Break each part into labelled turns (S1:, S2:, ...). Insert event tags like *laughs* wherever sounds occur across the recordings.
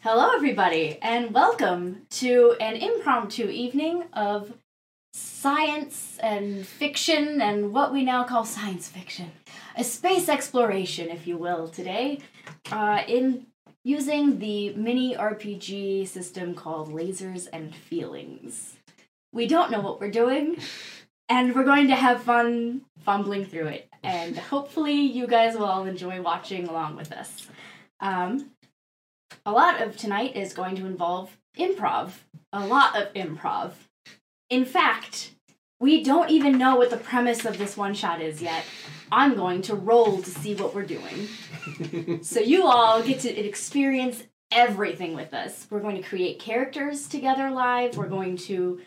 S1: Hello, everybody, and welcome to an impromptu evening of science and fiction and what we now call science fiction. A space exploration, if you will, today, uh, in using the mini RPG system called Lasers and Feelings. We don't know what we're doing, and we're going to have fun fumbling through it, and hopefully, you guys will all enjoy watching along with us. Um, a lot of tonight is going to involve improv. A lot of improv. In fact, we don't even know what the premise of this one shot is yet. I'm going to roll to see what we're doing. so you all get to experience everything with us. We're going to create characters together live, we're going to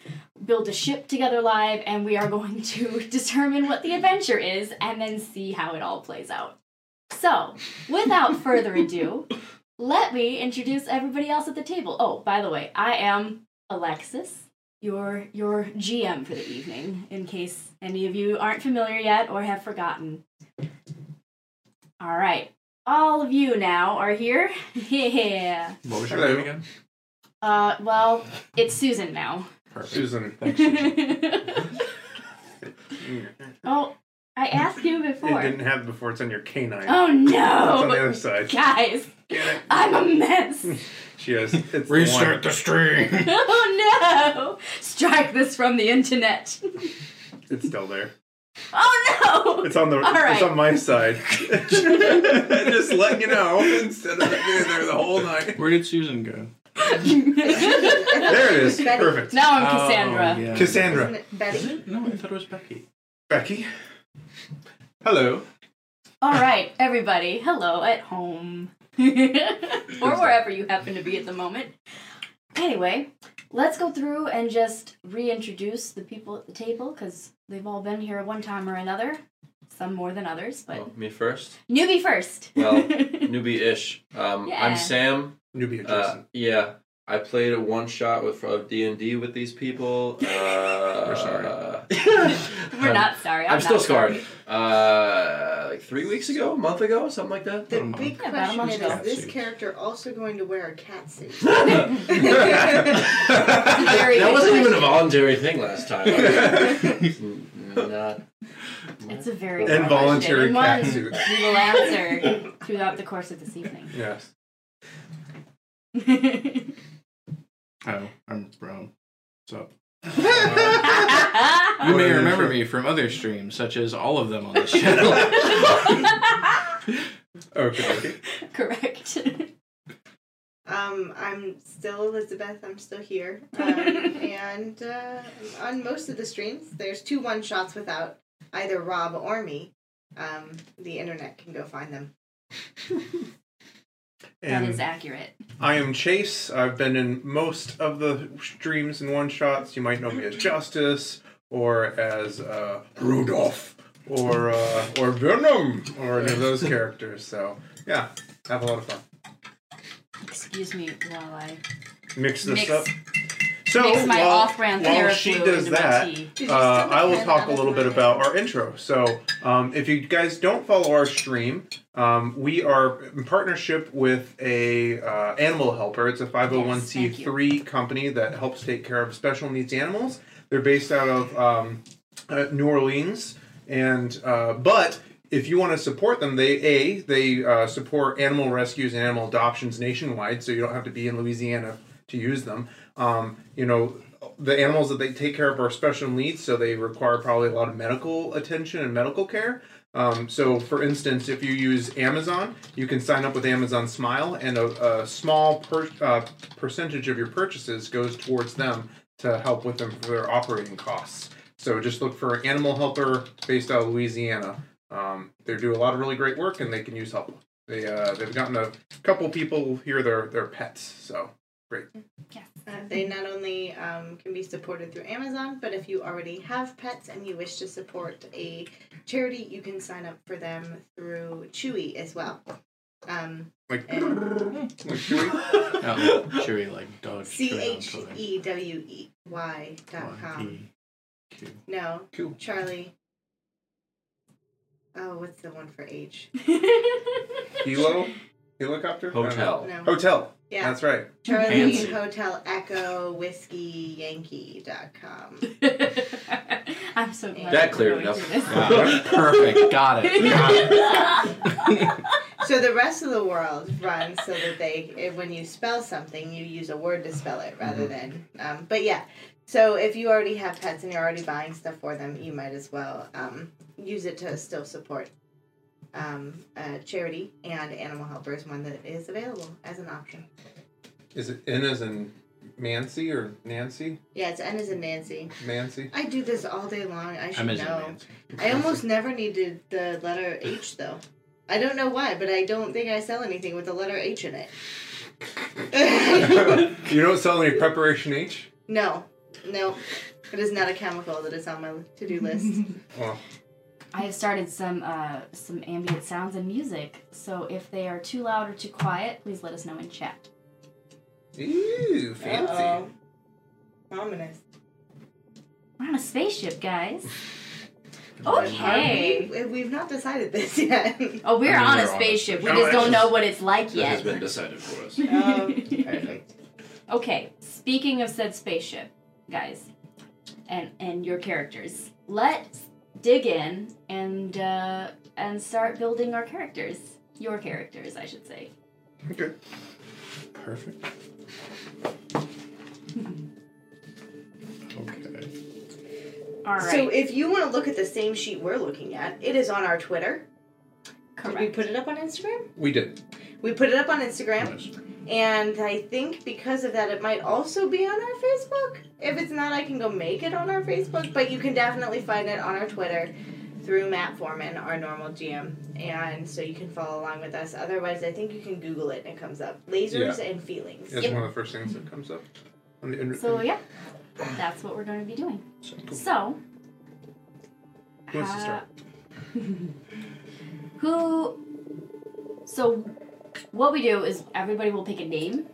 S1: build a ship together live, and we are going *laughs* to determine what the adventure is and then see how it all plays out. So, without further ado, let me introduce everybody else at the table. Oh, by the way, I am Alexis, your your GM for the evening, in case any of you aren't familiar yet or have forgotten. All right. All of you now are here. *laughs* yeah.
S2: What was
S1: your
S2: your
S1: Hello.
S2: name
S1: name
S2: again?
S1: Uh, well, it's Susan now. *laughs*
S2: Susan.
S1: oh, I asked you
S3: It
S1: before.
S3: didn't have before. It's on your canine.
S1: Oh
S3: *laughs* It's on the
S1: no,
S3: other
S1: *laughs*
S3: side.
S1: guys,
S3: Get it?
S1: I'm a mess. *laughs*
S3: She has. It's the
S2: *laughs* Restart
S3: one.
S2: the stream.
S1: oh no! Strike this from the internet.
S3: It's still there.
S1: Oh no!
S3: It's on the.
S1: All right.
S3: It's on my side.
S1: *laughs*
S3: *laughs* Just letting you know. Instead of it being there the whole
S2: *laughs*
S3: night.
S2: Where did Susan go?
S3: There it is.
S4: Betty.
S1: *laughs*
S3: Perfect.
S1: now I'm Cassandra.
S2: Oh, yeah.
S4: Isn't
S3: Cassandra.
S4: it
S2: Is
S4: Betty?
S2: it? No, I thought it was Becky.
S3: Becky. Hello.
S1: All right, everybody. Hello at home. *laughs* or wherever you happen to be at the moment. Anyway, let's go through and just reintroduce the people at the table because they've all been here at one time or another. Some more than others, but
S5: Oh, me first? *laughs*
S1: newbie first.
S5: Well, Newbie ish. Um,
S1: Yeah.
S5: I'm Sam.
S3: Newbie
S5: Uh,
S3: adjacent.
S5: yeah, I played a one shot with of D and D with these people.
S1: *laughs*
S5: Uh,
S3: We're sorry.
S1: *laughs* We're not sorry. I'm,
S5: *laughs* I'm, still
S1: not
S5: scarred. Uh, like three weeks ago, a month ago, something like that.
S2: Put
S4: The
S2: 'em on.
S4: big
S1: Yeah, but I'm
S4: question
S1: on
S4: is,
S1: cat
S4: is this
S2: suits.
S4: character also going to wear a cat suit?
S3: *laughs*
S1: Very
S5: *laughs* that
S1: good
S5: wasn't even a
S1: question.
S5: voluntary thing last
S1: *laughs*
S2: *laughs*
S5: time. N- not.
S1: It's a very good
S3: Involuntary cat
S1: question, and
S3: suit.
S1: one We will answer throughout the course of this
S3: *laughs*
S1: evening. *laughs*
S3: Yes.
S2: Oh, I'm Rome. So
S1: All
S2: you may
S3: Or-
S2: remember me from other streams, such as all of them on this channel.
S3: Okay. okay.
S1: *laughs* Correct.
S4: *laughs* um, I'm still Elizabeth. I'm still here. Um, and uh, on most of the streams, there's two one shots without either Rob or me. Um, the internet can go find them.
S1: that is
S3: And
S1: accurate.
S3: I am Chase. I've been in most of the streams and one shots. You might know me as Justice or as uh, Rudolph or uh, or Venom or any
S1: *laughs*
S3: of those characters. So yeah, have a lot of fun.
S1: Excuse me while I
S3: Mix this
S1: Mix-
S3: up. So
S1: mix my
S3: while,
S1: off-brand
S3: while
S1: Theraflu
S3: she does
S1: into
S3: that,
S1: my tea. *laughs*
S4: Did you
S3: uh,
S4: still
S3: I will
S4: plan
S3: talk
S4: that
S3: a
S4: as
S3: little bit
S4: mine?
S3: about our intro. So, um, if you guys don't follow our stream, um, we are in partnership with a uh, animal helper. It's a
S1: Yes, thank
S3: 501c3 company that helps take care of special needs animals. They're based out of um, uh, New Orleans, and uh, but if you want to support them, they a they uh, support animal rescues and animal adoptions nationwide, so you don't have to be in Louisiana to use them. Um, you know, the animals that they take care of are special needs, so they require probably a lot of medical attention and medical care. Um, so, for instance, if you use Amazon, you can sign up with Amazon Smile, and a, a small per, uh, percentage of your purchases goes towards them to help with them for their operating costs. So, just look for Animal Helper based out of Louisiana. Um, they do a lot of really great work, and they can use help. They uh, they've gotten a couple people here their their pets. So
S4: Uh, they not only um, can be supported through Amazon, but if you already have pets and you wish to support a charity, you can sign up for them through Chewy as well. Um,
S3: like,
S4: And-
S3: like
S1: *laughs*
S3: should we-
S2: oh, Chewy like dog.
S4: C H E W E Y dot com. No,
S3: Cool.
S4: Charlie. Oh, what's the one for age?
S3: Helo helicopter I don't know.
S5: Hotel.
S4: No.
S3: hotel
S4: Yeah.
S3: That's right.
S4: Charlie
S2: Fancy.
S4: Hotel Echo Whiskey Yankee dot com.
S1: I'm so glad
S5: That
S1: we're
S5: cleared
S1: going
S5: it up.
S1: through this.
S2: Yeah, perfect. Got it.
S4: *laughs*
S2: Got it.
S3: *laughs*
S4: So the rest of the world runs so that they, eh, when you spell something, you use a word to spell it rather than. Um, but yeah, so if you already have pets and you're already buying stuff for them, you might as well um, use it to still support um, uh, charity and animal helpers when that is available as an option.
S3: Is it N as in Nancy or Nancy?
S4: Yeah, it's N is in Nancy.
S3: Nancy?
S4: I do this all day long. I should
S2: I'm as
S4: know. I almost never needed the letter H though. I don't know why, but I don't think I sell anything with the letter H in it. *laughs*
S3: you don't sell any preparation H?
S4: no, no, it is not a chemical that is on my to-do *laughs* list.
S3: Well,
S1: I have started some uh, some ambient sounds and music, so if they are too loud or too quiet, please let us know in chat.
S3: ew, fancy.
S4: Uh-oh. Ominous.
S1: We're on a spaceship, guys. Okay.
S4: Are we, we've not decided this *laughs* yet.
S1: Oh, we're on a
S2: I mean, we're on a
S1: spaceship. We
S2: spaceship.
S1: just
S2: No,
S1: don't
S2: it's
S1: know
S2: just-
S1: what it's like
S5: That has
S1: yet.
S5: been decided for us.
S1: *laughs*
S4: um, perfect.
S1: Okay, speaking of said spaceship, guys, and and your characters, let's dig in and uh, and start building our characters. Your characters, I should say.
S3: Okay.
S2: Perfect. Okay.
S1: All right.
S4: So if you want to look at the same sheet we're looking at, it is on our Twitter. Did we
S1: correct.
S4: put it up on Instagram?
S3: We did.
S4: We put it up on Instagram.
S2: Nice.
S4: And I think because of that, it might also be on our Facebook. If it's not, I can go make it on our Facebook. But you can definitely find it on our Twitter through Matt Foreman, our normal GM. And so you can follow along with us. Otherwise, I think you can Google it and it comes up. Lasers and feelings.
S3: That's
S1: Yep.
S3: one of the first things that comes up. On the, in-
S1: So yeah, that's what we're going to be doing. So.
S3: Who wants to start?
S1: uh, who? So, what we do is everybody will pick a name,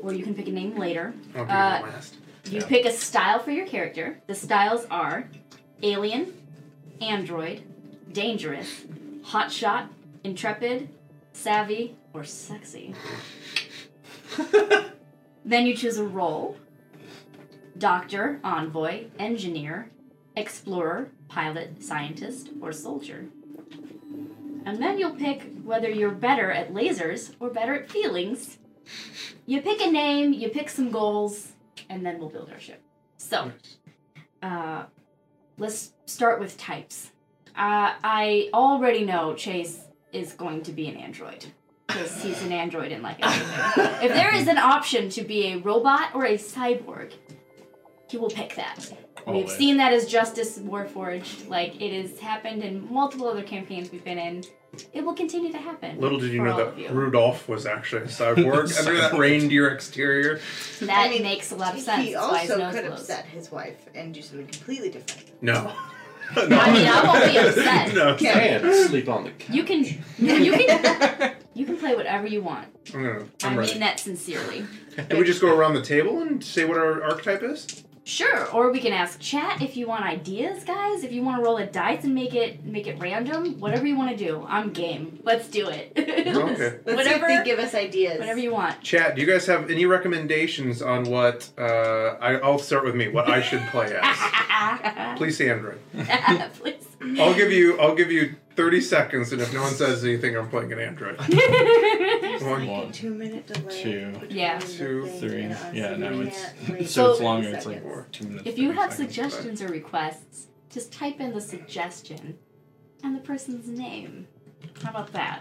S1: or you can pick a name later.
S3: I'll do
S1: uh,
S3: the last.
S1: You
S5: Yeah.
S1: pick a style for your character. The styles are alien, android, dangerous, hotshot, intrepid, savvy, or sexy. then you choose a role doctor, envoy, engineer, explorer, pilot, scientist, or soldier. And then you'll pick whether you're better at lasers or better at feelings. You pick a name, you pick some goals, and then we'll build our ship. So, uh, let's start with types. Uh, I already know Chase is going to be an android because he's an android and like everything. if there is an option to be a robot or a cyborg, he will pick that. We've
S2: Always.
S1: seen that as Justice Warforged. Like it has happened in multiple other campaigns we've been in. It will continue to happen.
S3: Little did you
S1: for
S3: know
S1: all of
S3: that
S1: you.
S3: Rudolph was actually a cyborg *laughs* under that reindeer exterior.
S1: that
S4: I mean,
S1: makes a lot of sense.
S4: He
S1: That's why his
S4: also
S1: nose
S4: could
S1: glows.
S4: upset his wife and do something completely different.
S1: *laughs*
S3: No. *laughs*
S1: I mean, I won't be upset.
S3: No.
S5: And sleep on the couch.
S1: *laughs* You can, you
S4: *laughs*
S1: can, you can play whatever you want.
S3: I'm, gonna,
S1: i
S3: I'm
S1: mean
S3: ready.
S1: that sincerely.
S3: Can we just go around the table and say what our archetype is?
S1: Sure, or we can ask chat if you want ideas, guys. If you want to roll a dice and make it make it random, whatever you want to do, I'm game. Let's do it. *laughs*
S3: Okay.
S4: Let's
S1: whatever,
S4: see if they give us ideas.
S1: whatever you
S3: *laughs*
S1: want. *laughs*
S3: Chat, do you guys have any recommendations on what? Uh, I, I'll start with me. What I should play
S1: *laughs*
S3: as? Please say Android. *laughs*
S1: Please. *laughs*
S3: I'll give you. I'll give you 30 seconds, and if no one says anything, I'm playing an Android. One,
S2: One,
S4: Two minute delay.
S2: Two.
S4: between
S1: Yeah.
S4: the
S3: Two,
S4: thing
S2: three.
S4: and us,
S2: Yeah,
S4: so
S2: no,
S4: we
S2: it's
S4: can't
S2: *laughs*
S4: wait
S2: so it's
S1: So-
S2: longer.
S4: 30
S2: It's like
S4: seconds.
S2: four, two minutes.
S1: if you
S2: 30
S1: have
S2: seconds,
S1: suggestions or requests, just type in the suggestion and the person's name. How about that?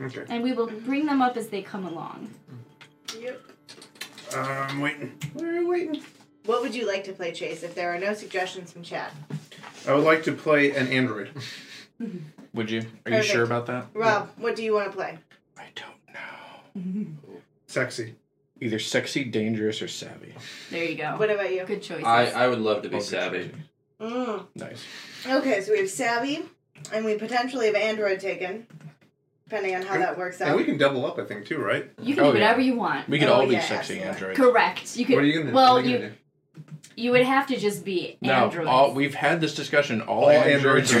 S3: Okay.
S1: And we will bring them up as they come along.
S4: Yep.
S3: Uh, I'm waiting. We're waiting.
S4: What would you like to play, Chase, if there are no suggestions from chat?
S3: I would like to play an Android.
S2: but- Would you? Are you
S4: Perfect.
S2: sure about that?
S4: Rob, what do you want to play?
S2: I don't know.
S3: Sexy.
S2: Either sexy, dangerous, or savvy.
S1: There you go.
S4: What about you?
S1: Good choices.
S5: I, I would love to be
S2: Oh, good
S5: savvy.
S2: choices.
S4: Mm.
S2: Nice.
S4: Okay, so we have Savvy, and we potentially have Android taken, depending on how that works
S3: And
S4: out.
S3: we can double up, I think, too, right?
S1: you can
S2: Oh,
S1: do whatever
S2: yeah.
S1: you want.
S2: We could
S4: Oh,
S2: all be
S4: yeah,
S2: sexy
S4: excellent.
S2: androids.
S1: Correct. You could.
S3: What are you gonna,
S1: Well,
S3: what are you
S1: you
S3: gonna do?
S1: You would have to just be
S2: No,
S1: androids.
S2: all, we've had this discussion. All,
S3: All
S2: androids,
S3: androids
S2: are
S3: are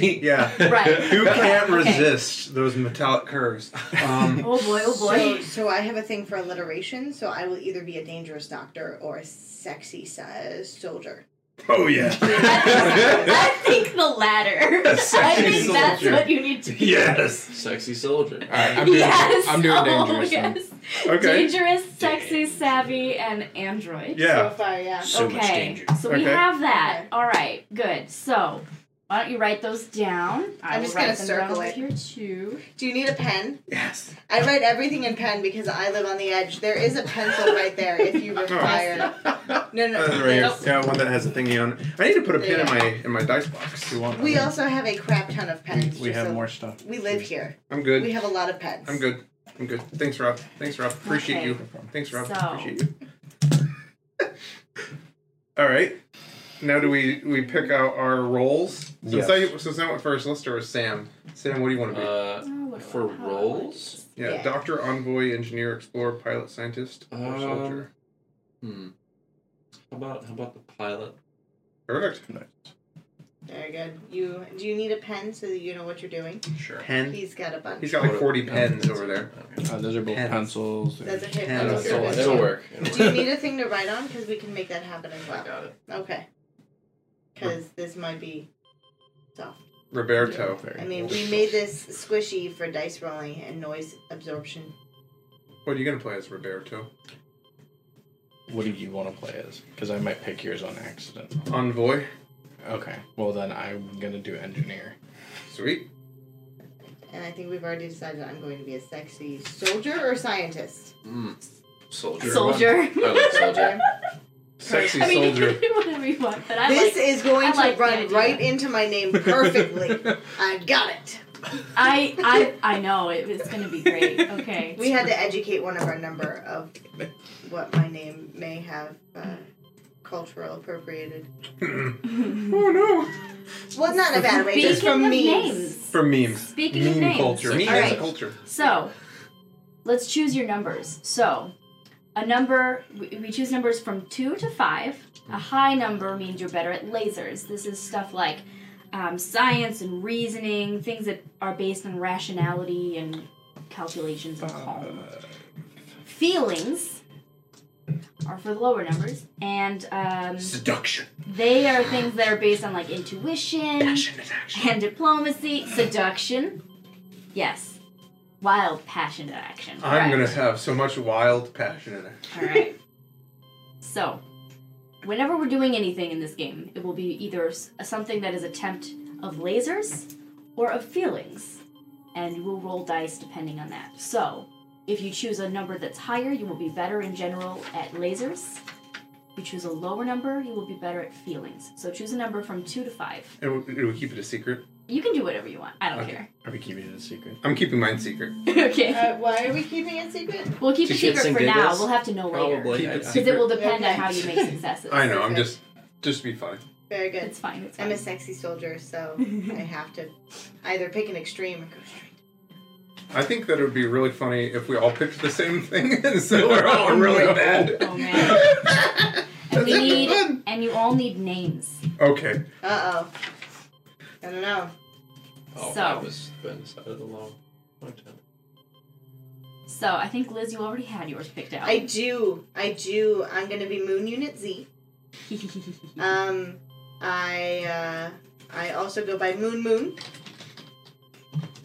S2: *laughs* sexy.
S3: Yeah.
S1: Right.
S3: Who
S1: Okay,
S2: *laughs*
S3: can't
S1: okay.
S3: resist those metallic *laughs* curves? Um,
S1: oh boy, oh
S4: So,
S1: boy.
S4: so I have a thing for alliteration, so I will either be a dangerous doctor or a sexy si- soldier.
S3: oh yeah,
S1: *laughs* I think the
S2: *laughs*
S1: latter. I
S3: sexy
S1: think that's
S3: soldier.
S1: what you need to be.
S3: *laughs* yes.
S5: Sexy soldier.
S2: All right, I'm doing,
S1: Yes.
S2: I'm doing
S1: oh,
S2: dangerous. then.
S1: Yes.
S3: Okay.
S1: Dangerous, sexy, savvy, and android.
S3: Yeah.
S4: So far, yeah.
S2: So
S1: okay.
S2: much danger.
S1: So we
S3: Okay.
S1: have that.
S4: Okay.
S1: All right. Good. So why don't you write those down? I
S4: I'm
S1: will
S4: just
S1: write
S4: gonna
S1: them down
S4: circle
S1: over
S4: it.
S1: here too.
S4: Do you need a pen?
S3: Yes.
S4: I write everything in pen because I live on the edge. There is a pencil right there if you require. No, no.
S3: Uh, right here.
S4: there's-
S3: Yeah, one that has a thingy on. it. I need to put a pin in my in my dice box.
S2: You want
S4: We
S2: other-
S4: also have a crap ton of pens.
S2: *laughs* we
S4: just
S2: have
S4: so-
S2: more stuff.
S4: We live here.
S3: I'm
S4: We
S3: good.
S4: have a lot of pens.
S3: I'm good. I'm good. Thanks, Rob. Thanks, Rob. Appreciate
S1: Okay.
S3: you. Thanks, Rob.
S1: So-
S3: Appreciate you. *laughs* All right. Now do we we pick out our roles? So
S2: Yes.
S3: Sai- so Sam went first. Let's start with Sam. Sam, what do you want to be?
S5: Uh,
S1: Oh, what do
S5: For
S1: I- how do I
S5: roles?
S3: yeah,
S4: yeah.
S3: doctor, envoy, engineer, explorer, pilot, scientist, or
S5: Um,
S3: soldier.
S5: hmm. How about how about the pilot?
S3: Perfect.
S4: Very good. You do you need a pen so that you know what you're doing?
S5: Sure.
S3: Pen.
S4: He's got a bunch.
S3: He's got like 40 pens over there.
S2: Uh, those are both
S3: Pens.
S2: pencils. They're-
S4: That's okay.
S3: Yeah,
S5: It'll,
S3: that's
S4: Those are
S5: it'll,
S4: good.
S5: it'll work.
S4: Do you need a thing to write on? Because we can make that happen as
S5: I
S4: well.
S5: got it.
S4: Okay. Because this might be soft.
S3: Roberto.
S2: Very
S4: I mean,
S2: cool.
S4: we made this squishy for dice rolling and noise absorption.
S3: What are you gonna play as Roberto?
S2: What do you want to play as? Because I might pick yours on accident.
S3: Envoy.
S2: Okay. Well, then I'm gonna do engineer.
S3: Sweet.
S4: And I think we've already decided I'm going to be a sexy soldier or scientist.
S5: Mm. Soldier.
S1: Soldier. *laughs*
S2: *laughs*
S5: I like soldier.
S3: Sexy
S1: I mean, you
S3: soldier.
S1: can do whatever you want, but I
S4: this
S1: like,
S4: is going
S1: I
S4: to
S1: like the
S4: run
S1: idea.
S4: right into my
S3: *laughs*
S4: name perfectly. I've got it.
S1: I,
S4: *laughs*
S1: I, I know it, it's gonna be great. Okay.
S4: We had to educate one of our number of what my name may have uh, cultural appropriated.
S3: oh no.
S4: Well, not in a bad way,
S1: Speaking
S4: just from
S1: of
S4: me.
S1: names.
S3: For memes.
S1: Speaking of
S3: Meme
S1: names.
S3: culture. Meme
S4: All
S3: is a
S4: right.
S3: culture.
S1: So, let's choose your numbers. So, a number, we we choose numbers from 2 to 5. A high number means you're better at lasers. This is stuff like um, science and reasoning, things that are based on rationality and calculations and calm. Feelings are for the lower numbers, and um,
S3: Seduction.
S1: they are things that are based on like intuition and diplomacy, seduction. Yes. Wild, passionate action.
S3: I'm gonna
S1: Correct.
S3: have so much wild passion in it.
S1: All right. So, whenever we're doing anything in this game, it will be either s- something that is attempt of lasers or of feelings, and you will roll dice depending on that. So, if you choose a number that's higher, you will be better in general at lasers. If you choose a lower number, you will be better at feelings. So choose a number from two to five.
S3: And we, we keep it a secret.
S1: You can do whatever you want. I don't
S3: Okay.
S1: care.
S2: Are we keeping it a secret?
S3: I'm keeping mine secret.
S1: *laughs* okay.
S4: Uh, why are we keeping it secret?
S1: We'll keep
S5: To
S1: it
S5: shits
S1: secret
S5: and
S1: for now.
S5: giggles?
S1: We'll have to know later.
S5: Probably.
S3: Keep
S5: I-
S3: it
S5: I-
S1: Because it will
S4: Secret.
S1: depend on
S4: Okay.
S1: how you
S5: *laughs*
S1: make successes.
S3: I know. I'm
S4: Okay.
S3: just, just to be funny.
S4: Very good.
S1: It's fine. It's fine.
S4: I'm a sexy soldier, so I
S1: *laughs*
S4: have to either pick an extreme or go straight.
S3: I think that it would be really funny if we all picked the same thing, *laughs* and so
S1: *laughs*
S3: we're all really
S2: No.
S3: bad.
S1: Oh man. and *laughs*
S3: That's
S1: we
S3: it,
S1: need
S3: done.
S1: and you all need names.
S3: *laughs* Okay.
S4: Uh oh. I don't know.
S5: Oh,
S1: So.
S5: I was been decided a long, long time.
S1: So I think Liz, you already had yours picked out.
S4: I do. I do. I'm gonna be Moon Unit Z. Um, I uh, I also go by Moon Moon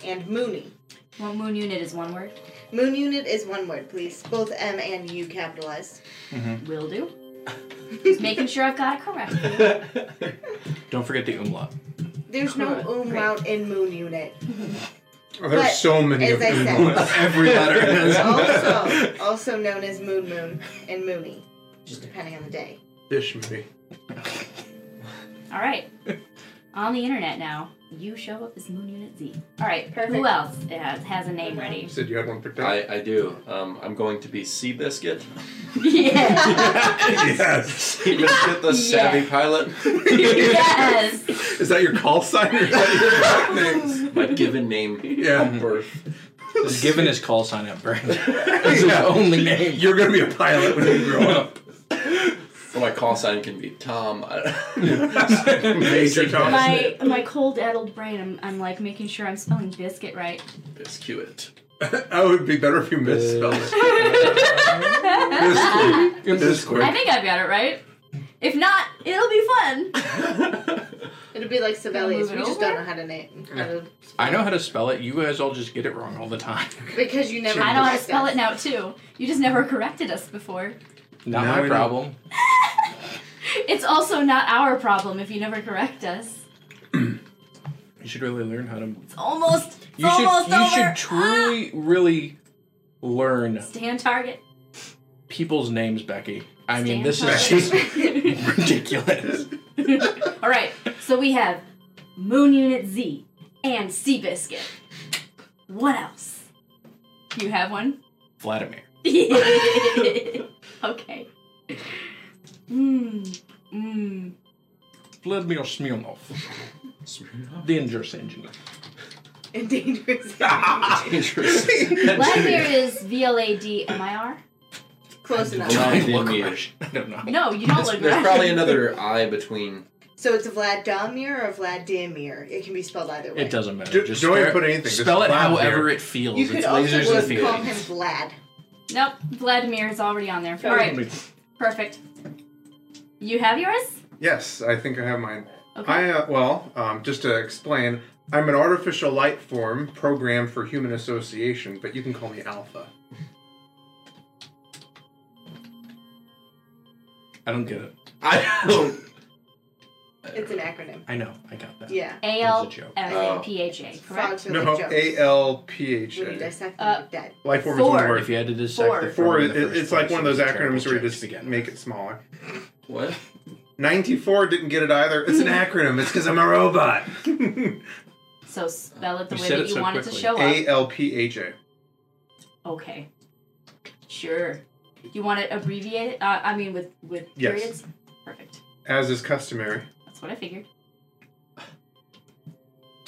S4: and Moony.
S1: Well, moon unit is *laughs* one word.
S4: Moon Unit is one word, please. Both M and U capitalized.
S5: Hmm.
S1: Will do.
S5: *laughs*
S1: Just making sure I've got it correct.
S2: Don't forget the *laughs* umlaut.
S4: There's no
S1: Correct.
S4: umlaut in Moon
S2: *laughs*
S4: Unit.
S3: Oh,
S4: But,
S3: there's so many
S4: as
S3: of
S4: I
S3: them.
S4: said-
S2: *laughs*
S3: Every letter has
S4: Also, also known as Moon Moon and Moony, just depending on the day.
S3: dish me.
S1: All
S5: *laughs*
S1: right. On the internet now, you show up as Moon Unit Z. All right.
S4: Perfect.
S1: Who else has, has a name ready? *laughs*
S3: You said you had one picked out.
S5: I, I do. Um, I'm going to be Seabiscuit. *laughs*
S1: yes.
S3: yes.
S5: Seabiscuit, the savvy *laughs* pilot.
S1: Yes.
S3: Is that your call sign? Or is that your birth name?
S5: My given name
S3: Yeah.
S5: *laughs* at birth.
S2: It's given his call sign at birth. That's his
S3: Yeah.
S2: only name.
S3: You're gonna be a pilot when you grow up.
S5: Or my call sign can be Tom. *laughs* I-
S2: Major Tom.
S1: My my cold addled brain, I'm, I'm like making sure I'm spelling biscuit *laughs* right.
S5: Biscuit.
S3: I would be better if you misspelled it.
S1: I
S3: This is quick.
S1: think I've got it right. If not, it'll be fun.
S4: It'll be like Sibelius.
S1: move it
S4: We just
S1: over?
S4: don't know how to name. How to,
S2: *laughs* I know how to spell it. You guys all just get it wrong all the time. *laughs*
S4: because you never.
S1: I know how to
S4: correct
S1: spell
S4: us.
S1: it now too. You just never corrected us before.
S2: Not
S3: Now
S2: my
S3: we-
S2: problem.
S1: It's also not our problem if you never correct us.
S2: You should really learn how to.
S1: It's almost it's
S2: You
S1: almost
S2: should. You
S1: over. Ah!
S2: should truly, really learn
S1: Stand target.
S2: people's names, Becky. I
S1: Stand
S2: mean, this is
S1: corrected.
S2: just ridiculous. *laughs*
S1: *laughs* All right, so we have Moon Unit Z and Seabiscuit. What else? You have one? *laughs*
S2: Vladimir.
S1: okay. Mmm. Mmm.
S2: Vladimir Smirnov, dangerous engineer. *laughs*
S4: *laughs* And dangerous.
S1: Vladimir
S5: Vladimir.
S1: is V L A D M I R?
S4: Close
S5: Well,
S4: enough.
S5: I
S2: I
S5: didn't
S2: look
S5: either.
S2: Russian. I don't know.
S1: No, you don't look
S5: There's
S1: right.
S5: probably another I between.
S4: So it's Vladimir or Vladimir. It can be spelled either way.
S2: It doesn't matter.
S3: Do-
S2: Just
S3: don't even
S2: spell-
S3: put anything, just
S2: Spell it
S3: Vladimir.
S2: however it feels.
S4: You
S2: it's
S4: could also
S2: lasers
S4: just
S2: and
S4: call him
S2: feelings.
S4: Vlad.
S1: Nope, Vladimir is already on there. All right, perfect. You have yours?
S3: Yes, I think I have mine.
S1: Okay.
S3: I uh, well, um, just to explain, I'm an artificial light form programmed for human association, but you can call me Alpha.
S2: I don't get it.
S5: I don't.
S4: It's an acronym.
S2: I know. I got that.
S4: Yeah.
S1: A
S2: It
S1: L
S2: was a joke.
S1: F A P H A, correct?
S4: Frogs are
S3: No,
S4: like jokes.
S3: A L P H
S4: When you
S3: A.
S4: dissect
S1: Uh,
S4: them, you're dead.
S3: Life form is one
S1: Four.
S3: word.
S2: If you had to dissect
S1: Four.
S2: the
S3: Four,
S2: form
S3: it,
S2: in the first
S3: it's like
S2: place,
S3: one of those
S2: it was a terrible
S3: acronyms where you
S2: joke to
S3: just
S2: begin
S3: make
S2: with.
S3: it smaller.
S5: What?
S3: 94 didn't get it either. It's *laughs* an acronym. It's because I'm a robot.
S1: So spell it the
S2: You
S1: way
S2: said
S1: that
S2: it
S1: you
S2: so
S1: want it to
S2: quickly.
S1: show up.
S3: *laughs* A L P H A.
S1: Okay. Sure. You want it abbreviated? Uh, I mean, with with
S3: Yes.
S1: periods. Perfect.
S3: As is customary,
S1: That's what I figured.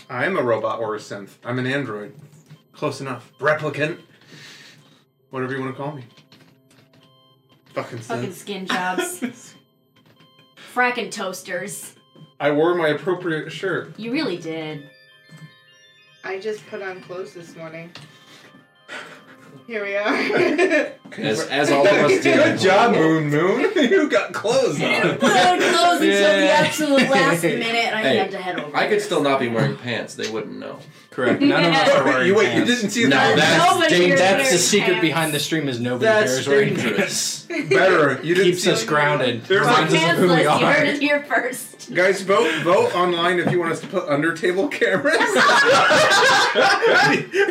S3: I am a robot or a synth. I'm an android. Close enough. Replicant. Whatever you want to call me. Fucking
S1: Fucking
S3: synth.
S1: skin jobs. *laughs* Fracking toasters.
S3: I wore my appropriate *laughs* shirt.
S1: You really did.
S4: I just put on clothes this morning. Here we
S1: *laughs*
S4: are.
S5: *laughs* As, as all of us do.
S3: Good job, Moon Moon. *laughs* you got clothes on.
S1: Put on clothes until the
S5: Yeah.
S1: absolute last minute. I
S5: Hey,
S1: had to head over.
S5: I could still not be wearing pants. They wouldn't know.
S2: Correct. None of us are wearing
S3: *laughs* you wait, you
S2: pants.
S3: didn't see
S5: No,
S3: that. *laughs*
S5: that's
S1: Nobody
S5: dang-
S1: here
S5: that's
S2: That's the
S1: wears
S2: secret
S1: pants.
S2: behind the stream is nobody
S5: That's
S2: there is wearing
S5: dangerous.
S2: pants.
S3: better. You didn't
S2: Keeps
S3: see
S2: us grounded.
S3: There's
S1: We're
S2: Reminds us of who we
S1: pantsless. You heard
S2: are.
S1: it here first.
S3: Guys, vote vote online if you want us to put under table cameras. *laughs*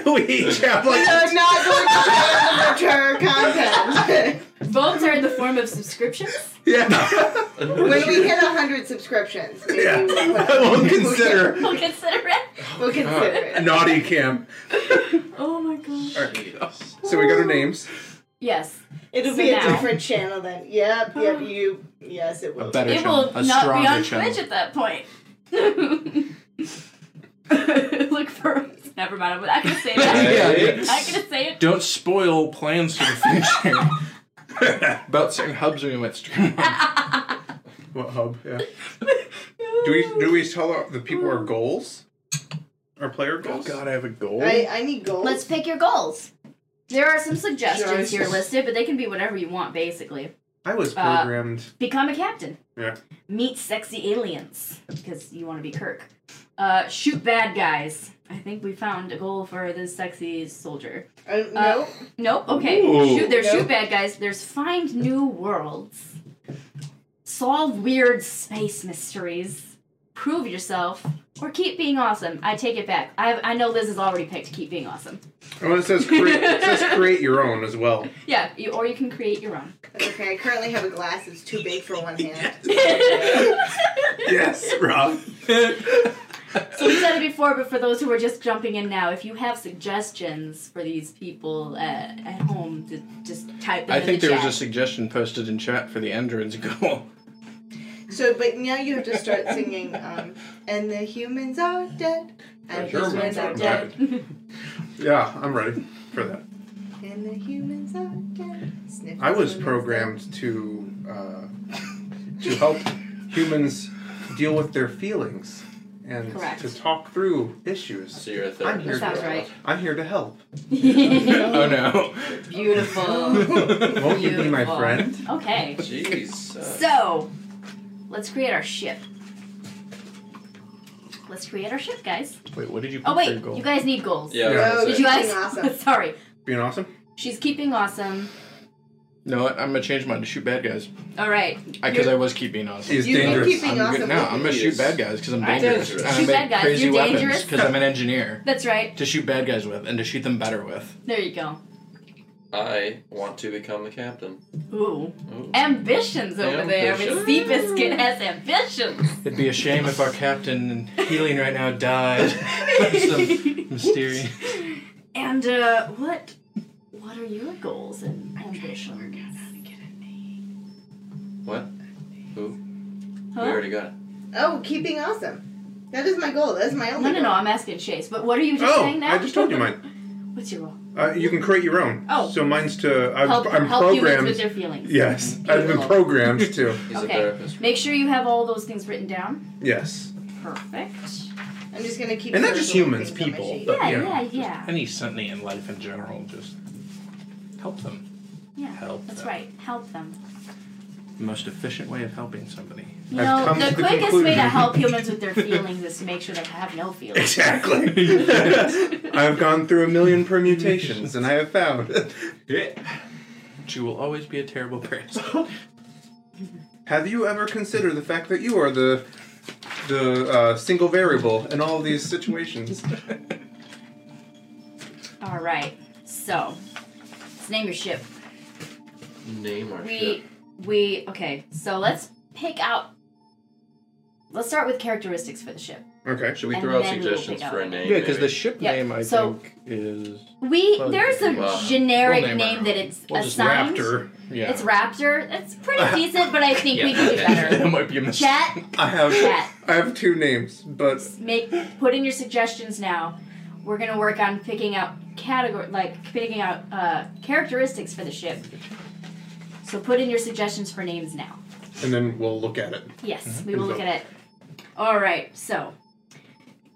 S3: we each have like
S2: Uh,
S4: We're not going to share the mature content.
S1: Votes are in the form of subscriptions. *laughs*
S3: yeah.
S4: when we hit 100 subscriptions, maybe
S3: Yeah.
S4: we'll,
S3: we'll consider
S1: We'll consider it.
S4: We'll consider it.
S3: naughty cam.
S1: Oh my god.
S3: So we got
S2: *laughs*
S3: our names.
S1: Yes.
S4: It'll
S1: So
S4: be a
S1: now- Oh.
S4: different channel then. Yep, yep, you. Yes, it will.
S2: A better
S1: It will
S2: channel. A
S1: not be
S2: stronger
S1: on
S2: channel.
S1: Twitch at that point. *laughs* Look for. Never mind. I'm not gonna say
S2: *laughs*
S1: that.
S2: *laughs* Yeah,
S1: I'm
S2: yeah.
S1: not gonna say it.
S2: Don't spoil plans for the future. *laughs* About certain hubs we went through.
S3: What hub? Yeah. Do we do we tell our, the people our goals? Our player
S2: Oh
S3: goals.
S2: god, I have a goal.
S4: I, I need goals.
S1: Let's pick your goals. There are some suggestions here
S5: Jesus.
S1: listed, but they can be whatever you want, basically.
S3: I was
S1: Uh,
S3: programmed.
S1: Become a captain.
S3: Yeah.
S1: Meet sexy aliens because you want to be Kirk. Uh, shoot bad guys. I think we found a goal for this sexy soldier.
S4: Uh, no,
S1: Uh, Nope. Okay.
S5: Ooh.
S1: Shoot, there's
S4: Nope.
S1: shoot bad guys. There's find new worlds. Solve weird space mysteries. Prove yourself or keep being awesome. I take it back. I I know Liz has already picked keep being awesome.
S3: Oh, it says create, it says create your own as well.
S1: Yeah. You, or you can create your own.
S4: that's okay. I currently have a glass that's too big for one hand.
S3: Yes, Rob.
S1: So we said it before, but for those who are just jumping in now, if you have suggestions for these people at, at home, to just type them
S2: I
S1: in
S2: think
S1: the
S2: there
S1: chat.
S2: was a suggestion posted in chat for the android's goal.
S4: So, but now you have to start singing. Um, and the humans are dead. And the
S2: Sure,
S4: humans
S2: man.
S4: are dead.
S3: Yeah, I'm ready for that.
S4: And the humans are dead. Sniff
S3: I was
S4: the humans
S3: programmed to uh, to help humans deal with their feelings and
S1: Correct.
S3: to talk through issues.
S5: So you're a
S3: I'm
S5: therapist.
S3: here.
S1: Sounds
S3: to,
S1: right.
S3: I'm here to help.
S2: *laughs* oh no.
S1: *laughs* Beautiful.
S2: *laughs*
S3: Won't you be my
S1: Beautiful.
S3: friend?
S1: Okay.
S5: Jeez. uh,
S1: So, let's create our ship. Let's create our ship, guys.
S2: Wait, what did you put
S1: Oh
S2: for
S1: wait,
S2: your goal?
S1: you guys need goals.
S5: yeah.
S3: Yeah.
S5: that's
S4: Oh,
S1: Did
S5: it.
S1: you guys? *laughs*
S4: Keeping awesome.
S1: Sorry,
S3: Being awesome?
S1: she's keeping awesome.
S2: no, I- I'm gonna change mine to shoot bad guys
S1: All right,
S2: because I, was keeping awesome.
S3: He's
S4: You keep
S3: dangerous.
S4: keeping
S2: I'm
S4: awesome
S2: good- no, I'm gonna
S5: He
S2: shoot
S5: is.
S2: bad guys because I'm
S5: I'm
S2: dangerous.
S5: dangerous.
S2: And I
S5: Shoot
S2: make
S1: bad guys,
S2: crazy
S1: you're
S2: weapons
S1: dangerous.
S2: because I'm an engineer.
S1: that's right.
S2: To shoot bad guys with and to shoot them better with.
S1: There you go.
S5: I want to become a captain.
S1: Ooh,
S5: Ooh.
S1: ambitions over there. I mean,
S5: Ambition.
S1: Seabiscuit has ambitions.
S2: It'd be a shame if our captain healing right now died. *laughs* mysterious.
S1: and uh, what? What are your goals and ambitions?
S5: What? Who?
S1: Huh?
S5: We already got it.
S4: Oh, keeping awesome. That is my goal. That is my only
S1: No, no, no.
S4: goal.
S1: I'm asking Chase. But what are you just
S3: oh,
S1: saying now?
S3: I just told you mine.
S1: What's your goal?
S3: Uh, you can create your own.
S1: Oh.
S3: So mine's to. I've,
S1: help
S3: I'm
S1: help humans
S3: programmed.
S1: with their feelings.
S3: yes. I've been
S1: Beautiful.
S3: programmed to.
S5: He's
S1: Okay.
S5: a therapist.
S1: Make sure you have all those things written down. *laughs*
S3: Yes.
S1: Perfect.
S4: I'm just gonna keep.
S3: And not just
S4: circling
S3: humans,
S4: things on my
S2: people,
S4: sheet.
S2: but-
S1: Yeah,
S3: Uh, Yeah.
S1: yeah, yeah.
S2: Any Sunday in life in general, just help them.
S1: Yeah,
S2: Help
S1: That's
S2: them.
S1: right. Help them.
S2: The most efficient way of helping *laughs* somebody.
S1: You
S3: I've
S1: know,
S3: come
S1: the
S3: to the
S1: quickest way to
S3: conclusion.
S1: help
S3: *laughs*
S1: humans with their feelings is to make sure they have no feelings.
S3: Exactly. I've gone through a million permutations and I have found.
S2: But you will always be a terrible person.
S3: Have you ever considered the fact that you are the the uh, single variable in all these situations?
S1: All right. So, let's name your ship.
S5: Name our
S1: We
S5: ship.
S1: we okay. So let's pick out. Let's start with characteristics for the ship.
S3: Okay.
S5: Should we
S1: and
S5: throw out
S1: then we'll
S5: suggestions
S1: pick
S5: for
S1: out
S5: a
S1: a
S5: name?
S2: yeah, because the
S5: maybe?
S2: ship
S1: Yeah,
S2: name I
S1: so-
S2: think is
S1: We
S2: Well, uh,
S1: there's a
S5: well,
S1: generic
S2: we'll name
S1: name
S2: our
S1: that
S2: own.
S1: it's
S2: We'll just
S1: assigned.
S3: Raptor.
S2: yeah.
S1: It's Raptor. It's
S2: *laughs*
S1: pretty decent, but I think we
S5: Yeah.
S1: can do
S2: that *laughs*
S1: better.
S2: might be a mistake.
S1: Chat,
S3: I have
S1: Chat.
S3: I have two names, but
S1: make put in your suggestions now. We're gonna work on picking out category like picking out uh, characteristics for the ship. So put in your suggestions for names now.
S3: and then we'll look at it.
S1: Yes, we will look
S3: Good
S1: at it. All right, so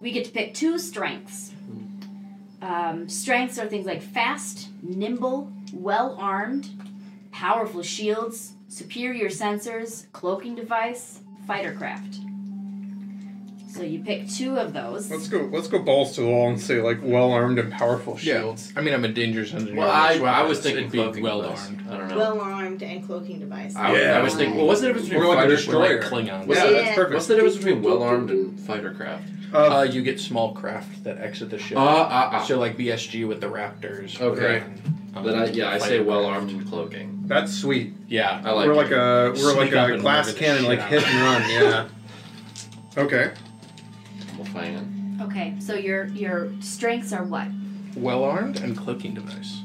S1: we get to pick two strengths. Um, strengths are things like fast, nimble, well armed, powerful shields, superior sensors, cloaking device, fighter craft. So you pick two of those.
S3: Let's go. Let's go balls to the wall and say like well armed and powerful
S2: Yeah.
S3: shields.
S2: I mean, I'm a dangerous engineer.
S5: Well, I,
S2: so
S5: I was
S2: it'd
S5: thinking
S2: be
S5: cloaking
S2: well
S5: device.
S2: armed.
S5: I don't know.
S4: Well armed and cloaking device.
S5: I, was-
S3: Yeah.
S5: I was thinking. Well, what's the difference
S3: We're
S5: between
S3: like a
S5: fighter
S3: destroyer.
S2: Klingons.
S5: Yeah.
S3: Yeah, that's perfect.
S5: What's the difference between well armed and fighter craft?
S3: Uh,
S2: Uh, you get small craft that exit the ship.
S5: Ah,
S2: So like BSG with the Raptors.
S5: Okay.
S2: And, um,
S5: Then I yeah I
S2: fighter
S5: say well
S2: craft.
S5: armed and cloaking.
S3: that's sweet.
S2: Yeah.
S5: I like.
S3: we're
S5: it.
S3: like a we're
S2: Sneak up
S3: like a
S2: and
S3: glass
S2: murder the
S3: cannon,
S2: shit
S3: like
S2: out
S3: hit
S2: of
S3: and run. Yeah. Okay.
S5: We'll find it.
S1: Okay, so your your strengths are what?
S2: Well armed and cloaking device.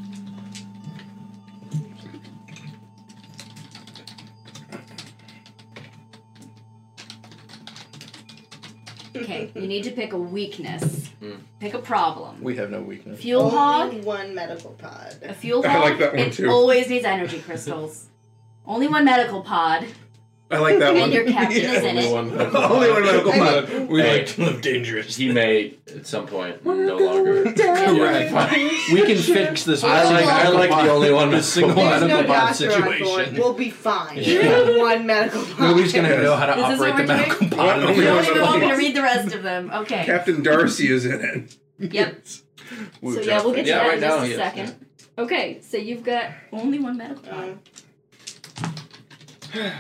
S1: Okay, you need to pick a weakness.
S5: Hmm.
S1: Pick a problem.
S2: We have no weakness.
S1: Fuel hog,
S4: Only one medical
S1: A
S4: pod.
S1: fuel
S3: *laughs* I
S1: pod.
S3: like that one
S1: it
S3: too.
S1: always needs energy crystals. Only one medical pod.
S3: I like that
S1: And
S3: one. *laughs*
S1: your captain
S3: Yeah.
S1: is in it.
S5: *laughs*
S3: Only one medical
S4: I
S3: pilot.
S4: mean-
S2: We
S5: Hey.
S2: like to live dangerous.
S5: He may at some point no
S2: *laughs*
S5: longer.
S2: Correct.
S5: *laughs*
S2: We can fix this.
S5: I like I like the only one
S2: The
S5: with
S2: single
S5: single
S4: There's
S2: medical
S4: no
S2: pod
S4: doctor
S2: situation.
S4: on board. We'll be fine.
S2: Yeah.
S4: one medical pod.
S2: Nobody's gonna know how to
S1: This is what
S2: operate the
S1: we're doing?
S2: medical pod.
S3: Only
S1: You don't even
S3: one medical
S1: want me to
S3: pod.
S1: read the rest of them. Okay.
S3: Captain Darcy is in it. *laughs*
S1: Yep.
S2: We've
S1: so yeah,
S2: just-
S1: we'll get to
S5: Yeah,
S1: that in
S5: right
S1: just
S5: now,
S1: a
S5: yes,
S1: second. Okay, so you've got only one medical pod.
S4: Um, there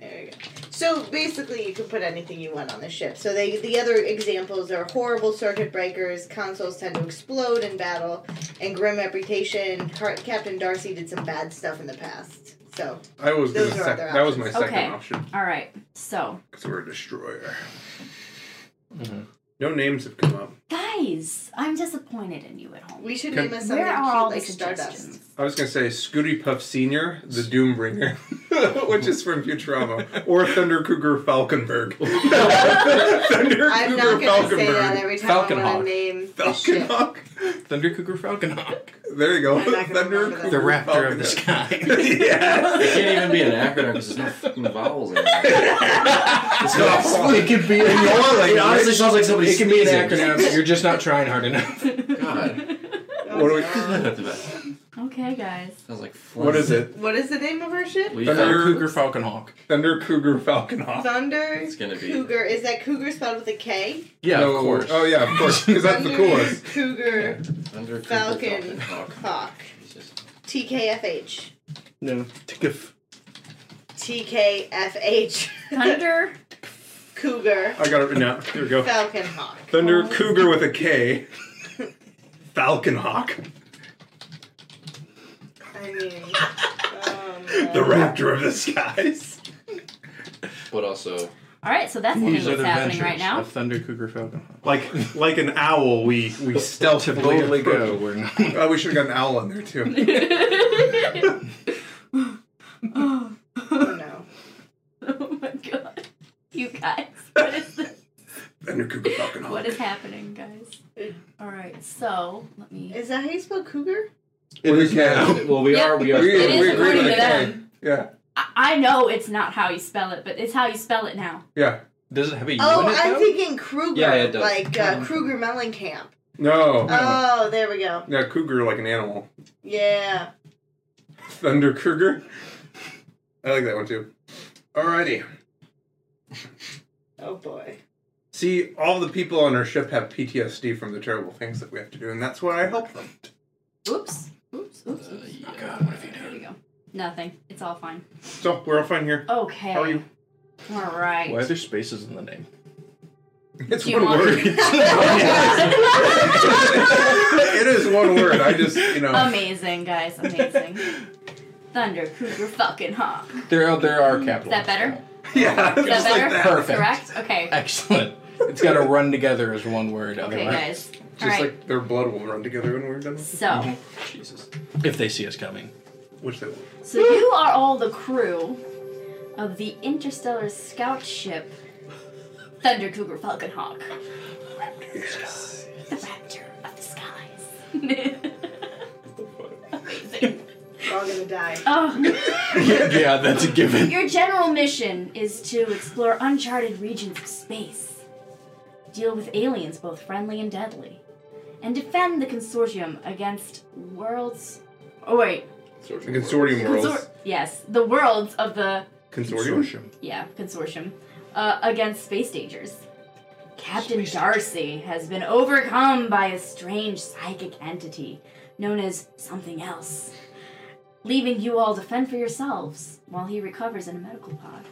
S4: Mm-hmm. we go. So basically, you could put anything you want on the ship. So they, the other examples are horrible circuit breakers, consoles tend to explode in battle, and grim reputation. Car- Captain Darcy did some bad stuff in the past. So
S3: I was gonna
S4: Those are
S3: sec-
S4: other
S3: that was my
S1: options.
S3: second
S1: Okay.
S3: option
S1: All right. So
S3: because we're a destroyer.
S2: Mhm.
S3: No names have come up.
S1: guys, I'm disappointed in you at home.
S4: we should
S3: Can-
S4: name us something
S1: Where are all
S4: cute
S1: the
S4: like
S1: suggestions?
S4: Stardust.
S3: I was gonna say Scooty Puff Senior, the Doombringer, *laughs* which is from Futurama, or Thunder Cougar
S4: *laughs*
S3: Falconberg. *laughs* Thunder
S4: I'm
S3: Cougar
S4: not gonna say that
S3: Falconberg.
S4: every time
S2: Falcon
S4: I want
S2: Hawk.
S4: to name the
S3: Falcon
S4: ship.
S3: Hawk.
S2: *laughs* Thunder Cuckoo Falconhawk.
S3: There you go.
S4: I'm not gonna
S3: Thunder.
S4: remember that.
S2: The raptor of the
S3: *laughs*
S2: *laughs*
S3: Falconhawk.
S2: sky.
S5: *laughs* It
S3: yes.
S5: can't even be an acronym because there's no fucking vowels *laughs* in it. It's not
S2: it could be in your
S5: It honestly sounds like somebody
S2: It could be an
S5: sneezing.
S2: acronym. but You're just not trying hard enough.
S4: *laughs*
S5: God.
S4: Oh,
S3: What do we-
S1: *laughs* Okay, guys.
S5: *laughs* Sounds like Flynn.
S3: What is it?
S4: What is the name of our ship?
S5: Lee
S2: Thunder
S5: Falcon.
S2: Cougar Falconhawk.
S3: Thunder Cougar Falconhawk.
S4: Thunder
S5: It's gonna be-
S4: Cougar. Is that Cougar spelled with a K?
S5: Yeah,
S3: No,
S5: of course.
S3: Oh yeah, of course. Because that's the
S4: Thunder
S3: coolest.
S4: Cougar
S5: Thunder Cougar
S4: Falcon
S5: Hawk.
S4: Hawk.
S5: Jesus.
S4: TKFH.
S2: No. Tickif.
S4: TKFH.
S1: Thunder.
S4: *laughs* Cougar
S3: I got it written out. Here we go.
S4: Falcon Hawk.
S3: Thunder Cougar with a K. Falconhawk.
S4: I mean, um,
S3: The raptor of the skies.
S5: But also,
S1: All right, so that's the thing
S2: These are
S1: that's
S2: the
S1: happening
S2: ventures
S1: right now.
S2: of Thunder Cougar Falconhawk.
S3: Like like an owl, we
S2: Oh,
S3: we
S2: To
S3: stealthily
S2: boldly go,
S3: approach.
S2: we're not.
S3: Oh, we should have got an owl in there too.
S1: *laughs*
S3: *laughs*
S4: *laughs*
S1: oh.
S4: oh no.
S1: *laughs* oh my god. You guys, what is this?
S3: Thunder Cougar Falconhawk.
S1: What is happening, guys? All right, so let me.
S4: Is that how you spell cougar?
S3: It is now.
S5: well, we are. We are.
S3: We-
S1: it is
S3: we agree
S1: according
S3: with
S1: to
S3: the K.
S1: them.
S3: Yeah,
S1: I, I know it's not how you spell it, but it's how you spell it now.
S3: yeah.
S2: *laughs* Does it have a U
S4: Oh,
S2: in it
S4: I'm
S2: though?
S4: thinking Kruger,
S5: Yeah, it does.
S4: like uh, Kruger Mellencamp.
S3: No. no.
S4: Oh, there we go.
S3: Yeah, cougar like an animal.
S4: Yeah.
S3: Thunder Cougar. I like that one too. Alrighty.
S4: Oh boy.
S3: See, all the people on our ship have PTSD from the terrible things that we have to do, and that's what I help them.
S1: Oops. Oops. Oops.
S5: Uh,
S1: oops.
S5: yeah.
S2: God, what have you
S1: There we
S2: done?
S1: go. Nothing. It's all fine.
S3: So we're all fine here.
S1: Okay.
S3: How are you?
S1: All right.
S2: Why are there spaces in the name?
S3: It's
S1: Do you
S3: one
S1: want-
S3: word.
S1: *laughs*
S3: it is one word. I just, you know,
S1: *laughs* Um, Amazing, guys. Amazing. Thunder, Cougar, fucking hawk.
S2: There, there are capitals.
S1: Is that better?
S3: yeah,
S1: Is that
S3: just like
S1: better?
S3: that.
S2: Perfect.
S1: Correct? Okay.
S2: Excellent. It's got to run together as one word.
S1: Okay, guys.
S2: Otherwise,
S1: All
S3: Just
S1: right.
S3: like their blood will run together when we're done. with it.
S1: So,
S5: Jesus.
S2: if they see us coming,
S3: Which they will.
S1: so you are all the crew of the interstellar scout ship Thunder, Cougar, Falcon, Hawk.
S3: Yes.
S1: The Raptor of the Skies. *laughs* Amazing.
S4: We're all gonna die.
S1: Oh.
S2: *laughs* yeah, that's a given.
S1: Your general mission is to explore uncharted regions of space, deal with aliens both friendly and deadly, and defend the consortium against worlds. Oh wait,
S5: Sorry.
S3: The consortium worlds.
S1: consor- yes, the worlds of the
S3: Consortium.
S1: yeah consortium uh, against space dangers. Captain Darcy has been overcome by a strange psychic entity known as something else, leaving you all to fend for yourselves while he recovers in a medical pod.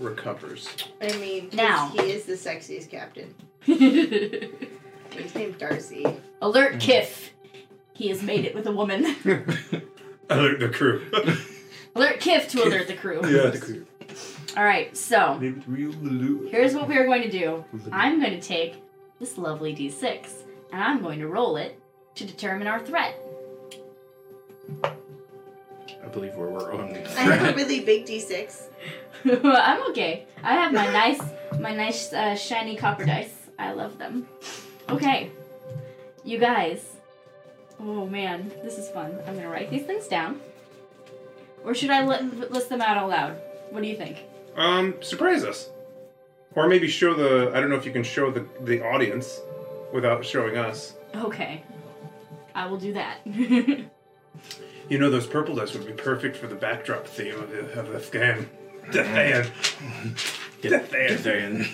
S3: recovers.
S4: I mean,
S1: Now.
S4: he is the sexiest captain. He's named Darcy.
S1: Alert Kiff. He has made it with a woman.
S3: Alert the *laughs* crew.
S1: alert Kiff to alert the crew. All right, so here's what we are going to do. I'm going to take this lovely d6 and I'm going to roll it to determine our threat.
S2: I believe we're
S1: *laughs*
S2: our own
S4: I have a
S2: threat.
S4: really big D6.
S1: I'm okay. I have my nice, my nice uh, shiny copper dice. I love them. Okay, you guys. Oh man, this is fun. I'm gonna write these things down. Or should I li- list them out aloud? What do you think?
S3: Um, surprise us, or maybe show the. I don't know if you can show the the audience without showing us.
S1: Okay, I will do that. *laughs*
S3: You know, those purple dice would be perfect for the backdrop theme of, the, of this game. Death *laughs*
S2: Get, get there in.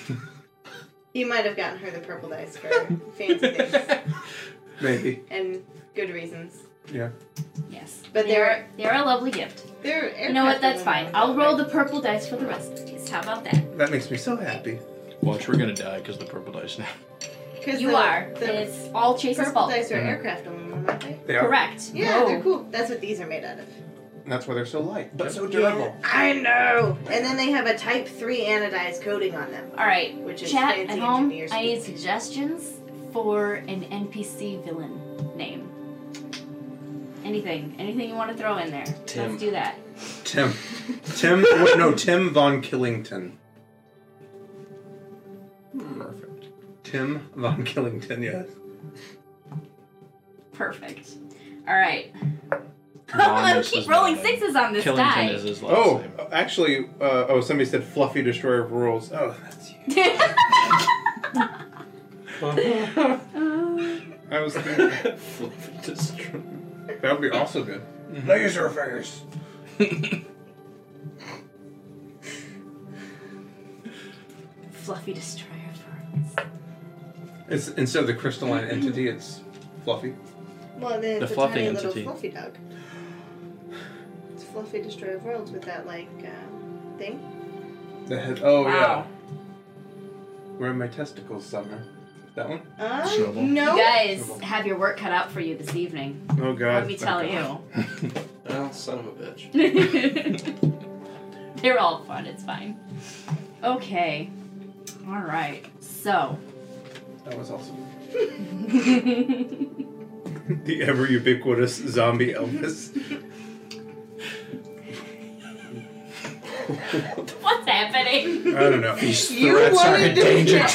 S4: You might have gotten her the purple dice for fancy things
S3: Maybe.
S4: and good reasons.
S3: Yeah.
S1: yes,
S4: But they're-
S1: they're a lovely gift.
S4: They're
S1: You know what? That's fine. I'll roll the purple dice for the rest of these. How about that?
S3: That makes me so happy.
S2: Watch, we're gonna die because the purple dice now.
S1: You are. it's all Chase's
S4: purple
S1: fault.
S4: dice
S2: Mm-hmm.
S4: are aircraft aluminum, aren't they?
S3: They
S1: Correct.
S4: Yeah,
S1: Whoa.
S4: they're cool. That's what these are made out of.
S3: That's why they're so light, but so
S4: Yeah, I know. And then they have a type three anodized coating on them.
S1: All right,
S4: Which is
S1: chat
S4: fancy
S1: at home.
S4: engineer
S1: I need
S4: speak.
S1: suggestions for an NPC villain name. Anything, anything you want to throw in there.
S5: Tim.
S1: Let's do that.
S3: *laughs* Tim. Tim. wait, no, Tim Von Killington.
S2: Perfect.
S3: Tim Von Killington, yes.
S1: Perfect. All right. *laughs*
S2: Mom
S1: I
S2: is
S1: keep
S2: his
S1: rolling
S2: name.
S1: sixes on this
S2: Killington
S1: die.
S2: is his last
S3: Oh,
S2: name.
S3: actually, uh, oh, somebody said Fluffy Destroyer of Rules. Oh, that's you.
S2: *laughs*
S3: I was thinking *laughs* that would be also good. Laser fingers.
S1: *laughs* Fluffy destroyer thorns.
S3: It's instead of the crystalline
S1: Mm-hmm.
S3: entity, it's Fluffy.
S4: Well, then
S2: The
S4: it's a
S2: fluffy
S4: tiny
S2: entity.
S4: little fluffy dog. It's fluffy destroyer of worlds with that like uh, thing.
S3: The head. Oh
S1: Wow.
S3: yeah. Where are my testicles, Summer? That one?
S4: Uh,
S2: Snowball.
S4: no.
S1: You guys have your work cut out for you this evening.
S3: Oh God.
S1: Let me tell you.
S5: Well, Ah, son of a bitch.
S1: *laughs* They're all fun, it's fine. Okay. Alright. So *laughs*
S3: That was also
S1: Alright.
S3: the ever ubiquitous zombie Elvis.
S1: What's happening? *laughs*
S3: I don't know.
S4: You wanted to *laughs* be
S5: Jesus.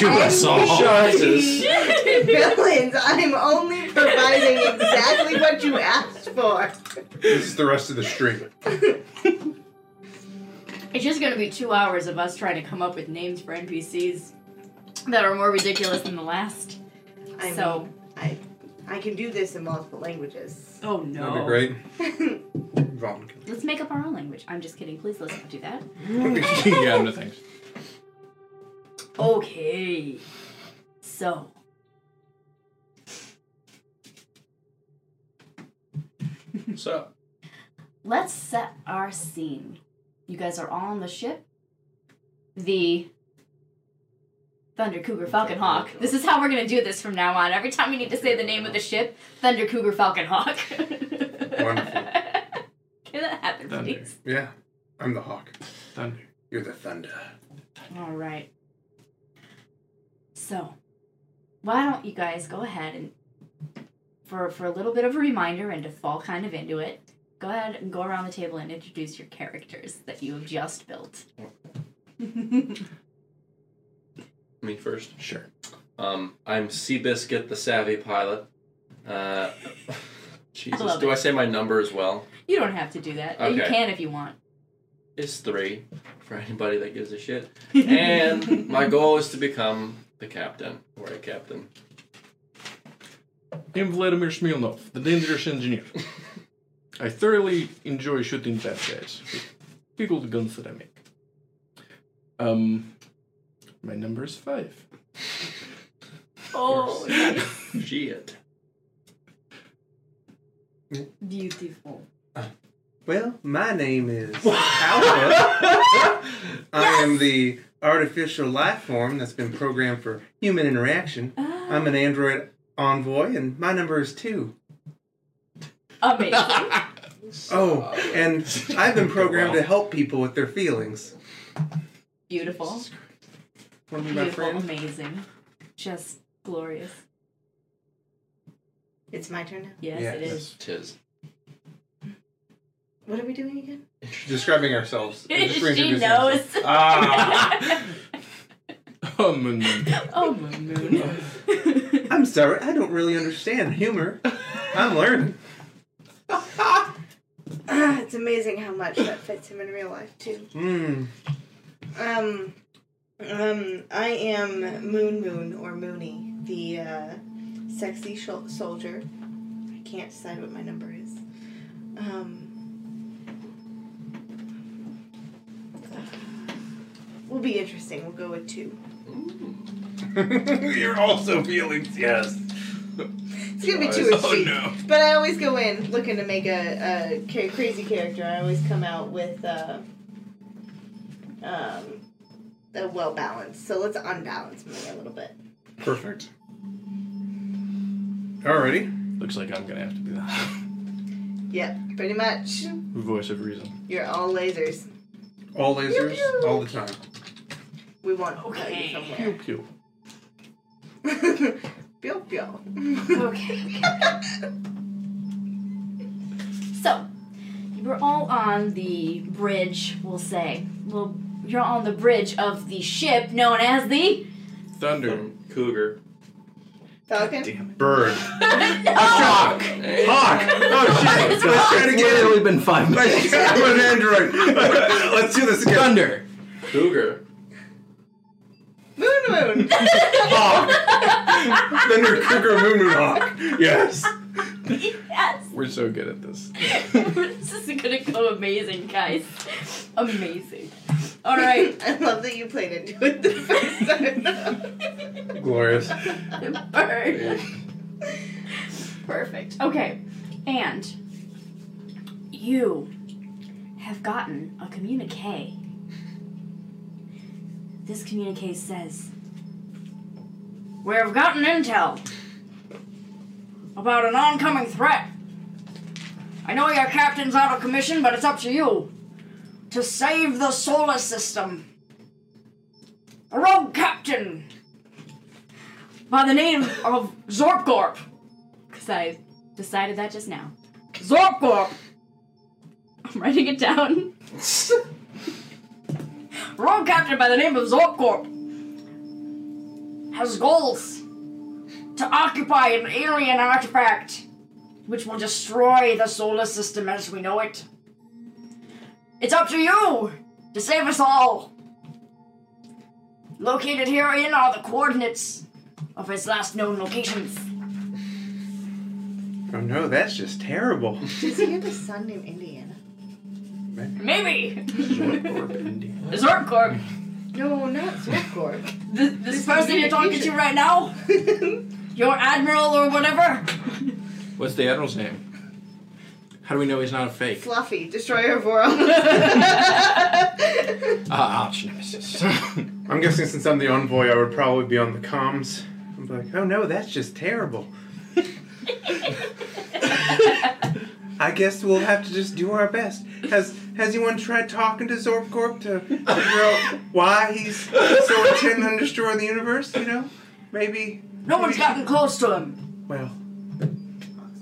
S4: villains. I'm only providing exactly what you asked for.
S3: This is the rest of the stream.
S1: It's just gonna be two hours of us trying to come up with names for NPCs that are more ridiculous than the last.
S4: I
S1: so
S4: mean, I I can do this in multiple languages. *laughs*
S1: oh
S3: That'd be
S1: no.
S3: great.
S4: Wait,
S3: Vomit.
S1: Let's make up our own language. I'm just kidding, please let's not do that.
S2: *laughs* yeah, no thanks.
S1: Okay. So.
S5: So,
S1: Let's set our scene. You guys are all on the ship. The Thunder Cougar Falcon Hawk. This is how we're gonna do this from now on. Every time we need to say the name of the ship, Thunder Cougar Falcon Hawk.
S3: Wonderful.
S1: *laughs* Can that happen,
S2: Thunder.
S1: please?
S3: Yeah. I'm the hawk.
S2: Thunder.
S3: You're the thunder.
S1: All right. So, why don't you guys go ahead and for for a little bit of a reminder and to fall kind of into it, go ahead and go around the table and introduce your characters that you have just built. *laughs*
S5: me first.
S2: Sure.
S5: Um, I'm Seabiscuit, the savvy pilot. Uh, *laughs* Jesus,
S1: love
S5: do
S1: it.
S5: I say my number as well?
S1: you don't have to do that. You
S5: Okay.
S1: can if you want.
S5: It's three for anybody that gives
S1: *laughs*
S5: a shit. And my goal is to become the captain or a captain.
S2: I am Vladimir Smirnov, the dangerous engineer. I thoroughly enjoy shooting bad guys with big old guns that I make. Um, my number is five.
S1: oh, nice.
S5: Shit.
S1: beautiful.
S3: Well, my name is Alpha. *laughs* I am the artificial life form that's been programmed for human interaction. I'm
S1: Ah,
S3: an android envoy, and my number is two.
S1: Amazing.
S3: Oh, and I've been programmed to help people with their feelings.
S1: Beautiful.
S3: Want to be my
S1: Beautiful.
S3: friend?
S1: Amazing. Just glorious.
S4: it's my turn now.
S1: Yes,
S3: Yeah,
S1: it
S3: yes.
S1: is.
S5: Tis.
S4: What are we doing again?
S3: Describing ourselves.
S1: *laughs*
S3: Just
S1: she
S3: reintroducing
S1: knows.
S3: ourselves. Ah,
S2: *laughs* Um, and
S1: *laughs* oh, my moon.
S3: *laughs*
S1: *laughs*
S3: I'm sorry, I don't really understand humor. I'm learning.
S4: Ah, it's amazing how much that fits him in real life too.
S3: Mm.
S4: Um, um, I am Moon Moon or Moony, the uh, sexy shol- soldier. I can't decide what my number is. Um, will be interesting. We'll go with two.
S3: *laughs* You're also feelings, yes.
S4: It's gonna be two or
S3: Oh,
S4: three. But I always go in looking to make a, a ca- crazy character. I always come out with uh, um, a well balanced. So let's unbalance me a little bit.
S3: Perfect. Alrighty.
S2: looks like I'm gonna have to be the *laughs*
S4: Yep, pretty much.
S2: voice of reason.
S4: You're all lasers.
S3: All lasers, all the time.
S4: We want
S1: Okay.
S4: okay.
S2: Pew
S4: somewhere.
S2: pew.
S4: *laughs* pew pew.
S1: okay. so, you were all on the bridge, we'll say. Well, you're on the *laughs* bridge of the ship known as the
S2: Thunder.
S5: Um, cougar.
S4: *laughs* Falcon?
S2: Damn it.
S3: Bird.
S2: Hawk!
S3: Hawk! Oh shit! Let's try it again.
S2: literally been five
S3: Like,
S2: minutes.
S3: I'm an android. Let's do this again.
S2: Thunder.
S5: Cougar.
S4: Moon Moon!
S3: Hawk. Thunder Cougar Moon Moon Hawk. Yes.
S1: yes. *laughs*
S2: We're so good at this.
S1: this is gonna go amazing, guys. Amazing. *laughs* All right.
S4: I love that you played into it the first time.
S3: Glorious.
S1: *laughs*
S4: *laughs*
S1: Bird. Perfect. Okay. And you have gotten a communique. This communique says We have gotten intel about an oncoming threat. I know your captain's out of commission, but it's up to you to save the solar system. A rogue captain by the name of Zorpgorp. Because I decided that just now. Zorpgorp! I'm writing it *laughs* down. Rogue captain by the name of Zorpgorp has goals to occupy an alien artifact which will destroy the solar system as we know it. It's up to you to save us all. Located herein are the coordinates of his last known locations.
S3: Oh no, that's just terrible.
S4: Does he have a son named Indiana?
S1: Maybe *laughs*
S2: Zorkorp,
S1: Zorkorp.
S4: No, not Zorkorp.
S1: This, this person you're talking to right now,
S4: *laughs*
S1: your admiral or whatever.
S2: What's the admiral's name? How do we know he's not a fake?
S4: Fluffy, destroyer of worlds.
S2: Ah, arch nemesis.
S3: I'm guessing since I'm the envoy, I would probably be on the comms. I'm like, oh no, that's just terrible. I guess we'll have to just do our best. Has Has anyone tried talking to Zorpcorp to figure out why he's so intent on destroying the universe? You know, maybe.
S1: No one's gotten close to him.
S3: Well,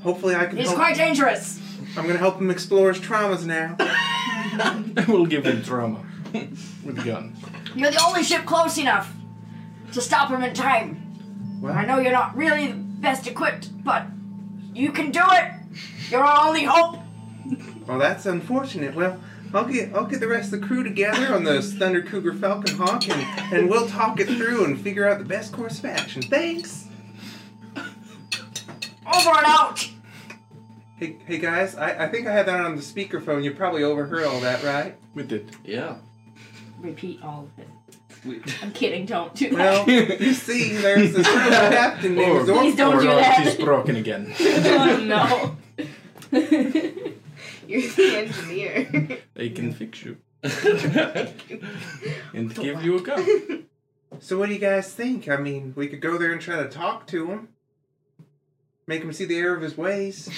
S3: hopefully I can.
S1: He's
S3: Help.
S1: quite dangerous.
S3: I'm gonna help him explore his traumas now.
S2: *laughs* we'll give him drama with a gun.
S1: You're the only ship close enough to stop him in time. I
S3: Well,
S1: know you're not really the best equipped, but you can do it. You're our only hope.
S3: well, that's unfortunate. Well. I'll get I'll get the rest of the crew together on this Thunder Cougar Falcon Hawk and, and we'll talk it through and figure out the best course of action. Thanks.
S1: Over and out.
S3: Hey, hey guys, I, I think I had that on the speakerphone. You probably overheard all that, right?
S2: We did.
S5: Yeah.
S1: Repeat all of it.
S5: We-
S1: I'm kidding. Don't do
S2: *laughs*
S3: Well, you see, there's this little captain
S2: Or-
S3: named
S1: Please don't
S2: or,
S3: Zorpor.
S1: do
S2: uh,
S1: that.
S2: She's broken again.
S1: *laughs* oh no.
S4: You're
S1: *laughs*
S4: the engineer.
S2: They can fix you
S5: That's
S2: and give you a gun.
S3: So, what do you guys think? I mean, we could go there and try to talk to him, make him see the error of his ways.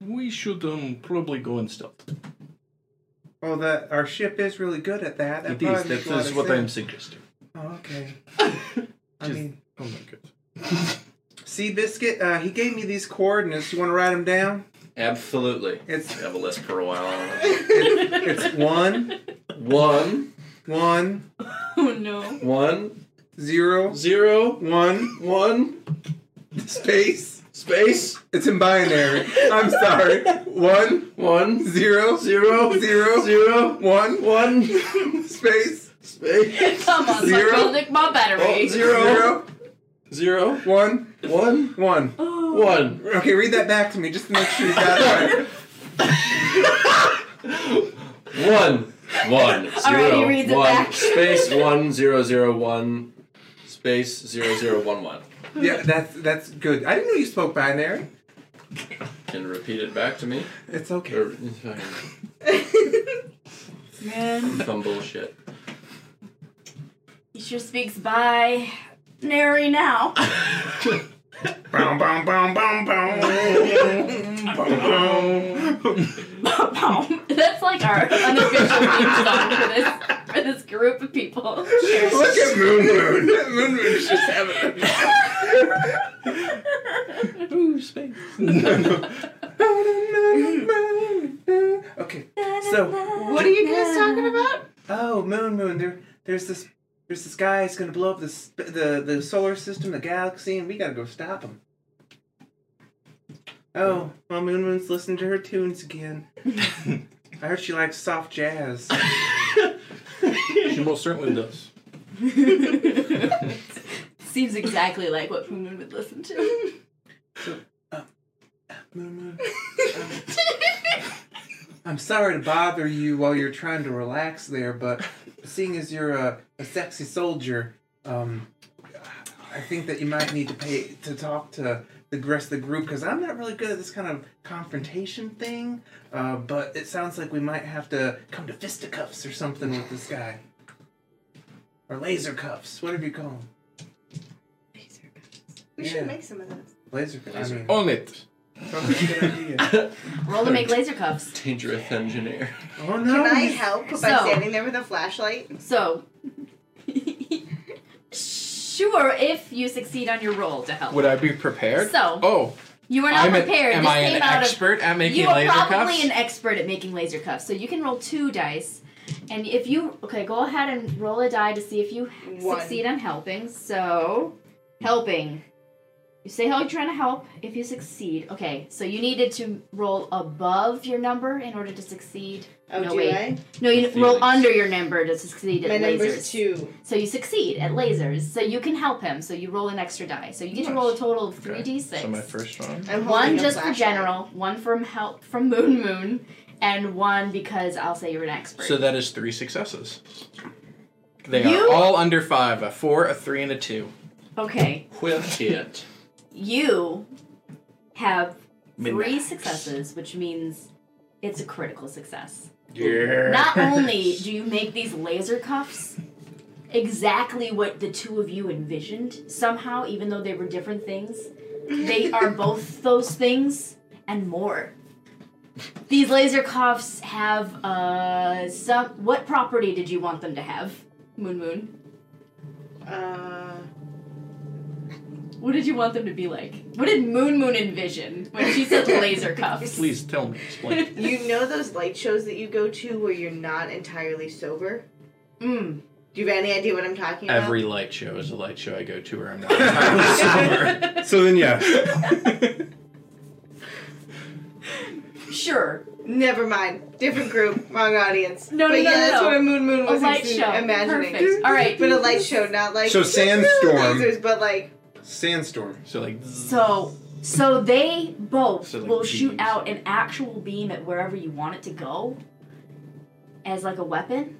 S2: We should um, probably go and stealth.
S3: Well, Oh, that our ship is really good at that. that
S2: It
S3: probably
S2: is.
S3: makes a
S2: That
S3: lot
S2: is
S3: of
S2: what I am
S3: sense.
S2: suggesting. *laughs*
S3: Oh, okay. I
S2: Just-
S3: mean,
S2: Oh my god.
S3: see, Biscuit, uh, he gave me these coordinates. You want to write them down?
S5: Absolutely.
S3: It's
S5: We have a list for a while. I
S3: it's one,
S5: don't know. One,
S3: one,
S1: oh no.
S5: one,
S3: zero,
S5: zero,
S3: one,
S5: one,
S3: space.
S5: space,
S3: It's in binary. I'm sorry. One,
S5: one,
S3: zero,
S5: zero,
S3: zero,
S5: zero,
S3: one,
S5: one,
S3: space,
S5: space,
S1: Come on,
S3: Zero.
S1: Zero. lick my battery.
S5: Oh, Zero.
S3: zero,
S5: zero,
S3: one,
S5: one,
S3: one.
S5: one.
S3: Okay, read that back to me just to make sure you got it right.
S5: One,
S1: *laughs*
S5: one,
S1: Alright, he
S5: zero,
S1: reads it
S5: one,
S1: back.
S5: space, one, zero, zero, one, space, zero, zero, one, one.
S3: Yeah, that's that's good. I didn't know you spoke binary.
S5: Can you repeat it back to me?
S3: It's okay.
S5: Or, *laughs*
S3: Oh.
S1: Man,
S5: some bullshit.
S1: he sure speaks by Nary now. *laughs*
S3: Boom, boom, boom, boom, boom. Boom, boom.
S1: That's like our unofficial theme song for this for this group of people.
S3: Look at Moon Moon. Moon Moon's just having
S2: Ooh, space. *laughs*
S3: *laughs* a. Okay, so
S4: what are you guys talking about?
S3: Oh, Moon Moon, there, there's this There's this guy. He's gonna blow up the sp- the the solar system, the galaxy, and we gotta go stop him. Oh, well, Moon Moon's listening to her tunes again. I heard she likes soft jazz.
S2: She most certainly does.
S1: *laughs* Seems exactly like what Moon Moon would listen to.
S3: Moon Moon, I'm sorry to bother you while you're trying to relax there, but seeing as you're a, a sexy soldier, um, I think that you might need to pay to talk to the rest of the group because I'm not really good at this kind of confrontation thing. Uh, but it sounds like we might have to come to fisticuffs or something with this guy, or laser cuffs, whatever you call them.
S4: We
S3: Yeah.
S4: should make some of those.
S3: Laser cuffs. I mean,
S2: On it.
S3: sounds like a good idea.
S1: Roll to make laser cuffs.
S5: Dangerous engineer.
S3: *laughs* Oh no!
S4: Can I help by
S1: So-
S4: standing there with a flashlight?
S1: So, *laughs* sure, if you succeed on your roll to help.
S2: Would I be prepared?
S1: So-
S2: Oh,
S1: You are not
S2: I'm an-
S1: prepared.
S2: am
S1: this
S2: I an
S1: came out
S2: expert
S1: of,
S2: at making
S1: You are
S2: laser
S1: probably
S2: cuffs?
S1: an expert at making laser cuffs, so you can roll two dice. And if you okay, go ahead and roll a die to see if you
S4: One.
S1: succeed on helping. So, helping. You say how you're trying to help. If you succeed, okay. So you needed to roll above your number in order to succeed.
S4: Oh,
S1: no
S4: do
S1: wait.
S4: I?
S1: No, you
S5: Feelings.
S1: roll under your number to succeed at
S4: My
S1: lasers.
S4: number's two.
S1: So you succeed at lasers. So you can help him. So you roll an extra die. So you get to roll a total of three d six.
S2: so my first round.
S4: I'm
S1: One
S4: holding a
S1: just for
S4: flashlight.
S1: general, one from help from Moon Moon, and one because I'll say you're an expert.
S2: So that is three successes. They
S1: You-
S2: are all under five a four, a three, and a two.
S1: okay,
S5: With it.
S1: you have three
S5: Midnight.
S1: successes, which means it's a critical success.
S2: Yeah.
S1: Not only do you make these laser cuffs exactly what the two of you envisioned somehow, even though they were different things, *laughs* they are both those things and more. These laser cuffs have uh some what property did you want them to have? Moon Moon.
S4: Uh,
S1: What did you want them to be like? What did Moon Moon envision when she *laughs* said laser cuffs?
S2: Please tell me.
S1: *laughs*
S2: Explain.
S4: you know those light shows that you go to where you're not entirely sober?
S1: Mm.
S4: Do you have any idea what I'm talking about?
S2: Every light show is a light show I go to where I'm not
S1: *laughs*
S2: entirely sober.
S3: So then, yeah.
S1: Sure.
S4: Never mind. Different group, wrong audience.
S1: No, no,
S4: but
S1: no,
S4: yeah,
S1: no,
S4: that's
S1: no.
S4: what a moon moon
S1: A
S4: was
S1: light
S4: ex-
S1: show.
S4: imagining.
S1: Perfect. All right.
S4: But a light show, not like *laughs*
S3: So sandstorm.
S4: lasers, but like
S3: Sandstorm.
S2: So like. zzz.
S1: So so they both
S2: So, like,
S1: will shoot
S2: beams.
S1: out an actual beam at wherever you want it to go as like a weapon.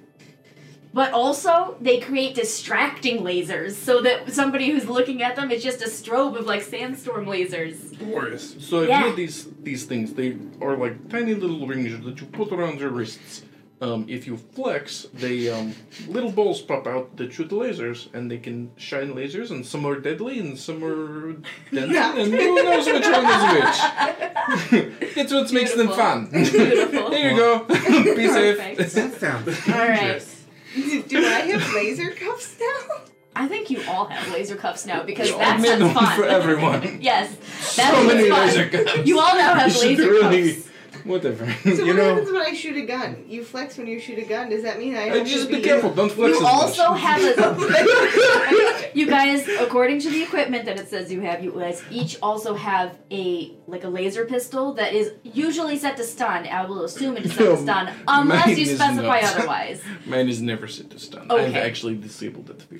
S1: But also they create distracting lasers so that somebody who's looking at them is just a strobe of like sandstorm lasers.
S3: Boris.
S2: So if
S1: Yeah.
S2: you
S1: *laughs*
S2: have these these things, they are like tiny little rings that you put around your wrists. Um, if you flex, they um, little balls pop out that shoot lasers, and they can shine lasers, and some are deadly, and some are dancing, and who knows which one is
S1: *laughs*
S2: which. That's what makes them
S1: Beautiful.
S2: fun. *laughs*
S1: Beautiful.
S2: there you go. *laughs* Be
S1: Perfect.
S2: *laughs* safe.
S3: That
S1: *laughs*
S3: sounds
S1: All right.
S4: do *laughs* do I have laser cuffs now? *laughs*
S1: I think you all have laser cuffs now because
S2: We all
S1: that's
S2: made
S1: what's
S2: them
S1: fun.
S2: for everyone.
S1: yes. That's
S2: so
S1: what's
S2: many
S1: fun.
S2: laser guns.
S1: You all now have
S2: You should
S1: laser
S2: really-
S1: cuffs.
S2: Whatever.
S4: So
S2: you
S4: what
S2: know,
S4: happens when I shoot a gun? You flex when you shoot a gun. Does that mean I
S2: Uh,
S4: have
S2: just
S4: to
S2: be careful. Don't flex
S1: You
S2: as *laughs*
S1: also
S2: much.
S1: have a You guys, according to the equipment that it says you have, you guys each also have a like a laser pistol that is usually set to stun. I will assume it is set to stun unless
S2: Mine
S1: you
S2: is
S1: specify
S2: not.
S1: otherwise.
S2: Mine is never set to stun. I've
S1: Okay.
S2: actually disabled it to
S1: *laughs*
S2: be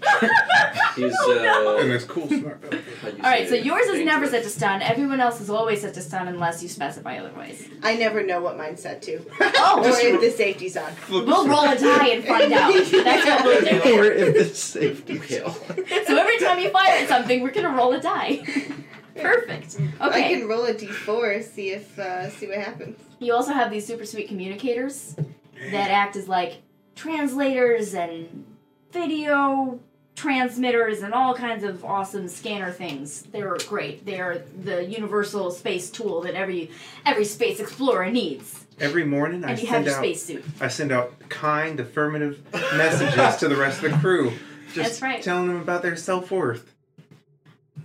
S5: He's,
S3: and
S5: uh,
S3: it's cool smart belt.
S5: how you
S1: All right, so
S5: say it,
S1: yours is never set
S5: dangerous.
S1: to stun. Everyone else is always set to stun unless you specify otherwise.
S4: I never know what mine's set to. *laughs*
S1: Oh.
S4: or if the safety's on.
S1: We'll roll a die and find out. That's what we'll
S2: *laughs*
S1: do.
S2: or if it's
S1: *laughs*
S2: safety
S5: Kill.
S1: So every time you fire at something, we're gonna roll a die. *laughs* Perfect.
S4: I
S1: Okay.
S4: can roll a d4, see if uh, see what happens.
S1: You also have these super sweet communicators that act as like translators and video transmitters and all kinds of awesome scanner things. They're great. They're the universal space tool that every every space explorer needs.
S3: Every morning I
S1: And you have
S3: send
S1: your
S3: out
S1: spacesuit.
S3: I send out kind affirmative messages to the rest of the crew. Just
S1: That's right.
S3: telling them about their self worth.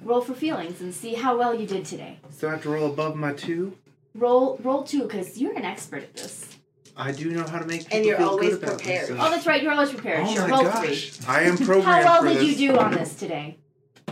S1: Roll for feelings and see how well you did today.
S3: So I have to roll above my two.
S1: Roll roll two because you're an expert at this.
S3: I do know how to make people
S4: And you're
S3: feel
S4: always
S3: good about
S4: prepared.
S3: themselves.
S1: Oh, that's right. You're always prepared.
S3: Oh
S1: sure.
S3: my
S1: Roll three.
S3: gosh.
S1: *laughs*
S3: I am
S1: How
S3: programmed
S1: well
S3: for
S1: did
S3: this.
S1: you do on this today?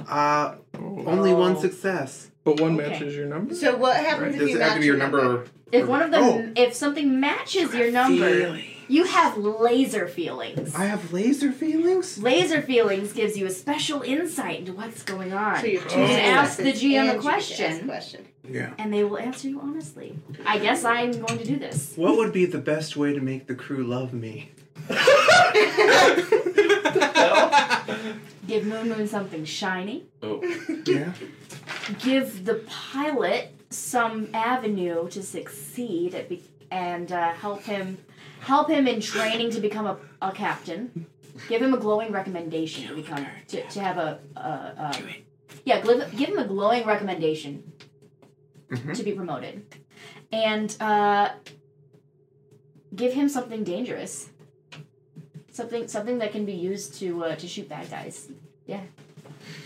S3: Uh,
S2: Oh.
S3: only one
S1: Oh.
S3: success.
S2: But one
S1: Okay.
S2: matches your number?
S4: So what
S3: Right.
S4: happens if
S3: Does
S4: you
S3: it
S4: match
S3: have to be your number?
S1: If one of
S3: Oh.
S1: them, if something matches your number,
S3: Feeling.
S1: you have laser feelings.
S3: I have laser feelings.
S1: Laser feelings gives you a special insight into what's going on.
S4: So you're
S1: You
S4: two
S1: can ask the
S4: successes
S1: GM
S4: and
S1: a
S4: you get to ask a
S1: question,
S4: question.
S3: Yeah.
S1: and they will answer you honestly. I guess I'm going to do this.
S3: What would be the best way to make the crew
S1: *laughs*
S3: love me?
S1: Give Moon Moon something shiny.
S5: Oh,
S3: Yeah.
S1: Give the pilot some avenue to succeed at be- and uh, help him help him in training to become a, a captain. Give him a glowing recommendation to become to, to have a, a, a yeah. Give, give him a glowing recommendation
S3: Mhm.
S1: to be promoted, and uh, give him something dangerous. Something something that can be used to uh, to shoot bad guys. Yeah,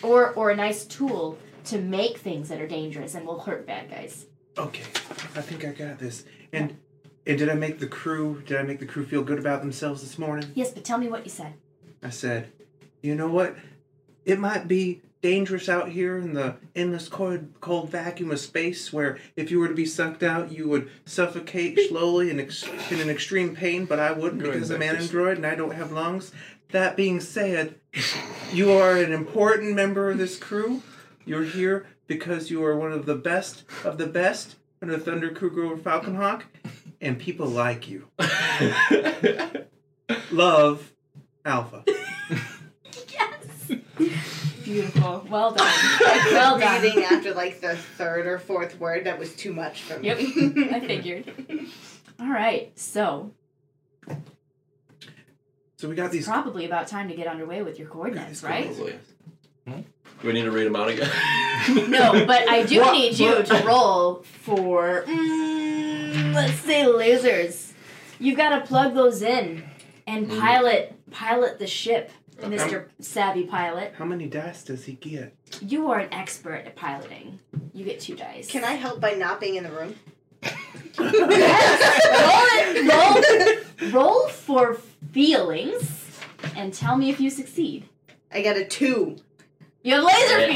S1: or or a nice tool to make things that are dangerous and will hurt bad guys.
S3: Okay. I think I got this. And and did I make the crew? Did I make the crew feel good about themselves this morning?
S1: Yes, but tell me what you said.
S3: I said, you know what? It might be dangerous out here in the endless cold, cold vacuum of space where if you were to be sucked out, you would suffocate slowly in, ex- in an extreme pain, but I wouldn't
S2: Go ahead,
S3: because I'm an
S2: Baptist.
S3: android and I don't have lungs. That being said, you are an important member of this crew. You're here because you are one of the best of the best under Thunder Cougar or Falcon Hawk, and people
S2: *laughs*
S3: like you. Love, Alpha.
S1: Beautiful. Well done.
S4: *laughs*
S1: well done.
S4: Breathing after like the third or fourth word, that was too much for me.
S1: Yep. I figured. All right. So
S3: So we got these
S1: probably about time to get underway with your coordinates, right?
S5: probably. Do we need to read them
S1: *laughs*
S5: out again?
S1: No, but I do need you to roll for, mm, let's say, lasers. You've got to plug those in and
S5: Mm.
S1: pilot pilot the ship,
S5: Okay.
S1: Mister Savvy Pilot.
S3: How many dice does he get?
S1: You are an expert at piloting. You get two dice.
S4: Can I help by not being in the *laughs* room?
S1: Yes. roll it. Roll, roll for feelings, and tell me if you succeed.
S4: I got a two.
S1: You have laser
S5: Yeah.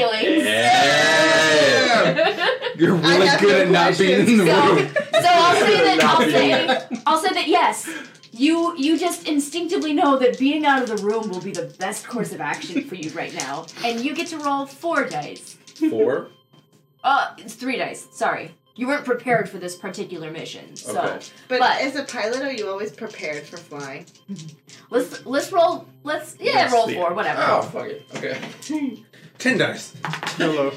S1: feelings.
S2: You're
S4: I have no questions,
S1: *laughs* so, *laughs* so I'll say that I'll say, I'll say that yes. You you just instinctively know that being out of the room will be the best course of action for you right now, and you get to roll four dice.
S5: Four.
S1: Uh, it's three dice. Sorry, you weren't prepared for this particular mission, so
S5: Okay.
S4: But,
S1: But-
S4: as a pilot, are you always prepared for flying?
S1: let's let's roll. Let's yeah,
S2: That's
S1: roll
S2: the-
S1: four, whatever.
S5: Oh, fuck it. Okay.
S3: Ten dice.
S2: Hello.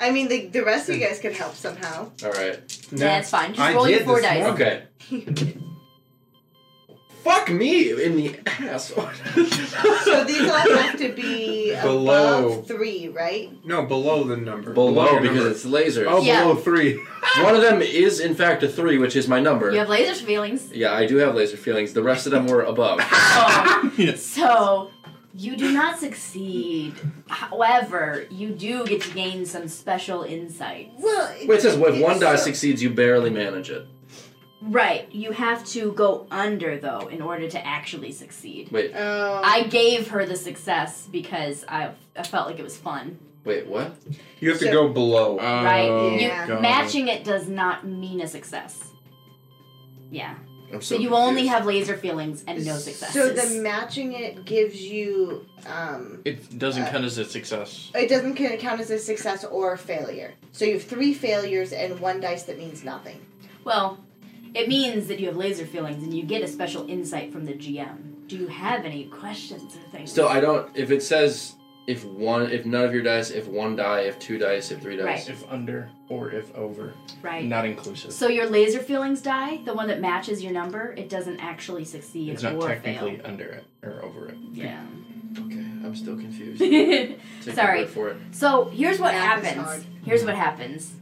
S4: I mean, the, the rest of you guys could help somehow.
S5: All right.
S1: Yeah, it's fine. Just
S3: I
S1: roll your
S3: did
S1: four
S3: this
S1: dice.
S3: morning.
S5: Okay. *laughs* Fuck me in the ass. *laughs*
S4: So these all *laughs* have to be
S3: Below.
S4: above three, right?
S3: No, below the number.
S5: Below
S3: your
S5: because
S3: number.
S5: it's lasers.
S3: oh,
S1: Yeah.
S3: below three.
S5: One of them is in fact a three, which is my number.
S1: You have laser feelings.
S5: Yeah, I do have laser feelings. The rest of them were
S1: *laughs*
S5: above.
S1: Oh.
S2: *laughs* Yes.
S1: so you do not succeed. However, you do get to gain some special insight.
S4: Well, it-
S5: Wait, it says when one
S4: it's
S5: die
S4: so-
S5: succeeds, you barely manage it.
S1: Right. You have to go under though in order to actually succeed.
S5: Wait,
S4: Oh.
S1: I gave her the success because I, I felt like it was fun.
S5: wait, what?
S3: You have to
S4: So-
S3: go below.
S1: Right?
S2: Oh,
S4: Yeah.
S1: You,
S2: God.
S1: matching it does not mean a success. Yeah.
S5: I'm
S1: So,
S5: so,
S1: you only
S5: confused.
S1: have laser feelings and no successes.
S4: So the matching it gives you. Um,
S2: It doesn't count as a success.
S4: it doesn't ca- count as a success or failure. So you have three failures and one dice that means nothing.
S1: well, it means that you have laser feelings and you get a special insight from the GM. Do you have any questions or things?
S5: Still, I don't. If it says if one, if none of your dice, if one die, if two dice, if three dice.
S2: If under or if over.
S1: right.
S2: Not inclusive.
S1: So your laser feelings die, the one that matches your number, it doesn't actually succeed
S2: it's not
S1: or
S2: technically
S1: fail.
S2: under it or over it.
S1: Yeah. *laughs*
S5: Okay, I'm still confused. Take your
S1: Sorry.
S5: word for it.
S1: So here's what
S4: Math is hard.
S1: happens. Here's what happens.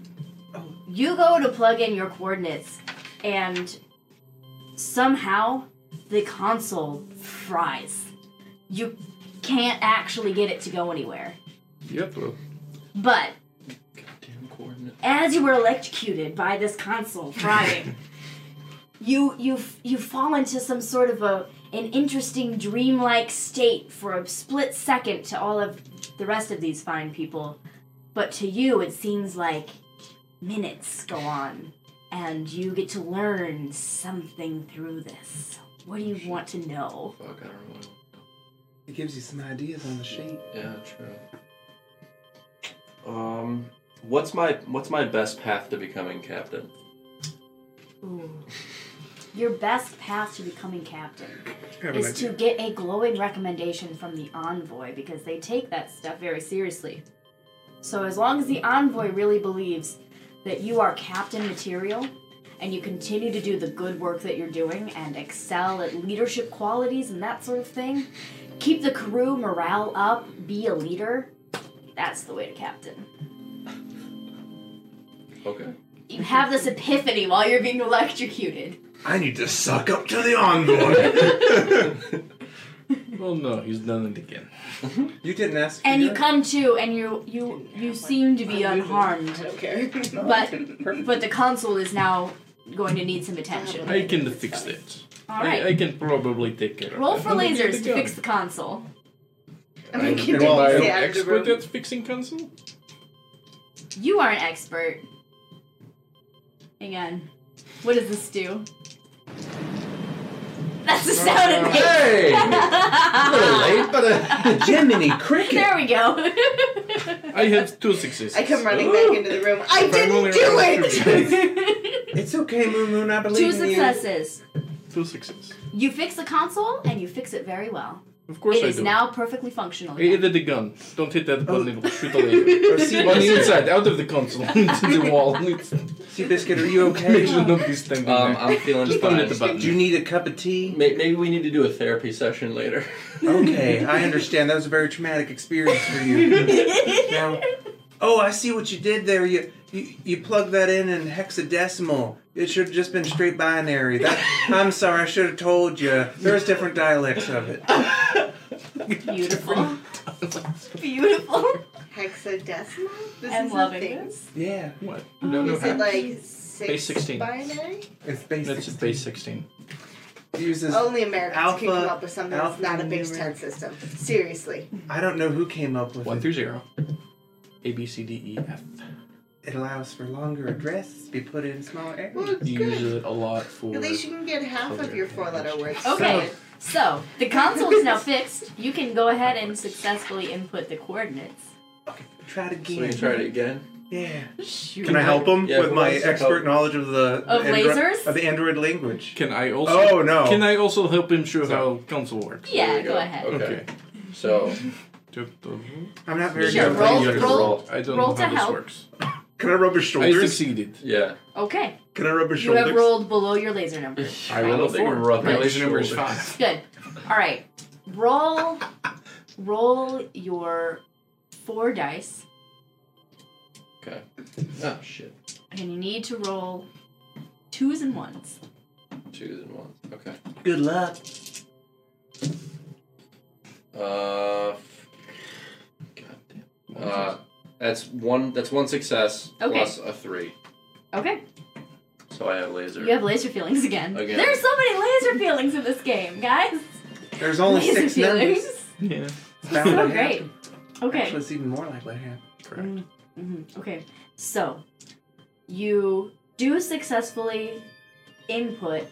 S1: You go to plug in your coordinates, and somehow the console fries. You can't actually get it to go anywhere.
S2: Yep.
S1: But
S5: Goddamn coordinate. *laughs*
S1: as you were electrocuted by this console frying, you you f- you fall into some sort of a an interesting dreamlike state for a split second to all of the rest of these fine people, but to you it seems like minutes go on, and you get to learn something through this. What do you want to know?
S5: Fuck, I don't know.
S3: It gives you some ideas on the sheet.
S5: Yeah, true. Um, what's my what's my best path to becoming captain?
S1: Ooh. Your best path to becoming captain.
S3: Have an
S1: is
S3: idea.
S1: to get a glowing recommendation from the envoy because they take that stuff very seriously. So as long as the envoy really believes that you are captain material and you continue to do the good work that you're doing and excel at leadership qualities and that sort of thing, keep the crew morale up, be a leader, that's the way to captain.
S5: Okay.
S1: You have this epiphany while you're being electrocuted.
S3: I need to suck up to the envoy.
S2: Well, no, he's done it again.
S3: *laughs* you didn't ask.
S1: And
S3: for
S1: you
S3: that.
S1: come to and you you you seem to be unharmed.
S4: I don't
S2: *laughs*
S4: care.
S1: But but the console is now going to need some attention.
S2: I can fix that.
S1: All
S2: I, I
S1: right.
S2: can probably take care of
S1: Roll
S2: that.
S1: for
S2: Don't need
S1: lasers to
S2: gun.
S1: fix the console.
S4: I'm
S3: And while
S4: gonna
S3: I
S4: continue
S3: am
S4: to
S2: I'm
S4: out of the
S2: expert
S4: room.
S2: at fixing console?
S1: You are an expert. Hang on. What does this do? That's the sound it makes.
S5: *laughs*
S3: Hey!
S1: Hey!
S3: but
S2: uh,
S3: a Gemini cricket.
S1: there we
S2: *laughs*
S1: go.
S2: I have two successes.
S4: I come running back into the room. I
S2: Primal
S4: didn't do
S2: arrow.
S4: it!
S3: It's okay, Moon Moon. I believe
S1: Two
S3: in you.
S1: successes.
S2: *laughs* Two successes.
S1: You fix the console and you fix it very well.
S2: Of course
S1: it
S2: I
S1: is
S2: do.
S1: now perfectly functional.
S2: I
S1: again.
S2: hit the gun. Don't hit that
S3: Oh.
S2: button, it will shoot a *laughs* laser.
S3: Oh, see, *laughs*
S2: On the
S3: Biscuit.
S2: inside, out of the console, *laughs* into
S4: *laughs*
S2: the wall. It's-
S3: See, Biscuit, are you
S2: Make
S3: *laughs* okay?
S2: sure not be standing
S5: Um,
S2: there.
S5: I'm feeling
S2: Just don't
S5: fine.
S2: hit the button.
S3: Do you need a cup of tea?
S5: May- Maybe we need to do a therapy session later. *laughs*
S1: *laughs*
S3: Okay, I understand. That was a very traumatic experience for you. now, oh, I see what you did there. You you, you plugged that in in hexadecimal. It should have just been straight binary. That, I'm sorry, I should have told you. There's different dialects of it.
S1: Beautiful. Beautiful.
S4: Hexadecimal? This
S1: I'm
S4: is a
S1: loving
S4: thing.
S1: this.
S3: Yeah,
S2: *laughs* What? No, no,
S4: Is it
S2: hack.
S4: like six
S2: Base 16.
S4: binary?
S3: it's basic.
S2: That's a base 16.
S3: It uses.
S1: Oh.
S4: Only Americans can
S3: Alpha-
S4: come up with something
S3: alpha
S4: that's not a base
S3: numeric.
S4: 10 system. Seriously.
S3: I don't know who came up with
S2: One
S3: it.
S2: through zero. A, B, C, D, E, F.
S3: It allows for longer addresses to be put in smaller
S4: Well,
S3: areas.
S4: it's
S2: You
S4: good.
S2: use it a lot for.
S4: At least you can get half of your four letter words.
S1: Okay, so the console is now fixed. You can go ahead and successfully input the coordinates.
S3: Try it
S5: So we
S3: again.
S5: can try it again.
S3: Yeah.
S1: Shoot.
S3: Can I help him
S5: Yeah,
S3: with
S5: who
S3: my
S5: wants to
S3: expert
S5: help?
S3: knowledge of the
S1: Of
S3: the Andro-
S1: lasers?
S3: of the Android language?
S2: Can I also.
S3: Oh no!
S2: Can I also help him show
S5: So-
S2: how console works?
S1: Yeah,
S5: There we
S1: go ahead.
S5: Okay.
S2: Okay.
S5: So
S3: I'm not very
S1: Sure,
S3: good.
S1: roll-
S3: at language.
S1: roll-
S2: I don't
S1: roll
S2: know how
S1: to
S2: this
S1: help.
S2: works.
S3: Can I rub his
S2: I
S3: shoulders?
S2: succeeded.
S5: yeah.
S1: Okay,
S3: Can I rub his
S1: you
S3: shoulders?
S1: have rolled below your laser number.
S2: I rolled a
S5: think
S2: four.
S5: we're rubbing
S2: My
S5: our
S2: laser number is
S5: shoulders.
S2: five.
S1: Good. All right, roll, roll your four dice,
S5: Okay. Oh shit.
S1: and you need to roll twos and ones.
S5: Twos and ones. Okay.
S3: Good luck.
S5: Uh. God damn. Uh, that's one. That's one success
S1: Okay.
S5: plus a three.
S1: Okay,
S5: So I have laser.
S1: you have laser feelings again.
S5: Again.
S1: There's so many laser feelings in this game, guys. *laughs*
S3: There's only
S1: laser
S3: six
S1: feelings.
S3: numbers.
S2: Yeah.
S3: It's bound to
S1: So
S3: happen.
S1: great. Okay.
S3: Actually, it's even more likely
S1: *laughs*
S3: to happen.
S2: Correct.
S1: Mhm. Okay, so you do successfully input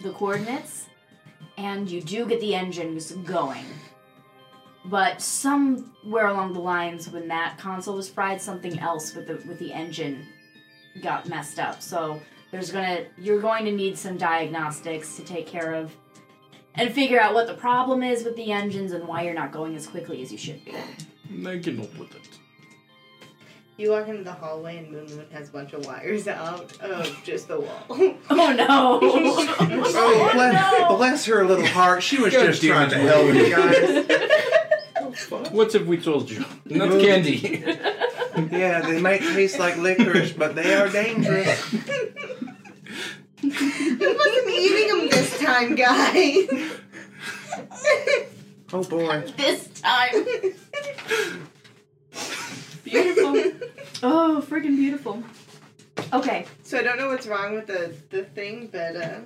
S1: the coordinates, and you do get the engines going. But somewhere along the lines, when that console was fried, something else with the with the engine got messed up. So there's gonna you're going to need some diagnostics to take care of and figure out what the problem is with the engines and why you're not going as quickly as you should be. *laughs*
S2: I can help with it.
S4: You walk into the hallway and Moon Moon has a bunch of wires out of just the wall. *laughs*
S1: Oh
S3: *laughs*
S1: no!
S3: Oh, bless,
S1: no.
S3: bless her little heart. She was
S2: God
S3: just
S2: damn
S3: trying
S2: it,
S3: to help
S2: Willie.
S3: you
S1: *laughs*
S3: guys.
S2: What have we told you? *laughs* Not
S3: Moon.
S2: candy.
S3: yeah, they might taste like licorice, but they are dangerous.
S4: you must be eating them this time, guys. *laughs*
S3: Oh boy.
S1: this time. *laughs* Beautiful. Oh, freaking beautiful. Okay.
S4: So I don't know what's wrong with the, the thing, but uh,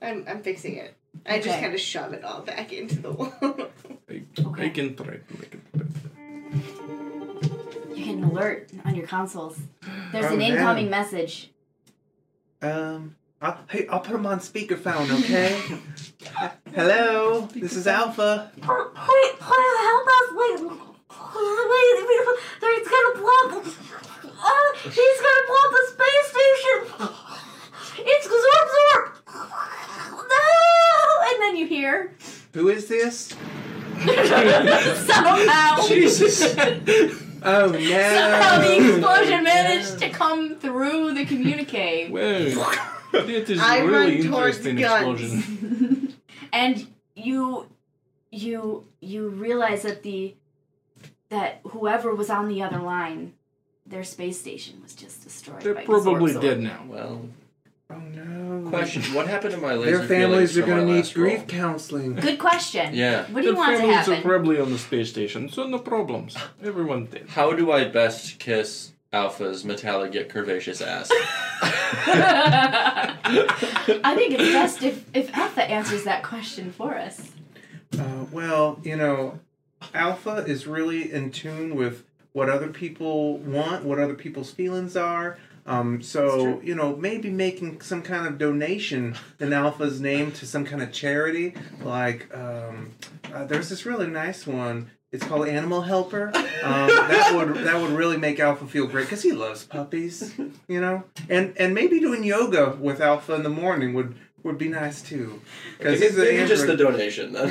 S4: I'm I'm fixing it. I just
S1: Okay.
S4: kind of shove it all back into the wall. *laughs*
S2: I, I
S1: Okay.
S2: can try to make it better.
S1: You get an alert on your consoles. There's
S3: Oh,
S1: an
S3: man.
S1: incoming message.
S3: Um, I'll, hey, I'll put him on speakerphone, okay?
S1: *laughs*
S3: Hello, this is Alpha.
S1: Please, please help us! Wait, wait, wait, he's gonna blow up. Uh, he's gonna blow up the space station. It's Zorb Zorb. No! And then you hear
S3: Who is this?
S1: somehow
S2: Jesus!
S3: Oh
S1: somehow the
S3: no!
S1: explosion managed to come through the communique, *laughs*
S2: well, it is
S4: I
S2: a really
S4: run towards
S2: interesting
S4: guns.
S2: explosion.
S1: and you, you, you realize that the that whoever was on the other line, their space station was just destroyed.
S2: They're
S1: by
S2: probably
S1: Zorb Zorb.
S2: dead now.
S5: Well,
S3: Oh no!
S5: question. What happened to my laser
S3: Their families
S5: feelings
S3: are
S5: from my
S3: gonna need
S5: last roll?
S3: grief counseling.
S1: Good question.
S5: Yeah.
S1: What do you
S2: Their
S1: want to
S2: families
S1: happen?
S2: are *laughs* probably on the space station, so no problems. Everyone dead.
S5: How do I best kiss Alpha's metallic yet curvaceous ass?
S1: *laughs*
S3: *laughs*
S1: I think it's best if, if Alpha answers that question for us.
S3: Uh, well, you know, Alpha is really in tune with what other people want, what other people's feelings are. Um, so you know, maybe making some kind of donation in Alpha's name to some kind of charity. Like, um, uh, there's this really nice one. It's called Animal Helper. Um, that would that would really make Alpha feel great because he loves puppies, you know. And and maybe doing yoga with Alpha in the morning would would be nice too. Because he's an
S5: Maybe just the
S3: android.
S5: donation then.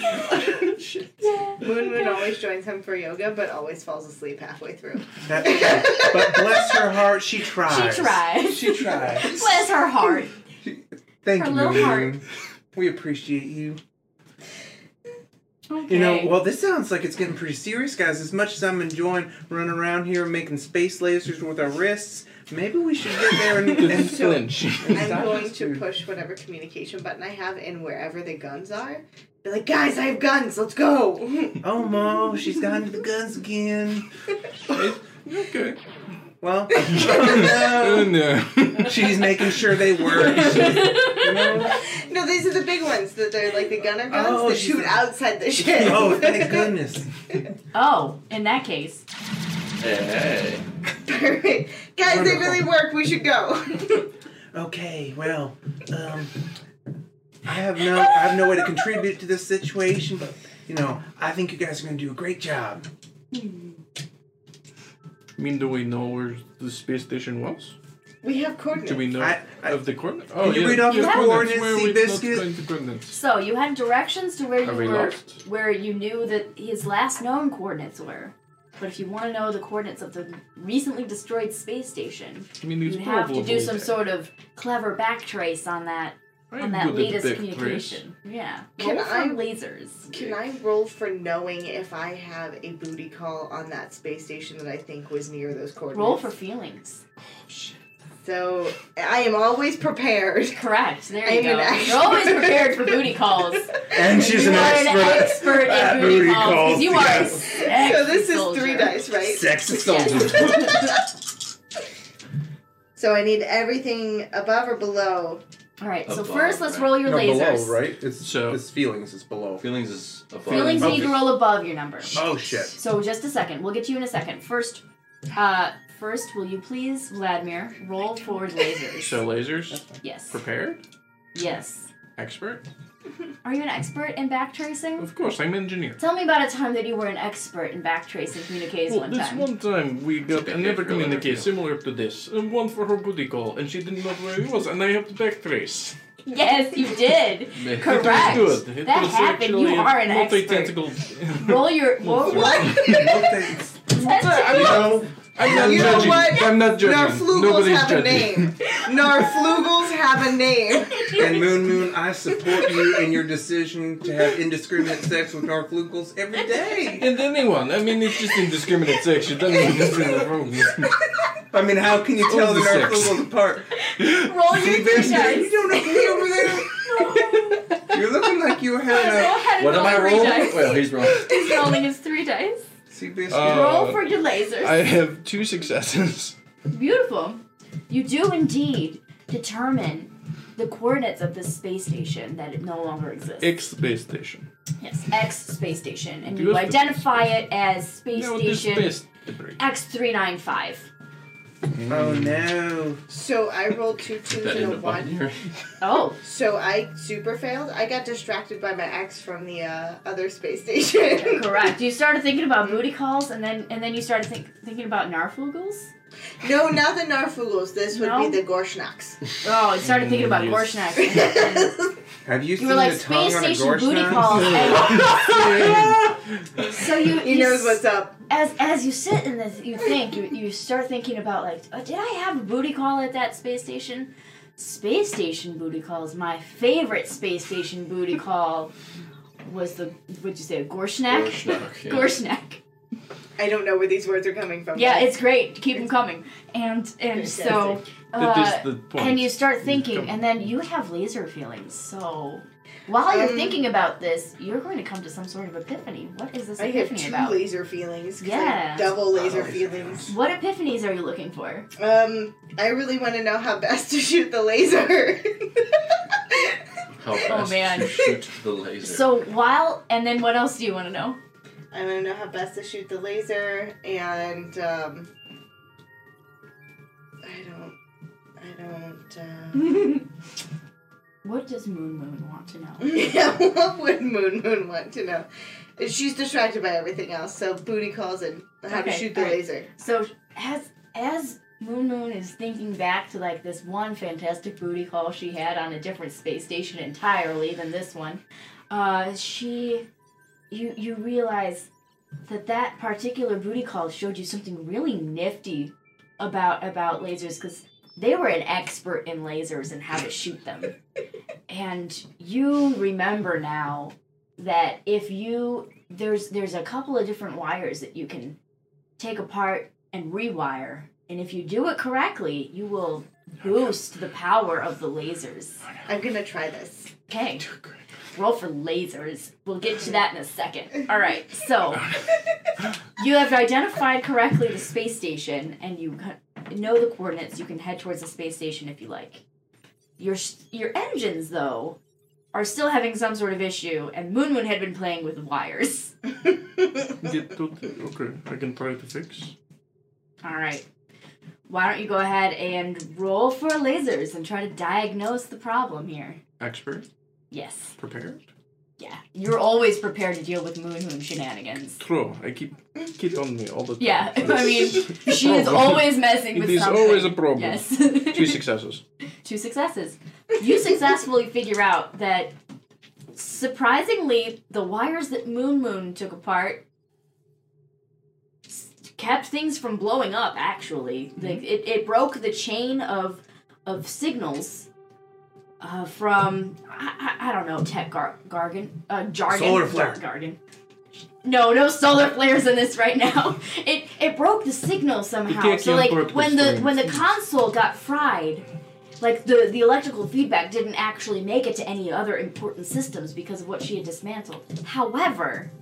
S3: Yeah.
S5: *laughs* Shit.
S4: Moon Moon always joins him for yoga, but always falls asleep halfway through.
S3: That- but bless her heart, she tries.
S1: She tries.
S3: She
S1: *laughs*
S3: tries.
S1: Bless her heart.
S3: Thank
S1: Her
S3: you,
S1: little
S3: Moon
S1: heart.
S3: Moon. We appreciate you.
S1: Okay.
S3: You know, well, this sounds like it's getting pretty serious, guys. As much as I'm enjoying running around here making space lasers with our wrists, maybe we should get there and,
S1: *laughs*
S3: and
S2: Didn't flinch.
S3: and
S4: I'm
S3: stop
S4: going
S3: this
S4: to
S3: dude.
S4: push whatever communication button I have in wherever the guns are. Be like, guys, I have guns. Let's go. *laughs*
S3: Oh, Mo, she's gotten to the guns again.
S2: *laughs*
S1: *laughs*
S2: okay.
S3: Well,
S2: Oh
S3: no.
S2: *laughs* no.
S3: she's making sure they work. You know?
S4: no, these are the big ones that they're like the gunner guns
S3: Oh,
S4: that
S3: she's
S4: shoot
S3: a-
S4: outside the ship.
S3: *laughs* Oh, thank goodness.
S1: oh, in that case.
S5: Hey.
S4: *laughs* Perfect. Guys,
S3: Wonderful.
S4: they really work. We should go.
S3: *laughs* Okay, well, um, I have no, I have no way to contribute to this situation, but you know, I think you guys are going to do a great job.
S2: I mean, do we know where the space station was?
S4: we have coordinates.
S2: Do we know
S3: I- I-
S2: of the corner? Oh,
S3: you read off
S1: the
S3: coordinates,
S2: Where
S3: see
S2: we've not
S3: biscuit?
S2: gone to coordinates.
S1: So you had directions to where
S2: Are
S1: you
S2: we
S1: were,
S2: lost?
S1: where you knew that his last known coordinates were. But if you want to know the coordinates of the recently destroyed space station,
S2: I mean, it's
S1: you'd have to
S2: probably
S1: do some
S2: there.
S1: sort of clever backtrace on that
S2: I'm
S1: on that
S2: good at
S1: latest
S2: backtrace.
S1: communication. Yeah.
S4: Can
S1: Roll for
S4: I-
S1: lasers.
S4: Can I roll for knowing if I have a booty call on that space station that I think was near those coordinates?
S1: Roll for feelings.
S4: So I am always prepared.
S1: Correct. There
S4: I'm
S1: *laughs* you
S4: an
S1: go.
S4: expert.
S1: You're
S4: *laughs*
S1: always prepared for booty calls.
S3: And she's
S1: you
S3: an
S1: are
S3: expert.
S1: an expert
S3: at
S1: in booty,
S3: booty
S1: calls. 'cause
S3: calls,
S1: You are a
S3: yes.
S1: sexy
S4: *laughs* so this is
S1: soldier.
S4: three dice, right?
S3: Sexy
S1: *laughs*
S4: So I need everything above or below.
S1: All right. So
S5: Above,
S1: first, let's
S5: right?
S1: roll your lasers.
S3: right? It's
S2: So-
S3: it's feelings. It's below.
S5: Feelings is above.
S1: Feelings
S3: Oh,
S5: *laughs*
S1: need to
S3: okay.
S1: roll above your number.
S3: Oh shit.
S1: So just a second. We'll get you in a second. First, uh, first, will you please, Vladimir, roll for lasers?
S2: So lasers,
S1: yes.
S2: prepared,
S1: Yes.
S2: expert.
S1: Are you an expert in backtracing?
S2: Of course, I'm engineer.
S1: Tell me about a time that you were an expert in backtracing communiques
S2: Well,
S1: one
S2: this
S1: time.
S2: one time we got
S5: bit
S2: another
S5: different than
S2: communique
S5: everything.
S2: similar to this, and one for her booty call, and she didn't know where it was, and I had to backtrace. It
S1: Yes, you did.
S5: Maybe.
S1: Correct.
S2: It was good. It
S1: That
S2: was
S1: happened. You
S2: actually a
S1: are an expert.
S2: multi-tentacle-
S1: Roll your roll,
S4: What? *laughs*
S3: Thanks.
S2: I mean, no, *laughs* I'm not
S4: You know
S2: judging.
S4: what?
S2: I'm not judging.
S4: Narflugels
S2: Nobody's
S4: have a
S2: judging.
S4: *laughs* name.
S1: *laughs*
S4: Narflugels have a name.
S3: And Moon Moon, I support you in your decision to have indiscriminate sex with Norflugels
S1: *laughs*
S3: every day.
S2: And anyone. I mean, it's just indiscriminate sex. You don't mean anything wrong.
S3: I mean, how can you tell
S2: Only
S3: the
S2: sex.
S3: Norflugels apart?
S1: roll your
S3: See,
S1: three
S3: Biscuit, you
S1: dice.
S3: don't know me over
S1: *laughs*
S3: there. You're looking like you
S1: Roll
S3: had a.
S1: ahead and
S5: What
S1: roll
S5: am I
S1: three
S5: rolling?
S1: dice.
S5: Well, he's wrong.
S1: He's rolling his three dice. Oh,
S3: See, Biscuit.
S2: Uh,
S1: roll for your lasers.
S2: I have two successes.
S1: Beautiful. You do indeed determine the coordinates of this space station that it no longer exists.
S2: X space station.
S1: yes, X space station, and
S2: Do
S1: you
S2: us the-
S1: identify it as space
S2: No, this
S1: station
S2: space
S1: *laughs*
S2: debris.
S1: X three nine five.
S3: Oh no.
S4: So I rolled two twos
S5: That
S4: and
S5: into
S4: a one.
S5: binary.
S1: Oh,
S4: So I super failed. I got distracted by my ex from the uh, other space station. *laughs*
S1: correct. You started thinking about booty calls, and then and then you started think, thinking about narflugels.
S4: no, not the Narfugels. This would
S1: No?
S4: be the Gorshnaks.
S1: Oh, you started thinking about
S2: Mm, yes.
S1: Gorshnacks.
S3: Have you,
S1: You
S3: seen
S1: were like
S3: the tongue
S1: space
S3: on a
S1: station
S3: gorse
S1: booty
S2: *laughs*
S3: now?
S1: calls. and- *laughs* so you,
S4: *laughs* he
S1: you
S4: knows
S1: s-
S4: what's up.
S1: as as you sit in this, you think you, you start thinking about like, oh, did I have a booty call at that space station? Space station booty call is my favorite space station booty call. Was the what'd you say a Gorshnak?
S5: Gorshnak, yeah.
S1: Gorshnak.
S4: I don't know where these words are coming from.
S1: Yeah, it's great. Keep them coming. And and so.
S2: That is
S1: uh,
S2: the point.
S1: and you start thinking,
S2: come-
S1: and then you have laser feelings. So, while you're
S4: Um,
S1: thinking about this, you're going to come to some sort of epiphany. What is this
S4: I have
S1: epiphany
S4: two
S1: about?
S4: laser feelings. 'cause I
S1: Yeah.
S4: have Double laser
S3: Laser
S4: feelings.
S1: What epiphanies are you looking for?
S4: Um, I really want to know how best to shoot the laser. *laughs*
S5: How fast
S1: Oh, man.
S5: you shoot the laser.
S1: So while, and then what else do you want to know?
S4: I want to know how best to shoot the laser, and um, I don't, I *laughs* don't. uh,
S1: what does Moon Moon want to know?
S4: Uh, what would Moon Moon want to know? She's distracted by everything else, so booty calls and how to
S1: Okay,
S4: shoot the
S1: alright.
S4: laser.
S1: So as as Moon Moon is thinking back to like this one fantastic booty call she had on a different space station entirely than this one, uh, she, you you realize that that particular booty call showed you something really nifty about about lasers because they were an expert in lasers and how to shoot them, and you remember now that if you there's there's a couple of different wires that you can take apart and rewire. And if you do it correctly, you will boost the power of the lasers.
S4: I'm gonna try this.
S1: Okay. Roll for lasers. We'll get to that in a second. All right. So you have identified correctly the space station, and you c- know the coordinates. You can head towards the space station if you like. Your s- your engines though are still having some sort of issue, and Moon Moon had been playing with wires.
S2: Get to the- okay, I can try to fix.
S1: All right. Why don't you go ahead and roll for lasers and try to diagnose the problem here?
S2: Expert,
S1: Yes.
S2: prepared.
S1: Yeah. You're always prepared to deal with Moon Moon shenanigans.
S2: True. I keep kid on me all the time.
S1: Yeah, *laughs* I mean, she is
S2: Problem.
S1: always messing with
S2: It is
S1: something.
S2: always a problem.
S1: Yes.
S2: Two successes.
S1: Two successes. You successfully figure out that surprisingly, the wires that Moon Moon took apart s- kept things from blowing up. Actually,
S3: Mm-hmm.
S1: like it, it broke the chain of of signals uh, from I, I, I don't know tech gar- gargan uh, jargon
S3: Solar flare.
S1: gargan. No, no solar flares in this right now. *laughs* It it broke the signal somehow.
S2: can't
S1: So like
S2: import the
S1: when the
S2: flame.
S1: when the console got fried, like the the electrical feedback didn't actually make it to any other important systems because of what she had dismantled. However,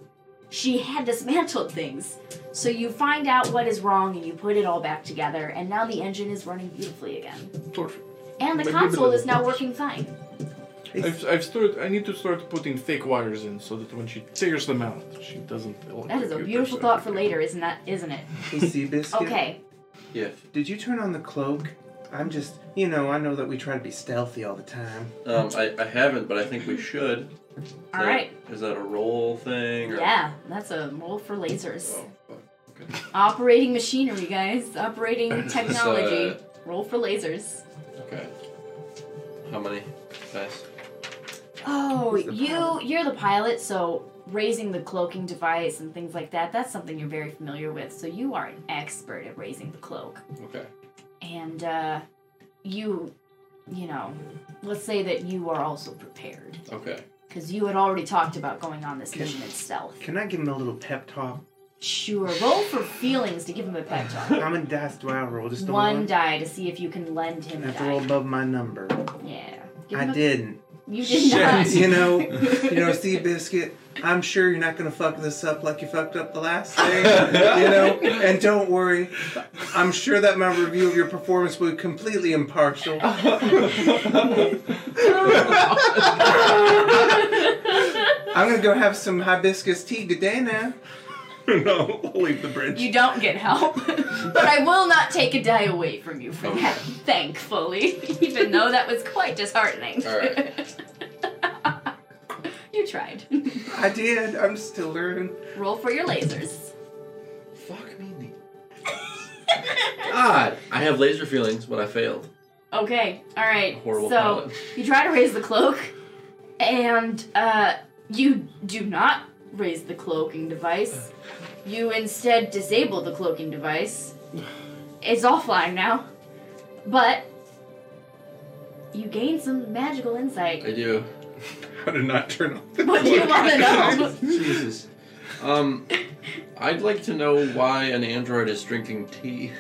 S1: she had dismantled things. So you find out what is wrong and you put it all back together and now the engine is running beautifully again.
S2: Perfect.
S1: And the
S2: But
S1: console
S2: given-
S1: is now working fine.
S2: I've, I've started. I need to start putting fake wires in so that when she figures them out, she doesn't.
S1: That is a
S2: electrocute
S1: beautiful
S2: herself
S1: thought for
S2: again.
S1: later, isn't that isn't it?
S3: *laughs* Hey, Seabiscuit.
S1: Okay.
S5: Yeah.
S3: Did you turn on the cloak? I'm just, you know, I know that we try to be stealthy all the time.
S5: Um, I, I haven't, but I think we should. Is that-
S1: Alright.
S5: Is that a roll thing? Or...
S1: Yeah, that's a roll for lasers.
S5: Oh, fuck.
S1: Operating machinery, guys.
S5: *laughs*
S1: Operating technology.
S5: uh,
S1: Roll for lasers.
S5: Okay. How many guys?
S1: Oh,
S3: Who's the
S1: you
S3: pilot?
S1: you're the pilot, so raising the cloaking device and things like that, that's something you're very familiar with. So you are an expert at raising the cloak.
S5: Okay.
S1: And uh you you know, let's say that you are also prepared.
S5: Okay.
S1: Because you had already talked about going on this mission itself.
S3: Can I give him a little pep talk?
S1: Sure. Roll for feelings to give him a pep talk.
S3: How many dice do I roll? Just the
S1: One die to see if you can lend him
S3: I
S1: a
S3: have to roll
S1: die.
S3: above my number.
S1: Yeah. Give
S3: I
S1: him a-
S3: didn't.
S1: You did not.
S3: *laughs*
S1: *laughs*
S3: you know, you know, Sea Biscuit. I'm sure you're not gonna fuck this up like you fucked up the last *laughs* thing, you know. And don't worry, I'm sure that my review of your performance will be completely impartial. I'm gonna go have some hibiscus tea today now. *laughs* no, we'll leave the bridge.
S1: You don't get help. but I will not take a die away from you for that, thankfully. *laughs* Even though that was quite disheartening.
S5: All right.
S1: *laughs* you tried.
S3: I did. I'm still learning.
S1: Roll for your
S3: *laughs*
S1: lasers.
S5: Fuck me. in the- God, I have laser feelings, but I failed.
S1: Okay, alright.
S5: Horrible
S1: so
S5: pilot.
S1: you try to raise the cloak, and uh, you do not raise the cloaking device. You instead disable the cloaking device. It's offline now. But you gain some magical insight.
S5: I do.
S3: How to not turn off the
S1: What do you
S5: *laughs*
S1: want to know?
S5: Jesus. Um, I'd like to know why an android is drinking tea.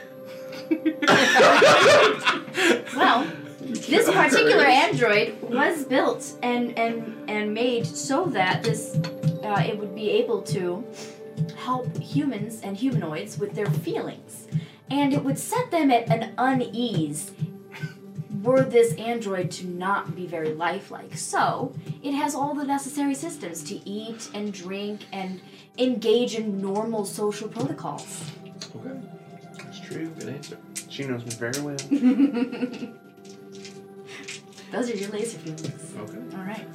S1: Well, this particular android was built and and and made so that this uh, it would be able to help humans and humanoids with their feelings, and it would set them at an unease. Were this android to not be very lifelike, so it has all the necessary systems to eat and drink and engage in normal social protocols.
S5: Okay.
S3: It's true.
S5: Good answer.
S3: She knows me very well.
S1: Those are your laser feelings.
S5: Okay.
S1: All right.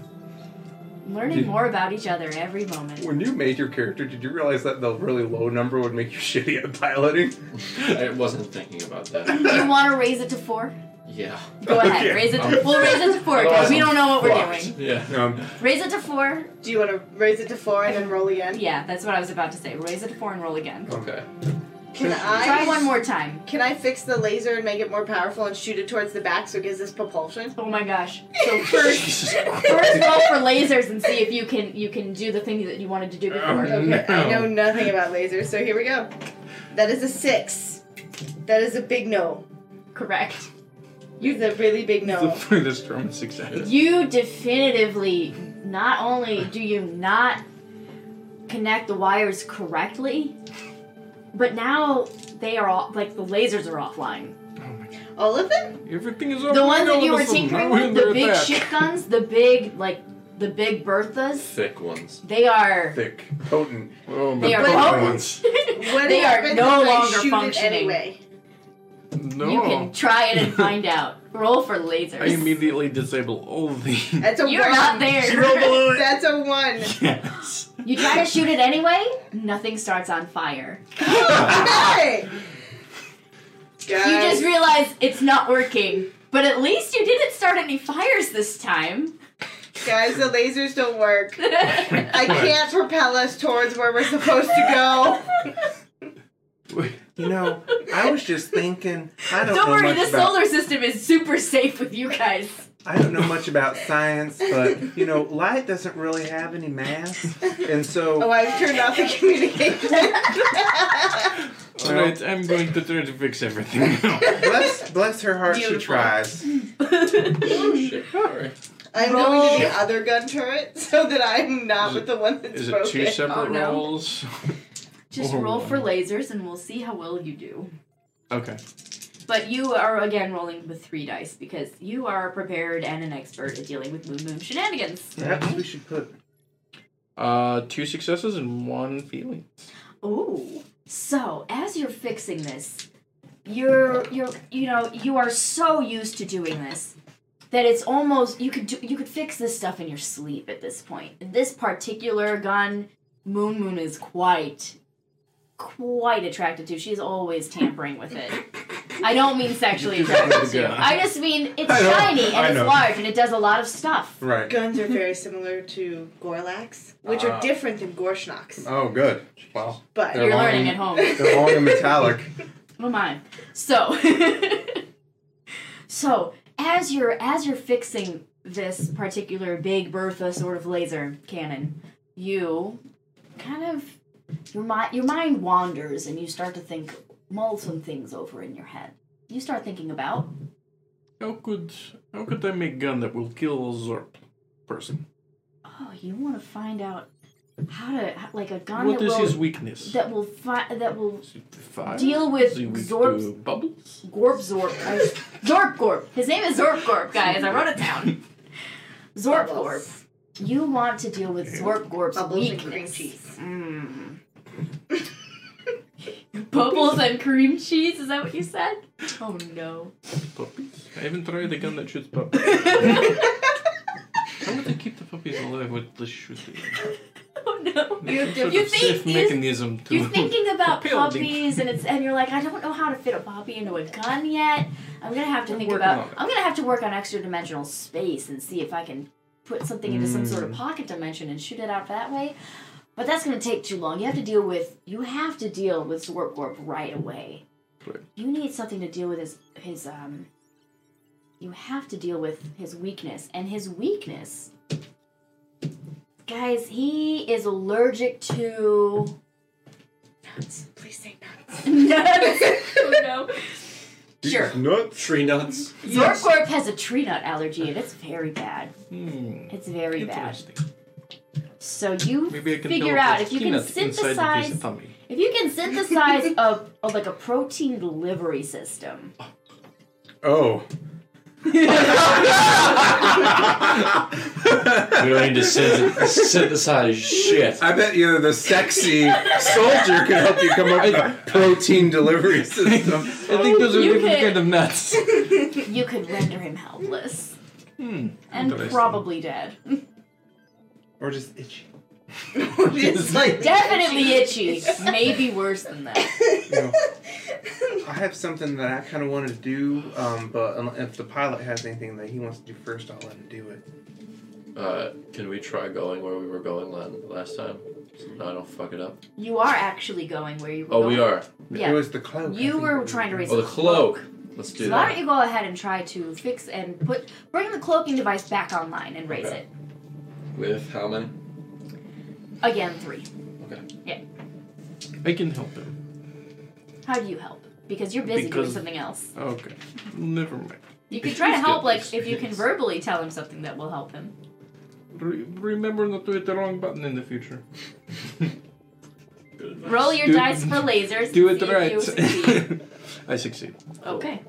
S1: Learning more about each other every moment.
S3: When you made your character, did you realize that the really low number would make you *laughs* shitty at piloting?
S5: I wasn't thinking
S3: *laughs*
S5: about that.
S1: You want to raise it to four?
S5: Yeah.
S1: Go ahead.
S3: Okay.
S1: Raise it. To, we'll raise it to four because we don't know what we're
S5: Fucked.
S1: doing.
S5: Yeah.
S3: Um,
S1: Raise it to four.
S4: Do you want to raise it to four and then roll again?
S1: Yeah, that's what I was about to say. Raise it to four and roll again.
S5: Okay.
S4: Can I
S1: Try one more time.
S4: Can I fix the laser and make it more powerful and shoot it towards the back so it gives us propulsion?
S1: Oh my gosh. *laughs* So first, first roll for lasers and see if you can you can do the thing that you wanted to do before.
S2: Um,
S4: Okay, I
S2: No.
S4: know nothing about lasers, so here we go. That is a six. That is a big no.
S1: Correct.
S4: You're the really big
S2: The *laughs*
S4: no.
S2: furthest from success.
S1: You definitively not only do you not connect the wires correctly, but now they are all like the lasers are offline.
S4: All of them?
S2: Everything is
S1: The
S2: already
S1: ones that
S2: known
S1: you were
S2: as a
S1: tinkering
S2: mountain
S1: with, the
S2: or
S1: big
S2: that.
S1: shit guns, the big like the big Berthas,
S5: Thick ones.
S1: they are
S3: thick, potent.
S2: Oh my
S1: they are
S2: God.
S1: potent.
S4: What
S1: they are
S4: happens
S1: no
S4: if I
S1: longer
S4: shoot it
S1: functioning.
S4: anyway?
S2: No.
S1: You can try it and find out. Roll for lasers.
S2: I immediately disable all of
S1: *laughs*
S2: these.
S4: That's a
S1: You're
S4: one.
S1: not there.
S4: That's a one.
S2: yes.
S1: *laughs* you try to shoot it anyway. Nothing starts on fire.
S4: Okay.
S1: You
S4: Guys,
S1: just realize it's not working. But at least you didn't start any fires this
S3: *laughs*
S1: time. *laughs*
S4: guys, the lasers don't work. I can't propel us towards where we're supposed to go.
S3: You know, I was just thinking. I don't,
S1: Don't
S3: know
S1: worry,
S3: much
S1: the
S3: about.
S1: solar system is super safe with you guys. *laughs*
S3: I don't know much about science, but you know, light doesn't really have any mass, and
S4: *laughs* Oh,
S3: so
S4: I've turned off the *laughs* communication.
S2: Alright, I'm going to try to fix everything
S1: *laughs*
S2: now.
S3: bless bless her heart, she
S4: Beautiful.
S3: tries.
S5: Oh shit. Sorry.
S4: I'm going to the other gun turret so that I'm not with the one that's
S2: Is it
S4: broken.
S2: two separate
S1: Oh, no.
S2: rolls?
S1: Just
S3: Oh.
S2: Or
S1: roll for
S2: one.
S1: lasers and we'll see how well you do.
S2: Okay.
S1: But you are again rolling with three dice because you are prepared and an expert at dealing with moon moon shenanigans.
S3: Perhaps we should put.
S2: Uh, two successes and one feeling.
S1: Ooh. So as you're fixing this, you're you're you know, you are so used to doing this that it's almost you could do you could fix this stuff in your sleep at this point. This particular gun, Moon Moon is quite quite attracted to. She's always tampering with it. I don't mean
S3: *laughs*
S1: sexually attracted to. I just mean it's
S3: I know,
S1: shiny and
S3: I
S1: it's
S3: know.
S1: large and it does a lot of stuff.
S3: Right.
S4: Guns are very similar to Gorlax, which
S5: Ah.
S4: are different than Gorschnocks.
S3: Oh, good. Wow.
S4: But
S1: You're
S3: They're long
S1: learning
S3: and-
S1: at home.
S3: They're long and metallic.
S1: Oh my. So *laughs* So as you're as you're fixing this particular big Bertha sort of laser cannon, you kind of your mind your mind wanders and you start to think mull some things over in your head. You start thinking about
S2: How could how could I make gun that will kill Zorp? person.
S1: Oh, you want to find out how to how- like a gun
S2: what
S1: that
S2: is
S1: will,
S2: his weakness?
S1: that will fi- that will
S2: Is it fire?
S1: deal with
S2: Is he weak
S1: Zorb-
S2: to bubbles?
S1: Gorp Zorp. I, Zorp Gorp. His name is Zorp Gorp, guys. I wrote it down. Zorp Gorp.
S4: Bubbles.
S1: You want to deal with Zorp Gorp's
S4: Bubbles and
S1: weakness.
S4: cream cheese.
S1: Mm. *laughs* Bubbles and cream cheese? Is that what you said? Oh no. *laughs*
S2: Puppies? I haven't tried a gun that shoots *laughs* puppies. How would they keep the puppies alive with the shooting?
S1: Oh no.
S4: You
S2: Some sort
S1: you
S2: of
S1: think
S2: safe
S1: you-
S2: mechanism to. *laughs*
S1: You're thinking about
S2: Appeal.
S1: puppies, and it's and you're like, I don't know how to fit a puppy into a gun yet. I'm gonna have to
S2: I'm
S1: think
S2: working
S1: about.
S2: on it.
S1: I'm gonna have to work on extra dimensional space and see if I can put something into some sort of
S2: Mm.
S1: pocket dimension and shoot it out that way. But that's gonna take too long. You have to deal with. You have to deal with Zorp Gorp right away.
S2: Right.
S1: You need something to deal with his his um. You have to deal with his weakness, and his weakness. Guys, he is allergic to
S4: Please say nuts.
S1: nuts. *laughs* oh no. Sure.
S3: Nuts.
S5: Tree *laughs* nuts.
S1: Zorkorp has a tree nut allergy and it's very bad.
S2: Hmm,
S1: It's very bad.
S2: interesting.
S1: So you
S2: Maybe I can
S1: figure
S2: tell
S1: out
S2: there's
S1: if you can
S2: peanut inside of
S1: synthesize
S2: his tummy.
S1: if you can synthesize a, a like a protein delivery system.
S3: Oh.
S5: We don't need to synth- *laughs* synthesize shit.
S3: I bet you the sexy soldier could help you come up with a protein delivery system.
S2: I think those
S1: are
S2: are
S1: Oh, You different
S2: different
S1: could- kind
S2: kind
S1: *laughs*
S2: of nuts.
S1: You could render him helpless
S2: hmm.
S1: and
S2: Interesting.
S1: probably dead.
S3: Or just itchy. *laughs*
S4: it's like
S1: Definitely itchy. Maybe worse than that.
S3: You know, I have something that I kind of wanted to do, um, but un- if the pilot has anything that he wants to do first, I'll let him do it.
S5: Uh, can we try going where we were going la- last time? So that I don't fuck it up.
S1: You are actually going where you were.
S5: Oh, we
S1: going.
S5: are.
S1: Yeah.
S3: It was the cloak. I
S1: You
S3: think,
S1: were
S3: that
S1: trying to
S3: doing.
S1: raise-
S5: Oh, the cloak. Let's do
S1: So why don't
S5: that.
S1: you go ahead and try to fix and put bring the cloaking device back online and raise
S5: Okay.
S1: it.
S5: With how many?
S1: Again, three.
S2: I can help him.
S1: How do you help? Because you're busy doing
S2: Because-
S1: something else.
S2: Okay. Never mind.
S1: You could try to
S5: He's
S1: help,
S5: good.
S1: like if you can verbally tell him something that will help him.
S2: Re- remember not to hit the wrong button in the future.
S5: Good advice.
S1: Roll your
S2: Do-
S1: dice for lasers.
S2: Do
S1: and
S2: it
S1: see if
S2: *laughs*
S1: you succeed.
S2: right. I succeed.
S1: okay,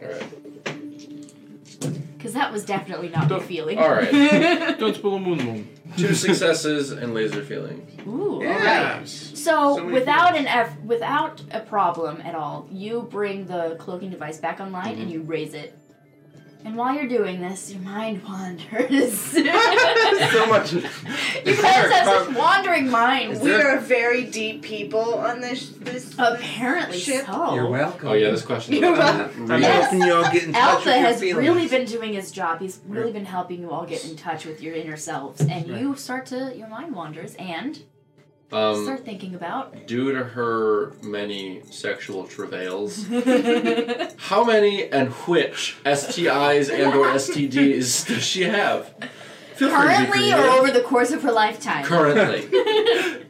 S5: Alright.
S1: because that was definitely not your
S2: Don't-
S1: feeling.
S5: all right.
S2: Don't spill a moon moon.
S5: *laughs*
S2: *laughs*
S5: Two successes and laser feeling.
S1: *laughs* Ooh. All right.
S3: Yeah.
S1: So,
S3: So many
S1: without an eff- without a problem at all, you bring the cloaking device back online and you raise it. And while you're doing this, your mind *laughs* wanders. *laughs* you
S3: so
S1: *laughs*
S3: much.
S1: guys have this wandering mind.
S4: *laughs* we are a very deep people on this. this
S1: Apparently
S4: Shit.
S1: so.
S3: You're welcome.
S5: Oh yeah, this question.
S1: *laughs*
S4: You're
S3: I'm
S1: Yes.
S3: helping y'all get in touch
S1: Alpha
S3: with your
S1: has
S3: feelings.
S1: really been doing his job. He's really been helping you all get in touch with your inner selves, and you start to your mind wanders and
S5: Um,
S1: start thinking
S3: *laughs*
S1: about.
S5: due to her many sexual travails,
S1: I
S5: how many and which STIs and/or STDs does she have? Feel free to be
S1: Currently, or
S5: creative.
S1: over the course of her lifetime.
S5: Currently.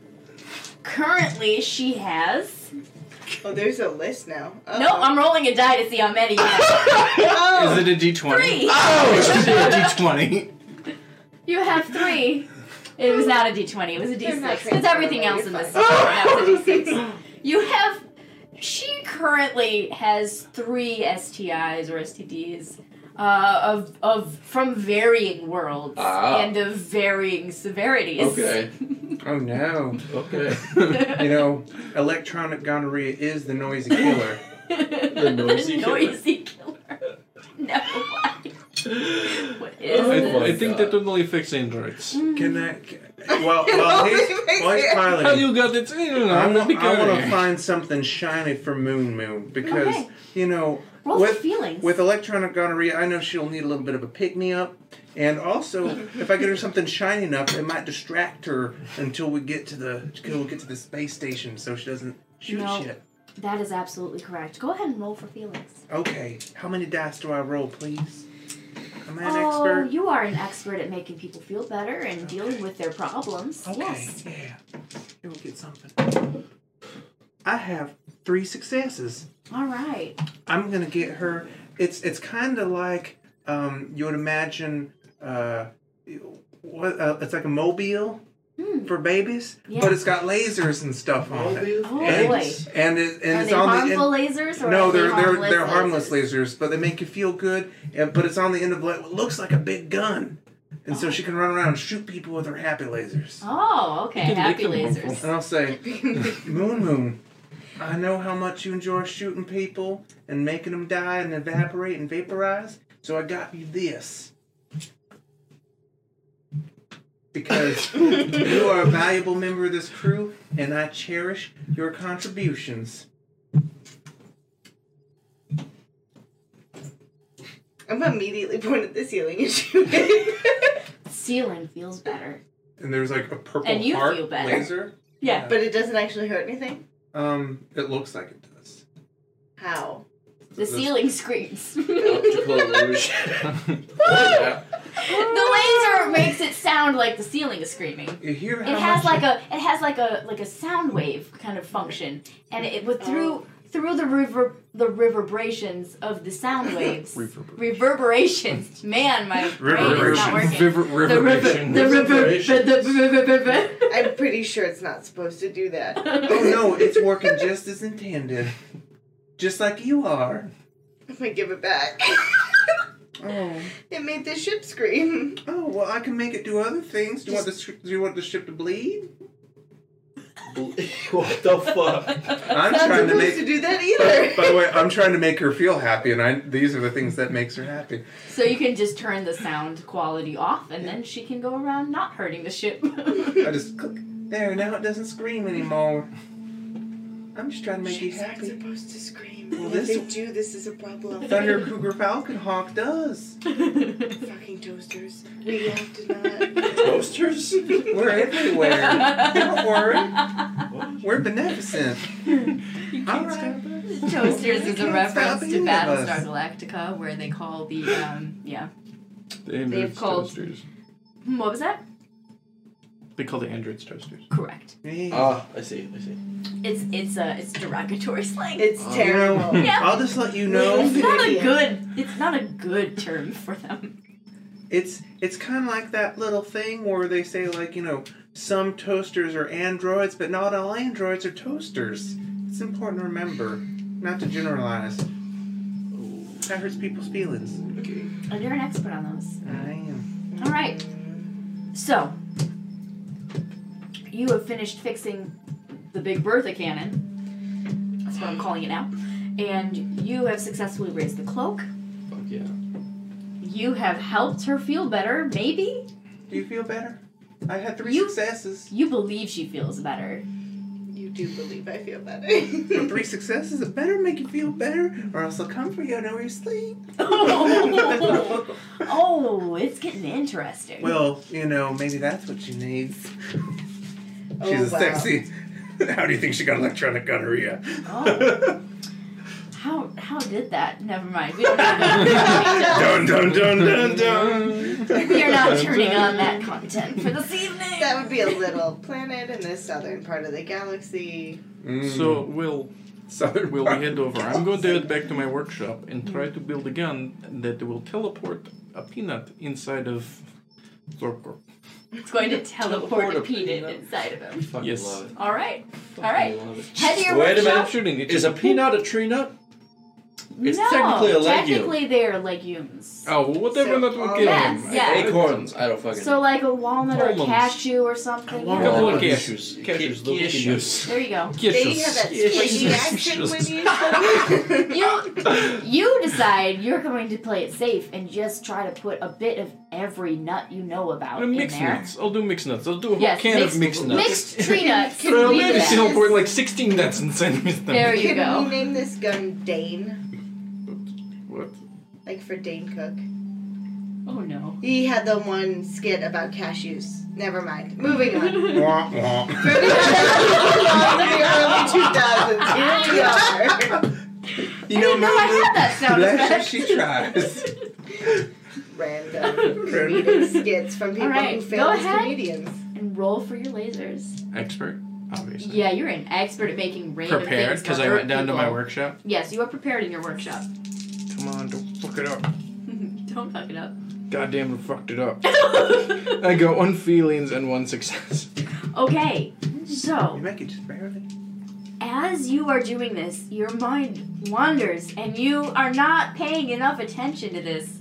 S1: *laughs* Currently, she has.
S4: oh, there's a list now. Oh.
S1: No, I'm rolling a die to see how many. you have.
S4: Oh.
S2: Is it a D twenty? *laughs*
S1: Three.
S2: Oh, it's a D twenty.
S1: You have three. It was not a D20. It was a
S4: They're not
S1: D6. It's everything else in this system. That
S4: *laughs*
S1: was a D6. You have. She currently has three STIs or STDs uh, of of from varying worlds
S5: Ah.
S1: and of varying severities. *laughs*
S5: Okay.
S3: Oh no.
S5: Okay.
S3: You know, electronic gonorrhea is the
S1: *laughs*
S3: noisy killer.
S1: the
S5: noisy killer.
S1: noisy killer. *laughs* No. why? What is
S2: *laughs*
S5: Oh,
S2: I,
S1: this?
S5: my
S2: I think that
S5: God.
S2: would only fix androids.
S3: Can that? Can, well,
S1: *laughs*
S3: well, he's, well, he's piloting.
S2: How you got it? I don't know.
S3: I
S2: I'm
S3: want,
S2: not
S3: I want to
S2: carrying.
S3: find something shiny for Moon Moon because
S1: Okay.
S3: you know
S1: Roll for
S3: with
S1: feelings.
S3: with electronic gonorrhea, I know she'll need a little bit of a pick me up, and
S1: *laughs*
S3: also if I get her something shiny enough, it might distract her until we get to the until we get to the space station, so she doesn't shoot
S1: No.
S3: shit.
S1: that is absolutely correct. Go ahead and roll for feelings.
S3: Okay, how many dice do I roll, please? Am I an
S1: oh,
S3: expert?
S1: you are an expert at making people feel better and dealing with their problems.
S3: Okay,
S1: Yes.
S3: yeah, here we get something. I have three successes.
S1: All right.
S3: I'm gonna get her. It's it's kind of like um, you would imagine uh, what, uh, it's like a mobile
S1: Hmm.
S3: for babies,
S1: Yeah.
S3: but it's got lasers and stuff on it.
S1: Oh
S3: And,
S1: boy.
S3: and it, and
S1: Are
S3: it's
S1: they
S3: on the
S1: harmful lasers or
S3: no,
S1: are they
S3: they're they're
S1: harmless
S3: they're harmless lasers, but they make you feel good. And but it's on the end of like, what looks like a big gun, and so she can run around and shoot people with her happy lasers.
S1: Oh, okay.
S2: You can
S1: Happy
S2: lick them.
S1: lasers.
S3: And I'll say, Moon Moon, I know how much you enjoy shooting people and making them die and evaporate and vaporize, so I got you this. Because you are a valuable member of this crew, and I cherish your contributions.
S4: I'm immediately pointed at the ceiling and shooting. *laughs*
S1: Ceiling feels better.
S3: And there's like a purple
S1: And you heart feel better.
S3: laser.
S1: Yeah.
S4: but it doesn't actually hurt anything.
S3: Um, it looks like it does.
S4: How?
S1: The ceiling
S2: *laughs*
S1: screams. *laughs*
S5: Optical illusion. Yeah.
S1: the laser makes it sound like the ceiling is screaming.
S3: You hear how
S2: Uh-huh.
S1: It has like
S3: much
S1: a it has like a like a sound wave kind of function, and it with through through the river the reverberations of the
S3: *laughs*
S1: sound waves.
S2: *laughs* Reverber-
S1: Reverberations, man, my brain is not
S3: Reverberations.
S1: working.
S2: River,
S1: The river,
S2: reverberation.
S1: the river, the river.
S4: I'm pretty sure it's not supposed to do that. *laughs*
S3: Oh no, it's working just as intended. Just like you are.
S4: I'm gonna give it back.
S3: Oh.
S4: it made the ship scream.
S3: Oh well, I can make it do other things. Do you want the sh- do you want the ship to bleed?
S5: *laughs* what the fuck?
S3: I'm
S4: Not supposed to, do that either.
S3: By the way, I'm trying to make her feel happy, and I these are the things that makes her happy.
S1: So *laughs* you can just turn the sound quality off, and then she can go around not hurting the
S3: *laughs*
S1: ship.
S3: I just click there. Now it doesn't scream anymore. I'm just trying to make
S4: Ships
S3: you
S4: aren't
S3: happy.
S4: supposed to scream.
S3: Well,
S4: And
S3: this-
S4: if they do, this is a problem.
S3: Thunder Cougar Falcon Hawk does.
S4: Fucking toasters. We have to
S3: *laughs*
S4: not.
S5: Toasters?
S3: We're everywhere. Don't worry. We're beneficent.
S1: You
S3: All
S1: can't
S3: right.
S1: Toasters is a
S3: Can't
S1: reference
S3: stop
S1: to
S3: any of us.
S1: Battlestar Galactica, where they call the um yeah.
S2: The androids
S1: called-
S2: toasters.
S1: Hmm, What was that?
S2: They call the androids toasters.
S1: Correct.
S3: Yeah.
S5: Ah, I see, I see.
S1: It's it's uh it's derogatory slang.
S4: It's
S3: Oh,
S4: terrible.
S1: Yeah.
S3: I'll just let you know.
S1: It's not a
S4: idiot.
S1: good. It's not a good term for them.
S3: It's it's kind of like that little thing where they say like you know some toasters are androids, but not all androids are toasters. It's important to remember not to generalize. That hurts people's feelings.
S5: Okay.
S1: Oh, you're an expert on those.
S3: I am.
S1: All right. So you have finished fixing the Big Bertha cannon. That's what I'm calling it now. And you have successfully raised the cloak.
S5: Fuck yeah.
S1: You have helped her feel better, maybe?
S3: Do you feel better? I had three
S1: You-
S3: successes.
S1: You believe she feels better.
S5: *laughs*
S4: You do believe I feel better.
S3: But three successes it better make you feel better, or else I'll come for you and know where you
S4: *laughs*
S3: sleep.
S1: oh, it's getting interesting.
S3: Well, you know maybe that's what she needs.
S4: *laughs* Oh,
S3: She's a
S4: wow.
S3: sexy. *laughs* How do you think she got electronic gonorrhea?
S1: Oh. how how did that? Never mind. We don't have
S3: dun dun dun dun *laughs* dun.
S1: We are
S5: *laughs*
S1: not turning on that content for this evening.
S4: That would be a little planet in the southern part of the galaxy.
S3: Mm.
S1: Mm-hmm.
S2: So, Will,
S3: Southern
S2: Will, we head over. I'm going to head back to my workshop and try to build a gun that will teleport a peanut inside of Thorcorp.
S1: It's going to teleport a
S5: Teleport a
S1: peanut
S5: peanut.
S1: inside of him.
S5: Fucking
S2: Yes.
S5: love it.
S1: All right.
S5: Fucking
S1: All right.
S5: love it.
S1: Head to your
S5: Wait a
S1: workshop.
S5: minute.
S2: Shooting it.
S5: Is a peanut a tree nut? It's
S1: no,
S5: technically a legume.
S1: technically they are legumes.
S2: Oh, well, whatever,
S4: So,
S2: that will
S4: um,
S2: kill
S1: yes,
S2: him.
S1: yeah.
S5: Acorns. I don't fucking
S1: So like a walnut or a
S2: Almonds.
S1: cashew or something.
S2: walnut.
S1: Yeah.
S2: Couple
S5: Well,
S2: of
S5: issues.
S2: issues.
S5: Ca-
S2: Issues,
S5: ca-
S2: little
S5: issues.
S1: There you go.
S4: They have that squishy accent when you
S3: *laughs*
S4: talk.
S5: *laughs*
S1: You you decide you're going to play it safe and just try to put a bit of every nut you know about in
S2: mixed
S1: there.
S2: nuts. I'll do mixed nuts. I'll do a whole
S1: Yes,
S2: can
S1: mixed-
S2: of mixed nuts. *laughs*
S5: *laughs*
S1: Mixed tree nuts. can
S2: So
S1: lead
S2: maybe
S1: to
S2: she'll
S1: that.
S2: put like 16 nuts inside me.
S1: There you
S4: Can we
S1: go.
S4: name this gun Dane?
S2: What?
S4: Like for Dane Cook.
S1: Oh no.
S4: He had the one skit about cashews. Never mind.
S1: *laughs*
S4: Moving on. *laughs*
S3: Womp womp. *laughs*
S4: Moving on to the early 2000s. Here we
S1: *laughs*
S4: are.
S3: You
S1: I didn't know I had that sound
S3: That's
S1: effect.
S3: what she tries.
S1: *laughs*
S4: Random comedic skits from people
S1: Alright,
S4: who
S1: go
S4: fail as
S1: ahead.
S4: comedians.
S1: And roll for your lasers.
S2: Expert, obviously.
S1: Yeah, you're an expert at making random
S2: Prepared,
S1: things
S2: because
S1: to
S2: I
S1: hurt
S2: went down to my
S1: people.
S2: workshop.
S1: Yes, you are prepared in your workshop.
S2: Come on, don't fuck it up.
S1: *laughs* Don't fuck it up.
S2: goddamn fucked it up. I go one feelings and one success.
S1: *laughs*
S2: *laughs*
S1: Okay, so
S3: You make it just barely.
S1: as you are doing this, your mind wanders and you are not paying enough attention to this.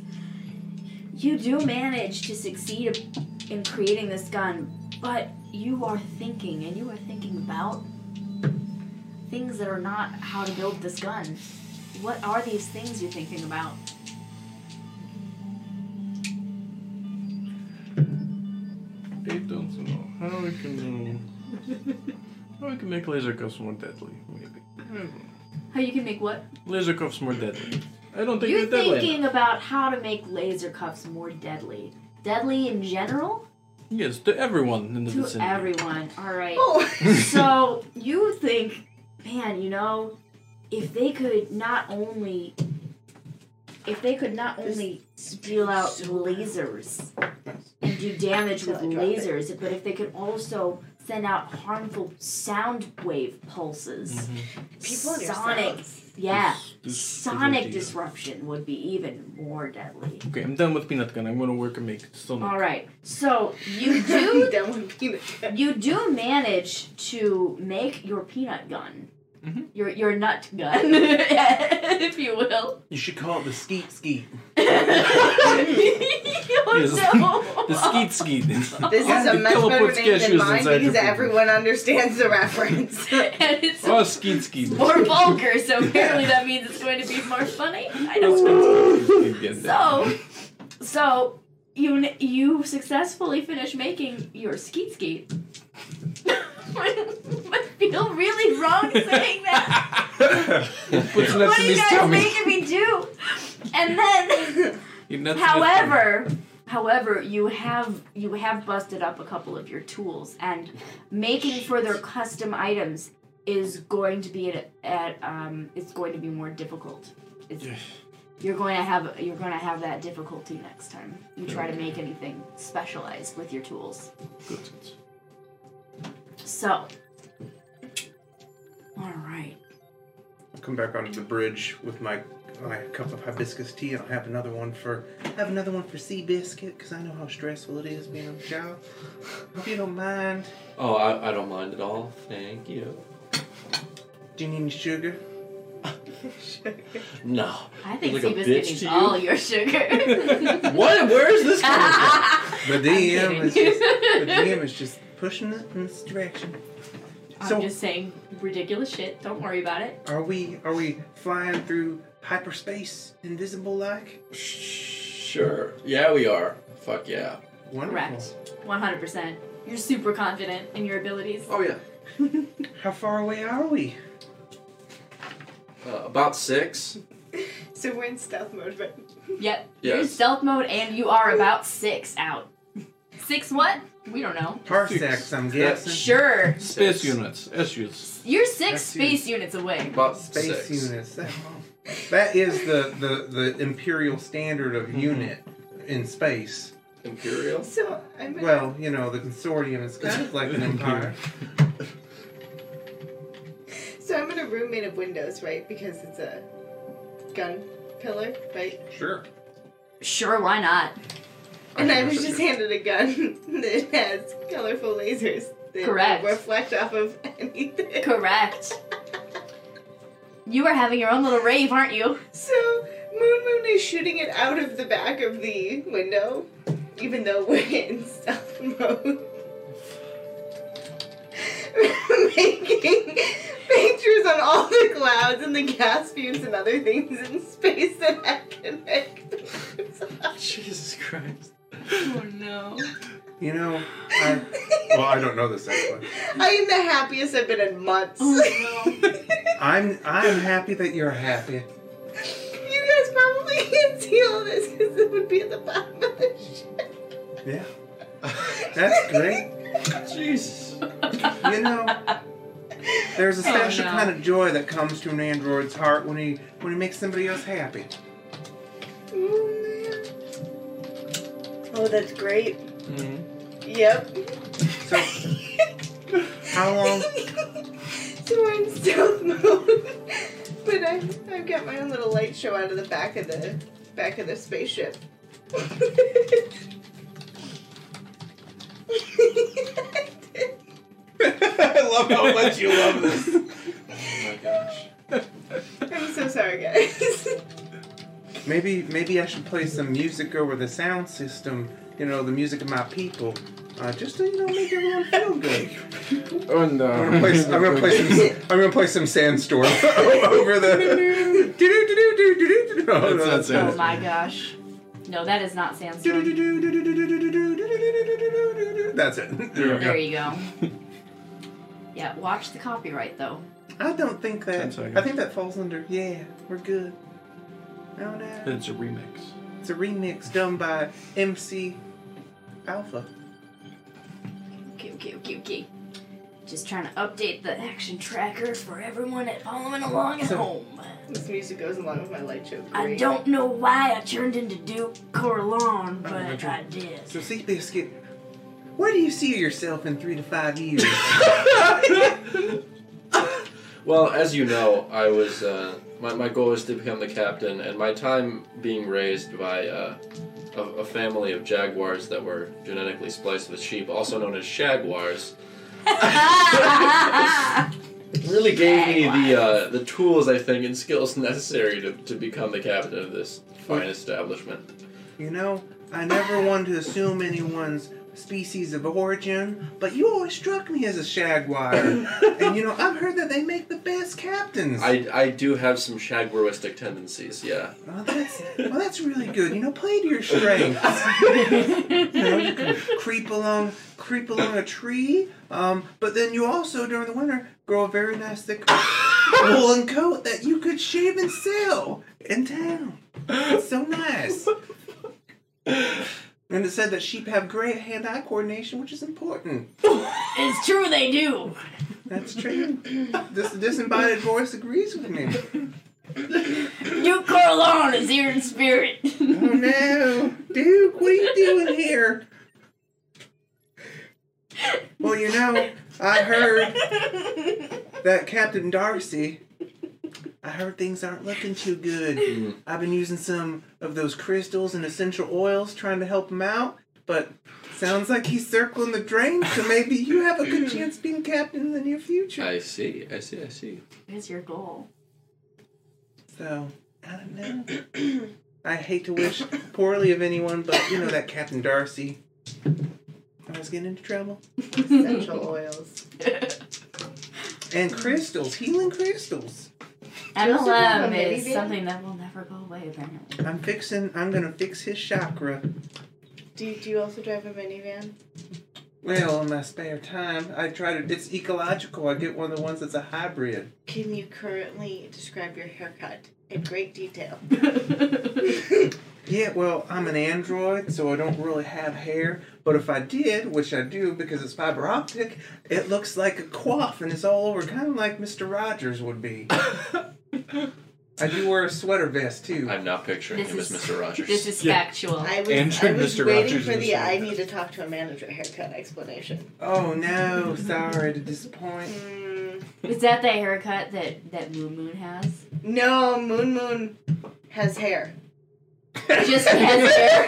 S1: You do manage to succeed in creating this gun, but you are thinking and you are thinking about things that are not how to build this gun. What are these things you're thinking about?
S2: They don't know how we can uh, how we can make laser cuffs more deadly, maybe. I don't know.
S1: How you can make what?
S2: Laser cuffs more deadly. I don't think
S1: You're
S2: they're deadly.
S1: thinking about how to make laser cuffs more deadly. Deadly in general?
S2: Yes, to everyone in the
S1: To
S2: vicinity.
S1: everyone. Alright.
S4: Oh,
S1: so you think, man, you know, if they could not only, if they could not only deal out lasers and do damage with lasers, but if they could also send out harmful sound wave pulses,
S4: people in your
S1: sonic,
S4: cells.
S1: yeah,
S2: This- this
S1: sonic
S2: idea.
S1: disruption would be even more
S2: *laughs*
S1: deadly.
S2: Okay, I'm done with peanut gun. I'm gonna work and make sonic.
S1: All right, so
S2: *laughs*
S1: you
S4: *laughs*
S1: do
S4: That one peanut.
S1: You do manage to make your peanut gun.
S2: Mhm.
S1: Your your nut gun, *laughs* if you will. *laughs*
S3: You should call it the skeet skeet.
S1: you
S2: Yes.
S1: know.
S2: The skeet skeet. *laughs*
S4: This is a
S2: The
S4: much
S2: killer
S4: better
S2: puts
S4: name
S2: cashews
S4: than mine
S2: inside
S4: because
S2: your
S4: everyone *laughs* understands the reference.
S1: *laughs*
S4: *laughs*
S1: and it's
S2: oh, skeet skeet.
S1: more
S2: *laughs*
S1: vulgar, so apparently that means it's going to be more funny. I
S2: *laughs*
S1: don't know.
S2: so,
S1: So, so you n- you successfully finish making your skeet skeet. *laughs* I feel really wrong saying that.
S2: Puts nuts
S1: What
S2: in
S1: are you
S2: his
S1: guys
S2: tummy. *laughs*
S1: making me do? And then,
S2: He nuts in his
S1: however, however, you have you have busted up a couple of your tools, and making further custom items is going to be at, at um it's going to be more difficult. It's,
S2: Yeah.
S1: you're going to have you're going to have that difficulty next time you try to make anything specialized with your tools.
S2: tummy. Good.
S1: So, all right.
S3: I'll come back onto the bridge with my my cup of hibiscus tea. I'll have another one for have another one for sea biscuit because I know how stressful it is being a child. Hope you don't mind.
S5: Oh, I, I don't mind at all. Thank you.
S3: Do you need any sugar?
S5: No.
S1: I think
S5: Like
S1: like
S5: a
S1: Seabus
S5: bitch
S1: needs
S5: to you?
S1: all your
S5: *laughs*
S1: sugar. *laughs*
S5: What? Where is this coming from?
S3: The DM is
S1: kidding.
S3: just *laughs* the DM is just pushing it in this direction.
S1: I'm
S3: So-
S1: just saying ridiculous shit. Don't worry about it.
S3: Are we are we flying through hyperspace, invisible like?
S1: *laughs*
S5: Sure. Yeah, we are. Fuck yeah.
S3: Wonderful.
S1: Correct. 100%. You're super confident in your abilities.
S5: Oh yeah.
S3: How far away are we?
S5: Uh, about six.
S4: so we're in stealth mode, but
S1: Yep. You're in
S5: Yes.
S1: stealth mode and you are about six out. Six what? We don't know.
S3: Parsecs, I'm guessing.
S1: Sure.
S2: Space
S5: Six.
S2: units, SUs.
S1: You're six
S3: That's you.
S1: space units away.
S5: About
S3: Space
S5: six.
S3: units. That, that is the, the the imperial standard of unit in space.
S5: Imperial.
S4: so I'm gonna
S3: Well, you know, the consortium is kind of like an empire.
S4: so I'm in a room made of windows, right? Because it's a gun pillar, right?
S3: *laughs* Sure.
S1: Sure, why not?
S4: And I
S5: Okay,
S4: was
S5: sure,
S4: just
S5: sure.
S4: handed a gun *laughs* that has colorful lasers that
S1: Correct.
S4: reflect off of *laughs* anything.
S1: Correct. You are having your own little rave, aren't you?
S4: So Moon Moon is shooting it out of the back of the window, even though we're *laughs* in stealth mode. *laughs* Making pictures on all the clouds and the gas fumes and other things in space that I can make. pictures of.
S5: Jesus Christ.
S1: Oh *laughs* no.
S3: You know, I, well, I don't know this actually.
S4: I am the happiest I've been in months.
S1: Oh,
S4: *laughs*
S3: I'm I'm happy that you're happy.
S4: You guys probably *laughs* can't see all this because it would be at the bottom of the ship.
S3: Yeah, *laughs* that's great.
S5: Jesus.
S3: You know, there's a
S1: *laughs* Oh,
S3: special
S1: no.
S3: kind of joy that comes to an android's heart when he when he makes somebody else happy.
S4: Oh, that's great.
S2: Mm-hmm.
S3: *laughs*
S4: Yep.
S3: So, how long?
S4: *laughs* so I'm stealth *laughs* mode, but I've, I've got my own little light show out of the back of the back of the spaceship. *laughs*
S3: I love *laughs* how much you love this.
S5: Oh my gosh.
S4: I'm so sorry, guys. *laughs*
S3: Maybe maybe I should play some music over the sound system. You know, the music of my people. Uh, just to you know, make everyone feel good.
S2: *laughs* Oh no.
S3: I'm gonna play. I'm gonna
S2: *laughs*
S3: play some. I'm gonna play some sandstorm *laughs* over the. Do-do-do-do-do-do-do-do. No,
S2: *laughs* That's
S3: no,
S1: Oh
S2: not sand.
S3: *laughs* that's not-
S1: my gosh. No, that is not
S3: *laughs*
S1: sandstorm.
S3: Do-do-do-do-do-do-do-do-do-do-do-do-do. That's it. There we
S1: There
S3: go.
S1: you go. Yeah, watch the copyright though.
S3: I don't think
S2: Ten
S3: that.
S2: seconds.
S3: I think that falls under. Yeah, we're good. Oh no,
S2: It's a remix.
S3: it's a remix done by MC Alpha.
S1: Okay, okay, okay, okay. Just trying to update the action tracker for everyone at following along at
S3: So-
S1: home.
S4: this music goes along with my light show.
S1: I
S4: great.
S1: don't know why I turned into Duke Corleone, but
S3: I don't-
S1: I did.
S3: So, Seabiscuit, where do you see yourself in three to five years?
S5: Well, as you know, I was uh, my my goal is to become the captain, and my time being raised by uh, a, a family of jaguars that were genetically spliced with sheep, also known as shaguars, really gave me the uh, the tools I think and skills *laughs* necessary to, to become the captain of this fine establishment.
S3: you know, I never wanted to assume anyone's species of origin, but you always struck me as a Shaguar. and you know, I've heard that they make the best captains.
S5: I I do have some shaguaristic tendencies, yeah.
S3: Well, Oh, that's, well, that's really good. You know, play to your strengths. you know, you can creep along, creep along a tree. Um, but then you also during the winter grow a very nice thick woolen coat that you could shave and sell in town. It's so nice. And it said that sheep have great hand-eye coordination, which is important.
S1: *laughs* It's true they do.
S3: That's true. this disembodied voice agrees with me.
S1: Duke Corleone is here in *laughs* spirit.
S3: Oh no, Duke, what are you doing here? Well, you know, I heard that Captain Darcy. I heard things aren't looking too good. I've been using some of those crystals and essential oils trying to help him out, but sounds like he's circling the drain. So maybe you have a good chance of being captain in the near future.
S5: I see, I see, I see.
S1: What's your goal?
S3: So I don't know. I hate to wish poorly of anyone, but you know that Captain Darcy. I was getting into trouble.
S4: Essential oils.
S3: And crystals, healing crystals.
S4: have a
S1: MLM
S4: mini
S1: is
S4: van?
S1: something that will never go away, apparently. *laughs*
S3: I'm fixing. I'm gonna fix his chakra.
S4: Do you, do you also drive a minivan?
S3: Well, in my spare time, I try to. It's ecological. I get one of the ones that's a hybrid.
S4: Can you currently describe your haircut in great detail?
S3: Yeah, well, I'm an android, so I don't really have hair. But if I did, which I do because it's fiber optic, it looks like a coif and it's all over, kind of like Mr. Rogers would
S5: *laughs*
S3: be. I do wear a sweater vest too.
S5: I'm not picturing
S1: This
S5: him
S1: is-
S5: as Mr. Rogers.
S1: This is
S2: Yeah.
S1: factual.
S4: I was,
S2: Andrew
S4: I was
S2: Mr.
S4: waiting
S2: Rogers
S4: for
S2: is
S4: the
S2: right.
S4: I need to talk to a manager haircut explanation.
S3: Oh no, sorry to disappoint.
S4: Mm,
S1: Is that the haircut that, that Moon Moon has?
S4: no, Moon Moon has hair. *laughs*
S1: Just has *laughs* hair.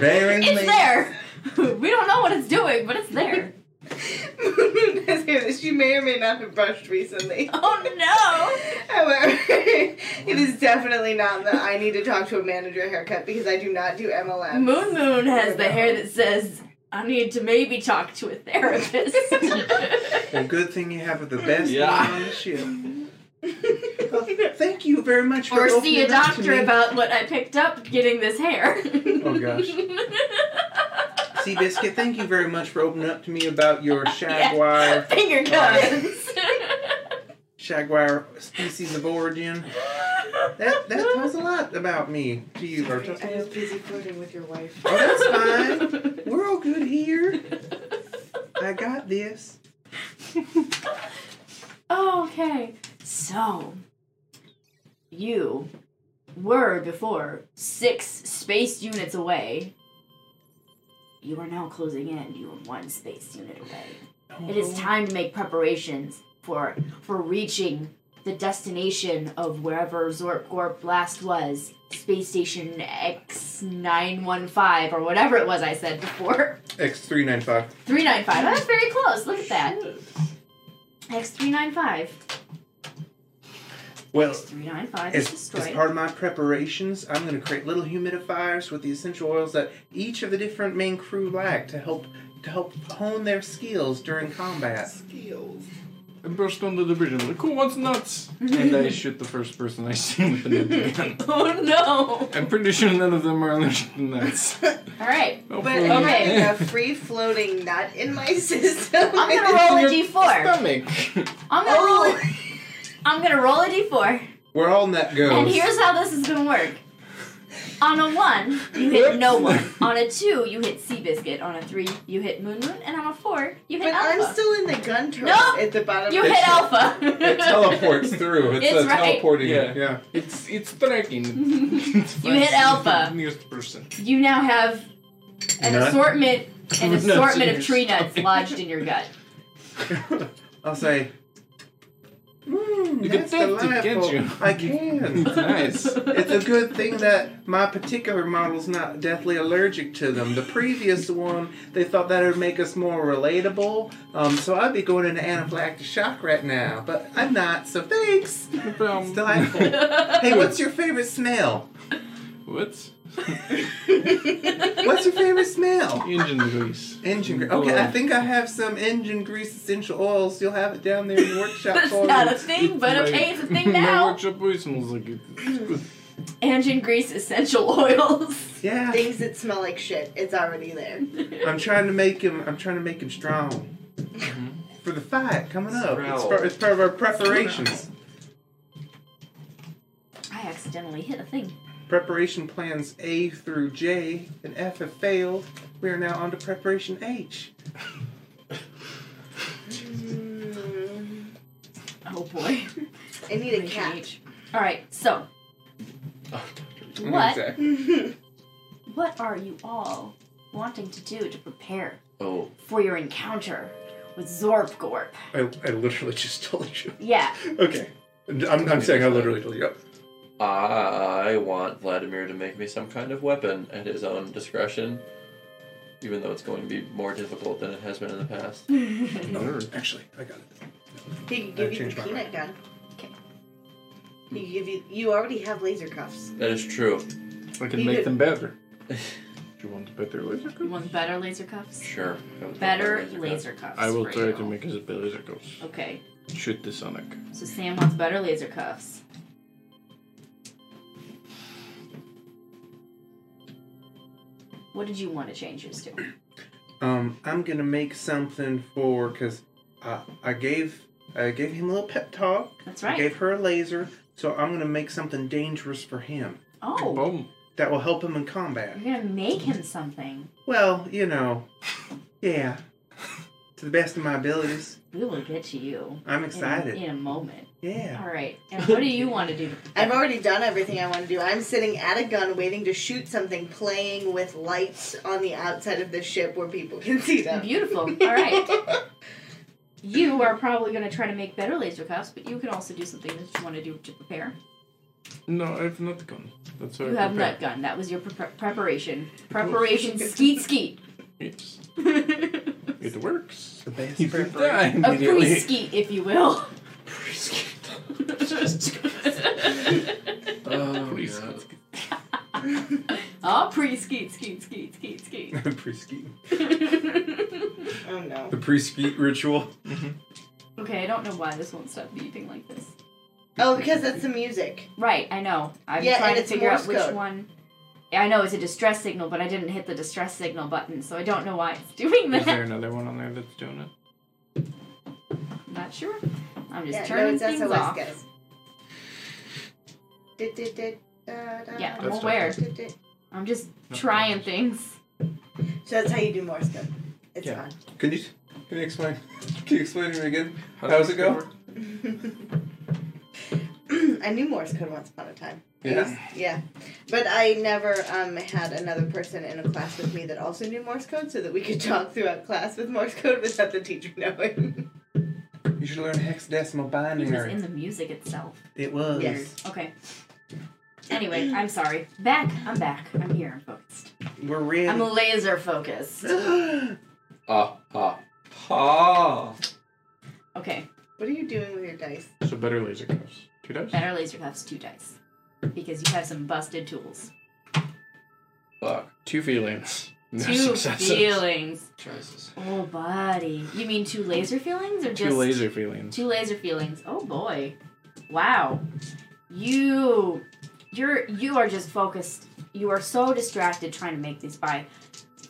S3: Very
S1: it's
S3: late.
S1: there. *laughs* We don't know what it's doing, but it's
S3: *laughs*
S1: there.
S4: Moon Moon has hair that she may or may not have brushed recently. *laughs*
S1: Oh
S4: However, *laughs* it is definitely not the I need to talk to a manager haircut because I do not do
S1: no!
S4: MLM.
S1: Moon Moon has the hair that says, I need to maybe talk to a
S3: *laughs*
S1: therapist.
S3: Well, good thing you have the best
S5: Yeah.
S3: one on the ship.
S4: *laughs*
S3: Well, thank you very much for
S1: or see
S3: opening
S1: a
S3: up to
S1: doctor
S3: me.
S1: about what I picked up getting this hair. *laughs*
S3: Oh gosh. See, Biscuit, thank you very much for opening up to me
S1: *laughs*
S3: about your Shaguar
S1: Finger guns.
S3: Shaguar species of origin. That that tells a lot about me to you, or tells
S4: I
S3: me-
S4: was busy flirting with your wife.
S3: Oh, that's fine. We're all good here.
S1: *laughs*
S3: I got this.
S1: Oh, *laughs* okay. So, you were before six space units away. You are now closing in. You are one space unit away. It is time to make preparations for for reaching the destination of wherever Zorp Gorp last was, space station X915 or whatever it was I said before. *laughs*
S3: X395.
S1: 395. That's very close. Look at that. X395.
S3: Well,
S1: X395 is
S3: As, as
S1: destroyed.
S3: part of my preparations, I'm going to create little humidifiers with the essential oils that each of the different main crew like to help to help hone their skills during combat.
S2: I burst onto the bridge and I'm like, who wants nuts? and I shoot the first person I see with an empty
S1: *laughs*
S2: gun.
S1: *laughs* oh no!
S2: I'm pretty sure none of them are allergic to nuts.
S1: Alright.
S4: But
S2: Hopefully-
S4: I'm
S1: Okay.
S2: *laughs*
S4: having a free floating nut in my *laughs* system.
S1: I'm gonna
S4: *laughs*
S1: roll a
S2: Your
S1: d4.
S2: Stomach.
S1: I'm gonna roll.
S4: Oh,
S1: I'm gonna roll a d4.
S3: Where all that goes.
S1: And here's how this is gonna work. On a one, you hit no one. On a two, you hit Seabiscuit. On a three, you hit Moon Moon. And on a four, you hit
S4: but
S1: Alpha.
S4: I'm still in the gun turret
S1: No.
S4: at the bottom.
S1: you
S4: of
S1: hit
S4: the-
S1: Alpha.
S3: it teleports through. It's,
S1: It's
S3: a
S1: right.
S3: teleporting.
S2: Yeah.
S3: yeah.
S2: *laughs* It's it's tracking.
S1: You hit alpha.
S2: Nearest person.
S1: *laughs* You now have an
S3: Nut?
S1: assortment, an
S2: Nuts
S1: assortment
S2: in
S1: of
S2: your
S1: tree nuts
S2: stomach.
S1: lodged in your gut.
S3: I'll say. Mm,
S2: You can
S3: that's
S2: taste it, can't
S3: delightful.
S2: you?
S3: I can. *laughs*
S2: It's nice.
S3: It's a good thing that my particular model's not deathly allergic to them. The previous one, they thought that would make us more relatable. Um, so I'd be going into anaphylactic shock right now, but I'm not. So thanks.
S2: No problem.
S3: It's
S1: *laughs*
S3: delightful. hey, what's your favorite smell?
S2: What?
S1: *laughs*
S3: What's your favorite smell?
S2: Engine grease.
S3: Engine grease. Okay, I think I have some engine grease essential oils. You'll have it down there in the workshop
S1: That's
S3: for
S1: not
S3: you.
S1: a thing, but okay, it's a
S3: *laughs*
S1: thing
S2: *laughs* My
S1: now.
S2: workshop always smells like it. It's
S1: *laughs*
S2: good.
S1: Engine grease essential oils.
S3: Yeah,
S4: *laughs* Things that smell like shit. It's already there.
S3: I'm trying to make him. I'm trying to make him strong for the fight coming up. It's
S5: Growl.
S3: part, it's part of our preparations.
S1: I accidentally hit a thing.
S3: Preparation plans A through J and F have failed. We are now on to preparation H.
S4: Mm,
S1: Oh boy.
S4: I need a cat.
S1: All right, so
S5: *laughs*
S1: what what are you all wanting to do to prepare
S5: Oh,
S1: for your encounter with Zorp Gorp?
S3: I, I literally just told you. *laughs*
S1: Yeah.
S3: Okay. I'm, I'm saying I literally told you.
S5: I want Vladimir to make me some kind of weapon at his own discretion, even though it's going to be more difficult than it has been in the past.
S1: *laughs*
S3: Actually, I got it.
S4: He could
S3: I
S4: give you
S3: changed
S4: the
S3: my
S4: peanut gun.
S1: Okay.
S4: He could give you. You already have laser cuffs.
S5: That is true.
S2: I can
S4: You
S2: make
S4: could-
S2: them better. Do you want better laser
S1: You
S2: cups?
S1: want better laser cuffs?
S5: Sure. I would love
S1: Better
S5: that
S1: laser cuffs.
S2: I will
S1: for
S2: try
S1: you.
S2: to make as better laser cups.
S1: Okay,
S2: Shoot the Sonic.
S1: so Sam wants better laser cuffs. What did you want to change yours to?
S3: um, I'm gonna make something for because I, I gave I gave him a little pep talk.
S1: That's
S3: I
S1: right.
S3: gave her a laser, so I'm gonna make something dangerous for him
S1: Oh,
S2: Boom.
S3: that will help him in combat.
S1: you're gonna make him something.
S3: Well, you know, yeah, to the best of my abilities,
S1: We will get to you
S3: I'm
S1: in a-
S3: excited.
S1: in a moment.
S3: Yeah,
S1: All right. And what do you want to do?
S4: I've already done everything I want to do. I'm sitting at a gun waiting to shoot something, playing with lights on the outside of the ship where people can *laughs* see them.
S1: Beautiful. All right. You are probably going to try to make better laser cuffs, but you can also do something that you want to do to prepare.
S2: No, I have not gone. That's how
S1: You
S2: I
S1: have
S2: prepare.
S1: nut gun. That was your pre- preparation. Preparation. Skeet skeet. *laughs*
S2: Yes,
S1: a
S2: it works.
S3: the best.
S2: You can die
S3: preparation.
S1: pre
S2: immediately.
S1: skeet, if you will.
S2: *laughs*
S5: Oh,
S2: Please.
S5: God.
S1: Ah, pre skeet skeet skeet skeet skeet. *laughs*
S3: *laughs* pre-skeet.
S4: Oh no.
S3: The pre-skeet ritual.
S1: okay, I don't know why this won't stop beeping like this.
S4: Oh, because that's the music.
S1: Right, I know. I'm
S4: Yeah,
S1: trying
S4: and
S1: to
S4: it's
S1: figure out
S4: Morse
S1: which
S4: code.
S1: one. Yeah, I know it's a distress signal, but I didn't hit the distress signal button, so I don't know why it's doing
S2: Is there
S1: that.
S2: another one on there that's doing it?
S1: I'm not sure. I'm just
S4: yeah,
S1: turning
S4: no, it's
S1: things
S4: SOS,
S1: off.
S4: guys. Did, did, did, da, da,
S1: Yeah, I'm
S4: da, da,
S1: aware.
S4: did, did.
S1: I'm just
S2: No,
S1: trying
S2: no.
S1: things.
S4: So that's how you do Morse code. It's
S2: Yeah.
S4: fun.
S3: Can you can you explain? Can you explain it again? How's
S2: this
S3: it go?
S2: work?
S4: *laughs* I knew Morse code once upon a time. It
S3: Yeah.
S4: was- yeah. But I never um, had another person in a class with me that also knew Morse code so that we could talk throughout class with Morse code without the teacher *laughs* knowing.
S3: You should learn hexadecimal
S1: It was
S3: binary.
S1: in the music itself.
S3: it was.
S1: Weird. Okay. Anyway, I'm sorry. Back. I'm back. I'm here. I'm focused.
S3: We're real.
S1: I'm laser focused.
S5: Ah, ah.
S3: ha.
S1: Okay.
S4: What are you doing with your dice?
S2: So better laser cuffs. Two dice?
S1: Better laser cuffs, two dice. Because you have some busted tools.
S5: Fuck.
S2: *laughs* Two feelings. *laughs* No
S1: two
S2: successes.
S1: feelings.
S5: Jesus.
S1: Oh, buddy. You mean two laser feelings or just
S2: Two laser feelings.
S1: two laser feelings? Oh boy. Wow. You you're you are just focused. You are so distracted trying to make these by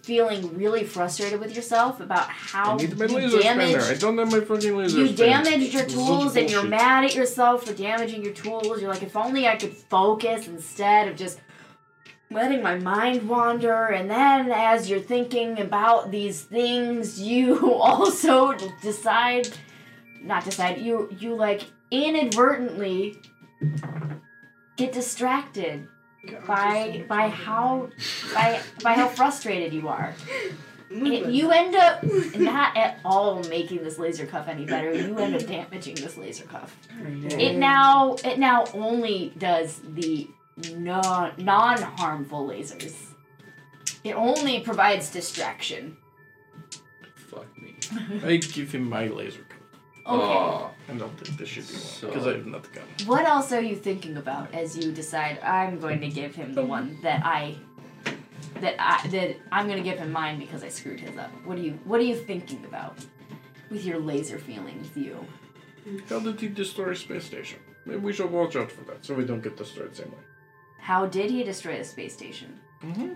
S1: feeling really frustrated with yourself about
S2: I
S1: how
S2: need my
S1: you
S2: laser spinner. I
S1: damaged
S2: don't have my fucking laser
S1: you
S2: spinner.
S1: damaged your
S2: This is
S1: tools and you're
S2: bullshit.
S1: mad at yourself for damaging your tools. You're like, if only I could focus instead of just letting my mind wander. And then as you're thinking about these things, *laughs* you also d- decide not decide, you you like inadvertently get distracted
S4: Your arms are so
S1: by
S4: much
S1: by
S4: longer than
S1: how by by how frustrated you are.
S4: mine.
S1: And
S4: Moonlight.
S1: you end up not at all making this laser cuff any better. You end up damaging this laser cuff. It now it now only does the non non harmful lasers. It only provides distraction.
S5: Fuck me.
S2: I give him my laser cuff.
S1: Okay.
S5: Ah.
S2: I don't think this should be one.
S5: So-
S2: Because I have not the gun.
S1: What else are you thinking about as you decide I'm going to give him the one that I that I that I'm gonna give him mine because I screwed his up. What are you what are you thinking about? With your laser feelings, you.
S2: How did he destroy space station? Maybe we should watch out for that so we don't get destroyed same way.
S1: How did he destroy the space station? Mm-hmm.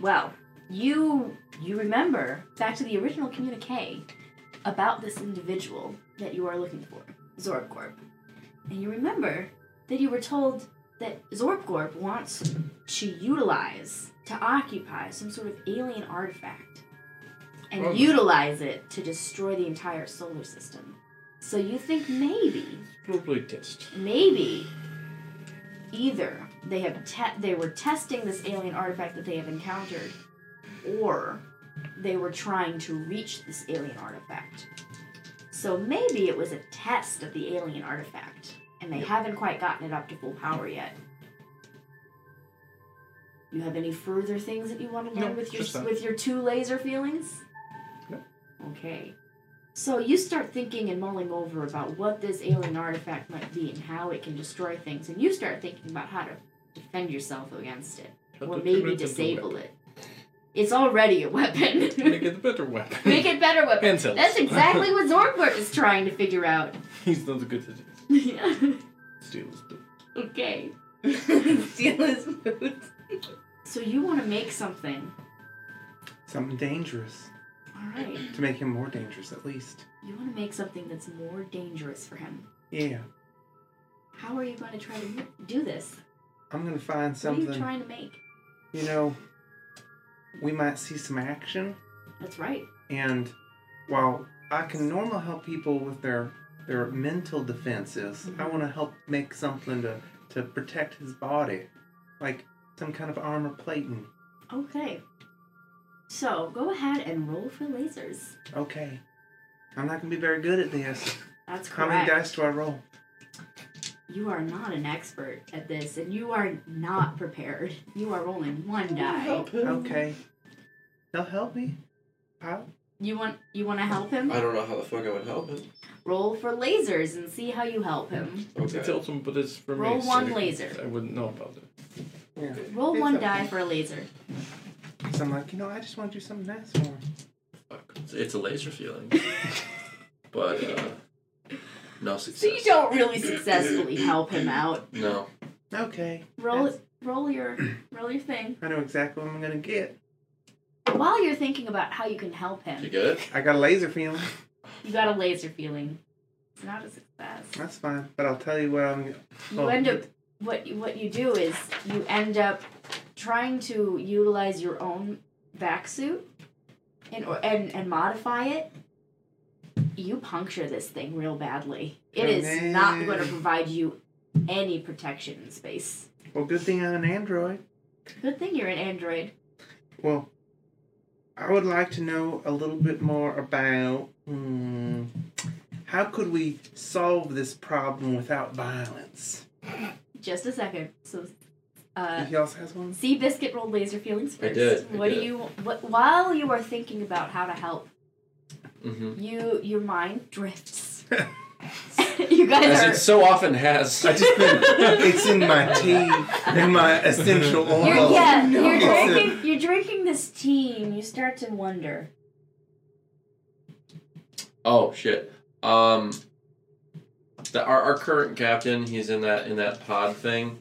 S1: Well, you you remember back to the original communique about this individual that you are looking for, Zorbcorp, and you remember that you were told that Zorbcorp wants to utilize to occupy some sort of alien artifact and
S2: Well-
S1: utilize it to destroy the entire solar system. So you think maybe
S2: Probably
S1: *laughs*
S2: test.
S1: maybe either they have te- they were testing this alien artifact that they have encountered or they were trying to reach this alien artifact so maybe it was a test of the alien artifact and they haven't quite gotten it up to full power yet you have any further things that you want to learn
S2: No,
S1: with your
S2: just that.
S1: with your two laser feelings
S2: No.
S1: okay so you start thinking and mulling over about what this alien artifact might be and how it can destroy things, and you start thinking about how to defend yourself against it,
S2: How
S1: or
S2: to turn it
S1: maybe
S2: into a
S1: disable
S2: weapon.
S1: it. It's already a *laughs*
S2: Make
S1: weapon.
S2: it a better weapon.
S1: Make it better weapon.
S2: Hand cells.
S1: That's exactly what Zorgbert is trying to figure out.
S2: *laughs*
S1: *laughs*
S2: He's not good at it.
S1: Yeah.
S2: Still, still.
S1: okay.
S4: *laughs* Steal his boots.
S1: So you want to make something.
S3: *gasps* Something dangerous.
S1: All right.
S3: To make him more dangerous, at least.
S1: You want to make something that's more dangerous for him.
S3: Yeah.
S1: How are you going to try to m- do this?
S3: I'm gonna find
S1: What are you
S3: something.
S1: trying to make?
S3: You know, we might see some action,
S1: That's right.
S3: and while I can normally help people with their their mental defenses,
S1: Mm-hmm.
S3: I want to help make something to to protect his body, like some kind of armor plating.
S1: Okay. So go ahead and roll for lasers.
S3: Okay. I'm not gonna be very good at this.
S1: That's
S3: How many
S1: correct.
S3: dice do I roll?
S1: You are not an expert at this, and you are not prepared. You are rolling one die.
S3: Okay. They'll help me. How?
S1: You want you want to help him?
S5: I don't know how the fuck I would help him.
S1: Roll for lasers and see how you help him.
S2: It's
S5: Okay.
S2: awesome, but it's for
S1: Roll
S2: me. so
S1: one
S2: I-
S1: laser.
S2: I wouldn't know about it.
S3: Yeah.
S1: Roll
S3: It's
S1: one
S3: okay.
S1: die for a laser.
S3: So I'm like, you know, I just want to do something nice for him.
S5: Fuck. It's- It's a laser
S1: *laughs*
S5: feeling. but, uh, no
S1: So you
S5: success.
S1: don't really successfully help him out.
S5: No.
S3: Okay.
S1: Roll
S3: That's-
S1: roll your roll your thing.
S3: I know exactly what I'm gonna get.
S1: While you're thinking about how you can help
S5: You
S1: him,
S5: get it?
S3: I got a laser feeling.
S1: you got a laser feeling. It's not a success.
S3: That's fine. But I'll tell you what I'm.
S1: you
S3: Oh.
S1: end up what you- what you do is you end up trying to utilize your own vac suit and or and and modify it you puncture this thing real badly it is not going to
S3: Okay.
S1: provide you any protection in space
S3: Well, good thing I'm an android.
S1: good thing you're an android
S3: Well, I would like to know a little bit more about. Hmm, How could we solve this problem without violence?
S1: Just a second. So, uh,
S3: he also has one.
S1: see, biscuit rolled laser feelings
S5: I
S1: first.
S5: did, I
S1: What do
S5: did.
S1: you? What, while you are thinking about how to help,
S5: hmm
S1: you your mind drifts. *laughs* you guys
S5: As
S1: are
S5: it so often has.
S3: I just been. it's
S1: *laughs*
S3: in my tea and my essential oil.
S1: You're, yeah, you're
S3: *laughs* It's a-
S1: drinking. You're drinking this tea, and you start to wonder.
S5: Oh shit. Um the, our, our current captain, he's in that in that pod thing.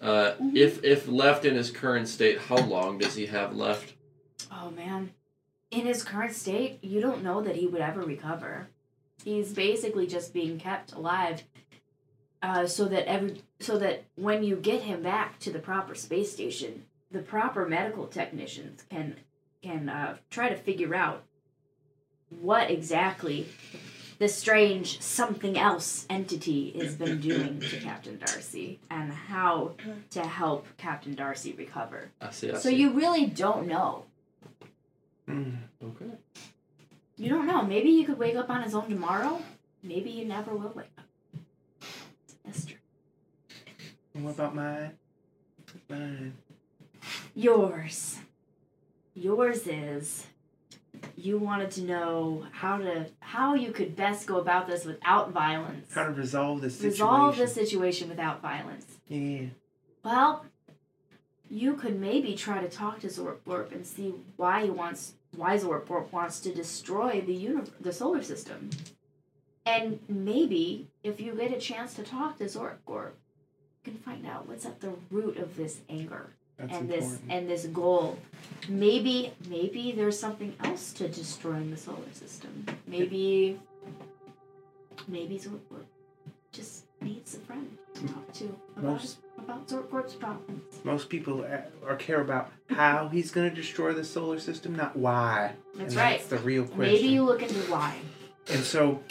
S5: Uh,
S1: Mm-hmm.
S5: if if left in his current state, how long does he have left?
S1: Oh man, in his current state, you don't know that he would ever recover. He's basically just being kept alive, uh, so that every so that when you get him back to the proper space station, the proper medical technicians can can uh, try to figure out what exactly this strange something else entity has been doing to Captain Darcy and how to help Captain Darcy recover.
S5: I see. I
S1: So
S5: see.
S1: you really don't know.
S3: Mm.
S5: okay?
S1: You don't know. Maybe he could wake up on his own tomorrow. Maybe he never will wake up. That's true.
S3: And what about mine? Mine.
S1: Yours. Yours is. You wanted to know how to how you could best go about this without violence.
S3: How to resolve this situation?
S1: Resolve this situation without violence.
S3: Yeah.
S1: Well, you could maybe try to talk to Zorborp and see why he wants why Zorborp wants to destroy the universe, the solar system. And maybe if you get a chance to talk to Zorborp, you can find out what's at the root of this anger
S3: That's
S1: and
S3: important.
S1: this and this goal. Maybe maybe there's something else to destroying the solar system. Maybe maybe Zorborp just needs a friend to talk to about his
S3: Most
S1: about Zorkorp's problems.
S3: most people a- or care about how he's going to destroy the solar system, not why.
S1: That's
S3: and
S1: right.
S3: That's the real question.
S1: Maybe you look into why.
S3: And so,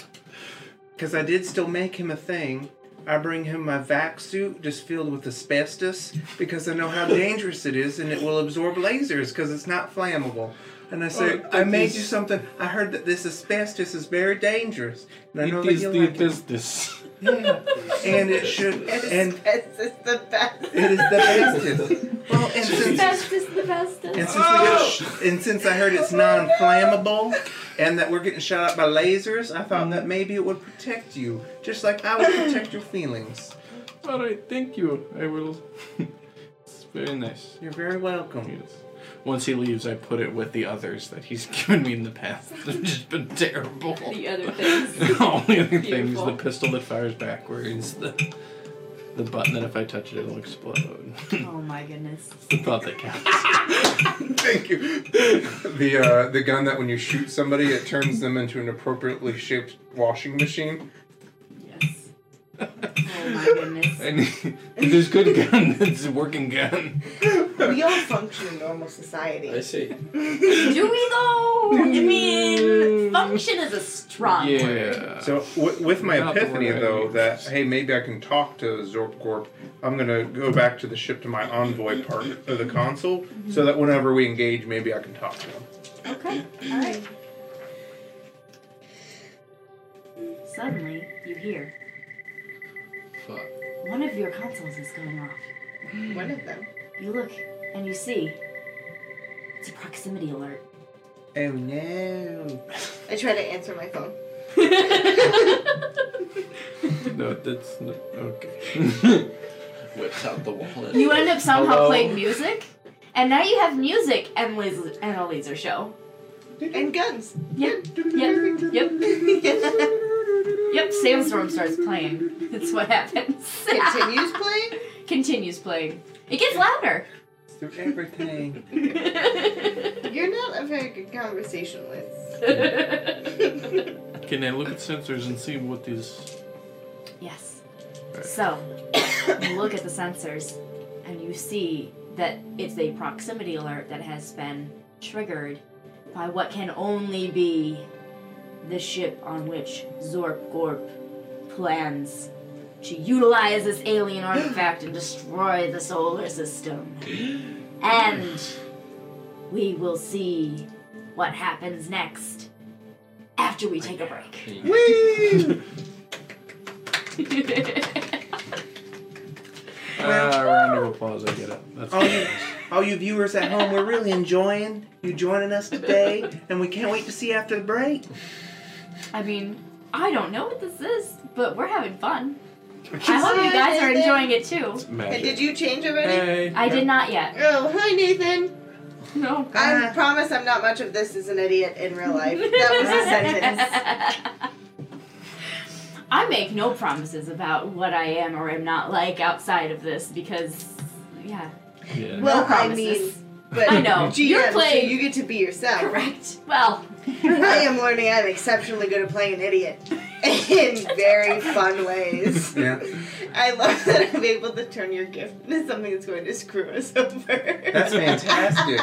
S3: because I did still make him a thing, I bring him my vac suit just filled with asbestos because I know how dangerous it is and it will absorb lasers because it's not flammable. And I say,
S2: Oh,
S3: I made
S2: this-
S3: you something. I heard that this asbestos is very dangerous. And I know
S2: It
S3: that
S2: is
S3: you
S2: the
S3: like it.
S2: business.
S3: Yeah. And it should.
S4: It is
S3: And
S4: *laughs* best, it's the best.
S3: it is the bestest. Well, and since
S1: is the *laughs* bestest.
S3: And since, we got sh- and since I heard it's non flammable and that we're getting shot up by lasers, I thought that maybe it would protect you, just like I would protect your feelings.
S2: *laughs* All right, thank you. I will. *laughs* it's very nice.
S3: You're very welcome.
S2: Yes. Once he leaves, I put it with the others that he's *laughs* given me in the past. *laughs* They've just been terrible.
S1: The other
S2: *laughs*
S1: things.
S2: only other thing is
S1: Beautiful.
S2: the pistol that fires backwards, the, the button that if I touch it, it'll explode.
S1: *laughs*
S2: *laughs*
S1: Oh my goodness.
S2: the thought that counts. *laughs*
S3: Thank you. The uh, the gun that when you shoot somebody, it turns them into an appropriately shaped washing machine.
S1: *laughs* Yes. Oh my goodness.
S2: And there's good gun, *laughs* it's a working gun.
S4: We all function in normal society.
S5: I see.
S1: Do we though? I mean, function is a strong word.
S2: Yeah.
S3: So w- with my
S2: Not the
S3: epiphany
S2: word I
S3: though
S2: use.
S3: that hey maybe I can talk to Zorpcorp, I'm gonna go back to the ship to my envoy part of the console so that whenever we engage, maybe I can talk to him.
S1: Okay. All right. Suddenly, you hear
S5: Fuck.
S1: one of your consoles is going off.
S4: One of them.
S1: You look and you see it's a proximity
S5: *laughs*
S1: alert.
S3: Oh no.
S4: I try to answer my phone.
S2: No, that's not. Okay. *laughs*
S5: Whips out the wallet.
S1: You end up somehow
S5: Hello?
S1: playing music, and now you have music and laser and a laser show.
S4: And *laughs* guns.
S1: Yep, yep, yep, yep. Sandstorm starts playing. That's what happens.
S4: Continues playing. *laughs*
S1: Continues playing. It gets louder.
S3: Through
S1: *laughs*
S3: everything.
S4: *laughs* You're not a very good conversationalist.
S2: Can I look at sensors and see what is.
S1: yes. So, you look at the sensors, and you see that it's a proximity alert that has been triggered by what can only be the ship on which Zorp Gorp plans to utilize this alien artifact and destroy the solar system. And we will see what happens next after we take a break.
S3: Whee!
S2: Ah, round of applause. I get it. That's
S3: all Oh, you, all you viewers at home, we're really enjoying you joining us today, and we can't wait to see you after the break.
S1: I mean, I don't know what this is, but we're having fun. I hope you guys are enjoying it too.
S2: *laughs*
S4: And
S2: magic.
S4: did you change
S3: Uh,
S4: already?
S2: Hey.
S1: I did not yet.
S4: Oh, hi Nathan.
S1: No.
S4: I
S3: Ah.
S4: promise I'm not much of this as an idiot in real *laughs* life. That was a *laughs* sentence.
S1: *laughs* I make no promises about what I am or am not like outside of this because, yeah,
S2: Yeah.
S4: Well,
S1: no
S4: I
S1: promises.
S4: mean, but
S1: I know.
S4: GM,
S1: You're playing-
S4: so you get to be yourself.
S1: Correct. Well,
S4: *laughs* I am learning I'm exceptionally good at playing an idiot in very fun ways.
S3: Yeah.
S4: I love that I'm able to turn your gift into something that's going to screw us over.
S3: *laughs*
S4: *laughs*
S3: That's fantastic.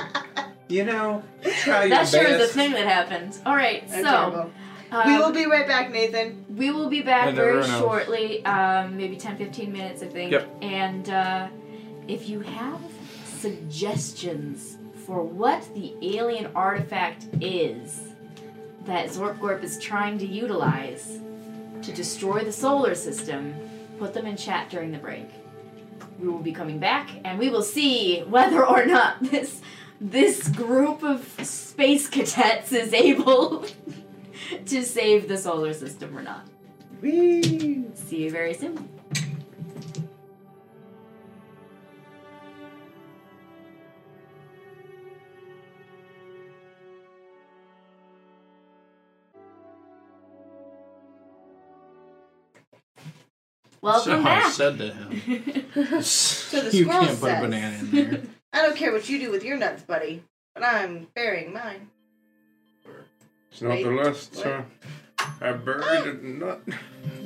S3: you know, you try your
S1: that sure is a
S3: best.
S1: thing that happens. All right,
S4: That's
S1: so
S4: terrible.
S1: um,
S4: we will be right back, Nathan.
S1: we will be back
S2: And
S1: very
S2: everyone else.
S1: shortly, um, maybe 10, 15 minutes, I think.
S2: Yep.
S1: And uh, if you have suggestions for what the alien artifact is that Zorkgorp is trying to utilize to destroy the solar system, put them in chat during the break. We will be coming back, and we will see whether or not this this group of space cadets is able *laughs* to save the solar system or not.
S3: Whee!
S1: See you very soon. Welcome
S2: Somehow
S1: back.
S2: said to him.
S4: So the
S2: you
S4: squirrel
S2: can't put a
S4: says-
S2: banana in there.
S4: I don't care what you do with your nuts, buddy, but I'm burying mine.
S3: It's not the last
S4: What?
S3: time I buried a nut. *laughs*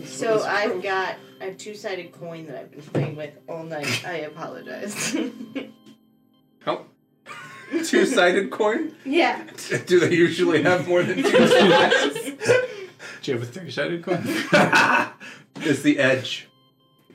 S4: So I've got a two-sided coin that I've been playing with all night.
S1: *laughs*
S4: I apologize.
S3: How? Two sided coin?
S1: *laughs*
S4: yeah.
S3: Do they usually have more than two sides?
S2: Do you have a three-sided coin?
S3: *laughs* it's the edge.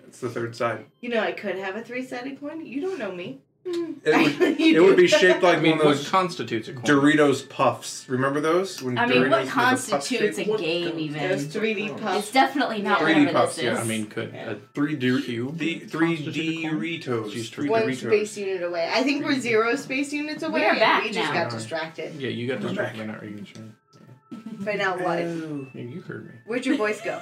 S3: It's the third side.
S4: You know, I could have a three-sided coin. You don't know me.
S3: It
S1: *laughs*
S4: *laughs*
S3: would, it would be shaped like
S2: I mean,
S3: one of
S2: what
S3: those
S2: constitutes a coin?
S3: Doritos puffs. Remember those? When
S1: I mean,
S3: Doritos
S1: what
S3: made the puff
S1: constitutes a
S3: shape?
S1: game
S4: There's
S1: even?
S5: Oh.
S4: 3D
S1: It's
S4: puffs.
S1: definitely not
S4: 3D
S1: whatever
S3: puffs,
S1: this
S3: yeah,
S1: is.
S2: I
S1: *laughs*
S2: mean, could a
S3: Three Doritos.
S2: three
S3: Three
S2: constitute a coin?
S3: Doritos.
S2: Just
S3: Three
S4: One
S3: Doritos.
S4: space unit away. I think we're zero space units away.
S1: We're
S4: and
S1: back
S4: we just
S1: now.
S4: got distracted.
S2: Yeah, you got
S3: Come
S2: distracted by
S3: back.
S2: not reading sure.
S4: But now what?
S3: Oh,
S2: Yeah, you heard me.
S4: Where'd your voice go?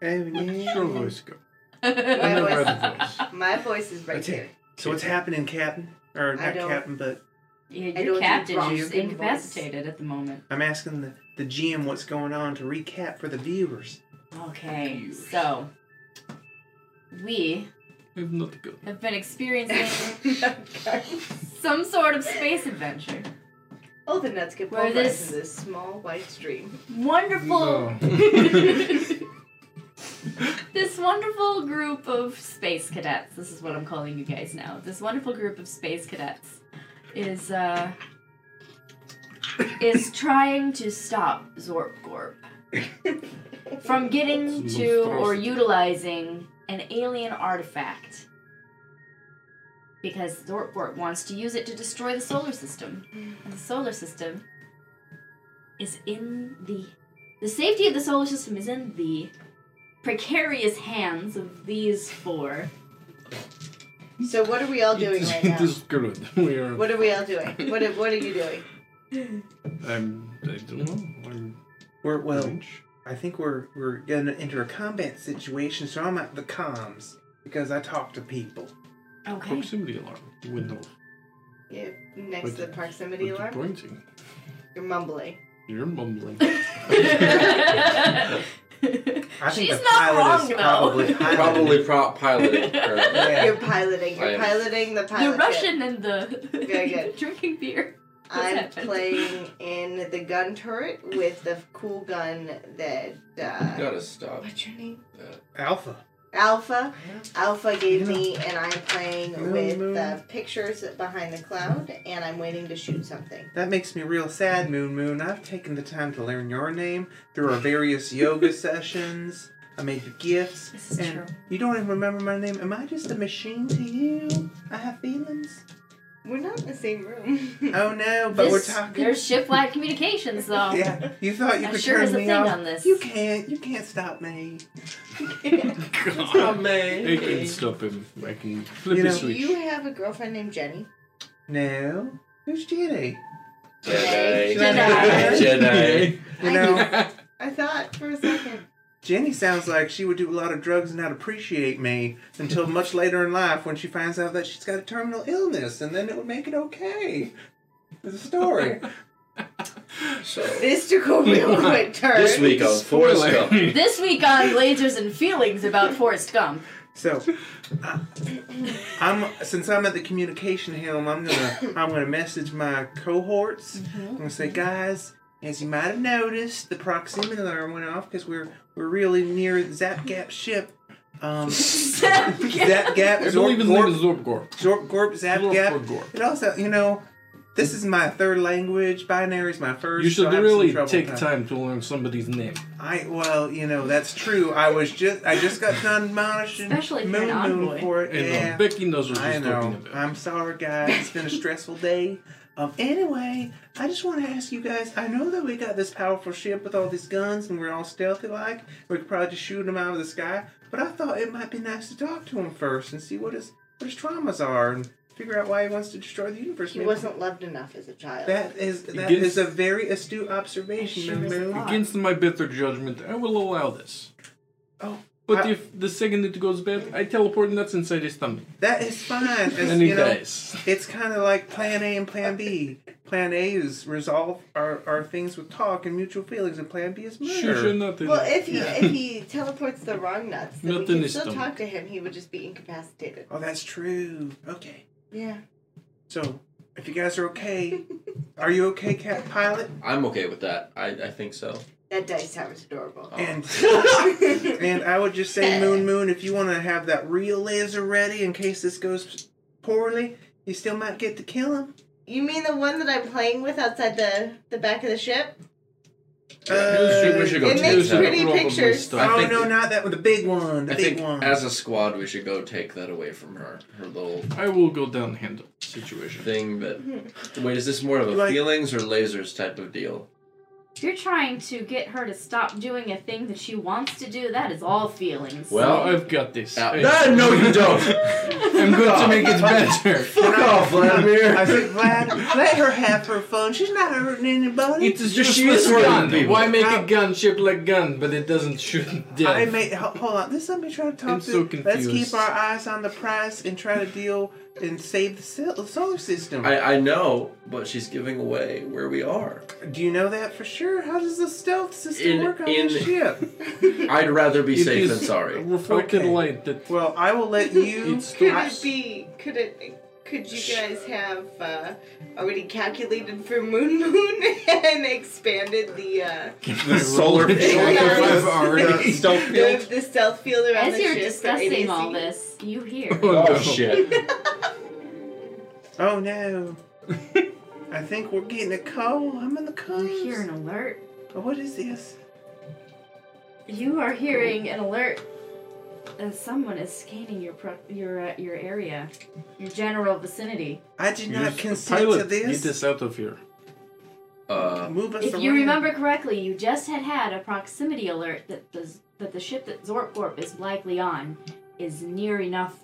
S2: Where'd your voice go?
S4: My
S2: Another
S4: voice,
S2: other voice.
S4: my voice is right
S3: That's it.
S4: here.
S3: So what's happening, Captain? Or
S4: I
S3: not
S4: don't-
S3: Captain, but
S1: Yeah,
S4: I
S1: your
S4: don't do
S1: captain
S4: props.
S1: is
S4: Give me voice.
S1: incapacitated at the moment.
S3: I'm asking the, the GM what's going on to recap for the viewers.
S1: Okay, so we
S2: I'm not good.
S1: have been experiencing
S4: Okay.
S1: some sort of space adventure.
S4: *laughs* All the nuts get
S1: Where
S4: pulverized
S1: this-
S4: in this small white stream.
S3: Oh.
S1: Wonderful, this wonderful group of space cadets. This is what I'm calling you guys now. This wonderful group of space cadets is uh is trying to stop Zorp Gorp from getting to or utilizing an alien artifact because Zorpgort wants to use it to destroy the solar system. And the solar system is in the the safety of the solar system is in the precarious hands of these four.
S4: So what are
S3: *laughs*
S4: we
S2: *laughs*
S4: all doing right now?
S2: It is good. We are.
S4: What are we all doing? What are, what are you doing?
S2: I'm. I don't know. I'm.
S3: We're well.
S2: orange.
S3: I think we're we're gonna enter a combat situation, so I'm at the comms because I talk to people.
S1: Okay.
S2: Proximity alarm. Window.
S4: Yeah, next
S2: What
S4: to the
S2: the-
S4: proximity
S2: You're
S4: alarm.
S2: pointing.
S4: You're mumbling.
S2: You're mumbling.
S4: *laughs*
S3: I think
S1: She's
S3: the
S1: not
S3: pilot
S1: wrong,
S3: is
S1: though. *laughs*
S3: probably piloting.
S5: Probably pro- piloted.
S3: Yeah.
S5: Or,
S4: You're piloting. You're
S5: I am.
S4: piloting the pilot.
S1: the
S4: ship.
S1: Russian and the
S4: Very good.
S1: *laughs* drinking beer.
S4: I'm
S1: happened.
S4: playing in the gun turret with the cool gun that. Uh,
S5: gotta stop.
S4: What's your name?
S3: *laughs* Alpha.
S4: Alpha. Alpha gave me, and I'm
S3: No,
S4: playing with
S3: no.
S4: the pictures behind the cloud, and I'm waiting to shoot something.
S3: That makes me real sad, Moon Moon. I've taken the time to learn your name through
S1: *laughs*
S3: our various yoga sessions. I made you gifts.
S1: This is
S3: and
S1: true.
S3: You don't even remember my name. Am I just a machine to you? I have feelings.
S4: We're not in the same *laughs* room.
S6: Oh no, but
S1: This-
S6: we're talking.
S1: There's ship-wide communications, though.
S6: Yeah, you thought you
S1: That
S6: could
S1: sure
S6: turn
S1: is a
S6: me
S1: thing
S6: off.
S1: on this.
S6: You can't. You can't stop me.
S2: I
S5: Stop me.
S2: can stop him. I can flip
S6: You
S2: a
S6: know-
S4: Do
S2: switch.
S4: you have a girlfriend named Jenny?
S6: No. Who's Jenny?
S5: Jedi.
S4: Jedi.
S5: Jedi.
S6: You
S4: I-
S6: know, *laughs*
S4: I thought for a second.
S6: Jenny sounds like she would do a lot of drugs and not appreciate me until *laughs* much later in life when she finds out that she's got a terminal illness, and then it would make it okay. It's a *laughs* story.
S4: *laughs*
S5: So
S4: This took a real quick turn.
S5: this week on Forrest
S2: Spoiler.
S5: Gump.
S1: This week on Lasers and Feelings about Forrest Gump.
S6: so, I, am since I'm at the communication helm, I'm gonna I'm gonna message my cohorts. I'm gonna say, guys, as you might have noticed, the proximity alarm went off because we're we're really near the Zap Gap ship. Um, Zap Gap.
S2: I believe his name is Zorpgor.
S6: Zorp Gorp, Zap
S2: Zorp
S6: Gap.
S2: or Gorp.
S6: It also, you know, this is my third language. Binary is my first.
S2: You
S6: so
S2: should
S6: I have some
S2: really
S6: trouble
S2: take
S6: with that.
S2: time to learn somebody's name.
S6: I well, you know, that's true. I was just, I just got done admonishing
S1: Especially if you're
S6: Moon
S1: an
S6: Moon
S1: envoy.
S6: for it.
S2: And uh,
S6: Yeah,
S2: Becky knows what
S6: I
S2: she's
S6: know.
S2: talking about.
S6: I'm sorry, guys. It's been a stressful day. Um, anyway, I just want to ask you guys. I know that we got this powerful ship with all these guns, and we're all stealthy like. We could probably just shoot them out of the sky. But I thought it might be nice to talk to him first and see what his what his traumas are, and figure out why he wants to destroy the universe.
S4: He
S6: Maybe-
S4: wasn't loved enough as a child.
S6: that is that
S2: Against-
S6: is a very astute observation,
S1: Sure is a
S6: Moon.
S1: lot.
S2: Against my better judgment, I will allow this.
S6: Oh,
S2: But
S6: I-
S2: if the second it goes bad, I teleport nuts inside his stomach.
S6: That is fine. As,
S2: And he
S6: you know,
S2: dies.
S6: It's kind of like plan A and plan B. Plan A is resolve our, our things with talk and mutual feelings, and plan B is murder.
S2: Sure, sure, nothing.
S4: well, if he
S2: *laughs*
S4: if he teleports the wrong nuts, then we
S2: Nothing
S4: can
S2: is
S4: still
S2: done.
S4: talk to him. He would just be incapacitated.
S6: Oh, that's true. Okay.
S4: Yeah.
S6: So, if you guys are okay, are you okay, Cat Pilot?
S5: I'm okay with that. I, I think so.
S4: That dice tower is adorable.
S2: Oh.
S6: And and I would just say, Moon Moon, if you want to have that real laser ready in case this goes poorly, you still might get to kill him.
S4: *laughs* you mean the one that I'm playing with outside the the back of the ship?
S6: Uh,
S2: we should go
S4: it
S2: take
S4: makes
S2: that
S4: pretty
S2: probably
S4: pictures.
S2: stuff.
S5: I
S6: oh
S5: think-
S6: no, not that one. The big one. The
S5: I
S6: big
S5: think
S6: one.
S5: as a squad, we should go take that away from her. Her little
S2: I will go down and handle the situation.
S5: thing. But wait, is this more of a
S6: Like-
S5: feelings or lasers type of deal?
S1: *laughs* You're trying to get her to stop doing a thing that she wants to do. That is all feelings.
S5: Well,
S2: Well, I've got this.
S5: Uh,
S2: I-
S5: no, no, *laughs* you don't.
S2: I'm going to make it *laughs* better.
S5: Fuck off,
S6: I
S5: Vladimir.
S6: said, Vlad, let her have her fun. She's not hurting anybody.
S2: It is just
S5: She is
S2: a
S5: hurting
S2: gun.
S5: people.
S2: Why make a gun shaped like gun, but it doesn't shoot death?
S6: I may ho- hold on. This let me try to talk
S2: I'm
S6: to.
S2: so
S6: Let's keep
S2: confused.
S6: our eyes on the prize and try to deal and save the sil- solar system.
S5: I, I know, but she's giving away where we are.
S6: Do you know that for sure? How does the stealth system
S5: In-
S6: work on
S5: in-
S6: this ship?
S5: I'd rather be
S2: It
S5: safe
S2: is
S5: than sorry.
S2: Reflected
S6: Okay.
S2: light that
S6: Well, I will let you.
S2: *laughs* It's
S4: Could
S2: I-
S4: it be? Could it? Could you guys have uh, already calculated for Moon Moon *laughs* and expanded the uh,
S5: The *laughs* solar
S2: *laughs*
S4: field.
S5: *laughs*
S6: Uh, stealth
S4: the,
S6: field.
S4: the stealth field around
S1: As
S4: the
S1: you're
S4: ship for
S1: discussing
S4: ADC?
S1: all this, you hear.
S2: Oh,
S5: Oh
S2: no.
S5: shit!
S6: Oh no. I think we're getting a call. I'm in the call.
S1: You hear an alert.
S6: What is this?
S1: You are hearing an alert. And someone is scanning your pro- your uh, your area, your general vicinity.
S6: I did not
S2: Use-
S6: consent
S2: pilot,
S6: to this.
S2: Get this out of here.
S5: Uh,
S6: Move us
S1: if you
S6: around.
S1: remember correctly, you just had had a proximity alert that the that the ship that Zorpgorp is likely on is near enough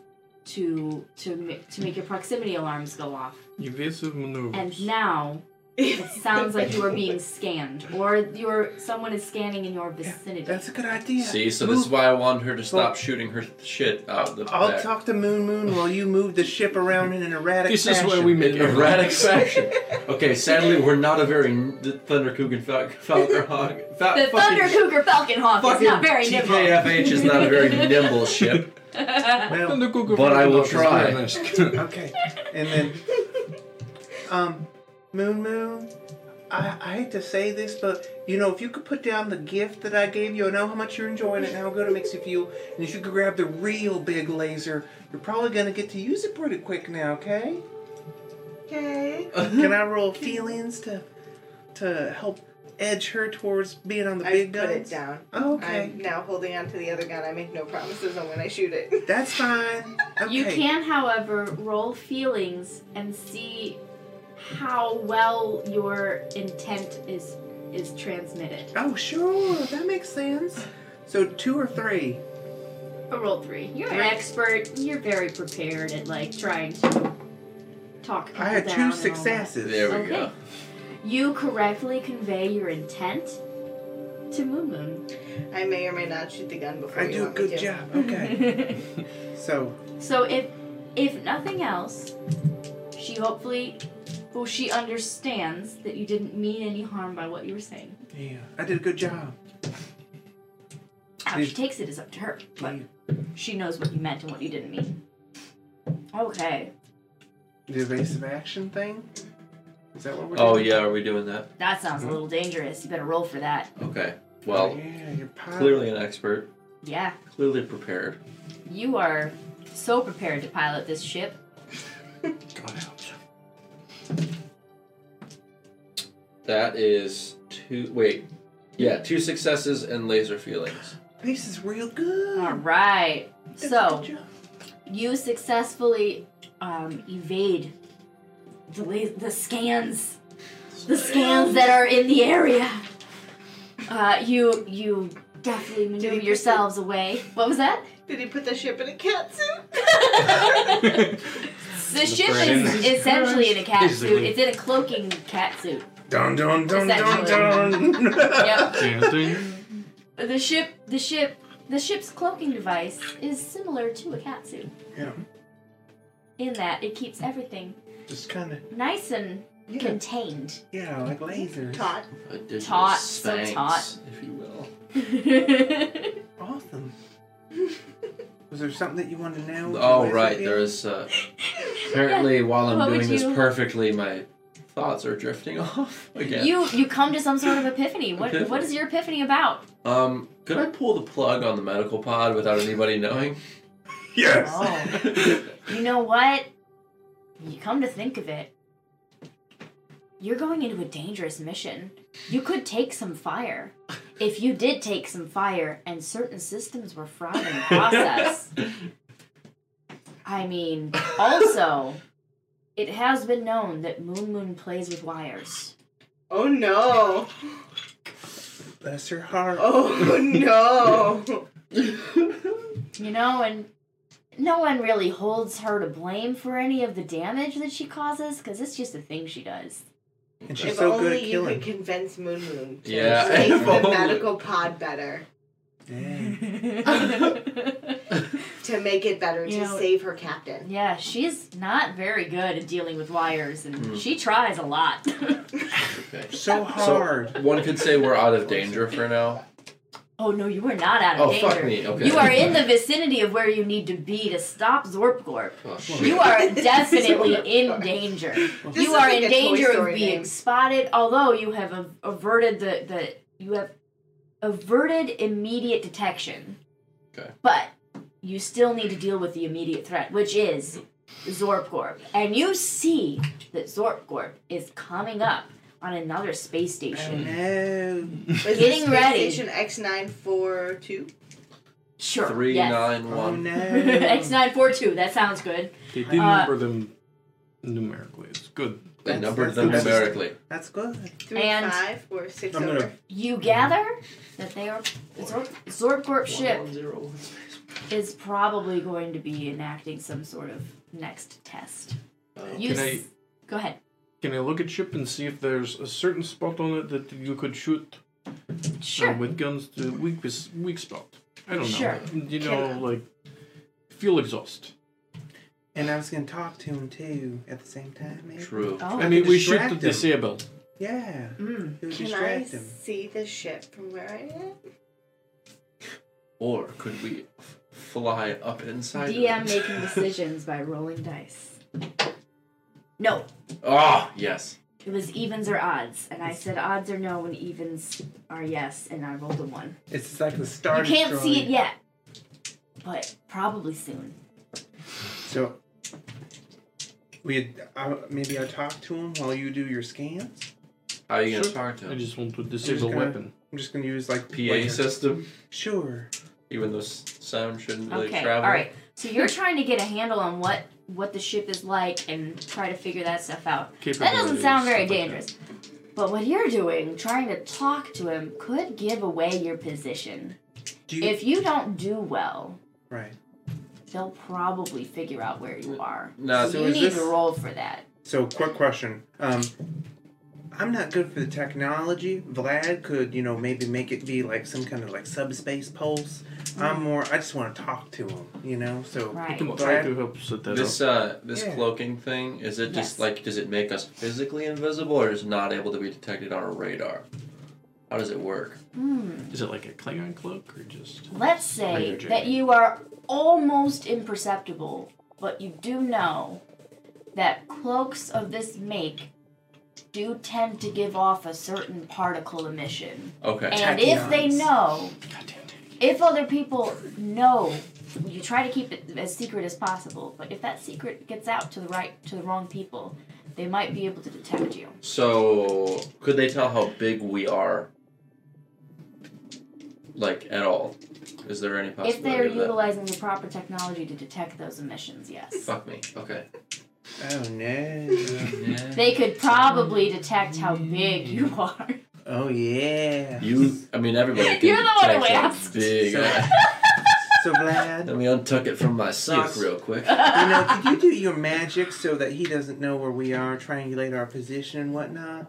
S1: to to ma- to make your proximity alarms go off.
S2: Evasive maneuvers.
S1: And now it sounds like you are being scanned, or you're someone is scanning in your vicinity.
S6: That's a good idea.
S5: see, so
S6: Move
S5: this is why I want her to
S6: Well-
S5: stop shooting her shit out the
S6: I'll
S5: back.
S6: talk to Moon Moon while you move the ship around in an erratic
S2: This is
S6: fashion.
S2: why we make
S5: In *laughs* erratic
S6: *laughs*
S5: fashion. Okay, sadly, we're not a very n- the Thunder Coogan Fal- Falcon Hog. Fa-
S1: the
S5: fucking-
S1: Thunder Cougar Falcon Hawk is
S5: fucking
S1: not very nimble.
S5: TKFH is not
S1: *laughs*
S5: a very nimble ship.
S6: Well,
S2: the Google
S5: But I
S2: *laughs*
S5: will
S2: try.
S6: okay, and then, um, Moon Moon, I, I hate to say this, but you know, if you could put down the gift that I gave you, I know how much you're enjoying it and how good it makes you feel, and if you could grab the real big laser, you're probably gonna get to use it pretty quick now. Okay?
S4: Okay. Uh-huh.
S6: Can I roll feelings to to help
S3: edge her towards being on the
S4: I
S3: big
S4: put
S3: guns?
S4: it down.
S3: Oh, okay,
S4: I'm now holding on to the other gun. I make no promises on when I shoot it.
S3: that's fine. Okay.
S1: You can, however, roll feelings and see how well your intent is is transmitted.
S3: Oh, sure, that makes sense. So two or three.
S1: But roll three. You're an expert. You're very prepared at like trying to talk. People
S3: I had
S1: down
S3: two
S1: and all that.
S3: successes.
S5: There we
S1: Okay.
S5: go.
S1: You correctly convey your intent to Moon Moon.
S4: I may or may not shoot the gun before
S3: I
S4: you
S3: do a
S4: want me
S3: good
S4: to.
S3: job. Okay. *laughs* so
S1: So if if nothing else, she hopefully well she understands that you didn't mean any harm by what you were saying.
S3: yeah, I did a good job.
S1: How she
S3: Please.
S1: takes it is up to her, but
S3: Yeah.
S1: she knows what you meant and what you didn't mean. Okay,
S3: The evasive action thing. Is that what we're
S5: Oh
S3: doing?
S5: yeah, are we doing that?
S1: that sounds a little dangerous. You better roll for that.
S5: Okay.
S3: Oh,
S5: Well,
S3: yeah, you're pilot.
S5: clearly an expert,
S1: Yeah,
S5: clearly prepared.
S1: you are so prepared to pilot this ship.
S5: God help That is two. Wait. Yeah, two successes and laser feelings.
S3: This is real good.
S1: All right,
S3: That's a
S1: so
S3: good job.
S1: you successfully um, evade the, la- the scans, the scans that are in the area. Uh, you you definitely
S4: he
S1: maneuver
S4: put the-
S1: yourselves away. What was that?
S4: Did he put the ship in a cat suit?
S1: The ship
S2: friend.
S1: is essentially in a cat suit.
S2: Basically.
S1: It's in a cloaking cat suit.
S3: Dun dun dun dun
S1: Essentially.
S3: dun.
S1: *laughs*
S3: *laughs*
S1: Yep.
S2: Dancing.
S1: The ship, the ship, the ship's cloaking device is similar to a cat suit
S3: Yeah,
S1: in that it keeps everything
S3: just kind of
S1: nice and
S3: yeah,
S6: *laughs*
S1: contained.
S3: yeah, like lasers.
S4: Taut.
S5: A digital
S1: Taut, so
S5: Sphinx,
S1: taut.
S5: if you will.
S3: Awesome. *laughs* Was there something that you wanted to know?
S5: Oh right, there is. Uh,
S1: *laughs*
S5: apparently, while I'm
S1: What would
S5: doing this
S1: you-
S5: perfectly, my thoughts are drifting *laughs* off again.
S1: You you come to some sort of epiphany. What
S5: Epiphany.
S1: what is your epiphany about?
S5: Um, could I pull the plug on the medical pod without anybody knowing?
S3: Yes.
S1: Oh, you know what? You come to think of it, you're going into a dangerous mission. You could take some fire. If you did take some fire and certain systems were fried in the process, I mean, also, it has been known that Moon Moon plays with wires.
S4: Oh no.
S3: Bless her heart.
S4: Oh
S3: *laughs*
S4: no.
S1: You know, and no one really holds her to blame for any of the damage that she causes because it's just a thing she does.
S3: and she's
S4: if
S3: so
S4: only
S3: good at
S4: you could
S3: killing.
S4: convince Moon Moon to
S5: Yeah, *laughs*
S4: make
S5: if
S4: the
S5: only.
S4: medical pod better,
S3: *laughs* Yeah.
S4: *laughs* to make it better,
S1: You
S4: to
S1: know-
S4: save
S3: *laughs*
S4: her captain.
S1: yeah, she's not very good at dealing with wires, and
S5: Hmm.
S1: she tries a lot. *laughs*
S5: Okay.
S3: So hard.
S5: One could say we're out of danger for now.
S1: oh no, you are not out of
S5: Oh
S1: danger.
S5: fuck me. Okay.
S1: You are
S5: *laughs*
S1: in the vicinity of where you need to be to stop Zorpgorp.
S5: Oh, shit.
S4: *laughs*
S1: You are definitely in danger.
S4: This
S1: you
S4: is
S1: are
S4: like
S1: in
S4: a Toy
S1: danger of
S4: Story
S1: being
S4: name.
S1: spotted, although you have a- averted the, the you have averted immediate detection.
S5: Okay.
S1: But you still need to deal with the immediate threat, which is Zorpgorp. And you see that Zorpgorp is coming up on another space
S3: Oh,
S1: station.
S3: no.
S5: Mm.
S4: Is this
S1: Getting
S4: space
S1: ready.
S4: Station X nine four two.
S1: Sure.
S5: Three
S1: yes.
S5: nine
S3: Oh
S1: *laughs*
S5: one.
S1: X
S5: *laughs*
S3: no.
S1: nine four two. That sounds good.
S2: They did
S1: Uh,
S2: number them numerically. It's good.
S5: They
S1: Oh,
S3: That's-
S5: numbered
S3: that's
S5: them
S3: the best.
S5: numerically.
S3: That's good.
S4: Three
S1: And-
S4: five or six
S3: I'm
S4: over.
S3: gonna-
S1: You gather that they are Zorp, Zorpgorp ship
S5: One, zero, one.
S1: is probably going to be enacting some sort of next test.
S5: Oh.
S1: You
S2: Can I-
S1: s- go ahead.
S2: Can I look at ship and see if there's a certain spot on it that you could shoot
S1: Sure.
S2: uh, with guns to weak pis- weak spot? I don't know.
S1: Sure.
S2: You know, like fuel exhaust.
S3: And I was gonna talk to him too at the same time. Maybe.
S5: True.
S1: Oh.
S2: I mean, we shoot
S3: distract
S2: to
S3: him.
S2: disable.
S3: Yeah.
S1: Mm.
S3: It would
S4: Can I
S3: distract him.
S4: see the ship from where I am?
S5: Or could we f- fly up inside? of
S1: DM
S5: it?
S1: making decisions by rolling dice. No,
S5: Ah, yes.
S1: it was evens or odds, and I said odds are no and evens are yes, and I rolled a one.
S3: It's like the star.
S1: you can't see it
S3: Destroyer.
S1: yet, but probably soon.
S3: So uh, we, I, maybe I talk to him while you do your scans.
S5: How are you gonna
S3: Sure.
S5: talk to
S2: I
S5: him?
S2: just want to disable
S3: gonna-
S2: weapon.
S3: I'm just gonna use like
S5: PA
S3: like-
S5: system,
S3: Sure.
S5: even though s- sound shouldn't really
S1: Okay.
S5: travel.
S1: All right. So you're trying to get a handle on what what the ship is like and try to figure that stuff out. That doesn't
S2: Capabilities,
S1: sound very
S2: stuff like that.
S1: dangerous. But what you're doing, trying to talk to him, could give away your position.
S3: Do you
S1: If you don't do well,
S3: right?
S1: they'll probably figure out where you are.
S5: No,
S1: so
S3: so
S1: you
S3: is
S1: need
S3: this-
S1: to roll for that.
S3: So quick question. Um, I'm not good for the technology. Vlad could you know maybe make it be like some kind of like subspace pulse. I'm more. I just want to talk to him. You know. So
S1: Right.
S2: Can try to help set that
S5: This uh, this
S3: Yeah.
S5: cloaking thing is it just
S1: Yes.
S5: like does it make us physically invisible or is not able to be detected on a radar? How does it work?
S1: Hmm.
S2: up. Is it like a Klingon cloak or just?
S1: Let's
S2: Laser
S1: say
S2: jacket.
S1: that you are almost imperceptible, but you do know that cloaks of this make do tend to give off a certain particle emission.
S5: Okay.
S1: And if they
S3: Tachyons.
S1: know,
S2: Goddamn it.
S1: if other people know, you try to keep it as secret as possible, but if that secret gets out to the right to the wrong people, they might be able to detect you.
S5: So could they tell how big we are? Like at all? Is there any
S1: If they're
S5: possibility of that?
S1: utilizing the proper technology to detect those emissions, yes.
S5: Fuck me. Okay.
S3: Oh no.
S1: They could probably detect how big you are. *laughs*
S3: oh yeah.
S5: You. I mean, everybody. Can
S1: You're the one who
S5: detect how
S1: asked.
S5: *laughs* Big.
S3: So-
S5: I-
S3: So Vlad,
S5: Let me untuck it from my sock
S2: Yes.
S1: *laughs*
S5: real quick. Mm.
S3: you know, could you do your magic so that he doesn't know where we are, triangulate our position and whatnot?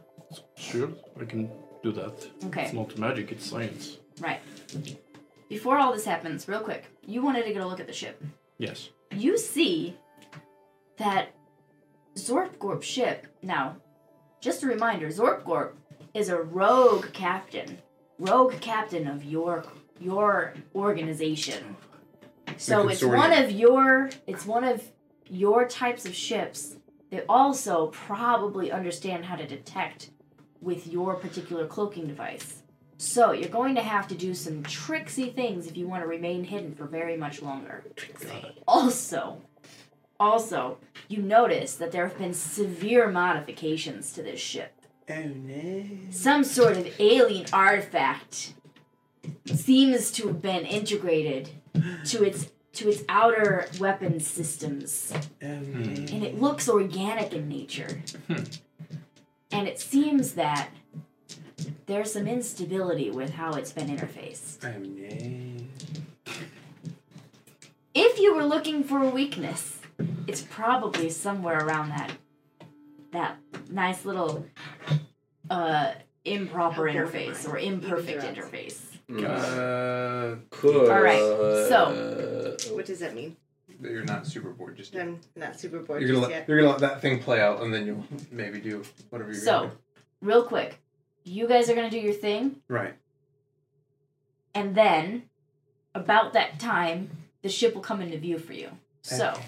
S2: Sure, I can do that. It's
S1: Okay,
S2: not magic, it's science.
S1: right. Before all this happens, real quick, you wanted to get a look at the ship.
S2: Yes.
S1: You see that Zorpgorp ship. Now, just a reminder, Zorpgorp is a rogue captain, rogue captain of your your organization. So it's
S3: consortium.
S1: one of your it's one of your types of ships that also probably understand how to detect with your particular cloaking device. So you're going to have to do some tricksy things if you want to remain hidden for very much longer. Also, also, you notice that there have been severe modifications to this ship.
S3: Oh no.
S1: Some sort of alien artifact seems to have been integrated to its to its outer weapons systems,
S3: Oh no.
S1: and it looks organic in nature.
S2: Hmm.
S1: And it seems that there's some instability with how it's been interfaced.
S3: Oh no.
S1: If you were looking for a weakness, it's probably somewhere around that that nice little uh improper interface or imperfect
S4: Even drugs.
S1: interface.
S3: Uh,
S5: Cool.
S1: All right,
S5: uh,
S3: Oh.
S4: What does that mean?
S3: you're not super bored. Just
S4: I'm not super bored
S3: You're gonna
S4: just
S3: let,
S4: yet.
S3: you're gonna let that thing play out, and then you'll maybe do whatever you're
S1: So,
S3: gonna do.
S1: real quick, you guys are gonna do your thing,
S3: Right.
S1: and then about that time, the ship will come into view for you. So,
S3: Okay.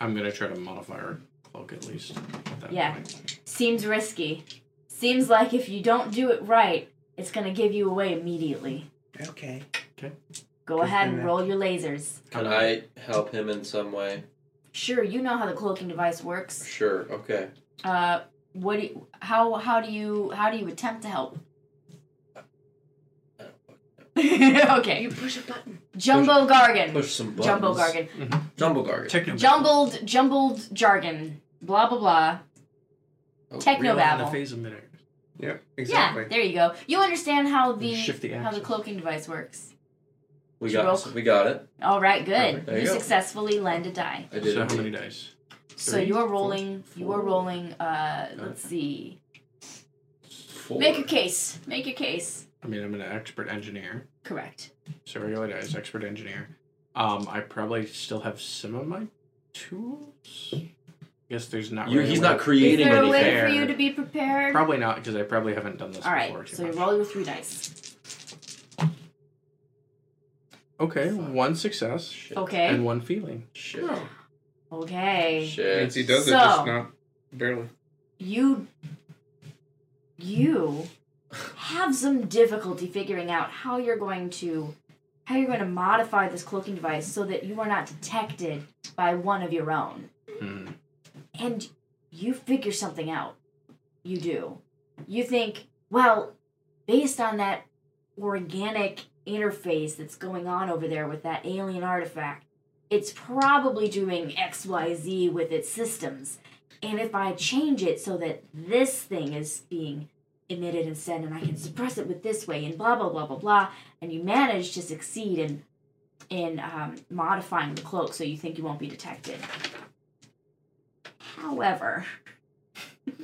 S2: I'm gonna try to modify our cloak at least. at that
S1: Yeah.
S2: point.
S1: seems risky. Seems like if you don't do it right, it's gonna give you away immediately.
S3: Okay.
S1: Go
S3: Good
S1: ahead
S3: for
S1: and
S3: now.
S1: roll your lasers.
S5: Can I help him in some way?
S1: Sure, you know how the cloaking device works.
S5: Sure. Okay.
S1: Uh, what do you, how how do you how do you attempt to help? *laughs* okay,
S4: You push a button.
S1: jumbo gargan,
S5: Push some buttons.
S1: jumbo gargan,
S5: Jumbo gargan.
S2: Technobabble.
S1: jumbled jumbled jargon, blah blah blah.
S5: Oh,
S1: Techno
S5: really?
S1: babble.
S2: The phase emitter.
S3: Yep.
S1: Yeah, there you go. You understand how the
S2: Shift the
S1: how the
S2: axis.
S1: cloaking device works.
S5: We
S1: Roll.
S5: got. We got it.
S1: All right, good.
S5: Perfect. There
S1: You,
S5: you go.
S1: successfully land a die.
S5: I did.
S2: So
S5: it.
S2: how many dice?
S1: So
S2: Three,
S1: you are rolling. You are
S5: four.
S1: rolling. Uh,
S5: Okay.
S1: let's see.
S5: Four.
S1: Make a case. Make a case.
S2: I mean, I'm an expert engineer.
S1: Correct.
S2: So regular dice, expert engineer. Um, I probably still have some of my tools. guess there's not.
S5: You,
S2: really a
S5: he's
S2: way-
S5: not
S1: Is
S5: creating
S1: there a
S5: anything.
S1: way for
S2: anything.
S1: you to be prepared?
S2: Probably not because I probably haven't done this
S1: All
S2: before.
S1: right.
S2: Too
S1: So you
S2: much.
S1: roll your three dice.
S2: Okay, one success
S5: Shit.
S1: Okay. Oh.
S2: and one feeling.
S5: Shit.
S1: Okay.
S5: Shit.
S3: Nancy does it,
S1: So-
S3: just not barely.
S1: you you have some difficulty figuring out how you're going to how you're going to modify this cloaking device so that you are not detected by one of your own
S2: Hmm.
S1: and you figure something out you do you think, well, based on that organic interface that's going on over there with that alien artifact, it's probably doing XYZ with its systems. And if I change it so that this thing is being emitted and sent, and I can suppress it with this way, and blah, blah, blah, blah, blah, and you manage to succeed in, in um, modifying the cloak so you think you won't be detected. However, *laughs*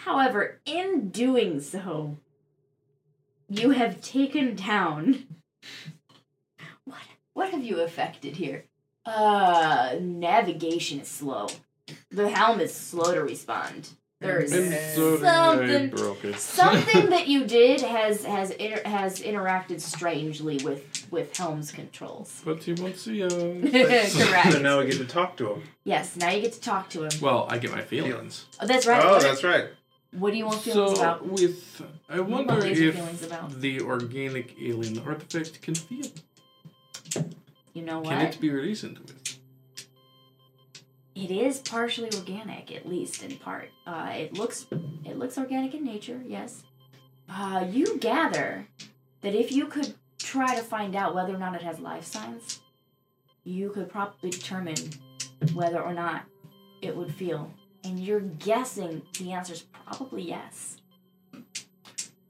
S1: However, in doing so, you have taken down. *laughs* What what have you affected here? Uh, navigation is slow. The helm is slow to respond. There is
S2: And so did I
S1: something
S2: broke it.
S1: something that you did has has inter- has interacted strangely with with helm's controls. *laughs*
S2: But he won't see us.
S3: *laughs* So
S1: Correct.
S3: now we get to talk to him.
S1: Yes. Now you get to talk to him.
S2: Well, I get my feelings.
S1: Oh, that's right.
S3: Oh,
S1: what,
S3: that's right.
S1: what do you want feelings
S2: So,
S1: about?
S2: with. I wonder
S1: What is your
S2: if
S1: feelings about?
S2: the organic alien artifact can feel.
S1: You know what?
S2: Can it be reasoned with?
S1: It is partially organic, at least in part. Uh, it looks it looks organic in nature, yes. Uh, you gather that if you could try to find out whether or not it has life signs, you could probably determine whether or not it would feel. And you're guessing the answer's probably yes.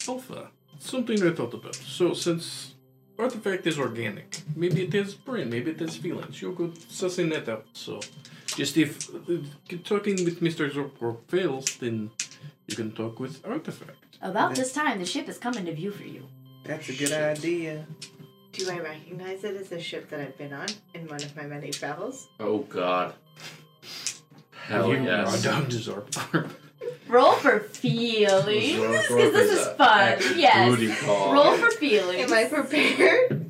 S2: Alpha. Something I thought about. So, since artifact is organic, maybe it has brain, maybe it has feelings. You're good sussing that out. So, just if uh, talking with Mr. Zorkor fails, then you can talk with artifact.
S1: About this time, the ship is coming to view for you.
S3: That's a good idea.
S4: Do I recognize it as a ship that I've been on in one of my many travels?
S5: Oh God. Hell
S2: you
S5: yes.
S2: are down to *laughs* Zorkor.
S1: Roll for feelings, because this is
S5: Zorkor's
S1: fun.
S5: actual
S1: Yes.
S5: Booty call. *laughs*
S1: Roll for feelings.
S4: Am I prepared?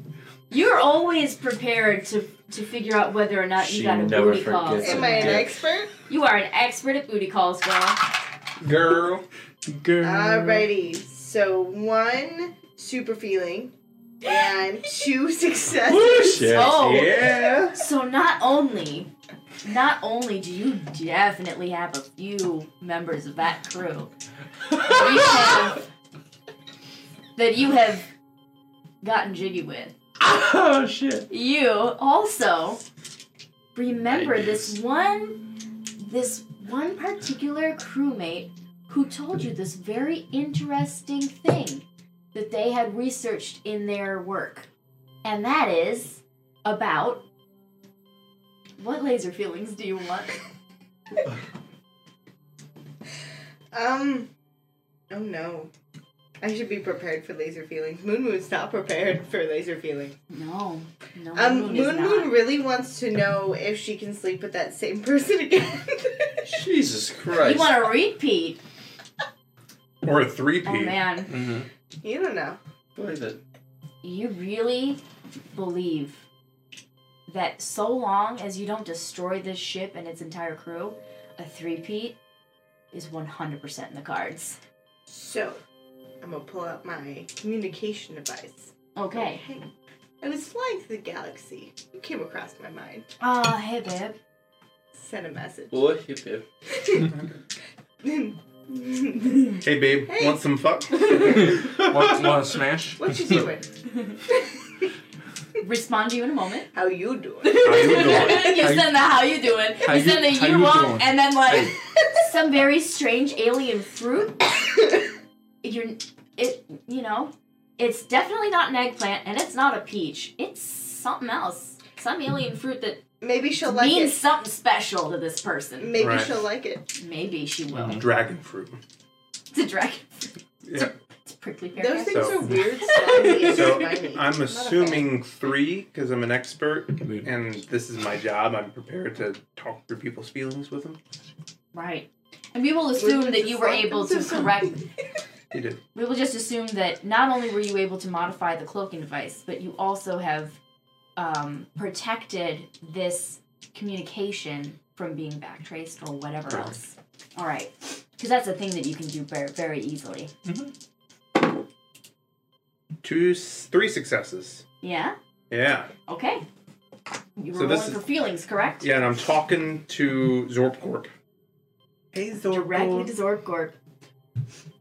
S1: You're always prepared to to figure out whether or not you
S5: She
S1: got a
S5: never
S1: booty call.
S5: forgets
S4: Am I an expert?
S1: You are an expert at booty calls, girl.
S3: Girl.
S2: Girl.
S4: Alrighty. So one super feeling and two *laughs* successes.
S5: Shit.
S1: Oh.
S3: Yeah.
S1: So not only not only do you definitely have a few members of that
S5: *laughs*
S1: crew that you have, that you have gotten jiggy with.
S2: Oh, shit.
S1: You also remember this one this one particular crewmate who told you this very interesting thing that they had researched in their work. And that is about what laser feelings do you want?
S4: Um. Oh no. I should be prepared for laser feelings. Moon Moon's not prepared for laser feelings.
S1: No. No.
S4: Um,
S1: Moon
S4: Moon
S1: is
S4: Moon,
S1: not.
S4: really wants to know if she can sleep with that same person again. *laughs*
S5: Jesus
S1: You
S5: Christ.
S1: want a repeat?
S3: Or a three
S1: Oh man,
S3: Mm-hmm.
S4: you don't know.
S5: Boy, that-
S1: you really believe that so long as you don't destroy this ship and its entire crew, a three-peat is 100% in the cards.
S4: So, I'm gonna pull out my communication device.
S1: Okay.
S4: Hey, I was flying through the galaxy. It came across my mind.
S1: Uh, hey, babe.
S4: Send a message. *laughs*
S5: Boy, hip *laughs* hip.
S3: Hey, babe,
S4: Hey.
S3: want some
S1: *laughs*
S3: fuck?
S2: Want, want to smash?
S4: what you doing?
S1: Respond to you in a moment.
S4: How you doing?
S2: How
S1: *laughs*
S2: you
S1: you
S2: doing?
S1: send the how you doing.
S2: How
S1: you
S2: you-
S1: send
S2: how
S1: the you
S2: you
S1: want,
S2: doing?
S1: and then like
S2: Hey.
S1: *laughs* some very strange alien
S2: *laughs*
S1: fruit. You're it. You know, it's definitely not an eggplant, and it's not a peach. It's something else. Some alien fruit that
S4: Maybe she'll like
S1: means
S4: it.
S1: something special to this person.
S4: Maybe
S3: Right.
S4: she'll like it.
S1: Maybe she will.
S3: Dragon fruit.
S1: *laughs* It's a dragon.
S3: Mm-hmm. Yeah.
S1: It's a prickly pear.
S4: Those things
S3: So-
S4: are weird.
S3: *laughs*
S4: Slightly and
S3: So
S4: funny. Not a
S3: I'm
S4: fan.
S3: assuming three because I'm an expert
S2: Moon.
S3: and this is my job. I'm prepared to talk through people's feelings with them.
S1: Right. And we will assume that you were able to correct
S3: *laughs* You did.
S1: We will just assume that not only were you able to modify the cloaking device, but you also have um, protected this communication from being backtraced or whatever else. All right, because that's a thing that you can do very, very easily.
S3: Two, s- three successes.
S1: Yeah.
S3: Yeah.
S1: Okay. You were
S3: So this
S1: rolling for
S3: is-
S1: feelings, correct?
S3: Yeah, and I'm talking to Zorp Corp. Hey, Zorp
S1: Directly to Zorbcorp.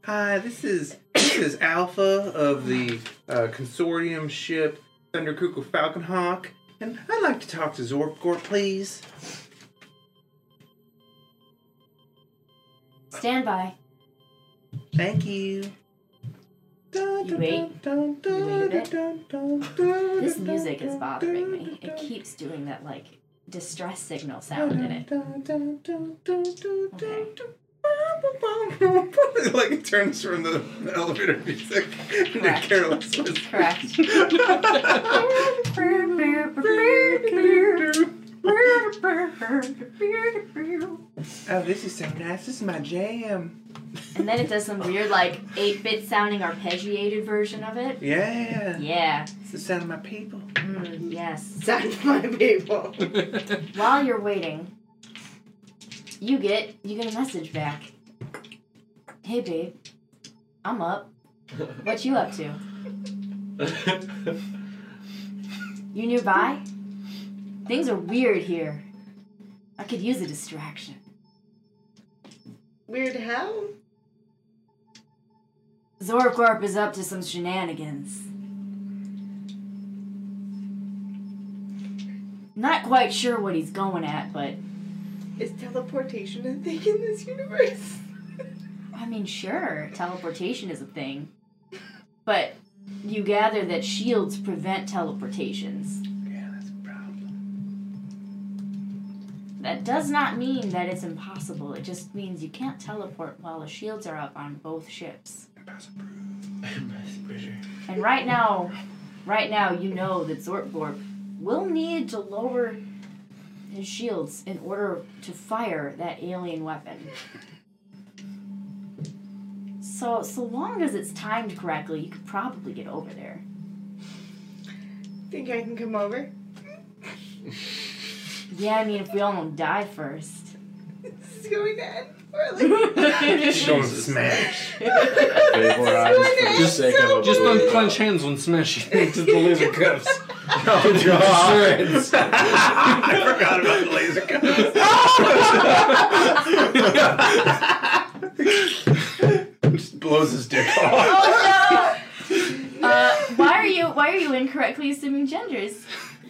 S3: Hi, this is this is Alpha of the uh, consortium ship Thunder Cuckoo Falcon Hawk, and I'd like to talk to Zorpgor, please.
S1: Stand by.
S3: Thank you. Dun,
S1: You
S3: dun,
S1: wait.
S3: dun, dun,
S1: You wait a bit.
S3: dun, dun, dun, dun,
S1: This
S3: dun,
S1: music is
S3: dun,
S1: bothering
S3: dun,
S1: me. It
S3: dun,
S1: keeps doing that like distress signal
S3: dun,
S1: sound in
S3: *laughs*
S1: it.
S3: dun, dun, dun, dun, dun,
S1: Okay.
S3: dun, dun, dun. like it turns from the elevator music into
S1: Correct.
S3: careless whisper.
S1: Correct.
S3: Oh, this is so nice. This is my jam.
S1: And then it does some weird like 8-bit sounding arpeggiated version of it.
S3: Yeah.
S1: Yeah.
S3: It's the sound of my people.
S1: Mm, yes.
S4: Sound my people.
S1: While you're waiting, you get you get a message back. Hey babe, I'm up. What you up to?
S5: *laughs*
S1: You nearby? Things are weird here. I could use a distraction.
S4: Weird how?
S1: Zorcorp is up to some shenanigans. Not quite sure what he's going at, but
S4: Is teleportation a thing in this universe?
S1: I mean, sure, teleportation is a thing. But you gather that shields prevent teleportations.
S3: Yeah, that's a problem.
S1: That does not mean that it's impossible, it just means you can't teleport while the shields are up on both ships. And right now, right now, you know that Zortborb will need to lower his shields in order to fire that alien weapon. So, so long as it's timed correctly, you could probably get over there.
S4: Think I can come over?
S1: Yeah, I mean, if we all don't die first. *laughs*
S4: This is going to end poorly.
S3: Don't smash.
S5: Just
S2: Just don't
S5: *laughs*
S2: clench hands when smashing *laughs* into the laser cuffs. Oh, God.
S5: *laughs*
S3: I forgot about the laser cuts. Just blows his dick off.
S1: Oh, Uh, why are you why are you incorrectly assuming genders?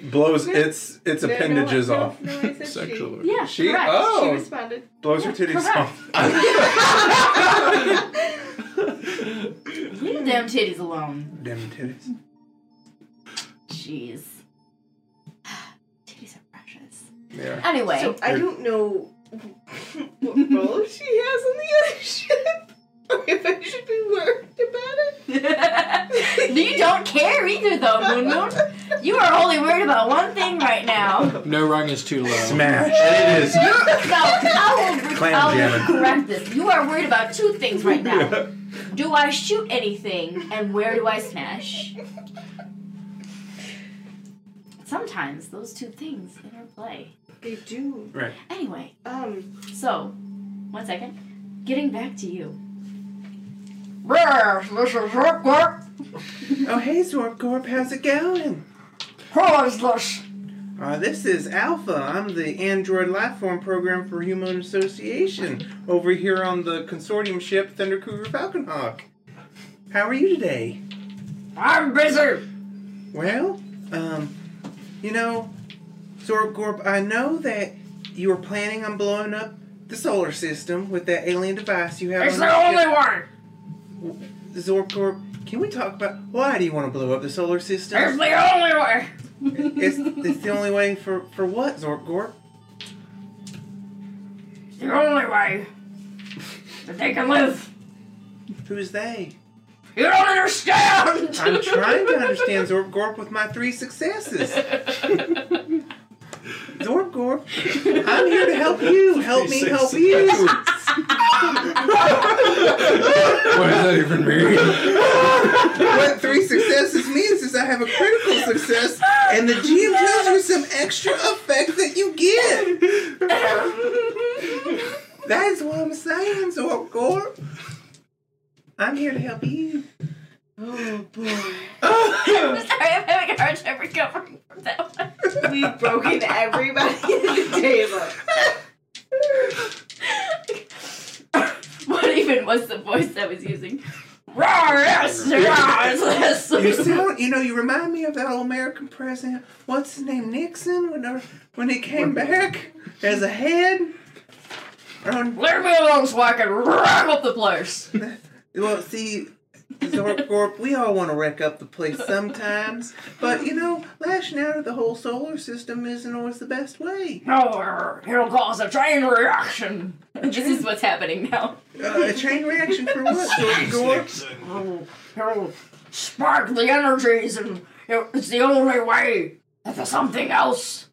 S3: Blows its its
S4: No, no,
S3: appendages
S4: no,
S3: off.
S4: No, I said
S2: Sexual.
S4: she.
S2: organ.
S1: Yeah,
S3: She-
S1: correct.
S3: oh.
S4: She responded.
S3: Blows her titties
S1: Correct.
S3: off.
S1: Leave the damn titties alone.
S3: Damn titties.
S1: Jeez, *sighs* titties are precious.
S3: Yeah.
S1: Anyway,
S4: So I don't know *laughs* what role she has on the other *laughs* ship, or if I should be worried about it.
S1: *laughs* you don't care either, though, Moon Moon. You are only worried about one thing right now.
S2: No rung is too low.
S3: Smash. It is.
S1: No, I will,
S3: Clam
S1: I will
S3: jamming.
S1: correct this. You are worried about two things right
S3: *laughs*
S1: now. Do I shoot anything, and where do I smash? Sometimes those two things interplay.
S4: They do.
S3: Right.
S1: Anyway,
S4: Um,
S1: so one second. Getting back to you. Brr, this is awkward.
S3: Oh hey Zorp Gorp, how's it going?
S1: Who is this?
S3: Uh, this is Alpha. I'm the Android Lifeform Program for Human Association over here on the consortium ship Thunder Cougar Falcon Hawk. How are you today?
S1: I'm busy.
S3: Well, um, you know, Zorgorp, I know that you were planning on blowing up the solar system with that alien device you have.
S1: It's
S3: on
S1: the
S3: your
S1: only one.
S3: ship. Zorgorp, can we talk about why do you want to blow up the solar
S1: It's
S3: system?
S1: the only way.
S3: it's, it's the only way for, for what, Zorgorp?
S1: The only way that they can live.
S3: Who's they?
S1: You
S7: *laughs*
S1: don't *laughs* understand.
S3: I'm trying to understand Zorb Gorp with my
S1: *laughs*
S3: three successes. Zorb Gorp, I'm here to help you. Help me help you.
S2: What does that even mean?
S3: What three successes means is I have a critical success, and the GM tells you some extra effect that you get. That's what I'm saying, Zorb Gorp. I'm here to help you.
S4: oh boy,
S1: I'm sorry, I'm having a hard time recovering from that one.
S7: *laughs*
S4: we've broken everybody at *laughs* the table.
S1: What even
S7: was the voice I was using. Rawr, yes, rawr,
S6: You
S7: yes.
S6: sound, you know, you remind me of that old American president. What's his name, Nixon? When the- when he came back as a head. Um,
S7: Let me alone so I can wrap up the *laughs* place.
S6: well, see, Zorkorp, we all want to wreck up the place sometimes, but you know, lashing out at the whole solar system isn't always the best way.
S7: No, it'll cause a chain reaction. This is what's happening now.
S6: Uh, a chain reaction for what, Zorkorp?
S7: It'll spark the energies, and it's the only way that the something else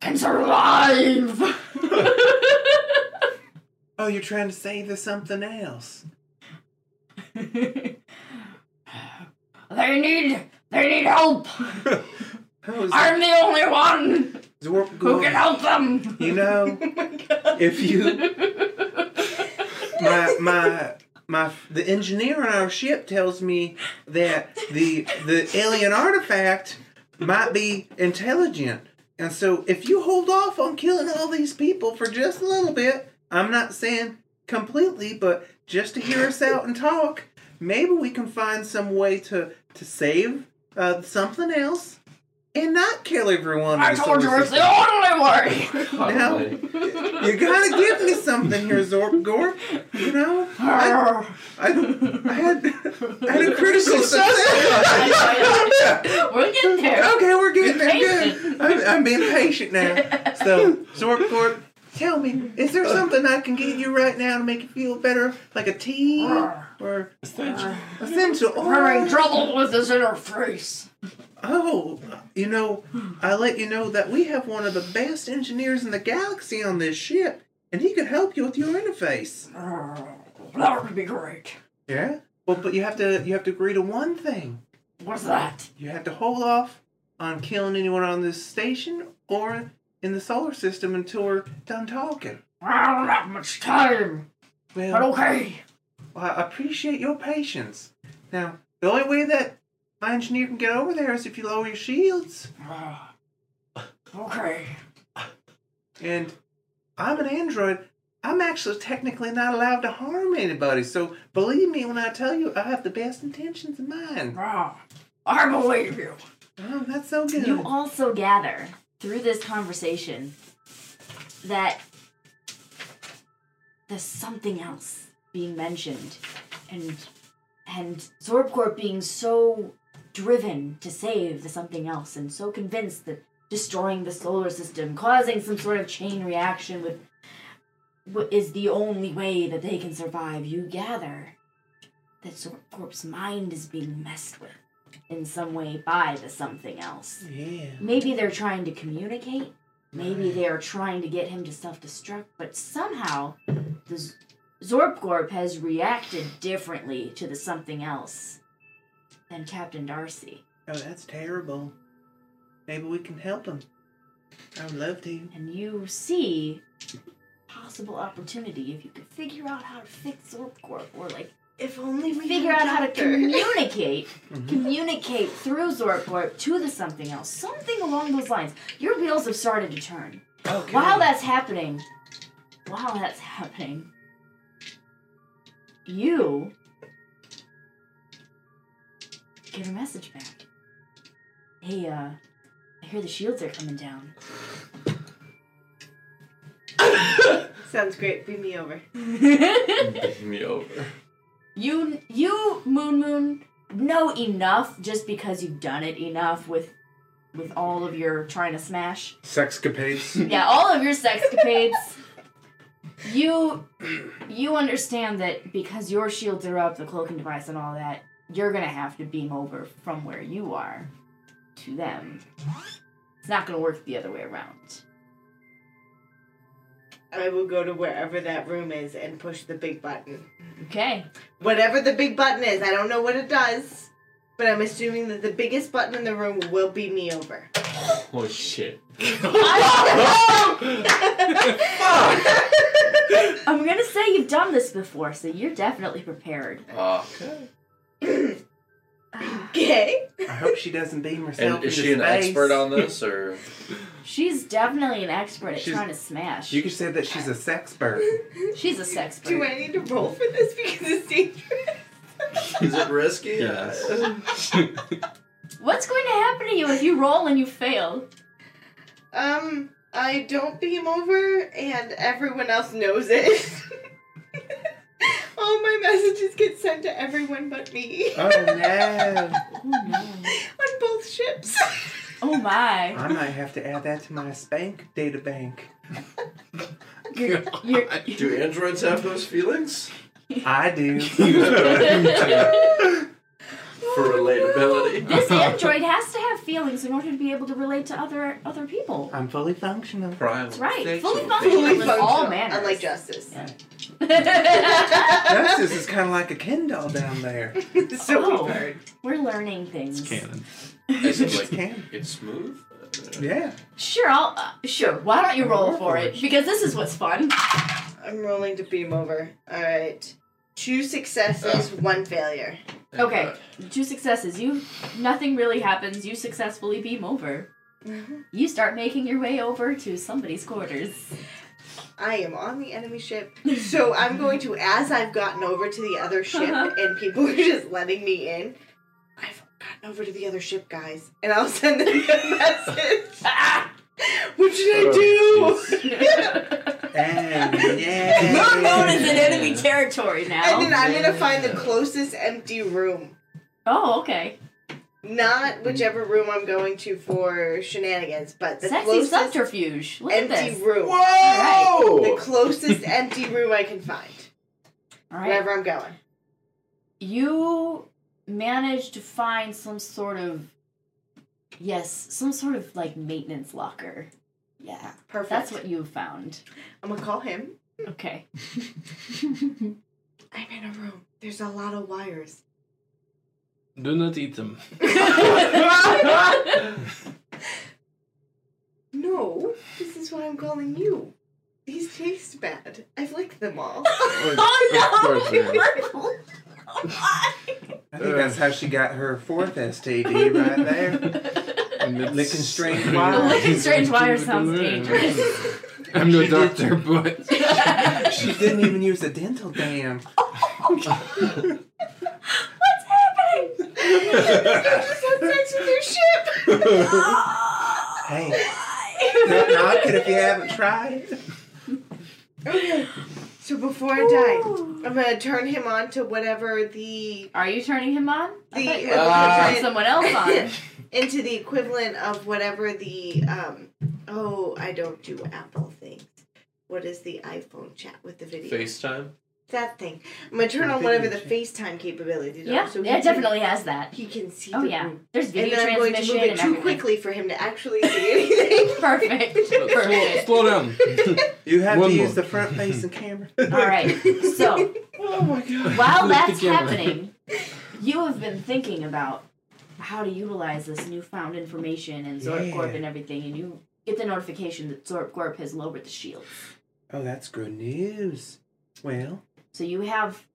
S7: can survive. *laughs*
S6: Oh, you're trying to say there's something else.
S7: they need, they need help.
S6: How is
S7: I'm the only one
S6: Zorp
S7: who can
S6: going?
S7: help them.
S6: You know, if you my my my the engineer on our ship tells me that the the alien artifact might be intelligent. And so if you hold off on killing all these people for just a little bit, I'm not saying completely, but just to hear us out and talk, maybe we can find some way to to save uh, something else and not kill everyone. in
S7: I
S6: the
S7: told you
S6: solar
S7: it's the
S6: system.
S7: only
S5: *laughs*
S7: way.
S6: Now- You gotta give me something here, Zorp Gorp. You know, I, I, I had I had a critical success.
S7: We're getting there.
S6: okay, we're getting there.
S7: You're
S6: Good. I'm, I'm being patient now. So, Zorp Gorp, tell me, is there something I can get you right now to make you feel better, like a tea or essential
S7: Having
S6: oil?
S7: trouble with this interface.
S6: Oh, you know, I let you know that we have one of the best engineers in the galaxy on this ship, and he could help you with your interface.
S7: That would be great.
S6: Yeah. Well, but you have to you have to agree to one thing.
S7: What's that?
S6: You have to hold off on killing anyone on this station or in the solar system until we're done talking.
S7: I don't have much time, but
S6: Well,
S7: okay.
S6: I appreciate your patience. Now, the only way that my engineer can get over there is if you lower your shields.
S7: Okay.
S6: And I'm an android. I'm actually technically not allowed to harm anybody. So believe me when I tell you, I have the best intentions in mind.
S7: Ah, I believe you.
S6: Oh, that's so good.
S1: You also gather through this conversation that there's something else being mentioned, and and Zorbcorp being so driven to save the something else, and so convinced that destroying the solar system, causing some sort of chain reaction with wha- is the only way that they can survive. You gather that Zorbcorp's mind is being messed with in some way by the something else.
S6: yeah.
S1: Maybe they're trying to communicate. Maybe they are trying to get him to self destruct, but somehow the Z- Zorpgorp has reacted differently to the something else than Captain Darcy.
S6: Oh, that's terrible. Maybe we can help him. I would love to.
S1: And you see possible opportunity if you could figure out how to fix Zorpgorp or like
S4: If only we
S1: figure out
S4: had a
S1: how to
S4: doctor. *laughs*
S1: communicate communicate through Zorpgorp to the something else. Something along those lines. Your wheels have started to turn.
S6: Okay.
S1: While that's happening, while that's *laughs* happening, you get a message back. Hey, uh, I hear the shields are coming down.
S4: Sounds great. Beam me over.
S5: me over.
S1: You, you, Moon Moon, know enough just because you've done it enough with, with all of your trying to smash.
S6: Sexcapades.
S1: yeah, all of your sexcapades. you you understand that because your shields are up, the cloaking device and all that, you're gonna have to beam over from where you are to them. It's not gonna work the other way around.
S4: I will go to wherever that room is and push the big button.
S1: Okay.
S4: Whatever the big button is, I don't know what it does, but I'm assuming that the biggest button in the room will beam me over.
S5: Oh shit.
S1: I'm gonna say you've done this before, so you're definitely prepared.
S5: Ah.
S4: Okay.
S6: I hope she doesn't beam herself.
S5: and is she an expert on this or
S1: She's definitely an expert at
S6: She's-
S1: trying to smash.
S6: You could say that she's a sex bird.
S1: She's a sex
S4: Do I need to roll for this because it's dangerous?
S5: *laughs* Is it risky? *laughs*
S2: Yes.
S1: What's going to happen to you if you roll and you fail?
S4: Um, I don't beam over, and everyone else knows *laughs* it. All my messages get sent to everyone but me
S6: *laughs* oh no!
S1: Oh no.
S4: on both ships.
S1: Oh my.
S6: I might have to add that to my spank data bank. *laughs*
S1: You're, you're,
S5: Do androids have those feelings?
S6: I do.
S2: *laughs*
S5: For *laughs* relatability.
S1: this android has to have feelings in order to be able to relate to other other *laughs* people.
S6: I'm fully functional.
S5: Primal.
S1: That's right.
S5: Sexual
S1: Fully functional
S5: feelings.
S1: in all manners.
S4: Unlike Justice.
S1: Yeah. Oh,
S6: Justice is kind of like a Ken doll down *laughs* there.
S4: so
S1: Oh.
S4: we've heard.
S1: We're learning things.
S2: Canon.
S5: Is
S6: It's
S5: it like
S6: Ken.
S5: it's smooth?
S6: Yeah.
S1: Sure, I'll. Uh, sure. Why don't you
S6: I'll
S1: roll
S6: roll
S1: for
S6: for
S1: it? Because this is what's fun.
S4: I'm rolling to beam over. All right. Two successes, one failure.
S5: Thank
S1: Okay,
S5: God.
S1: two successes. You. Nothing really happens. You successfully beam over. You start making your way over to somebody's quarters. *laughs*
S4: I am on the enemy ship, so I'm going to, as I've gotten over to the other ship
S1: Uh-huh.
S4: and people are just letting me in, I've gotten over to the other ship, guys, and I'll send them a *laughs* message. *laughs*
S1: Ah!
S4: What should I do?
S6: And *laughs*
S1: Your phone is in
S6: yeah.
S1: enemy territory
S4: And then
S1: now.
S4: I'm gonna find the closest empty room.
S1: Oh, okay.
S4: Not whichever room I'm going to for shenanigans, but the
S1: Sexy
S4: closest
S1: subterfuge. Look at
S4: empty
S1: this.
S4: room. The
S5: Whoa!
S4: closest empty room I can find.
S1: All right.
S4: Wherever I'm going.
S1: You managed to find some sort of. Yes, some sort of like maintenance locker. Yeah.
S4: Perfect.
S1: That's what you found.
S4: I'm gonna call him.
S1: Okay.
S4: I'm in a room. There's a lot of wires.
S2: Do not eat them.
S4: No, this is why I'm calling you. These taste bad. I've licked
S1: *laughs*
S4: them all.
S1: *laughs*
S4: *laughs*
S1: Oh
S2: Of
S1: no! Oh,
S2: course they
S1: You
S2: are.
S1: *laughs* were- Why?
S6: I think that's how she got her fourth STD
S1: *laughs*
S6: right there.
S2: And it's-
S6: Licking strange
S2: I
S6: wires.
S2: know.
S1: Licking strange wires sounds
S2: *laughs*
S1: dangerous. *laughs*
S2: I'm no doctor, but
S6: She didn't even use a dental dam.
S1: What's
S6: *laughs*
S1: happening?
S4: I just had sex with your ship.
S1: *laughs* Oh,
S6: Hey,
S1: why?
S6: don't knock it if you haven't tried.
S4: Okay. So before I die, I'm gonna turn him on to whatever the
S1: Are you turning him on? I
S4: The-
S1: thought you were
S5: Uh,
S1: turning someone else *laughs* on.
S4: *laughs* into the equivalent of whatever the um oh I don't do Apple things. What is the iPhone chat with the video?
S1: *laughs*
S5: FaceTime?
S4: That thing. I'm gonna turn on whatever the FaceTime capabilities are.
S1: Yeah,
S4: so he
S1: yeah,
S4: can-
S1: definitely has that.
S4: He can see.
S1: Oh
S4: the
S1: yeah,
S4: room.
S1: there's
S4: And
S1: video
S4: then I'm going to
S1: transmission
S4: move it
S1: and
S4: too
S1: everything.
S4: quickly for him to actually see anything.
S1: *laughs* Perfect.
S2: slow,
S1: Perfect.
S2: slow down.
S6: *laughs* You have
S2: One
S6: to
S2: more.
S6: use the front
S2: *laughs*
S6: facing camera.
S1: All right.
S4: *laughs*
S1: So
S5: Oh my god.
S1: while
S2: Look at
S1: that's
S2: the camera.
S1: happening, you have been thinking about how to utilize this newfound information and Zorp Corp
S6: Yeah.
S1: and everything, and you get the notification that Zorp Corp has lowered the shield.
S6: Oh, that's good news. Well,
S1: So you have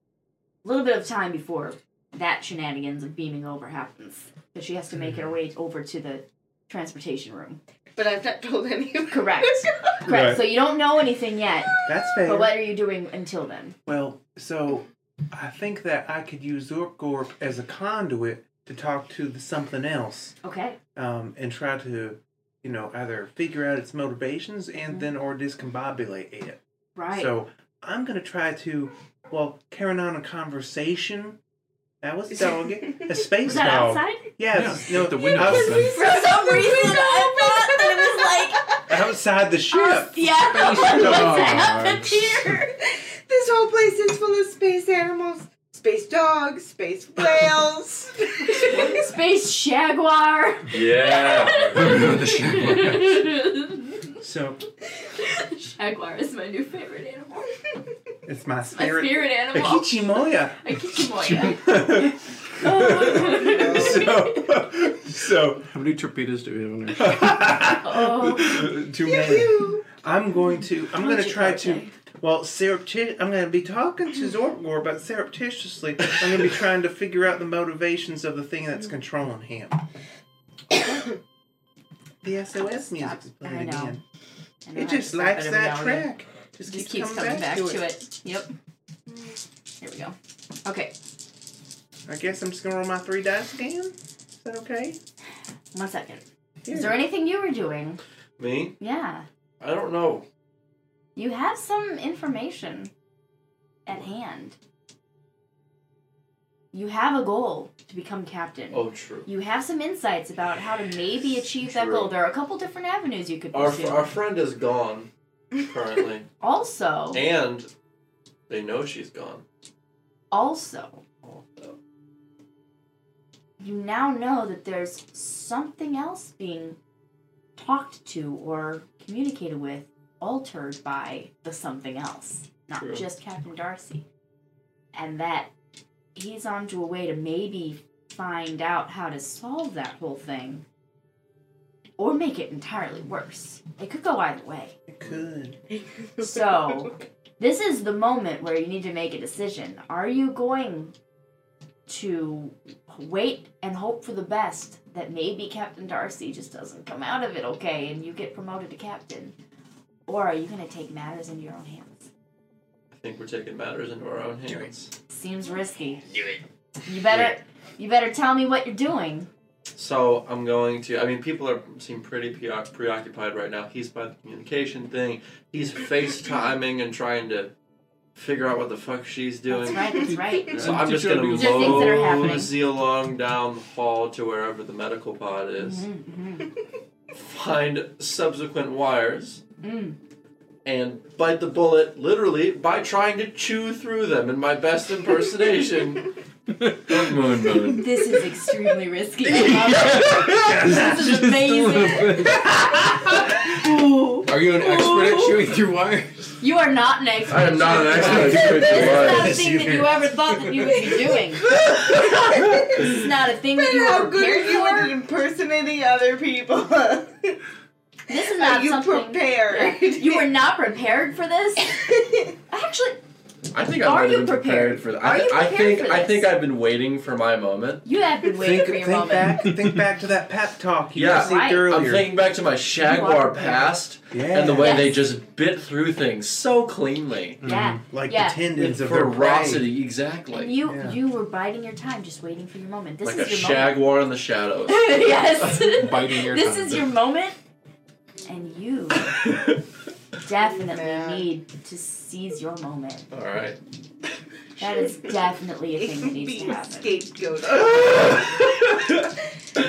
S1: a little bit of time before that shenanigans of beaming over happens. Because she has to make her way over to the transportation room. *laughs*
S4: But I've not told *laughs* any of them.
S1: Correct. Correct.
S6: Right.
S1: So you don't know anything yet,
S6: that's fair.
S1: but what are you doing until then?
S6: Well, so I think that I could use Zorkorp as a conduit to talk to the something else
S1: Okay.
S6: um, and try to, you know, either figure out its motivations and then or discombobulate it.
S1: Right.
S6: So I'm gonna try to, well, carrying on a conversation. That
S1: *laughs*
S6: was a dog, a
S1: Was
S6: space
S1: that
S6: dog.
S1: outside?
S6: Yes,
S2: Yeah,
S6: no,
S2: at
S1: *laughs*
S2: the window.
S6: I was-
S2: open.
S1: For
S4: *laughs*
S1: some reason, I thought that
S6: outside the
S1: it was like,
S6: ship.
S1: yeah, what's
S2: dogs.
S1: happened
S4: *laughs*
S1: here?
S4: This whole place is full of space animals, space dogs, space
S1: *laughs*
S4: whales. *laughs*
S1: Space Jaguar.
S5: Yeah.
S2: The shadow.
S1: Jaguar
S6: So
S1: is my new favorite animal.
S6: it's my
S1: My
S6: spirit.
S1: spirit
S6: A
S1: animal.
S6: Kichimoya.
S1: I keep Moya.
S3: *laughs*
S6: so, so
S2: How many torpedoes do we *laughs* have on our
S1: oh.
S3: uh,
S6: too many. I'm going to. I'm going to try to. Well, surreptitious. I'm going to be talking
S1: *laughs*
S6: to Zorgor, but surreptitiously, I'm going to be trying
S1: *coughs*
S6: to figure out the motivations of the thing that's controlling him. The SOS music is
S1: I
S6: playing
S1: know.
S6: again.
S1: I know
S6: It
S1: how to
S6: just
S1: stop
S6: likes
S1: every
S6: that
S1: now and then.
S6: track. Just,
S1: Just keeps coming back to it. Yep. Here we go. Okay.
S6: I guess I'm just gonna roll my three dice again. Is that okay?
S1: One second.
S6: Here.
S1: Is there anything you were doing?
S5: *laughs* Me?
S1: Yeah.
S5: I don't know.
S1: You have some information at hand. You have a goal to become captain.
S5: Oh, true.
S1: You have some insights about how to maybe achieve that
S5: True.
S1: goal. There are a couple different avenues you could
S5: Our,
S1: pursue.
S5: our friend is gone currently,
S1: also,
S5: and they know she's gone.
S1: also,
S5: Also.
S1: you now know that there's something else being talked to or communicated with, altered by the something else, not
S5: True.
S1: just Captain Darcy. And that he's onto a way to maybe find out how to solve that whole thing or make it entirely worse. It could go either way.
S6: It could.
S1: So, this is the moment where you need to make a decision. Are you going to wait and hope for the best that maybe Captain Darcy just doesn't come out of it okay and you get promoted to captain? Or are you going to take matters into your own hands?
S5: I think we're taking matters into our own hands.
S1: Seems risky. Do it. You better you better tell me what you're doing.
S5: So I'm going to. I mean, people are seem pretty preoc- preoccupied right now. He's by the communication thing. He's FaceTiming and trying to figure out what the fuck she's
S1: That's
S5: doing.
S1: right, that's right.
S5: So I'm just gonna
S8: These
S1: are things that are happening.
S5: mosey along down the hall to wherever the medical pod is,
S1: Mhm, mhm.
S5: find subsequent wires,
S1: Mm.
S5: and bite the bullet literally by trying to chew through them in my best impersonation. of Moon Moon.
S1: This is extremely risky. I love it. This is amazing.
S2: Are you an expert at chewing through wires?
S1: You are not an expert.
S5: *laughs* I am not an *laughs* expert.
S1: This
S5: at
S1: is not a
S5: wires.
S1: thing that you ever thought that you would be
S4: *laughs*
S1: doing. This is not a thing that you
S4: How
S1: were
S4: good
S1: prepared
S4: are you
S1: for.
S4: at impersonating other people? *laughs* are
S1: This is not
S4: you
S1: something.
S4: prepared?
S1: Yeah. You
S4: *laughs*
S1: were not prepared for this. Actually,
S5: I think
S1: Are
S5: I might
S1: you
S5: have been
S1: prepared?
S5: prepared for that.
S1: Are you
S5: I, I
S1: prepared
S5: think
S1: for
S5: I think
S1: this?
S5: I've been waiting for my moment.
S1: you have been waiting
S6: Think,
S1: for your
S6: think
S1: moment.
S6: back. think back to that pep talk you
S5: Yeah.
S6: received
S1: Right.
S5: I'm
S6: earlier.
S5: thinking back to my
S1: are
S5: Shaguar
S1: prepared.
S5: past
S6: yeah.
S5: and the way
S1: Yes.
S5: they just bit through things so cleanly.
S1: Yeah,
S6: like
S1: yeah.
S6: the tendons of their prey.
S5: ferocity, exactly.
S1: and you
S6: Yeah.
S1: you were biding your time, just waiting for your moment. This
S5: like a
S1: is your moment.
S5: Shaguar in
S1: *laughs*
S5: the shadows. *laughs*
S1: yes.
S2: Biting your
S1: this
S2: tongue.
S1: is your moment, and you definitely
S4: Man.
S1: need to seize your moment.
S5: All
S1: *laughs*
S5: right.
S1: That is definitely a thing
S4: *laughs*
S1: that needs to
S4: Being
S1: happen.
S4: scapegoat. *laughs*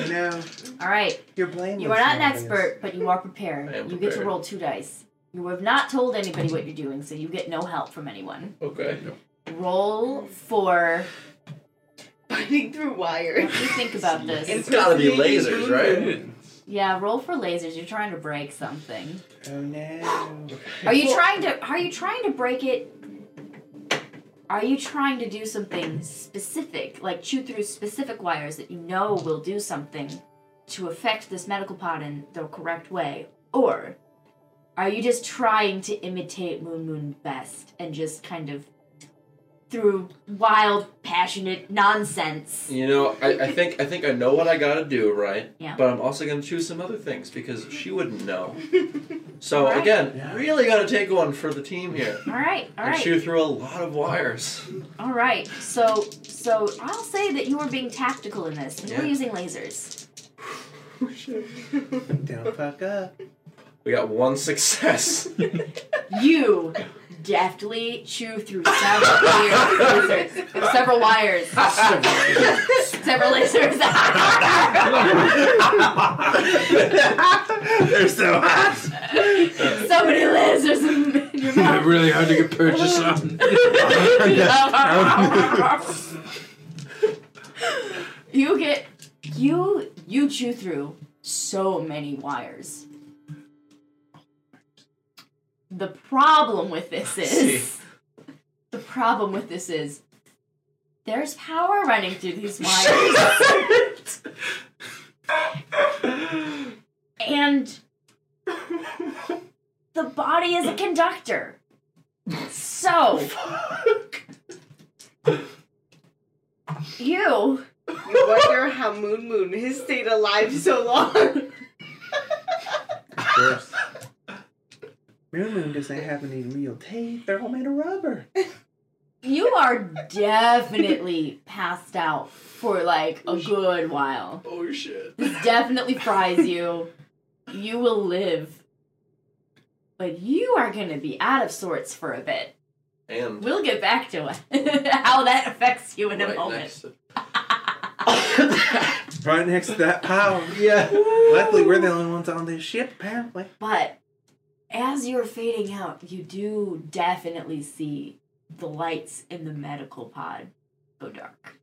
S6: No,
S1: All right,
S6: you're blameless.
S1: you are not an
S6: Marcus.
S1: expert, but you are prepared.
S5: I am
S1: You get to
S5: prepared.
S1: roll two dice. You have not told anybody what you're doing, so you get no help from anyone.
S5: Okay.
S1: Roll for.
S4: Biting through
S1: What *laughs*
S4: wires.
S1: do you think about this?
S5: It's gotta be lasers, right?
S1: Yeah, roll for lasers. You're trying to break something.
S6: Oh no.
S1: Are you trying to? Are you trying to break it? Are you trying to do something specific, like chew through specific wires that you know will do something to affect this medical pod in the correct way, or are you just trying to imitate Moon Moon best and just kind of through wild, passionate nonsense?
S5: You know, I, I think I think I know what I gotta do, right?
S1: Yeah.
S5: But I'm also gonna choose some other things because she
S1: *laughs*
S5: wouldn't know. So
S1: Right.
S5: again,
S6: Yeah.
S5: really gotta take one for the team here.
S1: All right, all
S5: and
S1: right.
S5: chew through a lot of wires.
S1: All right, so so I'll say that you were being tactical in this. and You were
S5: Yeah.
S1: using lasers.
S6: Don't fuck up.
S5: We got
S2: *laughs*
S5: one success.
S1: You deftly chew through several layers, lasers, several wires, several lasers,
S6: They're so hot.
S1: *laughs* so many lasers in your mouth.
S2: really hard to get purchased on.
S1: *laughs* you get you you chew through so many wires. The problem with this is the problem with this is there's power running through these wires. and the body is a conductor. So you
S4: You wonder how Moon Moon has stayed alive so long.
S6: course. Real moon doesn't have any real tape. They're all made of rubber.
S1: You are definitely passed out for like a good while.
S5: Oh shit.
S1: This definitely fries you. You will live. But you are going to be out of sorts for a bit.
S5: And
S1: We'll get back to *laughs* it. how that affects you in a
S5: right
S1: moment. *laughs*
S5: next to-
S6: Right next to that pile.
S5: yeah.
S6: Luckily, we're the only ones on this ship, apparently.
S1: But as you're fading out, you do definitely see the lights in the medical pod go dark.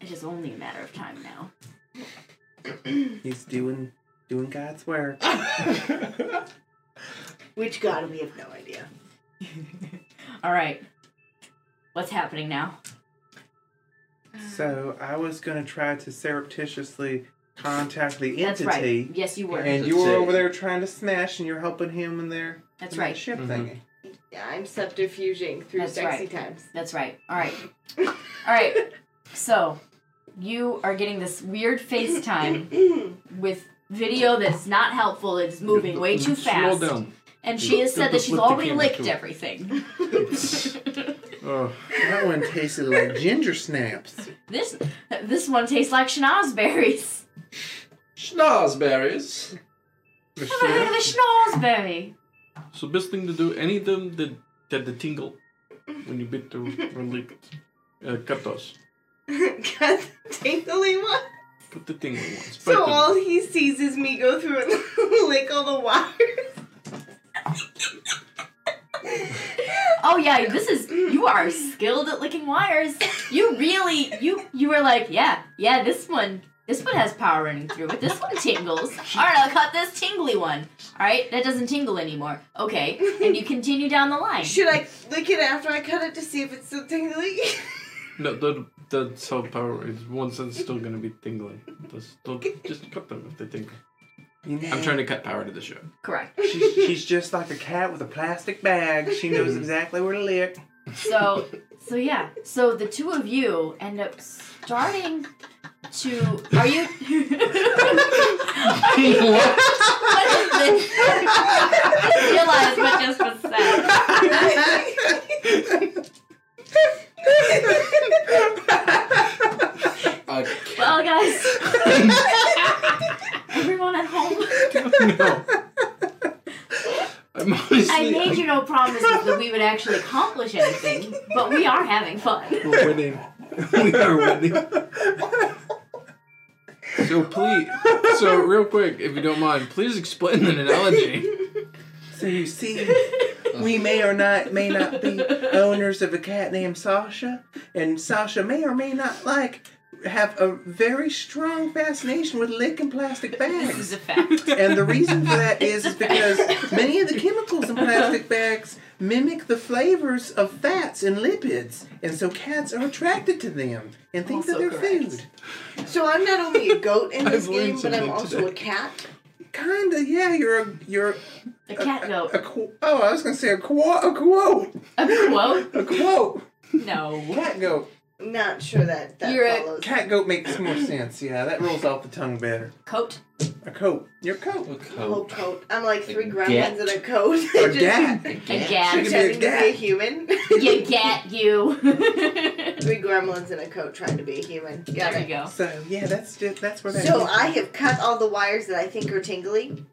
S1: It is only a matter of time now.
S6: He's doing doing God's work.
S4: Which god? We have no idea.
S1: All right. What's happening now?
S6: So I was gonna try to surreptitiously contact the
S1: That's
S6: entity.
S1: right. Yes, you were.
S6: And you were over there trying to smash, and you're helping him in there.
S1: That's
S6: in that
S1: right.
S6: Ship
S2: Mhm.
S6: thingy.
S4: Yeah, I'm subterfuging through
S1: That's
S4: sexy
S1: right.
S4: times. *laughs*
S1: That's right. All right. All right. So, you are getting this weird FaceTime with video that's not helpful. It's moving way too fast.
S2: Slow down.
S1: And she has said that she's
S2: Flip the
S1: already
S2: camera
S1: licked
S2: too.
S1: everything.
S2: Oh,
S6: That one tasted like ginger snaps.
S1: This this one tastes like schnozberries.
S5: Schnozberries.
S1: *laughs* Never heard of a schnozberry.
S2: so best thing to do, any of them that that the tingle when you bit the or licked, uh, cut those.
S4: Got the tingly one.
S2: Put the tingle ones. Bite
S4: So
S2: them.
S4: all he sees is me go through and *laughs* lick all the wires.
S1: Oh yeah, this is you are skilled at licking wires. You really you you were like, yeah, yeah, this one this one has power running through it. This one tingles. Alright, I'll cut this tingly one. Alright, that doesn't tingle anymore. Okay. And you continue down the line.
S4: Should I lick it after I cut it to see if it's still tingly?
S2: No, that that's how power is. One sense still gonna be tingling. Just, don't- just cut them if they tingle.
S6: You know,
S2: I'm trying to cut power to the show.
S1: Correct.
S6: She's, she's just like a cat with a plastic bag. She knows exactly where to lick.
S1: So so yeah. So the two of you end up starting to are you *laughs* *laughs* what is this? I just realized what just was said.
S5: A
S1: Well, guys, everyone at home, *laughs*
S2: no. I'm honestly.
S1: I
S2: *laughs*
S1: made you no promises that we would actually accomplish anything, but we are having fun.
S2: We're winning. we are winning. So please, so real quick, if you don't mind, please explain
S1: *laughs*
S2: an analogy.
S6: So you *laughs* see, we may or not may not be owners of a cat named Sasha, and Sasha may or may not like have a very strong fascination with licking plastic
S1: This is *laughs*
S6: bags.
S1: a fact.
S6: And the reason for that is, is because many of the chemicals in plastic bags mimic the flavors of fats and lipids, and so cats are attracted to them and think that
S1: Also
S6: they're
S1: correct.
S4: *laughs*
S6: food.
S4: so I'm not only a goat in this
S2: I've learned
S4: game, but I'm
S2: something
S4: also
S2: today.
S4: a cat.
S6: Kinda, yeah. You're a you're
S1: A cat note.
S6: a qu- oh, I was gonna say a quote, a quote,
S1: A quote?
S6: a quote.
S1: No.
S6: Cat goat.
S4: I'm not sure that that
S1: You're a
S4: follows.
S6: Cat goat makes more sense. Yeah, that rolls off the tongue better.
S1: Coat?
S6: A coat. Your coat.
S5: Oh.
S4: Whole coat. I'm like three
S9: A
S4: gremlins in a coat.
S6: A
S4: *laughs* Just
S6: gat.
S1: A
S6: She
S1: gat.
S6: could be a
S4: Pretending to be a
S6: gat.
S4: human.
S1: You gat you.
S4: *laughs*
S1: there
S4: three gremlins in a coat trying to be a human. Got
S1: you
S4: it.
S1: go.
S6: So yeah, that's just, that's where that.
S4: So
S6: comes
S4: I have cut all the wires that I think are tingly.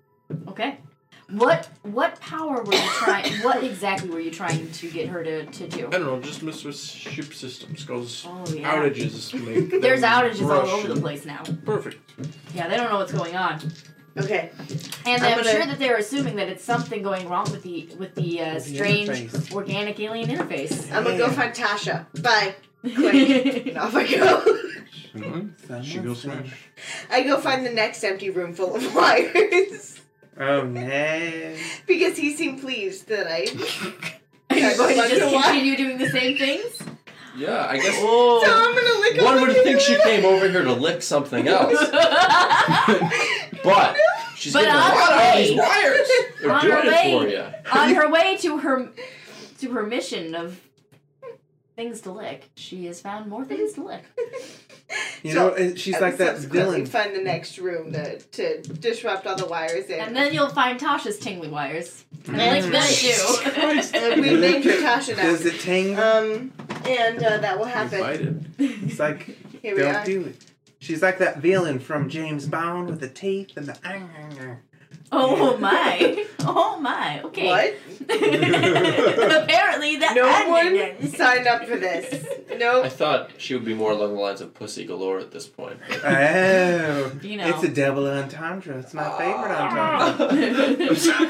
S1: Okay. What what power were you trying what exactly were you trying to get her to, to do?
S2: I don't know, just mess with ship systems, cause
S1: Oh yeah.
S2: outages make.
S1: There's
S2: them
S1: outages all
S2: rush
S1: over the
S2: and-
S1: place now.
S2: Perfect.
S1: Yeah, they don't know what's going on.
S4: Okay.
S1: And
S4: I'm
S1: I'm,
S4: gonna-
S1: sure that they're assuming that it's something going wrong with the with the uh,
S6: With the
S1: strange
S6: interface.
S1: organic alien interface.
S4: I'm gonna go
S6: Yeah.
S4: find Tasha. Bye.
S1: *laughs*
S4: And off I go. *laughs*
S6: from.
S2: She goes smash.
S4: I go find the next empty room full of *laughs* wires.
S6: Oh no.
S4: because he seemed pleased that I
S1: Are you going to
S4: Bunch
S1: just
S4: of wires.
S1: continue doing the same things?
S5: Yeah, I guess
S4: So
S2: Oh.
S4: I'm gonna lick
S5: one
S4: all
S5: would
S4: the
S5: think she
S4: tingly-
S5: came over here to lick something else,
S4: *laughs*
S5: but she's
S1: But
S5: getting a
S1: on
S5: lot
S1: her
S5: out of
S1: way.
S5: these wires. They're
S1: On
S5: doing
S1: her
S5: it
S1: way.
S5: for you.
S1: *laughs* On her way to her to her mission of things to lick, she has found more things to lick.
S6: You
S4: So,
S6: know, and she's
S4: And
S6: like that
S4: subsequently
S6: villain.
S4: Find the next room to, to disrupt all the wires in.
S3: And then you'll find Tasha's tingly wires. And I like that
S1: *laughs*
S3: too.
S4: And we named her Tasha now.
S6: Does it tangle?
S4: Um, and uh, that will
S2: You bite
S4: happen.
S2: it.
S6: it's like
S4: Here we
S6: Don't
S4: are.
S6: do it. She's like that villain from James Bond with the *laughs* teeth and the.
S3: oh my. Oh my. Okay.
S1: *laughs*
S4: What?
S3: Apparently that
S4: No one *laughs*
S3: onion-
S4: signed up for this. No.
S5: I thought she would be more along the lines of pussy galore at this point.
S6: Oh,
S3: You know.
S6: it's a double entendre. It's my favorite entendre.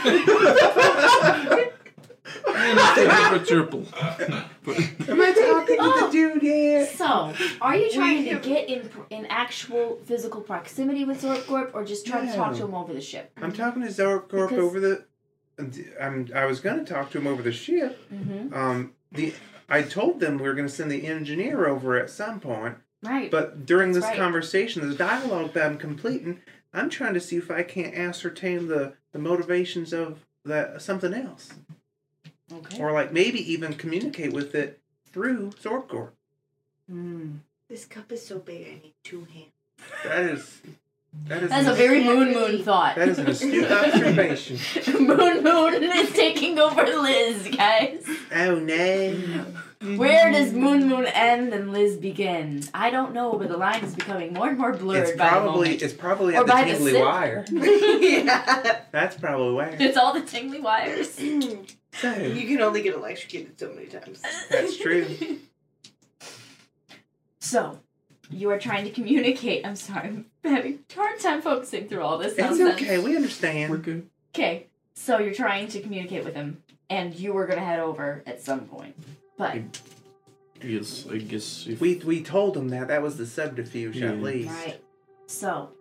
S2: And it's a purple.
S6: Am I talking
S4: Oh.
S6: to the dude *laughs* here?
S1: So, are you trying to
S4: have-
S1: get in pr- in actual physical proximity with Zorkorp, or just trying to talk to him over the ship?
S6: I'm talking to Zorkorp
S1: Because-
S6: over the. I'm. I was gonna talk to him over the ship.
S1: Mm-hmm.
S6: Um. The. I told them we were gonna send the engineer over at some point,
S1: Right.
S6: but during this
S1: right.
S6: conversation, this dialogue that I'm completing, I'm trying to see if I can't ascertain the the motivations of that something else.
S1: okay.
S6: or like maybe even communicate with it through Zorkor.
S1: Mm.
S4: This cup is so big, I need two hands.
S6: That is that is
S3: That's a
S6: an-
S3: very moon moon thought.
S6: *laughs* that is
S3: *laughs*
S6: an astute observation.
S3: moon moon is taking over Liz, guys.
S6: Oh no!
S3: Where does moon moon end and Liz begin? I don't know, but the line is becoming more and more blurred
S6: It's
S3: by
S6: probably
S3: the moment.
S6: it's probably
S3: Or
S6: at the
S3: by the
S6: tingly
S3: sit-
S6: wire.
S4: yeah.
S6: That's probably where.
S3: It's all the tingly wires.
S4: you
S1: *laughs*
S6: So
S4: can only get electrocuted so many times. *laughs*
S6: that's true.
S3: So, you are trying to communicate. I'm sorry, I'm having a hard time focusing through all this
S6: It's
S3: nonsense.
S6: okay. We
S2: We're
S6: understand.
S2: good.
S3: Okay, so you're trying to communicate with him, and you were gonna head over at some point. But
S2: Yes, I guess if
S6: We we told him that that was the subterfuge at
S2: Yeah.
S6: least.
S1: Right. So,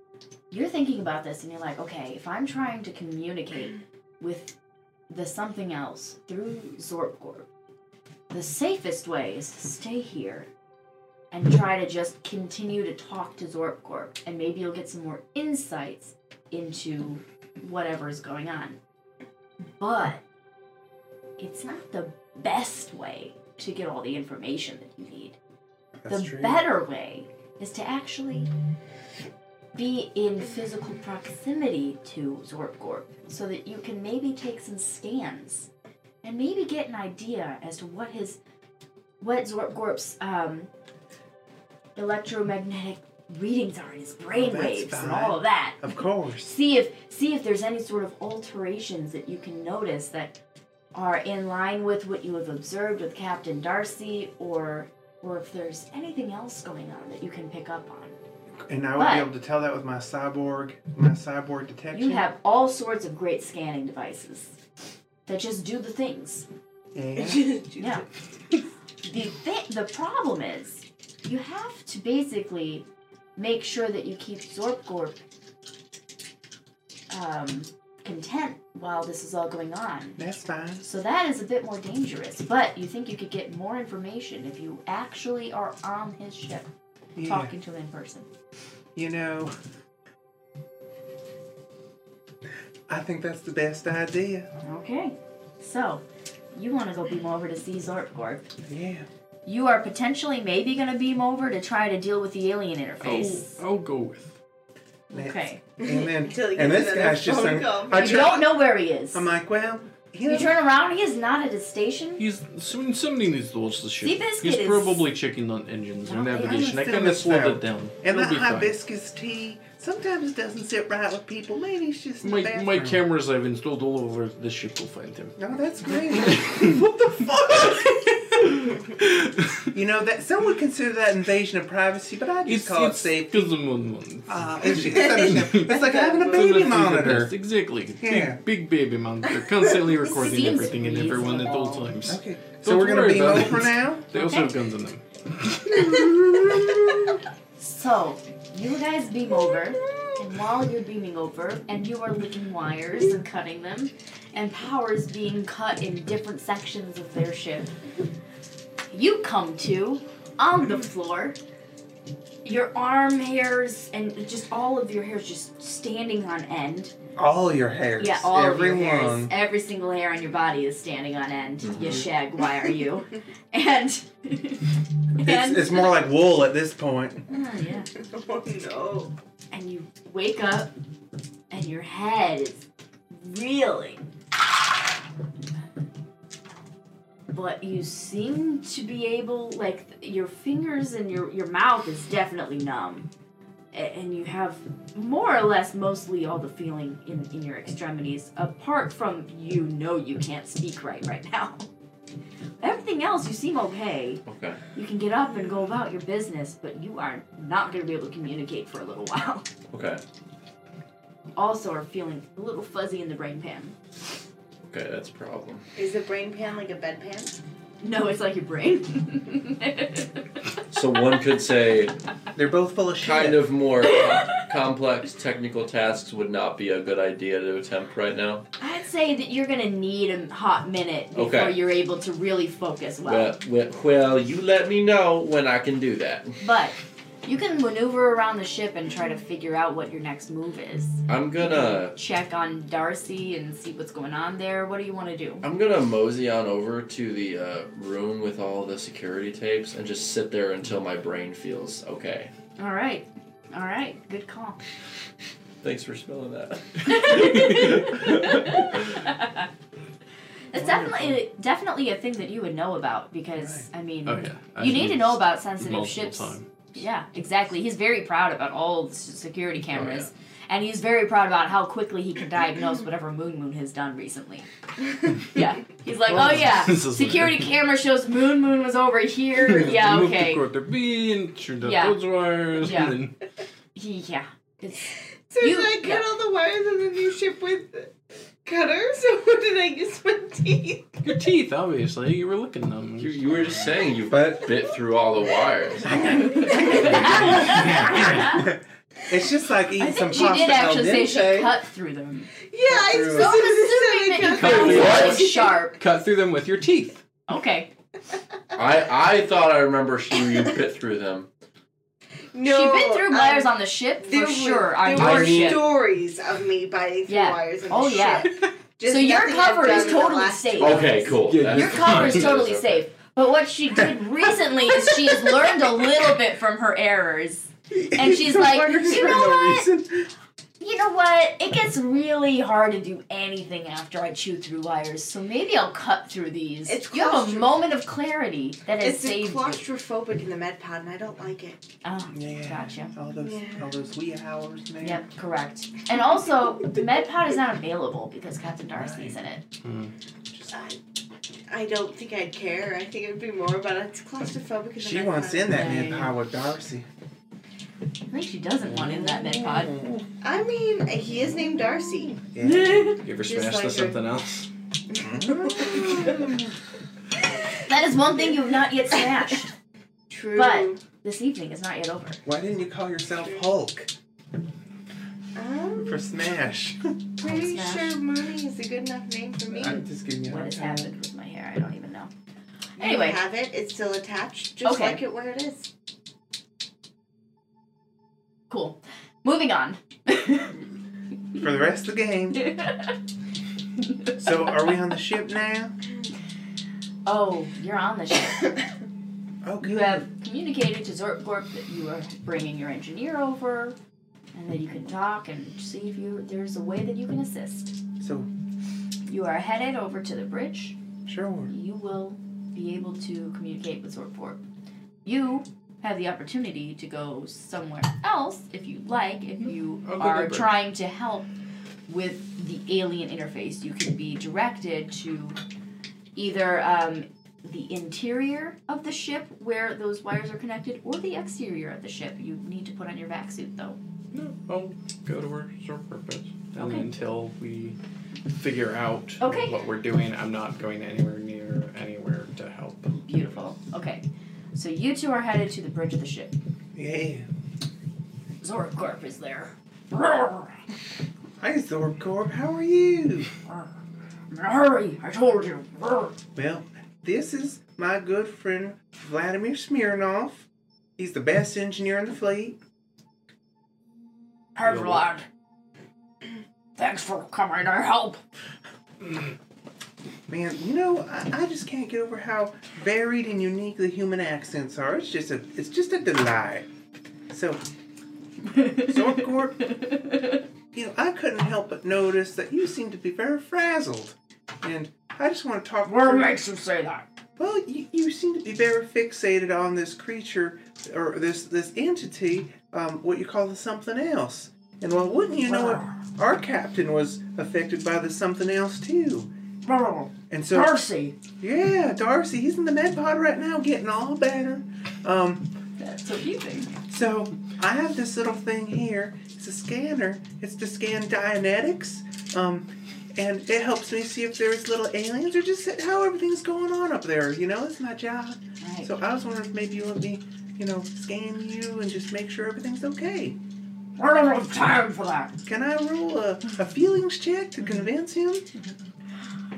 S1: you're thinking about this, and you're like, okay, if I'm trying to communicate with the something else through Zorpcorp, the safest way is to stay here and try to just continue to talk to Zorpcorp, and maybe you'll get some more insights into whatever is going on. But it's not the best way to get all the information that you need
S6: That's
S1: the
S6: true.
S1: better way is to actually be in physical proximity to Zorpgorp so that you can maybe take some scans and maybe get an idea as to what his what Zorpgorp's um, electromagnetic readings are in his brain
S6: Oh, that's
S1: waves and
S6: fine.
S1: all of that.
S6: Of course.
S1: See if see if there's any sort of alterations that you can notice that are in line with what you have observed with Captain Darcy or or if there's anything else going on that you can pick up on.
S6: And I would be
S1: But-
S6: able to tell that with my cyborg my cyborg detection.
S1: You have all sorts of great scanning devices that just do the things.
S6: and
S1: *laughs* Yeah. the thi- the problem is you have to basically make sure that you keep Zorpgorp um, content while this is all going on.
S6: that's fine.
S1: So that is a bit more dangerous, but you think you could get more information if you actually are on his ship
S6: Yeah.
S1: talking to him in person.
S6: You know, I think that's the best idea.
S1: Okay. So, you want to go beam over to see Zorpgorp. *laughs*
S6: Yeah.
S1: You are potentially maybe going to beam over to try to deal with the alien
S2: I'll,
S1: interface.
S2: I'll go with.
S6: Let's-
S1: Okay.
S6: And then,
S4: Until he
S6: and
S4: gets
S6: this
S4: another
S6: guy's just
S4: phone
S6: like,
S4: call.
S6: I
S1: You
S6: turn-
S1: don't know where he is.
S6: I'm like, well, you
S1: You
S6: know,
S1: turn around, he is not at his station.
S2: He's some- somebody needs to watch the ship.
S1: Seabiscuit
S2: He's
S1: is-
S2: probably checking on engines or
S1: No, I
S2: navigation. I
S6: understand
S2: kind of
S6: this
S2: slowed
S6: now.
S2: it down.
S6: and
S2: It'll
S6: that
S2: be fine.
S6: hibiscus tea sometimes doesn't sit right with people. Maybe it's just the
S2: My, my
S6: bathroom.
S2: cameras I've installed all over the ship will find
S1: *laughs*
S2: him.
S6: No, that's great. *laughs* what the fuck? you know that some would consider that invasion of privacy, but I just
S2: It's
S6: call it
S2: it's
S6: safe.
S2: because the moon moon.
S6: Uh, it's,
S2: *laughs*
S6: it's, understandable. it's like having a
S2: Sometimes
S6: baby
S2: it's the
S6: monitor.
S2: best. Exactly.
S6: Yeah.
S2: Big, big baby monitor,
S1: *laughs*
S2: constantly recording
S1: seems
S2: everything and everyone at all
S1: reasonable.
S2: times.
S6: Okay, so
S2: Don't
S6: we're gonna
S2: worry
S6: beam
S2: about it.
S6: over now.
S2: They also have guns on them.
S1: So, you guys beam over, and while you're beaming over, and you are licking wires and cutting them, and power is being cut in different sections of their ship, you come to, on the floor, your arm hairs and just all of your hairs just standing on end.
S6: All your hairs.
S1: Yeah, all
S6: every
S1: of your hairs,
S6: one. Mm-hmm. *laughs*
S1: every single hair on your body is standing on end. You shag wire, you, and
S6: It's, it's more like wool at this point.
S1: Oh, yeah.
S4: Oh no.
S1: And you wake up, and your head is reeling. But you seem to be able, like your fingers and your your mouth is definitely numb, A- and you have more or less mostly all the feeling in in your extremities, apart from you know you can't speak right right now. Everything else, you seem okay.
S5: Okay.
S1: You can get up and go about your business, but you are not going to be able to communicate for a little *laughs* while.
S5: Okay.
S1: Also, are feeling a little fuzzy in the brain pan.
S5: Okay, that's a problem.
S4: Is the brain pan like a bed pan?
S1: No, it's like your brain.
S5: So one could say
S6: They're both full of shit.
S5: kind of
S1: *laughs*
S5: more com- complex technical tasks would not be a good idea to attempt right now.
S1: I'd say that you're going to need a hot minute before
S5: Okay.
S1: you're able to really focus well.
S5: But, well, well, you let me know when I can do that.
S1: But you can maneuver around the ship and try to figure out what your next move is.
S5: I'm gonna
S1: Check on Darcy and see what's going on there. What do you want to do?
S5: I'm gonna mosey on over to the uh, room with all the security tapes and just sit there until my brain feels okay.
S1: All right. All right. Good call.
S5: Thanks for spelling that.
S1: It's definitely definitely a thing that you would know about because I mean
S2: Oh, yeah. I've
S1: you need to
S2: used
S1: know about sensitive
S2: multiple
S1: ships.
S2: time.
S1: Yeah, exactly. He's very proud about all the s- security
S2: Oh,
S1: cameras, and he's very proud about how quickly he can diagnose whatever Moon Moon has done recently.
S2: *laughs*
S1: yeah, he's like, oh yeah,
S2: This is
S1: security camera shows Moon Moon was over
S2: *laughs*
S1: here. Yeah,
S2: Moved
S1: okay.
S2: to quarter B and turned out
S1: Yeah.
S2: those wires.
S1: Yeah.
S2: And then,
S1: He, yeah,
S2: *laughs*
S1: it's, *laughs*
S4: So
S1: You-
S4: did I cut
S1: yeah.
S4: all the wires of the new ship with cutters, *laughs* or did I use my teeth?
S2: your teeth, obviously. You were looking them.
S5: You, you were just saying you
S6: But
S5: bit through all the wires.
S1: *laughs*
S6: *laughs* it's just like
S1: I
S6: eating some
S1: think she did
S6: pasta al
S1: actually say
S6: dente.
S1: she cut through them.
S4: Yeah, I
S6: Cut
S4: just
S6: through.
S4: said
S6: Don't
S4: I
S1: Assuming that you
S4: cut
S1: found
S5: through
S4: through.
S5: what?
S1: one sharp.
S2: Cut through them with your teeth.
S1: Okay,
S5: I I thought I remember she you bit through them.
S4: No,
S1: she been through wires
S4: um,
S1: on the ship for
S4: there were-
S1: sure.
S4: There
S1: On
S4: were
S1: your ship.
S4: stories of me biting through
S1: Yeah.
S4: wires in
S1: Oh,
S4: the
S1: yeah.
S4: ship. Just
S1: So your
S4: nothing I've
S1: cover is
S4: done in the
S1: totally
S4: last
S1: safe.
S4: two
S5: Okay,
S4: months.
S5: cool.
S2: Yeah,
S5: That's
S1: Your cover is
S5: fine.
S4: *laughs*
S1: totally
S5: That's okay.
S1: safe. But what she did recently is she has learned a little bit from her errors. And she's
S6: *laughs*
S1: like, you know what? You know what? It gets really hard to do anything after I chew through wires, so maybe I'll cut through these.
S4: It's
S1: you have a
S4: claustro-
S1: moment of clarity that has
S4: It's
S1: saved you.
S4: claustrophobic in the med pod, and I don't like it.
S1: Oh,
S6: Yeah.
S1: gotcha.
S6: All those,
S4: Yeah.
S6: all those wee hours, man.
S1: Yep, correct. And also, the med pod is not available because Captain Darcy's in it.
S4: I, I don't think I'd care. I think it would be more about it's claustrophobic. In the
S6: She
S4: med
S6: wants
S4: pod.
S6: in that
S1: Yeah,
S6: man
S1: yeah, yeah.
S6: power, Darcy.
S1: I think she doesn't want in that med pod.
S4: I mean, he is named Darcy.
S6: Yeah.
S1: *laughs*
S2: You ever
S4: Just
S2: smashed to
S4: like her.
S2: something else?
S1: That is one thing you have not yet smashed. *laughs*
S4: True.
S1: But- This evening is not yet over.
S6: Why didn't you call yourself Hulk
S4: I'm
S6: for Smash?
S4: pretty
S1: Smash.
S4: sure Mooney is a good enough name for me.
S6: *laughs* I'm just giving you a
S1: What
S6: hard
S1: has
S6: time.
S1: happened with my hair? I don't even know.
S4: You
S1: Anyway.
S4: have it. It's still attached, just
S1: Okay.
S4: like it where it is.
S1: Cool. Moving on. *laughs*
S6: For the rest of the game. So, are we on the ship now?
S1: oh, you're on the ship.
S6: Okay.
S1: You have communicated to Zortgorp that you are bringing your engineer over, and that you can talk and see if you there's a way that you can assist.
S6: So,
S1: You are headed over to the bridge.
S6: sure.
S1: You will be able to communicate with Zortgorp. You have the opportunity to go somewhere else if you like. If you
S2: I'll go to
S1: are
S2: the bridge.
S1: trying to help with the alien interface, you can be directed to either um, the interior of the ship where those wires are connected or the exterior of the ship. You need to put on your vac suit though.
S2: No, I'll go to where it's our purpose. And
S1: Okay.
S2: until we figure out
S1: Okay.
S2: what we're doing, I'm not going anywhere near anywhere to help.
S1: Beautiful. Okay. So you two are headed to the bridge of the ship.
S6: Yeah.
S1: Zortgorp is there.
S6: Hi, Zorkorp. How are you?
S1: Hurry, I told you.
S6: Well, this is my good friend Vladimir Smirnov. He's the best engineer in the fleet.
S2: Have You'll-
S1: Thanks for coming to help.
S6: Man, you know, I, I just can't get over how varied and unique the human accents are. It's just a, it's just a delight. So, Zorkorp, you know, I couldn't help but notice that you seem to be very frazzled, and I just want to talk.
S10: What makes you say that?
S6: Well, you, you seem to be very fixated on this creature or this this entity, um, what you call the something else. And well, wouldn't you know it? Our captain was affected by the something else too. And so,
S10: Percy.
S6: yeah, Darcy, he's in the med pod right now, getting all better. Um,
S1: That's what you think.
S6: so I have this little thing here. It's a scanner. It's to scan Dianetics. Um, and it helps me see if there's little aliens or just how everything's going on up there. You know, it's my job.
S10: Right.
S6: So I was wondering if maybe you let me, you know, scan you and just make sure everything's okay.
S10: I don't have time for that.
S6: Can I roll a, a feelings check to convince him?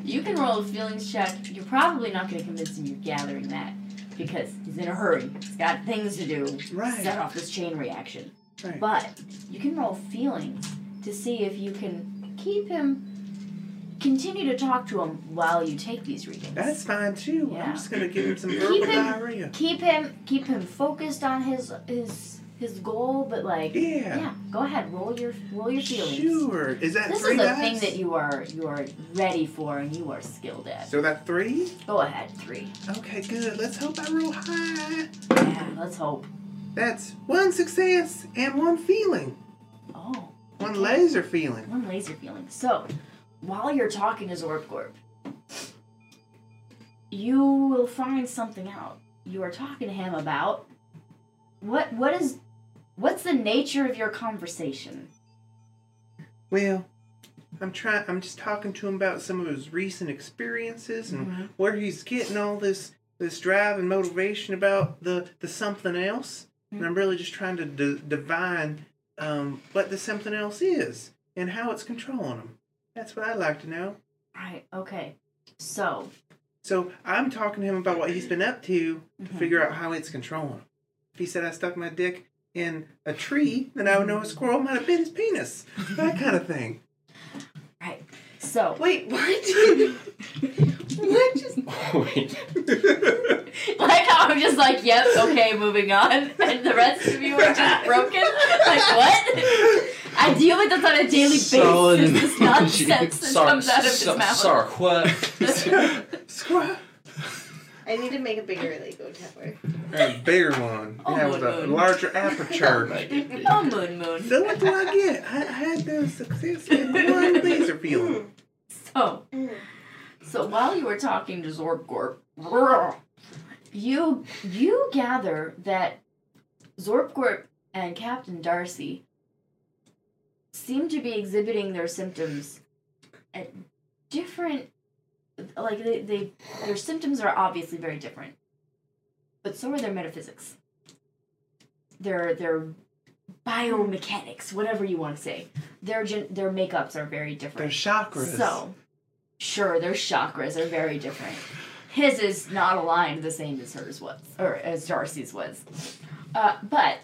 S1: You can roll a feelings check. You're probably not going to convince him you're gathering that because he's in a hurry. He's got things to do.
S6: Right.
S1: Set off this chain reaction.
S6: Right.
S1: But you can roll feelings to see if you can keep him, continue to talk to him while you take these readings.
S6: That's fine too.
S1: Yeah.
S6: I'm just gonna give him some verbal
S1: him-
S6: diarrhea.
S1: keep him, keep him focused on his his his goal. But like,
S6: Yeah.
S1: go ahead, roll your roll your feelings.
S6: Sure. Is that
S1: This
S6: three
S1: is a
S6: dice?
S1: thing that you are you are ready for and you are skilled at.
S6: So that three?
S1: Go ahead, three.
S6: Okay, good. Let's hope I roll high.
S1: Yeah, let's hope.
S6: That's one success and one feeling.
S1: Oh,
S6: One laser feeling.
S1: one laser feeling. So, while you're talking to Zorbcorp, you will find something out. You are talking to him about what what is what's the nature of your conversation?
S6: Well, I'm trying I'm just talking to him about some of his recent experiences and
S1: Mm-hmm.
S6: where he's getting all this this drive and motivation about the the something else. And I'm
S1: Mm-hmm.
S6: really just trying to d- divine um, what the something else is and how it's controlling him. That's what I'd like to know.
S1: Right. Okay. So,
S6: So I'm talking to him about what he's been up to to
S1: Mm-hmm.
S6: figure out how it's controlling him. If he said I stuck my dick in a tree, then I would know a squirrel might have bit his penis. That kind of thing.
S1: right. So,
S4: Wait, what? *laughs* what just?
S5: Wait.
S1: *laughs* like how I'm just like, yep, okay, moving on, *laughs* and the rest of you are just broken. Like what? *laughs* I deal with this on a daily
S11: Solid
S1: basis. This
S5: *laughs*
S11: analogy.
S1: nonsense that
S5: Sorry.
S1: comes out of his
S5: so-
S1: mouth.
S5: Sorry. What?
S6: Squirrel.
S4: I need to make a bigger Lego tower.
S6: A bigger one.
S1: *laughs* *laughs* Oh,
S6: yeah, with a
S1: Lord.
S6: larger aperture.
S1: Oh, moon, moon.
S6: so what do I get? I, I had the success with one
S1: *laughs*
S6: laser feeling.
S1: Oh. So while you were talking to Zorpgorp, you you gather that Zorpgorp and Captain Darcy seem to be exhibiting their symptoms at different like they, they their symptoms are obviously very different. But so are their metaphysics. Their their biomechanics, whatever you want to say. Their gen- their makeups are very different.
S6: They're chakras.
S1: So, sure, their chakras are very different. His is not aligned the same as hers was, or as Darcy's was. Uh, but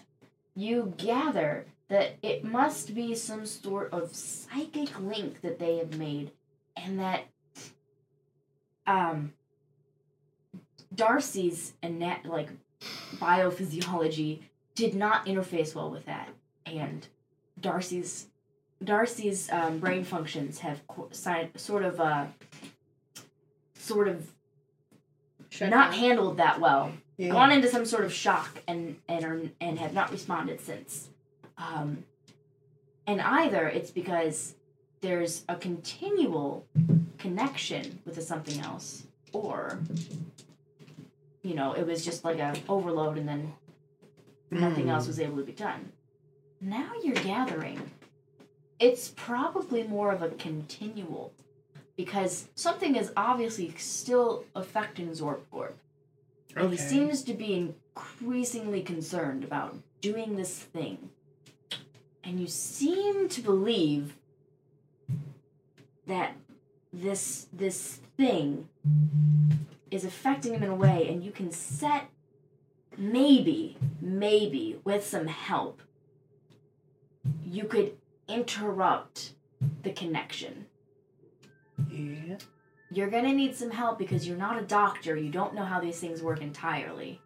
S1: you gather that it must be some sort of psychic link that they have made, and that um, Darcy's ana- like biophysiology did not interface well with that, and Darcy's Darcy's um, brain functions have co- si- sort of uh, sort of
S4: Shut
S1: not
S4: down.
S1: handled that well,
S6: Yeah.
S1: gone into some sort of shock, and and are, and have not responded since. Um, and either it's because there's a continual connection with the something else, or you know it was just like a overload, and then nothing else was able to be done. Now you're gathering. It's probably more of a continual because something is obviously still affecting Zorpgorp. And he
S6: Okay.
S1: seems to be increasingly concerned about doing this thing. And you seem to believe that this this thing is affecting him in a way and you can set maybe, maybe with some help, you could interrupt the connection.
S6: Yeah.
S1: You're gonna need some help because you're not a doctor. You don't know how these things work entirely.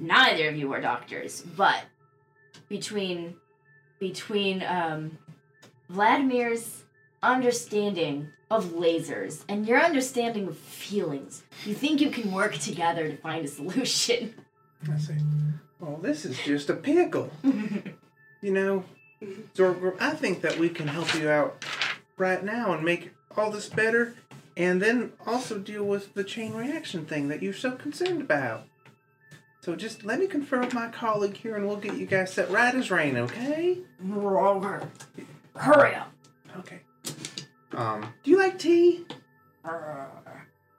S1: Neither of you are doctors, but between between um, Vladimir's understanding of lasers and your understanding of feelings, you think you can work together to find a solution.
S3: I say, well, this is just a *laughs* pickle. you know, Zorgor, I think that we can help you out right now and make all this better, and then also deal with the chain reaction thing that you're so concerned about. So just let me confer with my colleague here, and we'll get you guys set right as rain, okay?
S1: Roger, hurry up.
S3: Okay. Um, do you like tea?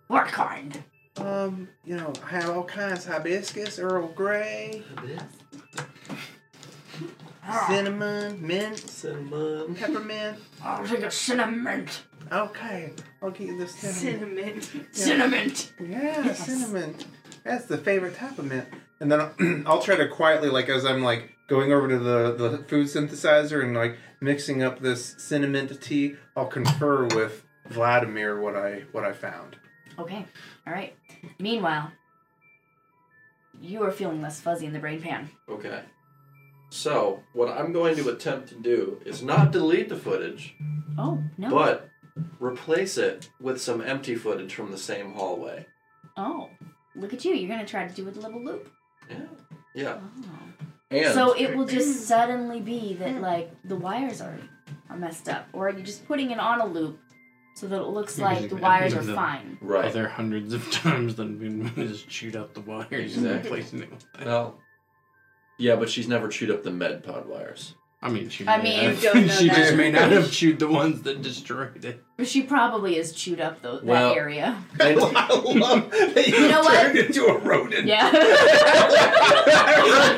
S1: What kind?
S3: *laughs* Um, you know, I have all kinds: hibiscus, Earl Grey, Ah. cinnamon, mint,
S5: Cinnamon.
S3: peppermint.
S1: I'll take a cinnamon.
S3: Okay, I'll get you the cinnamon.
S4: Cinnamon.
S1: Cinnamon.
S3: Yeah, cinnamon. That's the favorite type of mint. And then *clears throat* I'll, I'll try to quietly, like as I'm like going over to the the food synthesizer and like mixing up this cinnamon tea, I'll confer with Vladimir what I what I found. *laughs*
S1: Okay. All right. Meanwhile, you are feeling less fuzzy in the brain pan.
S5: Okay. So, what I'm going to attempt to do is not delete the footage,
S1: Oh no.
S5: but replace it with some empty footage from the same hallway.
S1: Oh, look at you! You're gonna try to do a little loop.
S5: Yeah. Yeah.
S1: Oh.
S5: And
S1: So it will just suddenly be that like the wires are are messed up, or are you just putting it on a loop so that it looks
S2: You're
S1: like
S2: using
S1: the
S2: the-
S1: wires are
S2: using the-
S1: fine?
S5: right.
S2: Other hundreds of *laughs* times than we just chewed out the *laughs* wires and
S5: Exactly.
S2: replacing it. with that.
S5: Well, yeah, but she's never chewed up the med
S1: *laughs*
S5: pod wires.
S2: I mean, she.
S1: I
S2: may
S1: mean,
S2: have-
S4: you don't know
S2: *laughs* she just
S4: that.
S2: may not have chewed the ones that destroyed *laughs* it.
S1: But she probably is chewed up though that
S5: Well-
S1: area.
S5: They-
S3: I love that you,
S1: You know what?
S3: turned into a *laughs* rodent.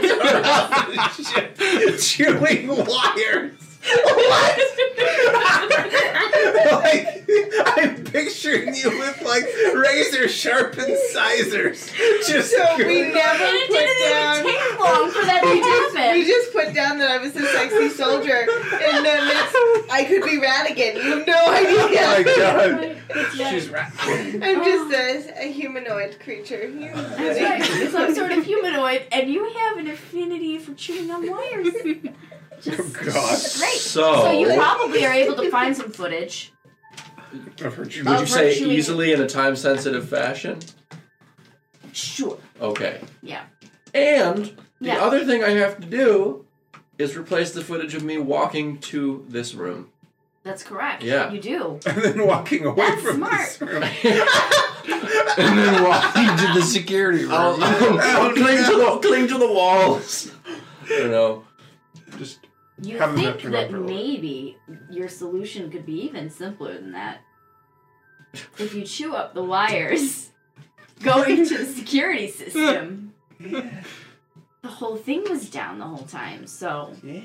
S1: *laughs* Yeah.
S3: Chewing wires. What? *laughs* like, I'm picturing you with like razor sharpened sizers. Just
S4: We never
S1: it
S4: put
S1: didn't
S4: down.
S1: even take long for that to happen.
S4: We just put down that I was a sexy soldier, and then it's, I could be Radigan. You have no
S3: Oh my
S4: idea.
S3: god.
S1: Yeah.
S3: She's right.
S4: I'm
S1: Oh.
S4: just a, a humanoid creature. You-
S1: That's right. Some sort of humanoid, and you have an affinity for chewing on
S4: *laughs*
S1: wires. *laughs* Just
S3: Oh god.
S1: great.
S5: So,
S1: So you probably are able to find some footage.
S3: I've heard you.
S5: would you
S1: of
S5: say
S1: virtually-
S5: easily in a time sensitive fashion?
S1: Sure.
S5: Okay.
S1: Yeah.
S5: And the
S1: Yeah.
S5: other thing I have to do is replace the footage of me walking to this room.
S1: That's correct.
S5: Yeah.
S1: You do.
S3: *laughs* And then walking away
S1: Oh. That's
S3: from
S1: smart.
S3: this room.
S2: And then walked into *laughs* the security room.
S5: I'll, I'll, *laughs* I'll cling, to the, cling to the walls. I don't know.
S3: Just
S1: You
S3: Haven't
S1: think
S3: been
S1: that
S3: for a little-
S1: maybe your solution could be even simpler than that. If you chew up the wires *laughs* going to the security system. The whole thing was down the whole time, so
S3: yeah.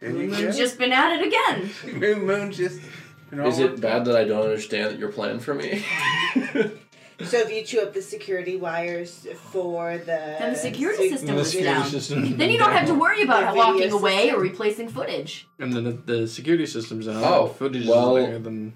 S3: There you go.
S1: we've just been at it again.
S3: Moon Moon just. and all
S5: Is it bad that I don't understand that you're playing for me?
S4: *laughs*
S5: *laughs*
S4: So if you chew up the security wires for the
S1: Then the security system
S2: And the
S1: was
S2: security
S1: down.
S2: system.
S1: Then you don't have to worry about
S4: Video
S1: walking away
S4: system.
S1: or replacing footage.
S2: And then if the security system's out.
S5: Oh,
S2: the footage
S5: well-
S2: is there. Then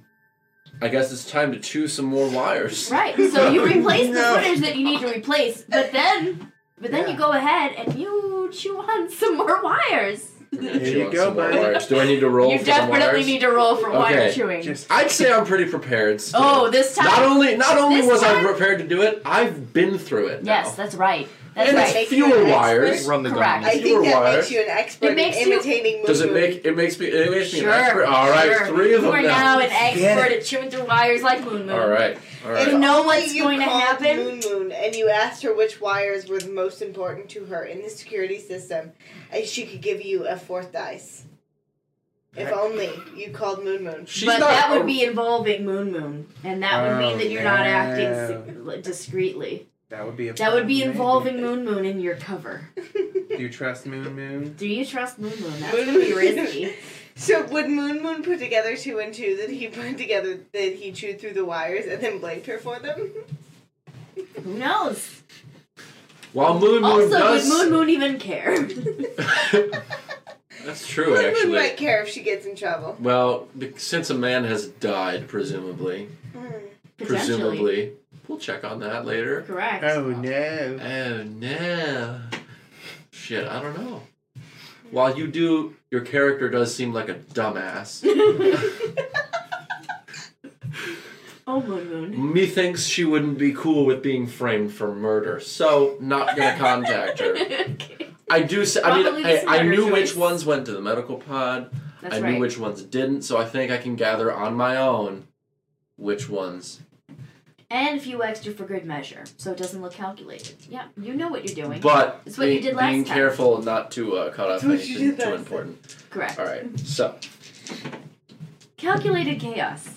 S5: I guess it's time to chew some more wires.
S1: Right. So you replace
S3: No.
S1: the footage that you need to replace, but then but then
S3: Yeah.
S1: you go ahead and you chew on *laughs* some more wires.
S5: I'm gonna
S3: There
S5: chew
S3: you
S5: on
S3: go,
S5: some more
S3: buddy.
S5: wires. Do I need to roll
S1: you
S5: for some
S1: definitely
S5: wires?
S1: need to roll for wire
S5: Okay.
S1: chewing.
S3: Just
S5: I'd say I'm pretty prepared. Still.
S1: oh, this time.
S5: Not only not only
S1: This
S5: was I
S1: time-
S5: prepared to do it, I've been through it. now.
S1: Yes, that's right. That's
S5: and
S4: it
S5: it's
S1: right.
S4: makes
S5: fewer
S4: you an
S5: wires.
S2: run the
S1: Correct.
S4: I
S2: gauntlet.
S5: Fewer
S4: think that
S5: wires.
S4: makes you an expert
S1: It makes
S4: in
S1: you-
S4: imitating moves.
S5: Does it make it makes me it makes me
S1: Sure.
S5: an expert? All right,
S1: sure.
S5: three of them
S1: You are now
S5: now.
S1: an
S3: Get
S1: expert at chewing through wires like Moon Moon.
S5: All right, all
S4: If
S5: right.
S1: know
S4: only
S1: what's
S4: you
S1: going to
S4: called
S1: happen?
S4: Moon Moon, and you asked her which wires were the most important to her in the security system, and she could give you a fourth dice. If only you called Moon Moon.
S5: She's
S1: but
S5: not
S1: that
S5: a-
S1: would be involving Moon Moon, and that would
S3: Oh,
S1: mean that you're not acting
S3: no.
S1: s- discreetly.
S3: that would be a
S1: That would be
S3: maybe.
S1: involving Moon Moon in your cover.
S3: Do you trust Moon Moon?
S1: Do you trust Moon Moon? That's gonna be risky.
S4: So would Moon Moon put together two and two that he put together that he chewed through the wires and then blamed her for them? *laughs*
S1: Who knows?
S5: While Moon Moon
S1: Also, *laughs*
S5: does,
S1: would Moon Moon even care?
S5: That's true,
S4: What would
S5: actually.
S4: might care if she gets in trouble?
S5: Well, be- since a man has died, presumably,
S12: Potentially.
S5: presumably, we'll check on that later.
S12: Correct.
S3: no.
S5: Oh no! Shit, I don't know. While you do, your character does seem like a dumbass.
S1: *laughs*
S12: Oh, Moon Moon.
S1: *laughs*
S5: Methinks she wouldn't be cool with being framed for murder, so not gonna contact her.
S12: okay.
S5: I do. s- I
S12: Probably
S5: mean, I,
S12: the
S5: I
S12: smarter
S5: knew
S12: choice.
S5: which ones went to the medical pod.
S12: That's
S5: I
S12: right.
S5: knew which ones didn't, so I think I can gather on my own which ones.
S1: And a few extra for good measure, so it doesn't look calculated. Yeah, you know what you're doing.
S5: But
S1: It's what you
S5: be-
S1: did last
S5: being
S1: time.
S5: careful not to uh, cut off
S4: That's what you
S5: anything
S4: did last
S5: too
S4: time.
S5: important.
S1: Correct.
S5: All right, so
S1: Calculated
S5: *laughs*
S1: chaos.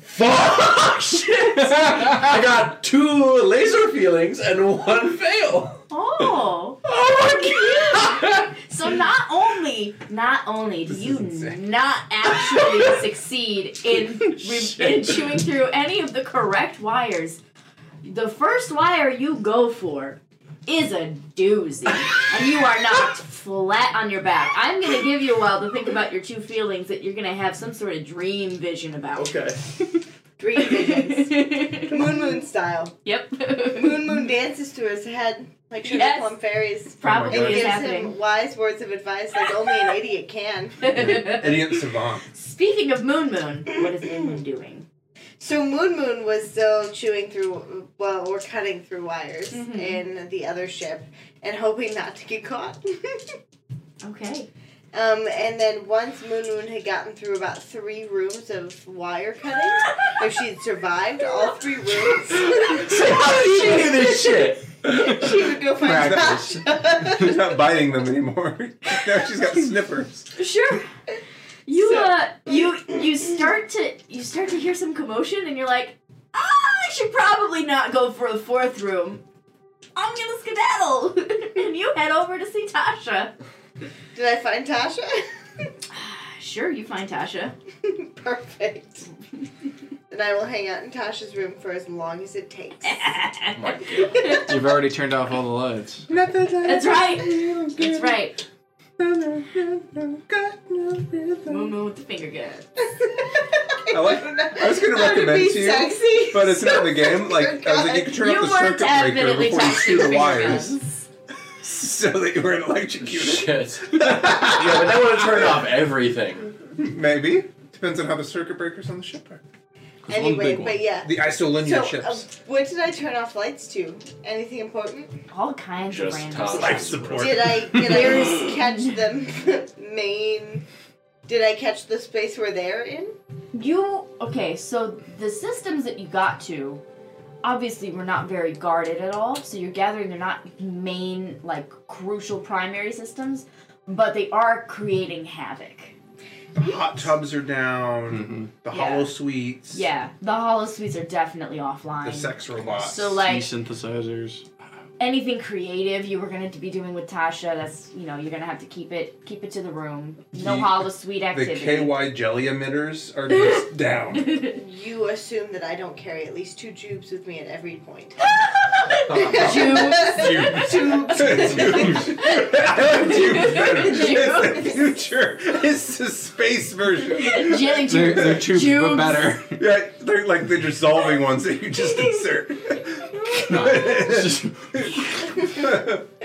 S5: fuck *laughs* shit. I got two laser feelings and one fail.
S1: Oh,
S5: Oh my god!
S1: so not only, not only do you not
S4: *laughs*
S1: actually succeed in, re- in
S5: Shit.
S1: chewing through any of the correct wires, the first wire you go for is a doozy, and you are knocked flat on your back. I'm gonna give you a while to think about your two feelings that you're gonna have some sort of dream vision about.
S5: *laughs* Okay.
S1: *laughs*
S4: Dream visions. moon moon style.
S1: Yep.
S4: Moon moon dances to his head like sugar
S1: Yes.
S4: plum fairies.
S1: *laughs* Probably
S4: And
S1: is
S4: gives
S1: happening.
S4: him wise words of advice like only an idiot can.
S3: Idiot savant.
S1: *laughs* Speaking of Moon Moon, what is Moon Moon doing?
S4: So Moon Moon was still chewing through, well, or cutting through wires
S1: Mhm.
S4: in the other ship and hoping not to get caught. *laughs*
S1: Okay.
S4: um, and then once Moon Moon had gotten through about three rooms of wire cutting, *laughs* if she had survived all three rooms, *laughs*
S5: So how do you do this shit?
S4: she would go find
S3: Practice.
S4: Sasha.
S3: *laughs* She's not biting them anymore. *laughs* now she's got snippers.
S1: Sure. You
S4: So-
S1: uh you you start to you start to hear some commotion and you're like, ah, I should probably not go for a fourth room. I'm gonna skedaddle *laughs* and you head over to see Tasha.
S4: Did I find Tasha? *laughs*
S1: Sure, you find Tasha.
S4: Perfect. and I will hang out in Tasha's room for as long as it takes.
S5: Oh
S1: *laughs*
S5: my god.
S13: You've already turned off all the lights.
S1: That's right. That's right. Moon
S3: I
S1: Moon with the finger gun.
S4: *laughs* I
S3: like- I was gonna recommend to you,
S4: sexy.
S3: But it's
S4: *laughs*
S3: not in the
S1: *laughs*
S4: so
S3: game. Like, I was like, you could turn
S1: Oh You
S3: off
S1: were
S3: the circuit breaker
S1: definitely
S3: before you
S1: touching
S3: shoot the
S1: finger
S3: wires
S1: guns.
S3: *laughs* so that you weren't electrocuted.
S5: Shit. Yeah, but they want to turn off everything.
S3: *laughs* Maybe. Depends on how the circuit breakers on the ship are.
S2: big
S4: Anyway, but
S2: one.
S4: yeah.
S3: The isolinear
S4: So, uh,
S3: ships.
S4: what did I turn off lights to? Anything important?
S1: All kinds
S5: Just
S1: of random
S5: top.
S1: stuff.
S3: Life support.
S4: Did I
S3: *laughs*
S4: did I catch the *laughs* main? Did I catch the space where they're in?
S1: You okay? So the systems that you got to, obviously, were not very guarded at all. So you're gathering they're not main, like crucial primary systems, but they are creating havoc.
S3: The hot tubs are down. The
S1: Yeah.
S3: hollow suites.
S1: Yeah, the hollow suites are definitely offline.
S3: The sex robots.
S1: So, like-
S2: synthesizers.
S1: Anything creative you were gonna be doing with Tasha, that's you know you're gonna have to keep it keep it to the room. No
S3: The-
S1: hollow suite
S3: the
S1: activity. *laughs*
S3: KY jelly emitters are just down.
S4: You assume that I don't carry at least two jubes with me at every point. *laughs*
S1: *laughs* Jubes. *laughs*
S3: It's the future. It's the space version.
S1: Jelly
S13: They're, they're tubes, but
S1: Jubes.
S13: better.
S3: Yeah, they're like the dissolving ones that
S1: *laughs*
S3: you just insert.
S1: Look at
S3: *laughs*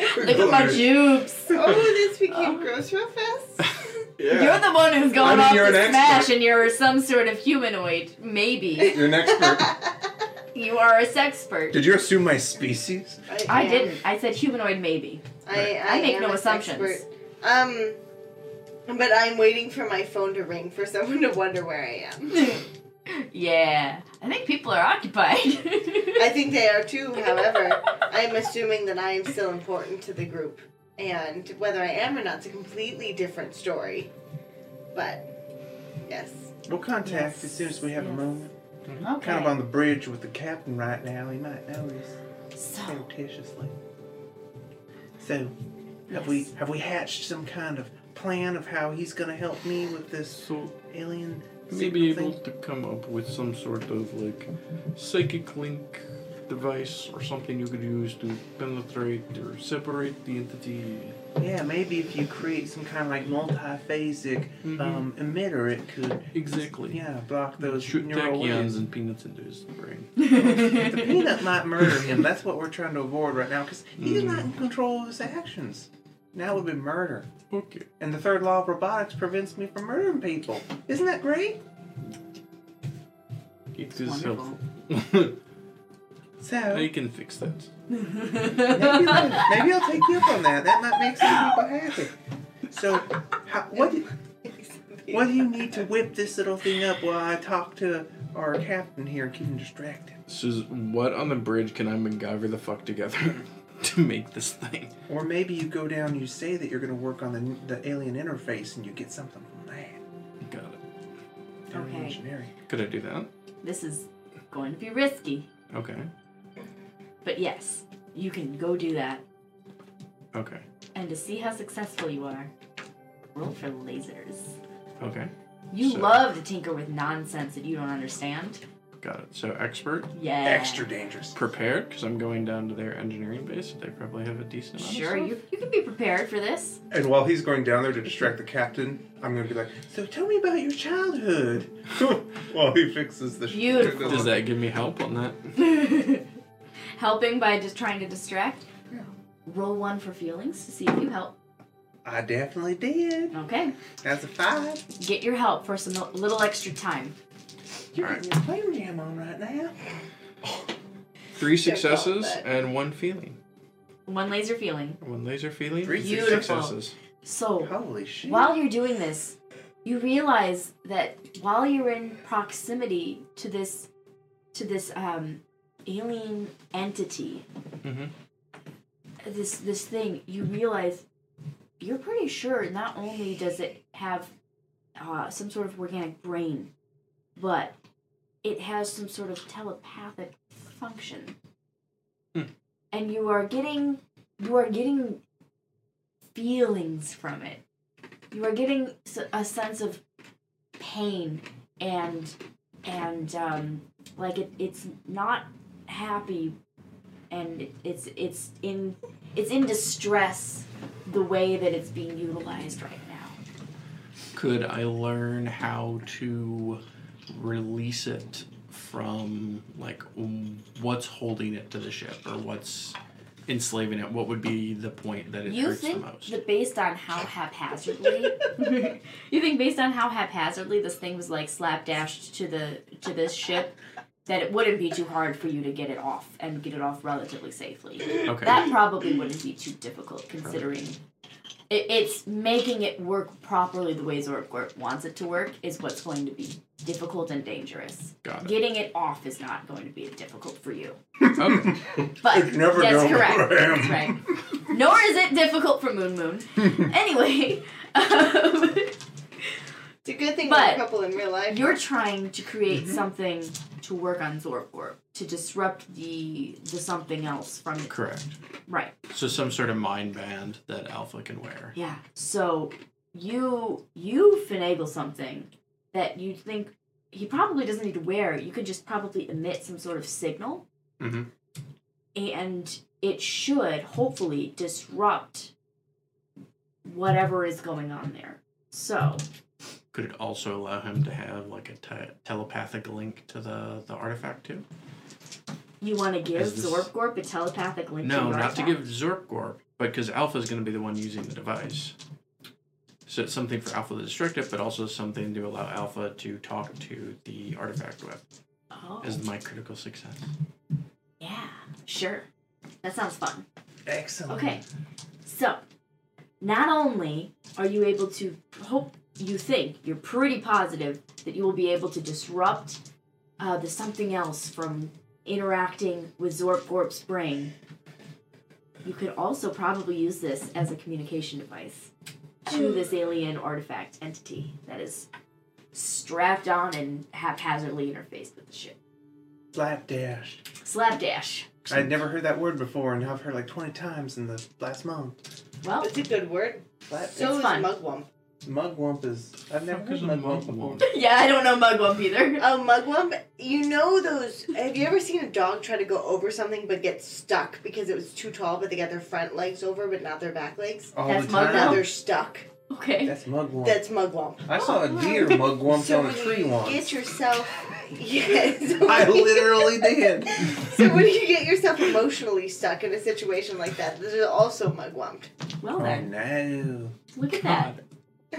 S1: my jubes.
S4: oh, this became gross real fast.
S3: Yeah.
S1: You're the one who's going
S3: mean,
S1: off
S3: you're
S1: to
S3: an
S1: smash,
S3: expert.
S1: and you're some sort of humanoid. Maybe
S3: *laughs* You're
S1: *laughs*
S3: an expert.
S1: you are a sexpert.
S3: Did you assume my species?
S1: I
S4: am.
S1: didn't. I said humanoid. Maybe.
S4: I,
S1: I make
S4: am
S1: no
S4: a sex
S1: assumptions.
S4: expert. Um, but I'm waiting for my phone to ring for someone to wonder where I am.
S1: *laughs* *laughs* Yeah. I think people are occupied.
S4: *laughs* I think they are too. However, I'm assuming that I am still important to the group, and whether I am or not is a completely different story. But yes,
S3: We'll contact
S1: Yes. as soon as we have a Yes. moment. *laughs* okay.
S3: the bridge with the captain right now. He might know us
S1: *laughs* so
S3: surreptitiously. So,
S1: Have we-
S3: have we hatched some kind of plan of how he's going to help me with this
S2: So
S3: alien?
S2: may be able to come up with some sort of like psychic link device or something you could use to penetrate or separate the entity.
S6: Yeah, maybe if you create some kind of like multiphasic
S2: Mhm.
S6: um, emitter, it could
S2: Exactly.
S6: yeah block those
S2: Shoot
S6: neural
S2: tachyons
S6: waves.
S2: and peanuts into his brain.
S6: the
S2: *laughs*
S6: peanut might murder him. That's what we're trying to avoid right now because he's not
S2: Mm.
S6: in control of his actions. Now would be murder.
S2: Okay.
S6: And the third law of robotics prevents me from murdering people. Isn't that great?
S2: It is
S6: Wonderful.
S2: helpful. *laughs*
S6: So
S2: I can fix that.
S6: maybe, they'll- maybe I'll take you up on that. That might make some people happy. So, how, what do, what do you need to whip this little thing up while I talk to our captain here and keep him distracted?
S2: This is what on the bridge can I MacGyver the fuck together *laughs* to make this thing?
S6: Or maybe you go down and you say that you're going to work on the, the alien interface and you get something from that.
S2: Got it.
S6: Alien
S1: Okay.
S6: engineering.
S2: Could I do that?
S1: This is going to be risky,
S2: Okay.
S1: but yes, you can go do that.
S2: Okay.
S1: And to see how successful you are, roll for lasers.
S2: Okay.
S1: You
S2: So-
S1: love to tinker with nonsense that you don't understand.
S2: Got it. So expert,
S1: Yeah.
S6: Extra dangerous.
S2: prepared, because I'm going down to their engineering base. They probably have a decent amount. of
S1: Sure, you, you can be prepared for this.
S3: And while he's going down there to distract the captain, I'm going to be like,
S6: So tell me about your childhood.
S3: *laughs* while he fixes the
S1: Beautiful.
S2: Does that give me help on that?
S1: Helping by just trying to distract. Roll one for feelings to see if you help.
S6: I definitely did.
S1: Okay.
S6: That's a five.
S1: Get your help for some little extra time.
S6: You're getting your player jam on right now.
S2: Three
S4: Don't call it
S2: successes
S4: that.
S2: and one feeling.
S1: One laser feeling.
S2: One laser feeling.
S6: Three
S1: Beautiful.
S2: successes.
S1: So,
S6: Holy shit.
S1: while you're doing this, you realize that while you're in proximity to this to this um, alien entity,
S2: Mhm.
S1: this this thing, you realize you're pretty sure not only does it have uh, some sort of organic brain, but it has some sort of telepathic function,
S2: Hmm.
S1: and you are getting you are getting feelings from it you are getting s- a sense of pain and and um like it, it's not happy and it, it's it's in it's in distress the way that it's being utilized right now
S2: Could I learn how to release it from like mm, what's holding it to the ship or what's enslaving it? What would be the point that it
S1: you
S2: hurts the
S1: think
S2: most?
S1: that based on how haphazardly *laughs* you think based on how haphazardly this thing was like slapdashed to the to this ship that it wouldn't be too hard for you to get it off and get it off relatively safely
S2: okay.
S1: That probably wouldn't be too difficult considering it, it's making it work properly the way Zorgort wants it to work is what's going to be difficult and dangerous.
S2: Got it.
S1: Getting it off is not going to be difficult for you.
S3: *laughs*
S2: Okay.
S1: But
S3: You never
S1: that's
S3: know where
S1: correct.
S3: I am.
S1: That's right. Nor is it difficult for Moon Moon.
S3: *laughs*
S1: anyway, *laughs* um,
S4: It's a good thing
S1: But-
S4: we're a couple in real life.
S1: you're trying to create
S3: Mm-hmm.
S1: something to work on Zorgort to disrupt the the something else from it.
S2: Correct.
S1: Right.
S2: So some sort of mind band that Alpha can wear.
S1: Yeah. So you you finagle something that you think he probably doesn't need to wear. You could just probably emit some sort of signal,
S2: Mhm.
S1: and it should hopefully disrupt whatever is going on there. So
S2: Could it also allow him to have like a te- telepathic link to the the artifact too?
S1: you want to give
S2: Is this-
S1: Zorpgorp a telepathic link? to
S2: No,
S1: your
S2: not to
S1: artifact?
S2: give Zorpgorp, but because Alpha is going to be the one using the device. So it's something for Alpha to distract it, but also something to allow Alpha to talk to the artifact with.
S1: Oh,
S2: Is my critical success.
S1: yeah. Sure. That sounds fun.
S6: Excellent.
S1: Okay. So, not only are you able to hope you think you're pretty positive that you will be able to disrupt uh, the something else from interacting with Zorpgorp's brain, you could also probably use this as a communication device to this alien artifact entity that is strapped on and haphazardly interfaced with the ship.
S6: Slapdash.
S1: Slapdash.
S6: I'd never heard that word before, and I've heard it like 20 times in the last month.
S1: Well,
S4: It's a good word.
S6: Slapdash.
S4: So is
S1: fun.
S4: mugwump.
S6: Mugwump is. I've never heard
S2: Fuckers a
S6: mugwump before.
S2: mugwump.
S1: *laughs* Yeah, I don't know Mugwump either.
S4: A mugwump, you know those. Have you ever seen a dog try to go over something but get stuck because it was too tall, but they got their front legs over but not their back legs?
S6: All
S1: That's
S6: the
S1: mugwump.
S6: time.
S4: Now they're stuck.
S1: *laughs* Okay.
S6: That's mugwump.
S4: That's mugwump.
S6: I saw a deer mugwumped on a
S4: when
S6: tree
S4: you
S6: once.
S4: Get yourself. *laughs* Yes.
S6: *laughs* I literally
S1: *laughs*
S6: did.
S4: *laughs* so when you get yourself emotionally stuck in a situation like that, this is also mugwumped.
S1: Well
S6: Oh
S1: then,
S6: no.
S1: look at that.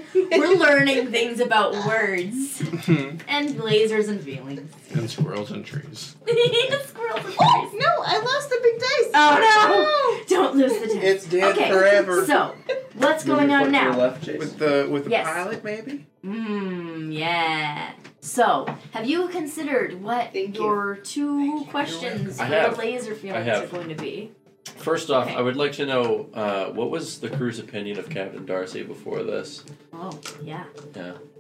S4: *laughs*
S1: We're learning things about words and lasers and feelings.
S2: And squirrels and trees.
S1: *laughs* Squirrels and trees.
S4: No, I lost the big dice.
S1: Oh no! Don't lose the dice.
S6: It's dead
S1: Okay,
S6: forever.
S1: So, what's going on now?
S5: Left, Jason.
S6: with the with the
S1: Yes. *laughs*
S6: pilot maybe?
S1: Mmm, yeah. So, have you considered what
S4: Thank you.
S1: your two questions
S5: I
S1: for
S5: have.
S1: the laser feelings are
S5: have.
S1: going to be?
S5: First off,
S1: Okay.
S5: I would like to know uh, what was the crew's opinion of Captain Darcy before this?
S1: Oh, yeah.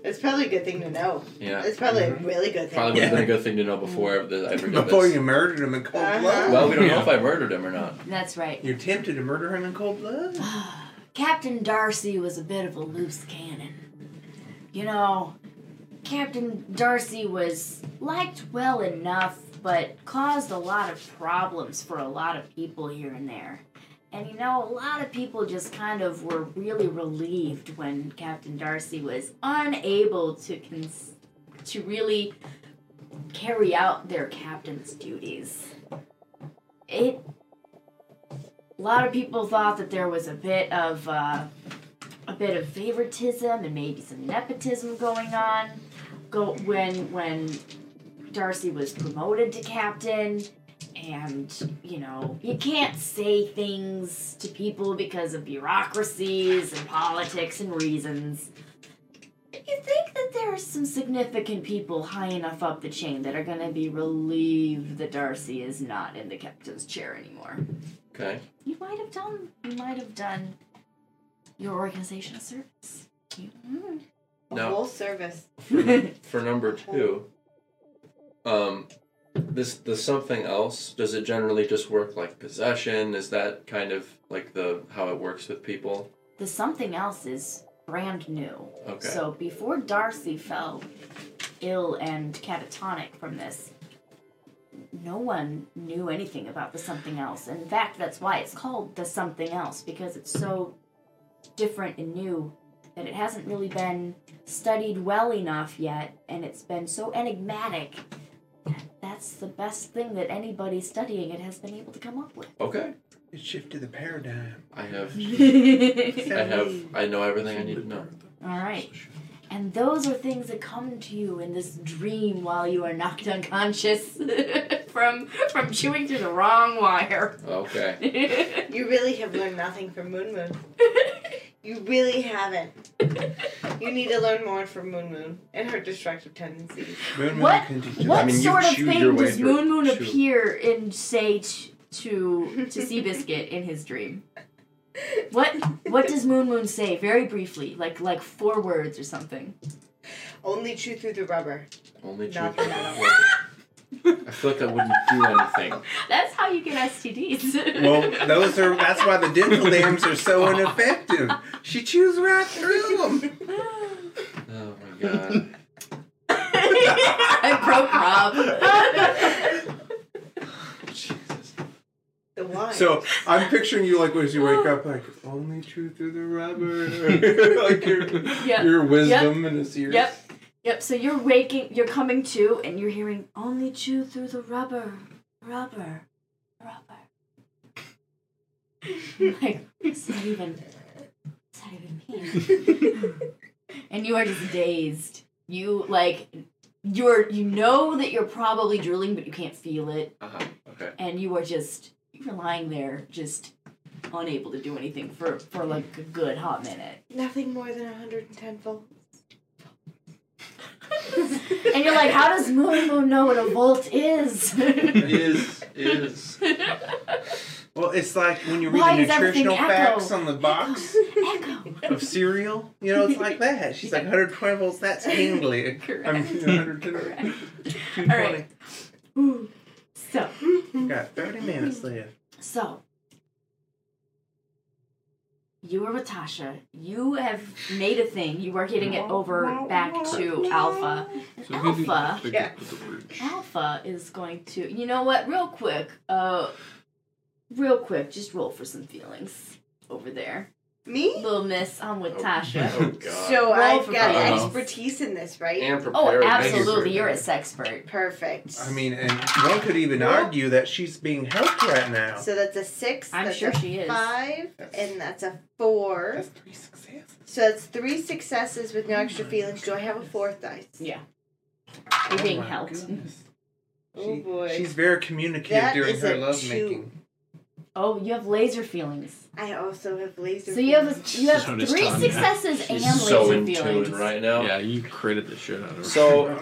S4: It's probably a good thing to know.
S5: Yeah,
S4: It's probably
S6: Mm-hmm.
S4: a really good thing.
S5: probably would have been a good thing to know before I ever did
S6: Before
S5: this.
S6: you murdered him in cold
S4: Uh-huh.
S6: blood.
S5: Well, we don't know if I murdered him or not.
S1: That's right.
S6: you attempted to murder him in cold blood.
S1: Captain Darcy was a bit of a loose cannon. You know, Captain Darcy was liked well enough, but caused a lot of problems for a lot of people here and there. And you know, a lot of people just kind of were really relieved when Captain Darcy was unable to cons- to really carry out their captain's duties. It a lot of people thought that there was a bit of uh, a bit of favoritism and maybe some nepotism going on. Go when when Darcy was promoted to captain, and you know you can't say things to people because of bureaucracies and politics and reasons. You think that there are some significant people high enough up the chain that are going to be relieved that Darcy is not in the captain's chair anymore
S5: Okay.
S1: you might have done you might have done your organization a service. You- mm.
S4: A
S5: No.
S4: whole service.
S5: For, for number two, um, this the something else. Does it generally just work like possession? Is that kind of like the how it works with people?
S1: The something else is brand new.
S5: Okay.
S1: So before Darcy fell ill and catatonic from this, no one knew anything about the something else. In fact, that's why it's called the something else because it's so different and new that it hasn't really been studied well enough yet, and it's been so enigmatic. That's the best thing that anybody studying it has been able to come up with.
S5: okay.
S6: It shifted the paradigm.
S5: I have.
S1: All
S5: I have. I know everything I need to know.
S1: right. And those are things that come to you in this dream while you are knocked unconscious *laughs* from from chewing through the wrong
S5: *laughs*
S1: wire.
S5: Okay.
S4: You really have learned nothing from Moon Moon. You really haven't. You need to learn more from Moon Moon and her destructive tendencies.
S6: Moon Moon
S1: What-
S6: can just-
S1: what
S5: I mean, you
S1: sort of
S5: chewed your
S1: thing
S5: way
S1: does
S5: through-
S1: Moon Moon
S5: chewed.
S1: appear and say t- to to Seabiscuit in his dream? What what does Moon Moon say very briefly, like like four words or
S5: *laughs*
S1: something?
S4: Only chew through the rubber.
S5: Only two.
S4: Nothing at all.
S5: I feel like that wouldn't
S1: *laughs*
S5: do anything.
S1: That's how you get STDs.
S6: Well, those are. That's why the dental dams are so ineffective. She chews right through them.
S5: Oh my god.
S1: *laughs* I broke Rob.
S5: *laughs*
S4: The wine.
S6: So I'm picturing you like when you wake up, like only chew through
S3: *laughs*
S6: the rubber, like your
S1: yep.
S6: your wisdom in his ears.
S1: Yep. Yep. So you're waking, you're coming to, and you're hearing only chew through the rubber, rubber, rubber. *laughs* I'm like it's not even, it's not even me. and you are just dazed. You like, you're you know that you're probably drooling, but you can't feel it,
S5: Uh-huh. Okay.
S1: and you are just you're lying there, just unable to do anything for for like a good hot minute.
S4: nothing more than 110 volts.
S1: And you're like, how does Moon Moon know what a volt is? *laughs*
S5: Is is
S6: Well, it's like when you read
S1: Why
S6: the
S1: is everything
S6: nutritional
S1: echo?
S6: facts on the *laughs* box
S1: Echo.
S6: of cereal. You know, it's like that. She's like 120 volts. That's *laughs* Hingley.
S1: Correct.
S6: I'm 120.
S1: All right. Ooh. So,
S6: *laughs* Got 30 minutes left.
S1: so you were with Tasha. You have made a thing. You are getting it over back to Alpha. And
S2: So who do you
S1: Alpha,
S2: pick
S4: Yeah.
S2: up with the bridge?
S1: Alpha is going to. You know what? Real quick. Uh, real quick. Just roll for some feelings over there.
S4: Me?
S1: Little Miss, I'm with *laughs*
S5: Oh.
S1: Tasha.
S5: *laughs* Oh god.
S4: So
S1: Roll
S4: I've
S1: for
S4: got
S2: preparedness.
S4: expertise in this, right?
S5: and
S1: Oh,
S5: prepared.
S1: absolutely. You're a sexpert.
S4: Perfect.
S3: I mean, and one could even argue that she's being helped right now.
S4: so that's a six.
S1: I'm
S4: that's
S1: sure
S4: a
S1: she is.
S4: Five, and that's a four.
S6: That's three successes.
S4: So that's three successes with no extra feelings. Do I have a fourth dice?
S1: Yeah. You're
S6: Oh,
S1: being
S3: my
S1: helped.
S3: goodness.
S4: Oh
S3: She-
S4: boy.
S3: She's very communicative
S4: That
S3: during
S4: is
S3: her
S4: a
S3: lovemaking.
S1: Oh, you have laser feelings.
S4: I also have laser.
S1: So you have *laughs*
S4: beams.
S1: a, you have
S2: So does
S1: three
S2: Tanya.
S1: successes and laser
S5: so in
S1: feelings.
S5: tune right now.
S2: Yeah, you critted the shit out of her.
S5: *laughs* So
S4: *laughs*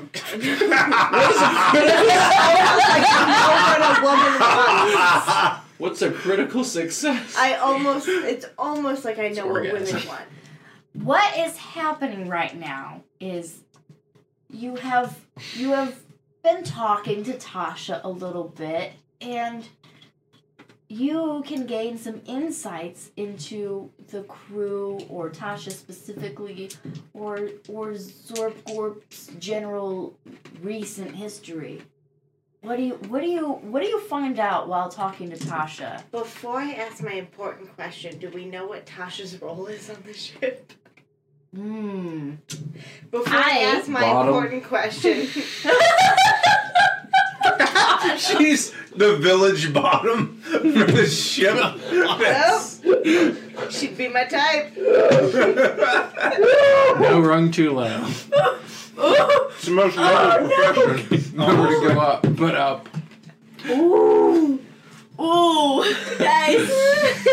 S4: What a woman
S5: *laughs*
S4: wants.
S5: what's a critical success?
S4: I almost. It's almost like I know what
S2: orgasm.
S4: women want.
S1: what is happening right now is you have you have been talking to Tasha a little bit and you can gain some insights into the crew or Tasha specifically or or Zorpgorp's general recent history. What do you what do you what do you find out while talking to Tasha?
S4: Before I ask my important question, do we know what Tasha's role is on the ship?
S1: Hmm.
S4: Before I,
S1: I-
S4: ask my
S5: Bottom.
S4: important question,
S3: She's the village bottom for
S1: *laughs*
S3: the ship. That's-
S4: she'd be my type.
S2: no rung too loud.
S3: It's the most
S1: Oh,
S3: noble profession.
S2: Nowhere to go up, but up.
S1: Ooh, guys,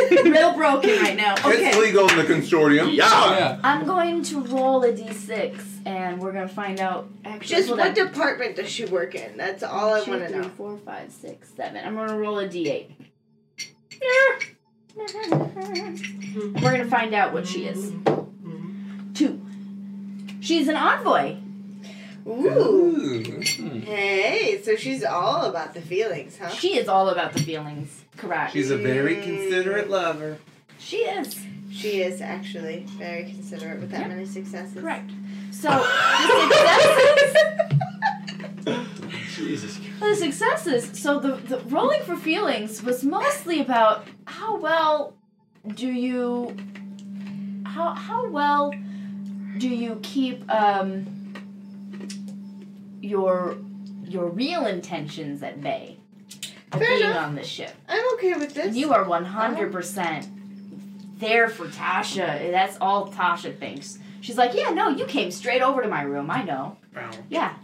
S1: *laughs* real broken right now.
S3: It's
S1: Okay,
S3: legal in the consortium.
S2: Yeah.
S1: I'm going to roll a d6, and we're gonna find out. Actually,
S4: Just
S1: hold
S4: what
S1: on.
S4: department does she work in? That's all I
S1: Two,
S4: want to
S1: three,
S4: know.
S1: four, five, six, seven. I'm gonna roll a
S4: *laughs*
S1: d8. we're gonna find out what she is. Two. She's an envoy.
S4: Ooh.
S3: Ooh.
S4: Hey, so she's all about the feelings, huh?
S1: She is all about the feelings. Correct.
S3: She's a very considerate lover.
S1: she is.
S4: She is actually very considerate with that many successes.
S1: Correct. So the successes.
S5: Jesus.
S1: The successes. So the, the rolling for feelings was mostly about how well do you how how well do you keep um your your real intentions at bay of
S4: Fair
S1: being
S4: enough.
S1: on the ship.
S4: I'm okay with this.
S1: You are one hundred percent there for Tasha. That's all Tasha thinks. She's like, yeah, no, you came straight over to my room. I know. Yeah.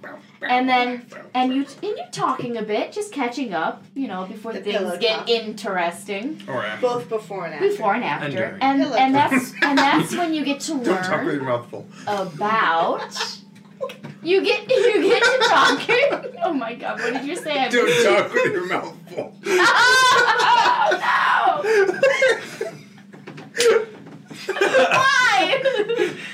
S1: And then and you and you're talking a bit, just catching up, you know, before
S4: The pillow
S1: things get
S4: talk.
S1: interesting.
S3: All right.
S4: both before and after.
S1: Before and after.
S2: during.
S1: And
S4: Pillow
S1: and
S4: talk.
S1: that's and that's when you get to
S3: *laughs* Don't talk with
S1: learn
S3: your mouth full.
S1: about you get *laughs* you get to talking. Oh my god, what did you say? I
S3: Don't talk with your mouth full.
S1: Oh, no! Why? *laughs*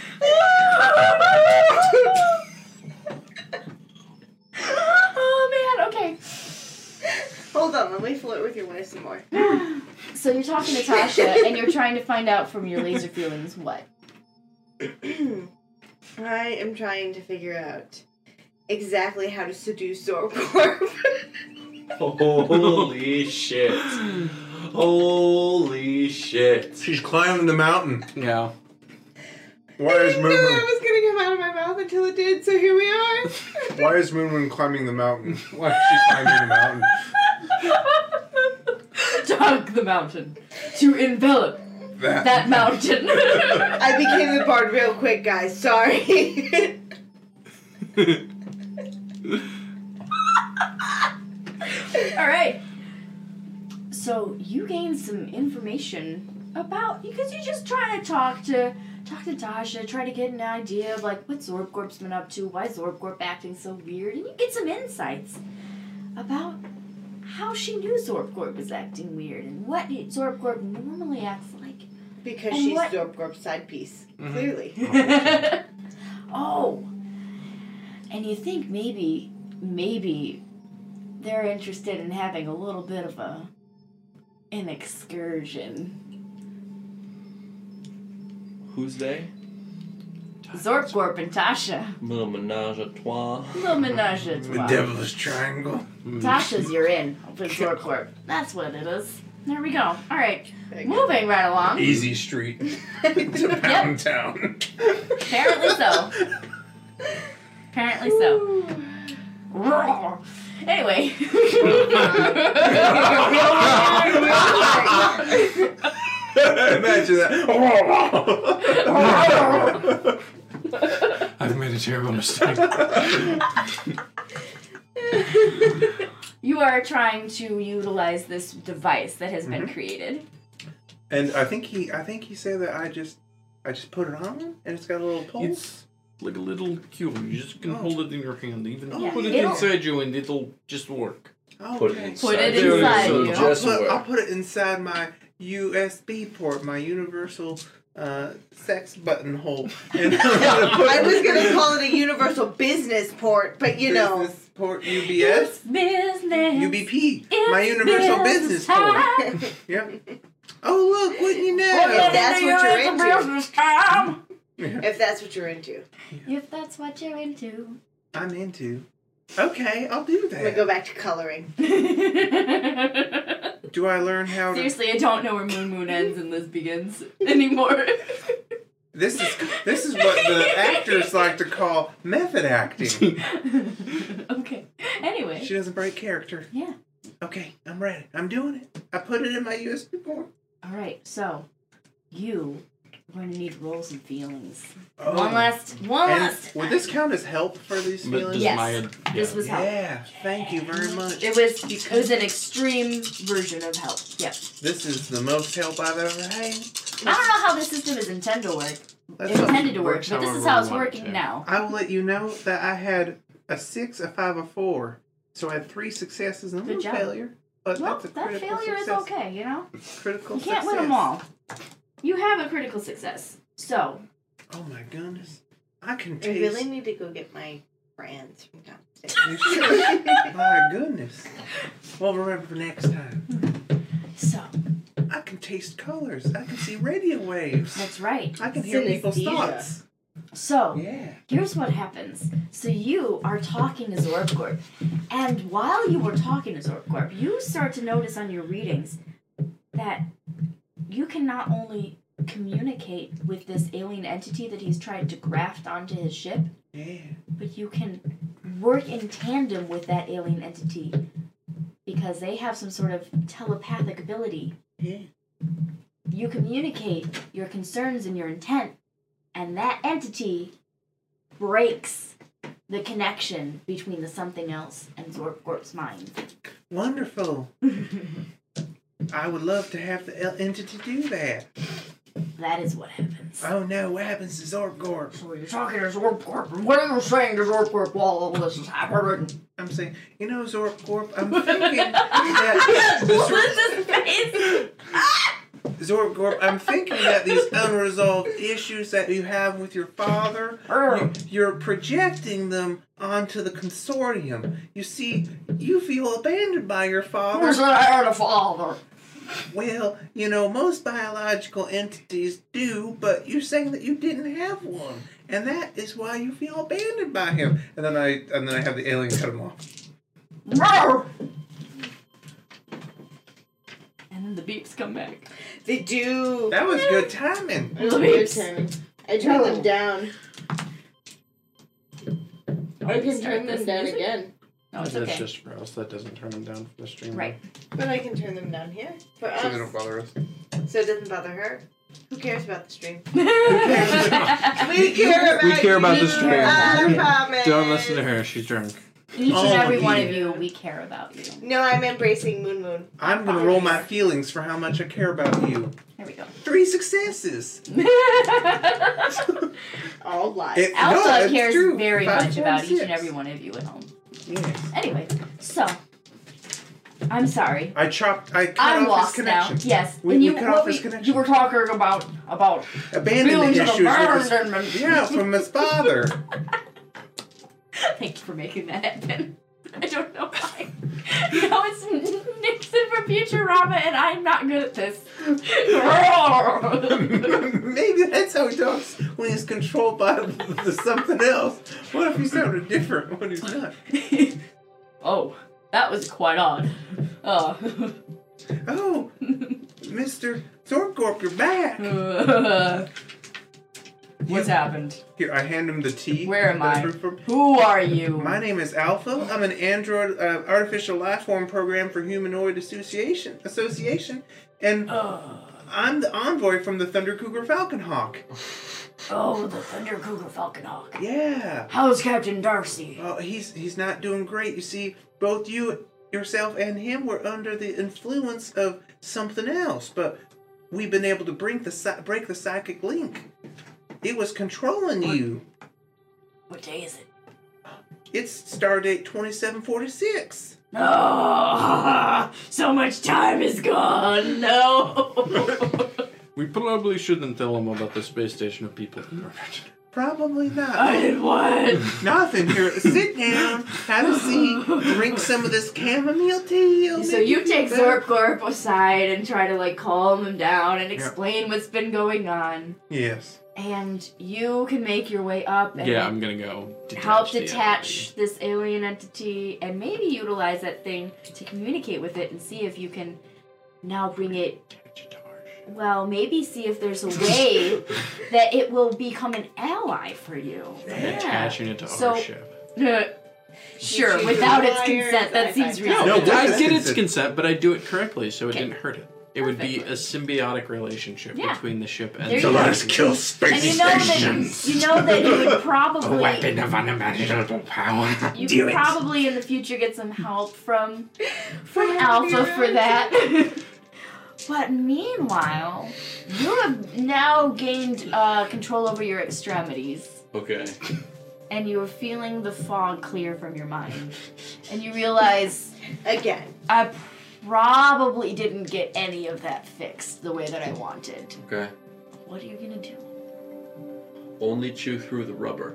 S1: oh man, okay.
S4: Hold on, let me flirt with your wife some more.
S1: So you're talking to Tasha and you're trying to find out from your laser feelings what?
S4: *clears throat* I am trying to figure out exactly how to seduce Zorkorp.
S5: *laughs* Holy shit. Holy shit.
S3: She's climbing the mountain.
S2: Yeah.
S3: Why is
S4: *laughs* I knew
S3: Moon
S4: it was gonna come out of my mouth until it did, so here we are.
S3: Moon,
S6: *laughs*
S3: Why is Moon Moon climbing the mountain? *laughs* Why is she climbing the mountain?
S1: To hug the mountain. To envelop
S3: That.
S1: that mountain. *laughs*
S4: I became the bard real quick, guys. Sorry. *laughs*
S1: Alright. So you gain some information about because you're just trying to talk to talk to Tasha, try to get an idea of like what Zorbcorp's been up to, why is Zorbcorp acting so weird, and you get some insights about how she knew Zorbcorp was acting weird and what Zorbcorp normally acts like.
S4: because
S1: And
S4: she's
S1: what-
S4: Zorkorp's side piece.
S6: Mm-hmm.
S4: Clearly.
S1: oh. And you think maybe, maybe they're interested in having a little bit of a an excursion.
S5: Who's they?
S1: Zorpgorp and Tasha.
S5: Little menage a trois.
S1: Little menage a
S6: The
S1: trois.
S6: devil's triangle.
S1: Tasha's you're in. Open Zorpgorp. That's what it is. There we go. All right. Moving right along.
S4: E-
S6: Easy street
S1: *laughs*
S6: to
S3: *laughs*
S6: Pound Town.
S1: Apparently so. Apparently so. Roar. Anyway. *laughs*
S6: Imagine
S3: *laughs*
S6: that.
S14: I've made a terrible mistake.
S1: you are trying to utilize this device that has
S4: Mm-hmm.
S1: been created.
S6: and I think he, I think he said that I just, I just put it on and it's got a little pulse.
S2: It's like a little cube. You just can hold it in your hand. Even
S1: Yeah.
S2: put it
S1: It'll-
S2: inside you, and it'll just work.
S6: oh,
S5: Put it
S6: okay.
S5: inside.
S1: Put it
S5: you.
S1: inside
S5: So it
S1: you.
S5: just
S6: I'll, put, I'll
S5: work.
S6: put it inside my USB port, my universal uh, sex buttonhole. *laughs* And I'm gonna put
S4: I was gonna call it a universal business port, but you know.
S6: business port UBS,
S1: Business.
S6: UBP,
S1: It's
S6: my universal business port.
S1: time.
S6: Yeah. Oh look, wouldn't you
S4: If
S6: know?
S4: that's what you're into.
S1: business time.
S4: *laughs* If that's what you're into.
S1: If that's what you're into.
S6: I'm into. Okay, I'll do
S4: I'm gonna go
S6: that.
S4: back to coloring.
S1: Seriously,
S6: Do I
S1: *laughs*
S6: learn how to?
S1: I don't know where Moon Moon ends and Liz begins anymore. *laughs*
S6: This is this is what the actors like to call method acting.
S1: okay. Anyway.
S6: She doesn't break character.
S1: Yeah.
S6: Okay, I'm ready. I'm doing it. I put it in my USB port.
S15: All right, so you we're gonna need rolls and feelings.
S6: Oh.
S1: One last. One
S6: And
S1: last.
S6: would this count as help for these
S2: But
S6: feelings?
S2: does
S1: Yes.
S2: my yeah.
S1: This was help.
S6: Yeah, thank you very much.
S1: It was. It was an extreme version of help. Yep.
S6: This is the most help I've ever had.
S1: I don't know how this system is intended to work.
S6: That's all.
S1: Intended to work,
S14: Works
S1: but this
S14: however
S1: is how
S14: we
S1: it's
S14: want it
S1: working
S14: to.
S1: now.
S6: I will let you know that I had a six, a five, a four. So I had three successes and
S1: Good
S6: one
S1: job.
S6: failure. But
S1: Well,
S6: that's a
S1: that
S6: critical
S1: failure
S6: success.
S1: is okay. You know,
S6: Critical
S1: you can't win
S6: success.
S1: them all. You have a critical success. So
S6: Oh my goodness. I can
S4: I
S6: taste.
S4: really need to go get my brands from downstairs.
S6: You should. *laughs* my goodness. Well, remember for next time.
S1: So
S6: I can taste colors. I can see radio waves.
S1: that's right.
S6: I can hear people's
S4: Synesthesia.
S6: thoughts.
S1: So
S6: Yeah.
S1: here's what happens. So you are talking to Zorpgorp, and while you were talking to Zorpgorp, you start to notice on your readings that you can not only communicate with this alien entity that he's tried to graft onto his ship,
S6: Yeah.
S1: but you can work in tandem with that alien entity because they have some sort of telepathic ability.
S6: Yeah.
S1: You communicate your concerns and your intent, and that entity breaks the connection between the something else and Zorpgorp's mind.
S6: Wonderful. I would love to have the el- entity do that.
S1: That is what happens.
S6: Oh no, what happens to Zorgorp?
S15: So you're talking to Zorpcorp, and what are you saying to Zorpcorp while all this is happening?
S6: I'm saying, you know, Zorgorp, I'm thinking that Zorgorp, I'm thinking that these unresolved issues that you have with your father, you, you're projecting them onto the consortium. You see, you feel abandoned by your
S15: Who's
S6: father.
S15: that I had a father?
S6: Well, you know, most biological entities do, but you're saying that you didn't have one, and that is why you feel abandoned by him. And then I and then I have the alien cut him off.
S15: No!
S1: And then the beeps come back.
S4: They do.
S6: That was good timing.
S4: I love your turn. I turned them down. I can turn them down again.
S1: No, it's
S2: That's
S1: okay.
S2: just for us. That doesn't turn them down for the stream.
S15: *laughs*
S1: Right. *laughs*
S4: But I can turn them down here. For
S6: So they
S4: us.
S6: don't bother us.
S4: So it doesn't bother her. Who cares about the stream?
S6: We care
S14: We care about the stream.
S4: I promise.
S14: Don't listen to her. She's drunk.
S1: Each and
S6: Oh,
S1: every one
S6: yeah.
S1: of you, we care about you.
S4: No, I'm embracing Moon Moon.
S6: I'm gonna roll my feelings for how much I care about you.
S1: There
S6: *laughs*
S1: we go.
S6: Three successes.
S4: All lies.
S6: It- no,
S1: Alpha
S6: it's
S1: cares
S6: true.
S1: very
S6: Five,
S1: much
S6: four,
S1: about each
S6: six.
S1: and every one of you at home.
S6: Yes.
S1: Anyway, so I'm sorry.
S6: I chopped. I cut
S1: I'm
S6: off
S1: lost
S6: his
S1: now.
S6: connection.
S1: Yes.
S6: We,
S1: and
S6: we
S1: you,
S6: cut
S1: what
S6: off
S1: we-
S6: his connection.
S15: You were talking about
S1: *laughs*
S15: about
S6: Abandoned
S15: feelings
S6: issues.
S15: of
S6: With his,
S15: abandonment.
S6: yeah, from his father.
S1: Thank you for making that happen.
S15: I don't
S1: *laughs*
S15: know why. no, it's Nixon for Futurama, and I'm not good
S1: *laughs*
S6: *laughs*
S15: at this. *laughs*
S3: Maybe that's how he talks when he's controlled by the something else. What if he sounded different when he's not?
S15: oh, that was quite odd.
S1: Uh, *laughs*
S15: Oh.
S3: Oh, Mr. Zorkorp, you're back.
S15: What's happened?
S3: Here, I hand him the tea.
S15: Where am
S3: that
S15: I?
S3: brewed for-
S15: Who are you?
S3: My name is Alpha. I'm an android uh, artificial life form program for Humanoid Association. Association, and
S15: Ugh.
S3: I'm the envoy from the Thunder Cougar Falcon Hawk.
S1: Oh, the Thunder Cougar Falcon Hawk.
S3: Yeah.
S1: How's Captain Darcy?
S3: Well, he's he's not doing great. You see, both you yourself and him were under the influence of something else, but we've been able to bring the psy- break the psychic link. It was controlling you.
S1: What day is it?
S3: It's Stardate 2746.
S1: No! Oh, *laughs* So much time is gone! No! *laughs*
S2: We probably shouldn't tell him about the space station of people he murdered.
S1: *laughs*
S3: Probably not.
S1: I did what?
S3: Nothing
S15: *laughs*
S3: here. *laughs* Sit down, have a seat, drink some of this chamomile tea. It'll
S1: So
S3: make
S1: you take
S3: feel better.
S1: Zorpcorp aside and try to like calm him down and explain what's been going on.
S3: Yes.
S1: And you can make your way up and
S2: Yeah, I'm gonna go. Detach
S1: help
S2: the
S1: detach this alien entity and maybe utilize that thing to communicate with it and see if you can now bring it
S2: entity.
S1: well maybe see if
S2: *laughs*
S1: there's a way that it will become an ally for you
S2: Attaching it to
S1: So-
S2: our ship.
S1: *laughs* sure
S4: You
S1: without its
S4: liars,
S1: consent that
S4: I
S1: seems
S4: find-
S1: reasonable
S2: No,
S3: No, with
S2: I
S3: its
S2: get its
S3: consent.
S2: consent, but I do it correctly, so it
S1: Okay.
S2: didn't hurt it. It would be a symbiotic relationship
S1: Yeah.
S2: between the ship and
S1: There
S2: the
S1: you go.
S2: alien.
S3: kill
S1: and you
S3: space
S1: know that you know that
S2: *laughs*
S1: you would probably
S16: of unimaginable power.
S1: You
S3: Dealings.
S1: probably in the future get some help *laughs* from from Alpha for that. *laughs* but meanwhile, you have now gained uh, control over your extremities,
S5: Okay.
S1: and you are feeling the fog clear from your mind, and you realize
S4: Again.
S1: I probably didn't get any of that fixed the way that I wanted.
S5: Okay.
S1: What are you gonna do?
S5: Only chew through the rubber.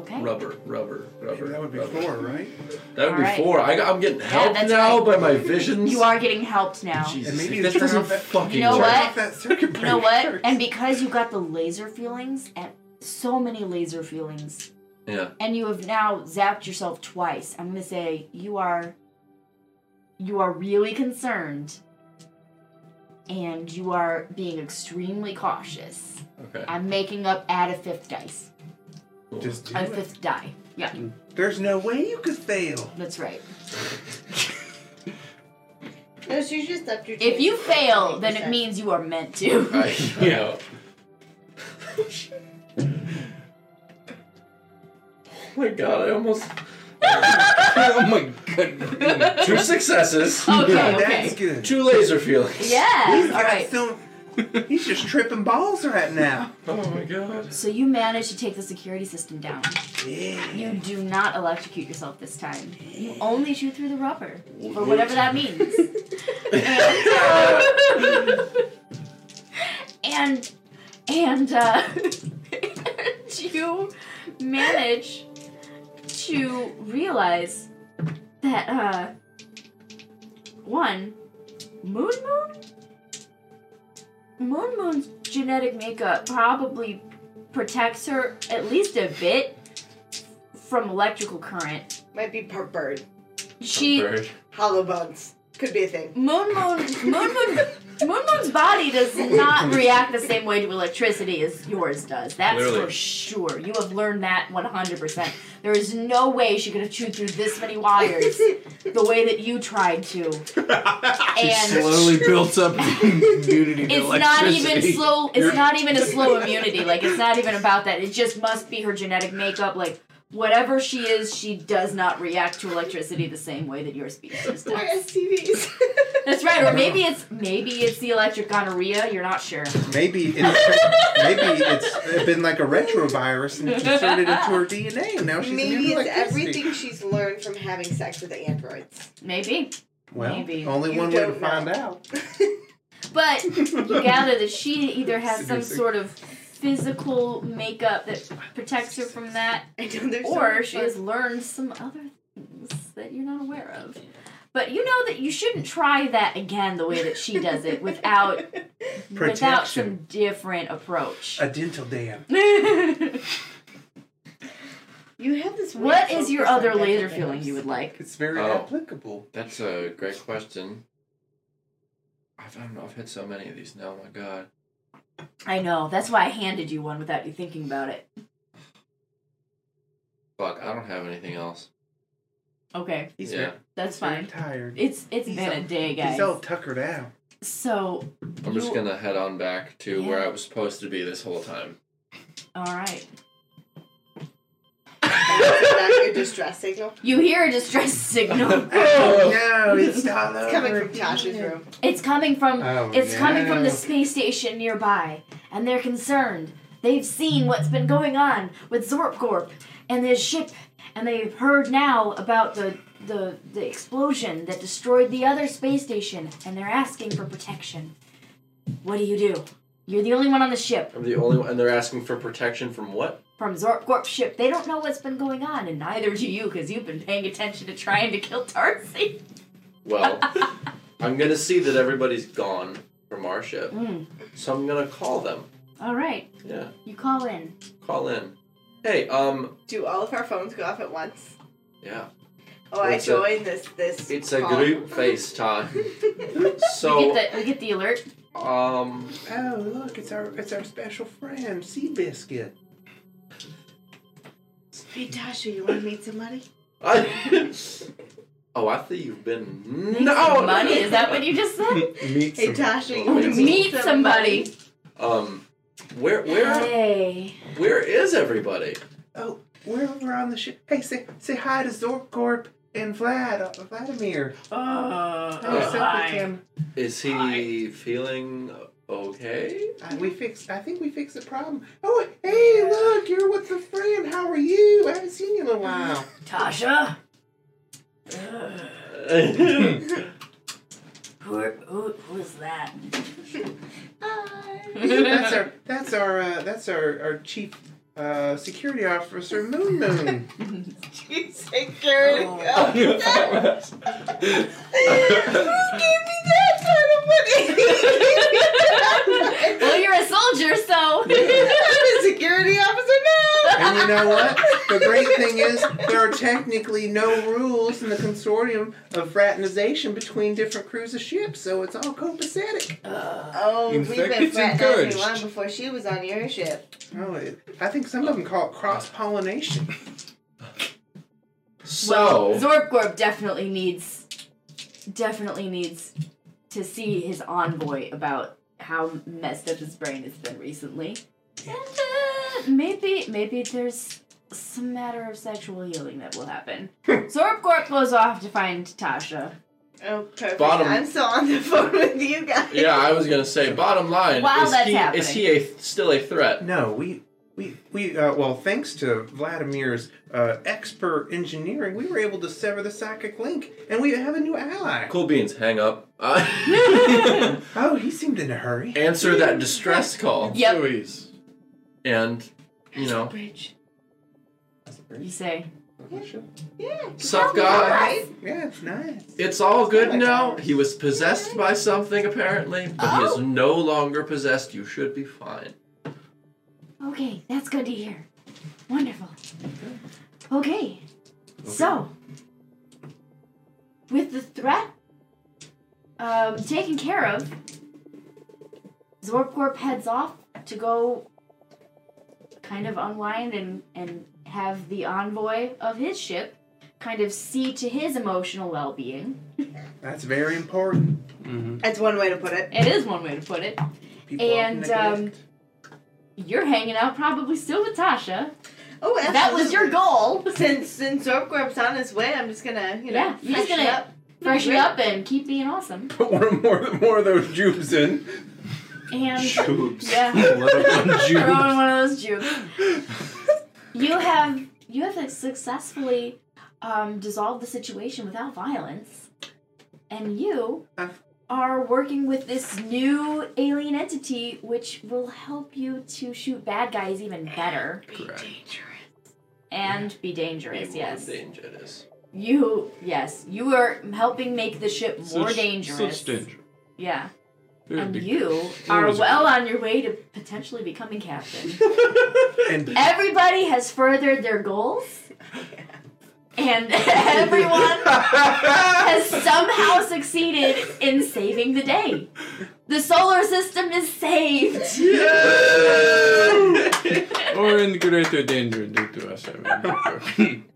S1: Okay.
S5: Rubber, rubber, rubber.
S3: That would be
S5: rubber.
S3: four, right?
S5: That would be
S1: Alright.
S5: four. I, I'm getting helped
S1: that's
S5: now
S1: right.
S5: by my visions.
S1: *laughs* You are getting helped now.
S5: Jesus,
S3: And maybe
S5: that
S3: you turn
S5: doesn't
S3: off that-
S5: fucking
S1: You know
S5: work.
S1: what?
S3: Off that circuit
S1: You know
S3: breaker.
S1: what? And because you got the laser feelings, and so many laser feelings,
S5: Yeah.
S1: and you have now zapped yourself twice, I'm gonna say you are you are really concerned, and you are being extremely cautious.
S5: *laughs* Okay.
S1: I'm making up add a fifth dice,
S3: Just do
S1: a
S3: it. Mm.
S1: fifth die. Yeah,
S3: There's no way you could fail.
S1: that's right.
S4: No, so you just upped your
S1: If you
S4: choice.
S1: fail, then it
S4: 20%.
S1: means you are meant
S5: *laughs*
S1: to. *laughs*
S5: I, I know. oh my god! I almost
S2: oh
S5: *laughs*
S2: my goodness.
S5: two successes,
S1: *laughs* Okay,
S3: That's
S1: okay.
S3: good.
S5: two laser feelings.
S3: He's
S1: Yes. All
S3: got
S1: right.
S3: some- he's just tripping balls right now.
S5: Oh my god.
S1: So you manage to take the security system down.
S3: Yeah.
S1: You do not electrocute yourself this time. You only shoot through the rubber, or
S5: Woot.
S1: whatever that means. and, uh, and and uh, *laughs* and you manage to realize that uh, one moon moon moon moon's genetic makeup probably protects her at least a bit from electrical current.
S4: Might be per bird.
S1: She
S5: Bird.
S4: Hollow bones. Could be a thing.
S1: Moon Moon Moon Moon Moon Moon's body does not react the same way to electricity as yours does. That's for
S5: Clearly.
S1: sure. You have learned that 100%. There is no way she could have chewed through this many wires the way that you tried to. And
S2: Slowly
S1: *laughs*
S2: built up
S5: *laughs*
S2: immunity to
S1: it's not
S2: electricity.
S1: even slow it's not even a slow immunity. Like it's not even about that. It just must be her genetic makeup like Whatever she is, she does not react to electricity the same way that your species
S4: Or
S1: does.
S4: STVs.
S1: That's right. Or maybe it's maybe it's the electric gonorrhea. You're not sure.
S3: Maybe it's maybe it's been like a retrovirus and it's inserted into her DNA and now *laughs* she's immune
S4: Maybe
S3: to
S4: it's
S3: electricity.
S4: everything she's learned from having sex with androids.
S1: Maybe.
S3: Well,
S1: Maybe.
S3: only
S4: You
S3: one way to
S4: don't know.
S3: find out.
S4: *laughs*
S1: But
S3: *laughs*
S1: you gather that she either has some
S3: Seducing.
S1: sort of physical makeup that protects her from that,
S4: I know there's so
S1: or
S4: much
S1: she
S4: fun.
S1: has learned some other things. that you're not aware of. But you know that you shouldn't try that again the way that she does it *laughs* without without some
S6: Protection.
S1: different approach.
S6: *laughs* A dental dam.
S4: You have
S1: *laughs*
S4: this.
S1: what
S4: weird
S1: is your
S4: focus on
S1: other
S4: dental
S1: laser
S4: dams.
S1: feeling
S4: *laughs*
S1: you would like?
S6: It's very
S5: Oh.
S6: applicable.
S5: That's a great question. I've, I don't know. I've had so many of these now. oh My God.
S1: I know. That's why I handed you one without you thinking about it.
S5: Fuck. I don't have anything else.
S1: Okay,
S6: He's
S5: yeah.
S1: that's
S6: very, very
S1: fine.
S6: tired.
S1: It's it's
S6: He's
S1: been
S6: all-
S1: a day,
S6: He's
S1: guys.
S6: all tuckered out.
S1: So,
S5: I'm just
S1: You-
S5: gonna head on back to where
S1: Yeah.
S5: I was supposed to be this whole time.
S1: all right.
S4: Is that your distress signal?
S1: You hear a distress *laughs* signal.
S6: Oh no, it's all
S4: It's coming from Tasha's room.
S1: It's coming from
S6: Oh,
S1: it's coming from the
S6: no.
S1: space station nearby, and they're concerned. They've seen what's been going on with Zorpcorp and his ship, and they've heard now about the the, the explosion that destroyed the other space station, and they're asking for protection. What do you do? You're the only one on the ship
S5: I'm the only one, and they're asking for protection from what?
S1: from Zorpcorp's ship. They don't know what's been going on, and neither do you, because you've been paying attention to trying to kill Tarsi. *laughs*
S5: Well, I'm gonna see that everybody's gone from our ship,
S1: Mm,
S5: so I'm gonna call them.
S1: all right,
S5: Yeah,
S1: you call in.
S5: call in. Hey, um,
S4: Do all of our phones go off at once?
S5: yeah,
S4: Oh, I
S5: It's a-
S4: joined this. This.
S5: it's a
S4: call.
S5: group
S1: *laughs*
S5: FaceTime.
S1: we
S5: So,
S1: get the we get the alert.
S5: um,
S6: Oh look, it's our it's our special friend, Seabiscuit.
S4: Hey Tasha, you want to meet somebody?
S5: I. *laughs* oh, I think you've been.
S1: Make
S5: No
S1: some money. Is that what you just said?
S3: Meet some-
S4: Hey Tasha, you
S5: Well,
S4: want to
S5: Oh, it's-
S4: meet
S1: Meet
S4: somebody?
S1: somebody.
S5: Um, where, where,
S1: Hey.
S5: where is everybody?
S6: Oh, we're over on the ship. Hey, say say hi to Zorkorp and Vlad, uh, Vladimir.
S1: Uh,
S6: Hi, Sup with him.
S5: Is he feeling okay?
S6: *laughs* Uh, we fixed. I think we fixed the problem. Oh, hey, look, you're with the friend. How are you? I haven't seen you in a while.
S1: Tasha. Who, who, who's that?
S6: that's our that's our uh, that's our our chief uh, security officer, Moon Moon.
S4: *laughs* You security.
S1: Oh.
S4: Who gave me that kind of money?
S1: well, you're a soldier, so.
S4: *laughs* I'm a security officer now.
S6: And you know what? The great thing is there are technically no rules in the consortium of fraternization between different crews of ships, so it's all copacetic.
S4: Oh,
S3: In
S4: we've
S3: fact,
S4: been
S3: it's
S4: fraternizing
S3: encouraged.
S4: long before she was on your ship.
S6: Oh, it, I think some of them call it cross pollination.
S5: So,
S1: Zorpgorb definitely needs, definitely needs to see his envoy about how messed up his brain has been recently. And uh, maybe, maybe there's some matter of sexual healing that will happen. Zorpgorp goes off to find Tasha.
S4: Oh, perfect.
S5: Bottom-
S4: I'm still on the *laughs* phone with you guys.
S5: yeah, I was gonna say. Bottom line,
S1: While
S5: is
S1: that's
S5: he
S1: happening.
S5: is he a still a threat?
S6: No, we we we uh, well, thanks to Vladimir's uh, expert engineering, we were able to sever the psychic link, and we have a new ally.
S5: Cool beans,
S1: *laughs*
S5: hang up. Uh,
S6: Oh, he seemed in a hurry.
S5: answer that distress call,
S1: Yep.
S2: Louise.
S5: and you know,
S4: Bridge.
S1: You say,
S5: sup guy.
S6: Yeah, it's nice.
S5: It's all
S6: Oh
S5: good
S6: my
S5: now.
S6: God.
S5: He was possessed by something apparently, but he
S1: Oh.
S5: is no longer possessed. You should be fine.
S1: okay, that's good to hear. Wonderful. Okay. So, with the threat um, taken care of, Zorpcorp heads off to go kind of unwind and, and have the envoy of his ship kind of see to his emotional well being.
S6: That's very important.
S4: That's one way to put it.
S1: It is one way to put it.
S6: People often
S1: And, um,
S6: neglect.
S1: You're hanging out probably still with Tasha.
S4: Oh,
S1: That was your
S4: absolutely.
S1: goal.
S4: Since since Zorpgorp's on his way, I'm just gonna you know
S1: Yeah, you're just
S4: freshen
S1: gonna- *laughs*
S4: up.
S1: Fresh it up and keep being awesome.
S3: Put one more more of those jubes in.
S1: And
S6: *laughs*
S2: Jubes.
S1: yeah.
S2: Let up on
S1: Throw in
S2: jubes.
S1: one of those jubes. you have you have successfully um, dissolved the situation without violence, and you
S6: Uh.
S1: are working with this new alien entity, which will help you to shoot bad guys even better
S5: Correct.
S1: and be dangerous.
S5: Even
S1: Yes,
S5: Dangerous.
S1: You, yes, you are helping make the ship more
S2: Such-
S1: dangerous.
S2: Such danger.
S1: Yeah,
S2: Very
S1: and
S2: big-
S1: you
S2: There
S1: are
S2: is-
S1: well on your way to potentially becoming
S2: *laughs*
S1: captain.
S17: And
S1: Everybody has furthered their
S2: *laughs*
S1: goals, and everyone has somehow succeeded in saving the day. The solar system is saved.
S2: *laughs*
S16: *laughs*
S2: Or in greater danger due to
S1: *laughs*
S2: us having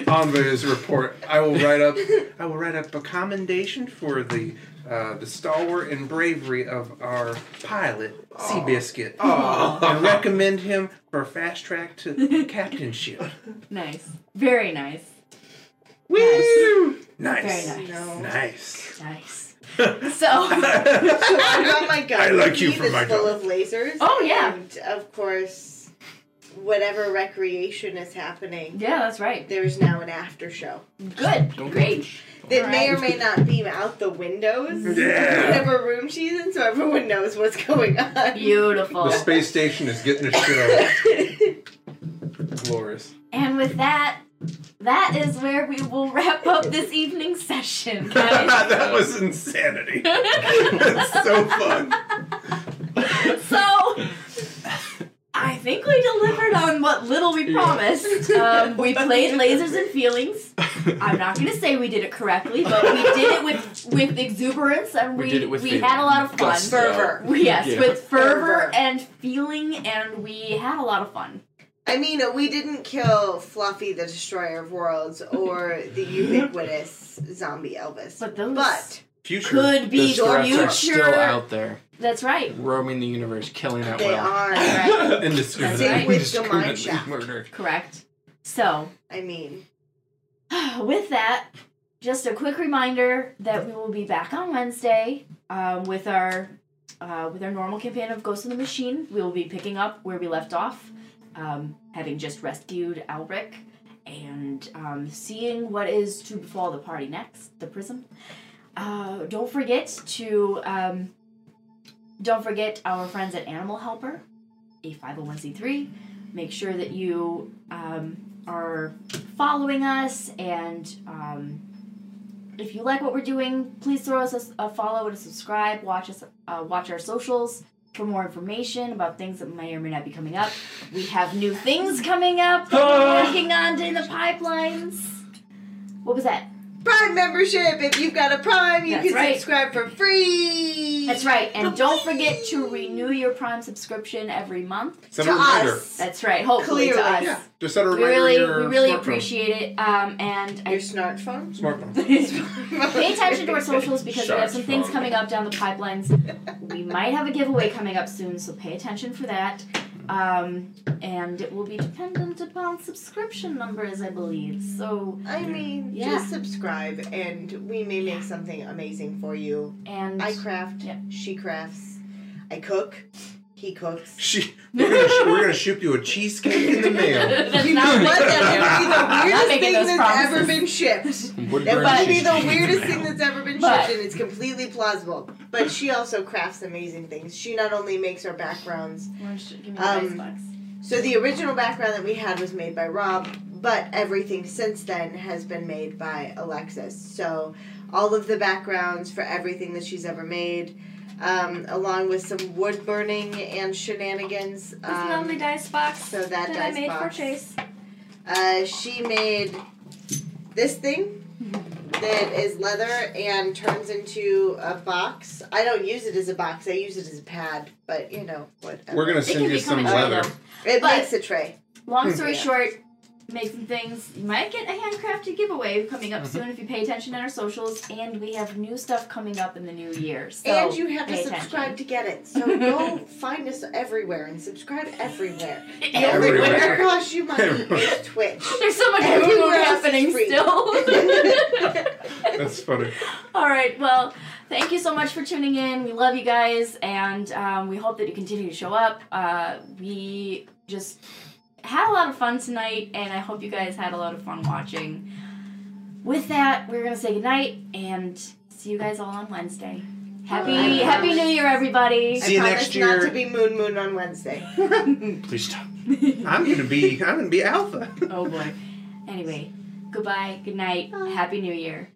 S2: a
S17: on his report, I will write up
S3: I will write up a commendation for the uh, the stalwart and bravery of our pilot, Seabiscuit, and recommend him for fast track to *laughs* captainship.
S1: nice, very nice,
S3: Woo!
S1: very
S3: Nice.
S1: nice,
S3: *laughs* Nice.
S1: nice. So.
S2: *laughs*
S4: *laughs* oh my god.
S3: I like you
S4: Eve
S3: for
S4: is
S3: my
S4: full
S3: dog.
S4: of lasers.
S1: Oh, yeah.
S4: And of course, whatever recreation is happening,
S1: Yeah, that's right.
S4: there is now an after show.
S1: Good.
S2: Don't
S1: Great.
S4: That may or may not beam out the windows.
S3: *laughs* Yeah.
S4: Whatever room she's in, so everyone knows what's *laughs* going on.
S1: Beautiful.
S17: the space station is getting a shit out. Glorious.
S1: And with that, that is where we will wrap up this evening's
S3: *laughs*
S1: session, guys.
S3: *laughs* that was insanity. *laughs* That's so fun.
S1: *laughs* so I think we delivered on what little we promised. Um,
S3: *laughs*
S1: we played lasers and feelings. I'm not gonna say we did it correctly, but we did it with with exuberance and we
S2: We
S1: we,
S2: did it with feeling.
S1: had a lot of fun.
S5: Gusto.
S4: Fervor.
S1: We- Yes,
S2: Yeah.
S1: with fervor
S4: Fervor.
S1: and feeling, and we had a lot of fun.
S4: I mean, we didn't kill Fluffy the Destroyer of Worlds or the ubiquitous zombie Elvis.
S1: But those
S4: But
S17: Future.
S1: could be
S2: The threats
S1: future.
S2: are still out there,
S1: That's right.
S2: roaming the universe, killing out
S4: they
S1: *laughs*
S2: well.
S4: are.
S1: Right.
S17: Indiscriminate.
S1: That's right.
S4: with the mind shaft.
S2: murder.
S1: Correct. So, *sighs*
S4: I mean,
S1: with that, just a quick reminder that we will be back on Wednesday um, with our uh, with our normal campaign of Ghost in the Machine. We will be picking up where we left off, um, having just rescued Alric and um, seeing what is to befall the party next. The Prism. Uh, don't forget to um, don't forget our friends at Animal Helper, a five hundred one c three. Make sure that you um, are following us and um, if you like what we're doing please throw us a, a follow and a subscribe watch us uh, watch our socials for more information about things that may or may not be coming up we have new things coming up that
S17: Ah!
S1: we're working on in the pipelines what was that
S4: Prime membership. If you've got a Prime, you
S1: That's
S4: can
S1: right.
S4: subscribe for free.
S1: that's right and don't forget to renew your prime subscription every month
S17: Send
S4: To
S17: a reminder.
S4: us.
S1: that's right hopefully
S4: Clearly,
S1: to us
S17: Yeah. Just set a
S1: we
S17: reminder. in
S1: really
S17: your
S1: we really
S17: smartphone.
S1: appreciate it um, and
S4: Your smart phone?
S17: smartphone.
S1: i Pay attention to our socials because we have some
S5: Shots
S1: things
S5: from-
S1: coming up down the pipelines. We might have a giveaway coming up soon, so pay attention for that. Um, and it will be dependent upon subscription numbers, I believe. So,
S4: *laughs* I mean,
S1: Yeah.
S4: just subscribe and we may make something amazing for you.
S1: and *laughs*
S4: I *laughs* craft,
S1: Yeah.
S4: she crafts, I cook, he cooks.
S17: *laughs* She, we're, gonna, sh- we're gonna ship you a cheesecake in the mail.
S1: *laughs* That's
S4: You know
S1: not-
S4: what? That
S1: I'm not
S4: would be
S1: making
S4: the weirdest
S1: those
S4: thing that's ever
S1: promises.
S4: been shipped. That
S2: Woodburn
S4: would be
S2: cheese
S4: the
S2: cheese
S4: weirdest
S2: mail.
S4: thing that's ever been
S1: But-
S4: shipped, and it's completely plausible. But she also crafts amazing things. She not only makes our backgrounds.
S1: Orange, give me the
S4: Um,
S1: rice box.
S4: So the original background that we had was made by Rob, but everything since then has been made by Alexis. So all of the backgrounds for everything that she's ever made, um, along with some wood burning and shenanigans.
S1: This lovely
S4: Um,
S1: dice box
S4: so that
S1: I
S4: dice
S1: made
S4: box.
S1: for Chase.
S4: uh, she made this thing that is leather and turns into a box. I don't use it as a box. I use it as a pad, but you know whatever.
S17: We're gonna
S1: It can
S17: send you
S1: become
S17: some
S1: a tray,
S17: leather.
S1: though.
S4: It
S1: But-
S4: makes a tray.
S1: Long story
S4: Yeah.
S1: short, make some things. You might get a handcrafted giveaway coming up soon if you pay attention on our socials, and we have new stuff coming up in the new year. So
S4: and you have to
S1: pay
S4: subscribe
S1: attention.
S4: to get it. So go find us everywhere and subscribe everywhere.
S1: *laughs* Everywhere.
S4: Whatever costs you money is
S3: *laughs*
S4: Twitch.
S1: There's so much
S4: Everywhere
S1: homework
S4: else is
S1: happening
S4: free. *laughs*
S1: still.
S17: That's funny.
S1: All right. Well, thank you so much for tuning in. We love you guys, and um, we hope that you continue to show up. Uh, we just had a lot of fun tonight, and I hope you guys had a lot of fun watching. With that, we're gonna say goodnight and see you guys all on Wednesday. Happy
S4: Bye.
S1: Happy New Year, everybody.
S4: I
S3: See you
S4: promise
S3: next
S4: not
S3: year.
S4: to be Moon Moon on Wednesday. *laughs*
S2: Please stop.
S3: I'm gonna be I'm gonna be alpha.
S1: Oh boy. Anyway, Goodbye. Good night. Happy New Year.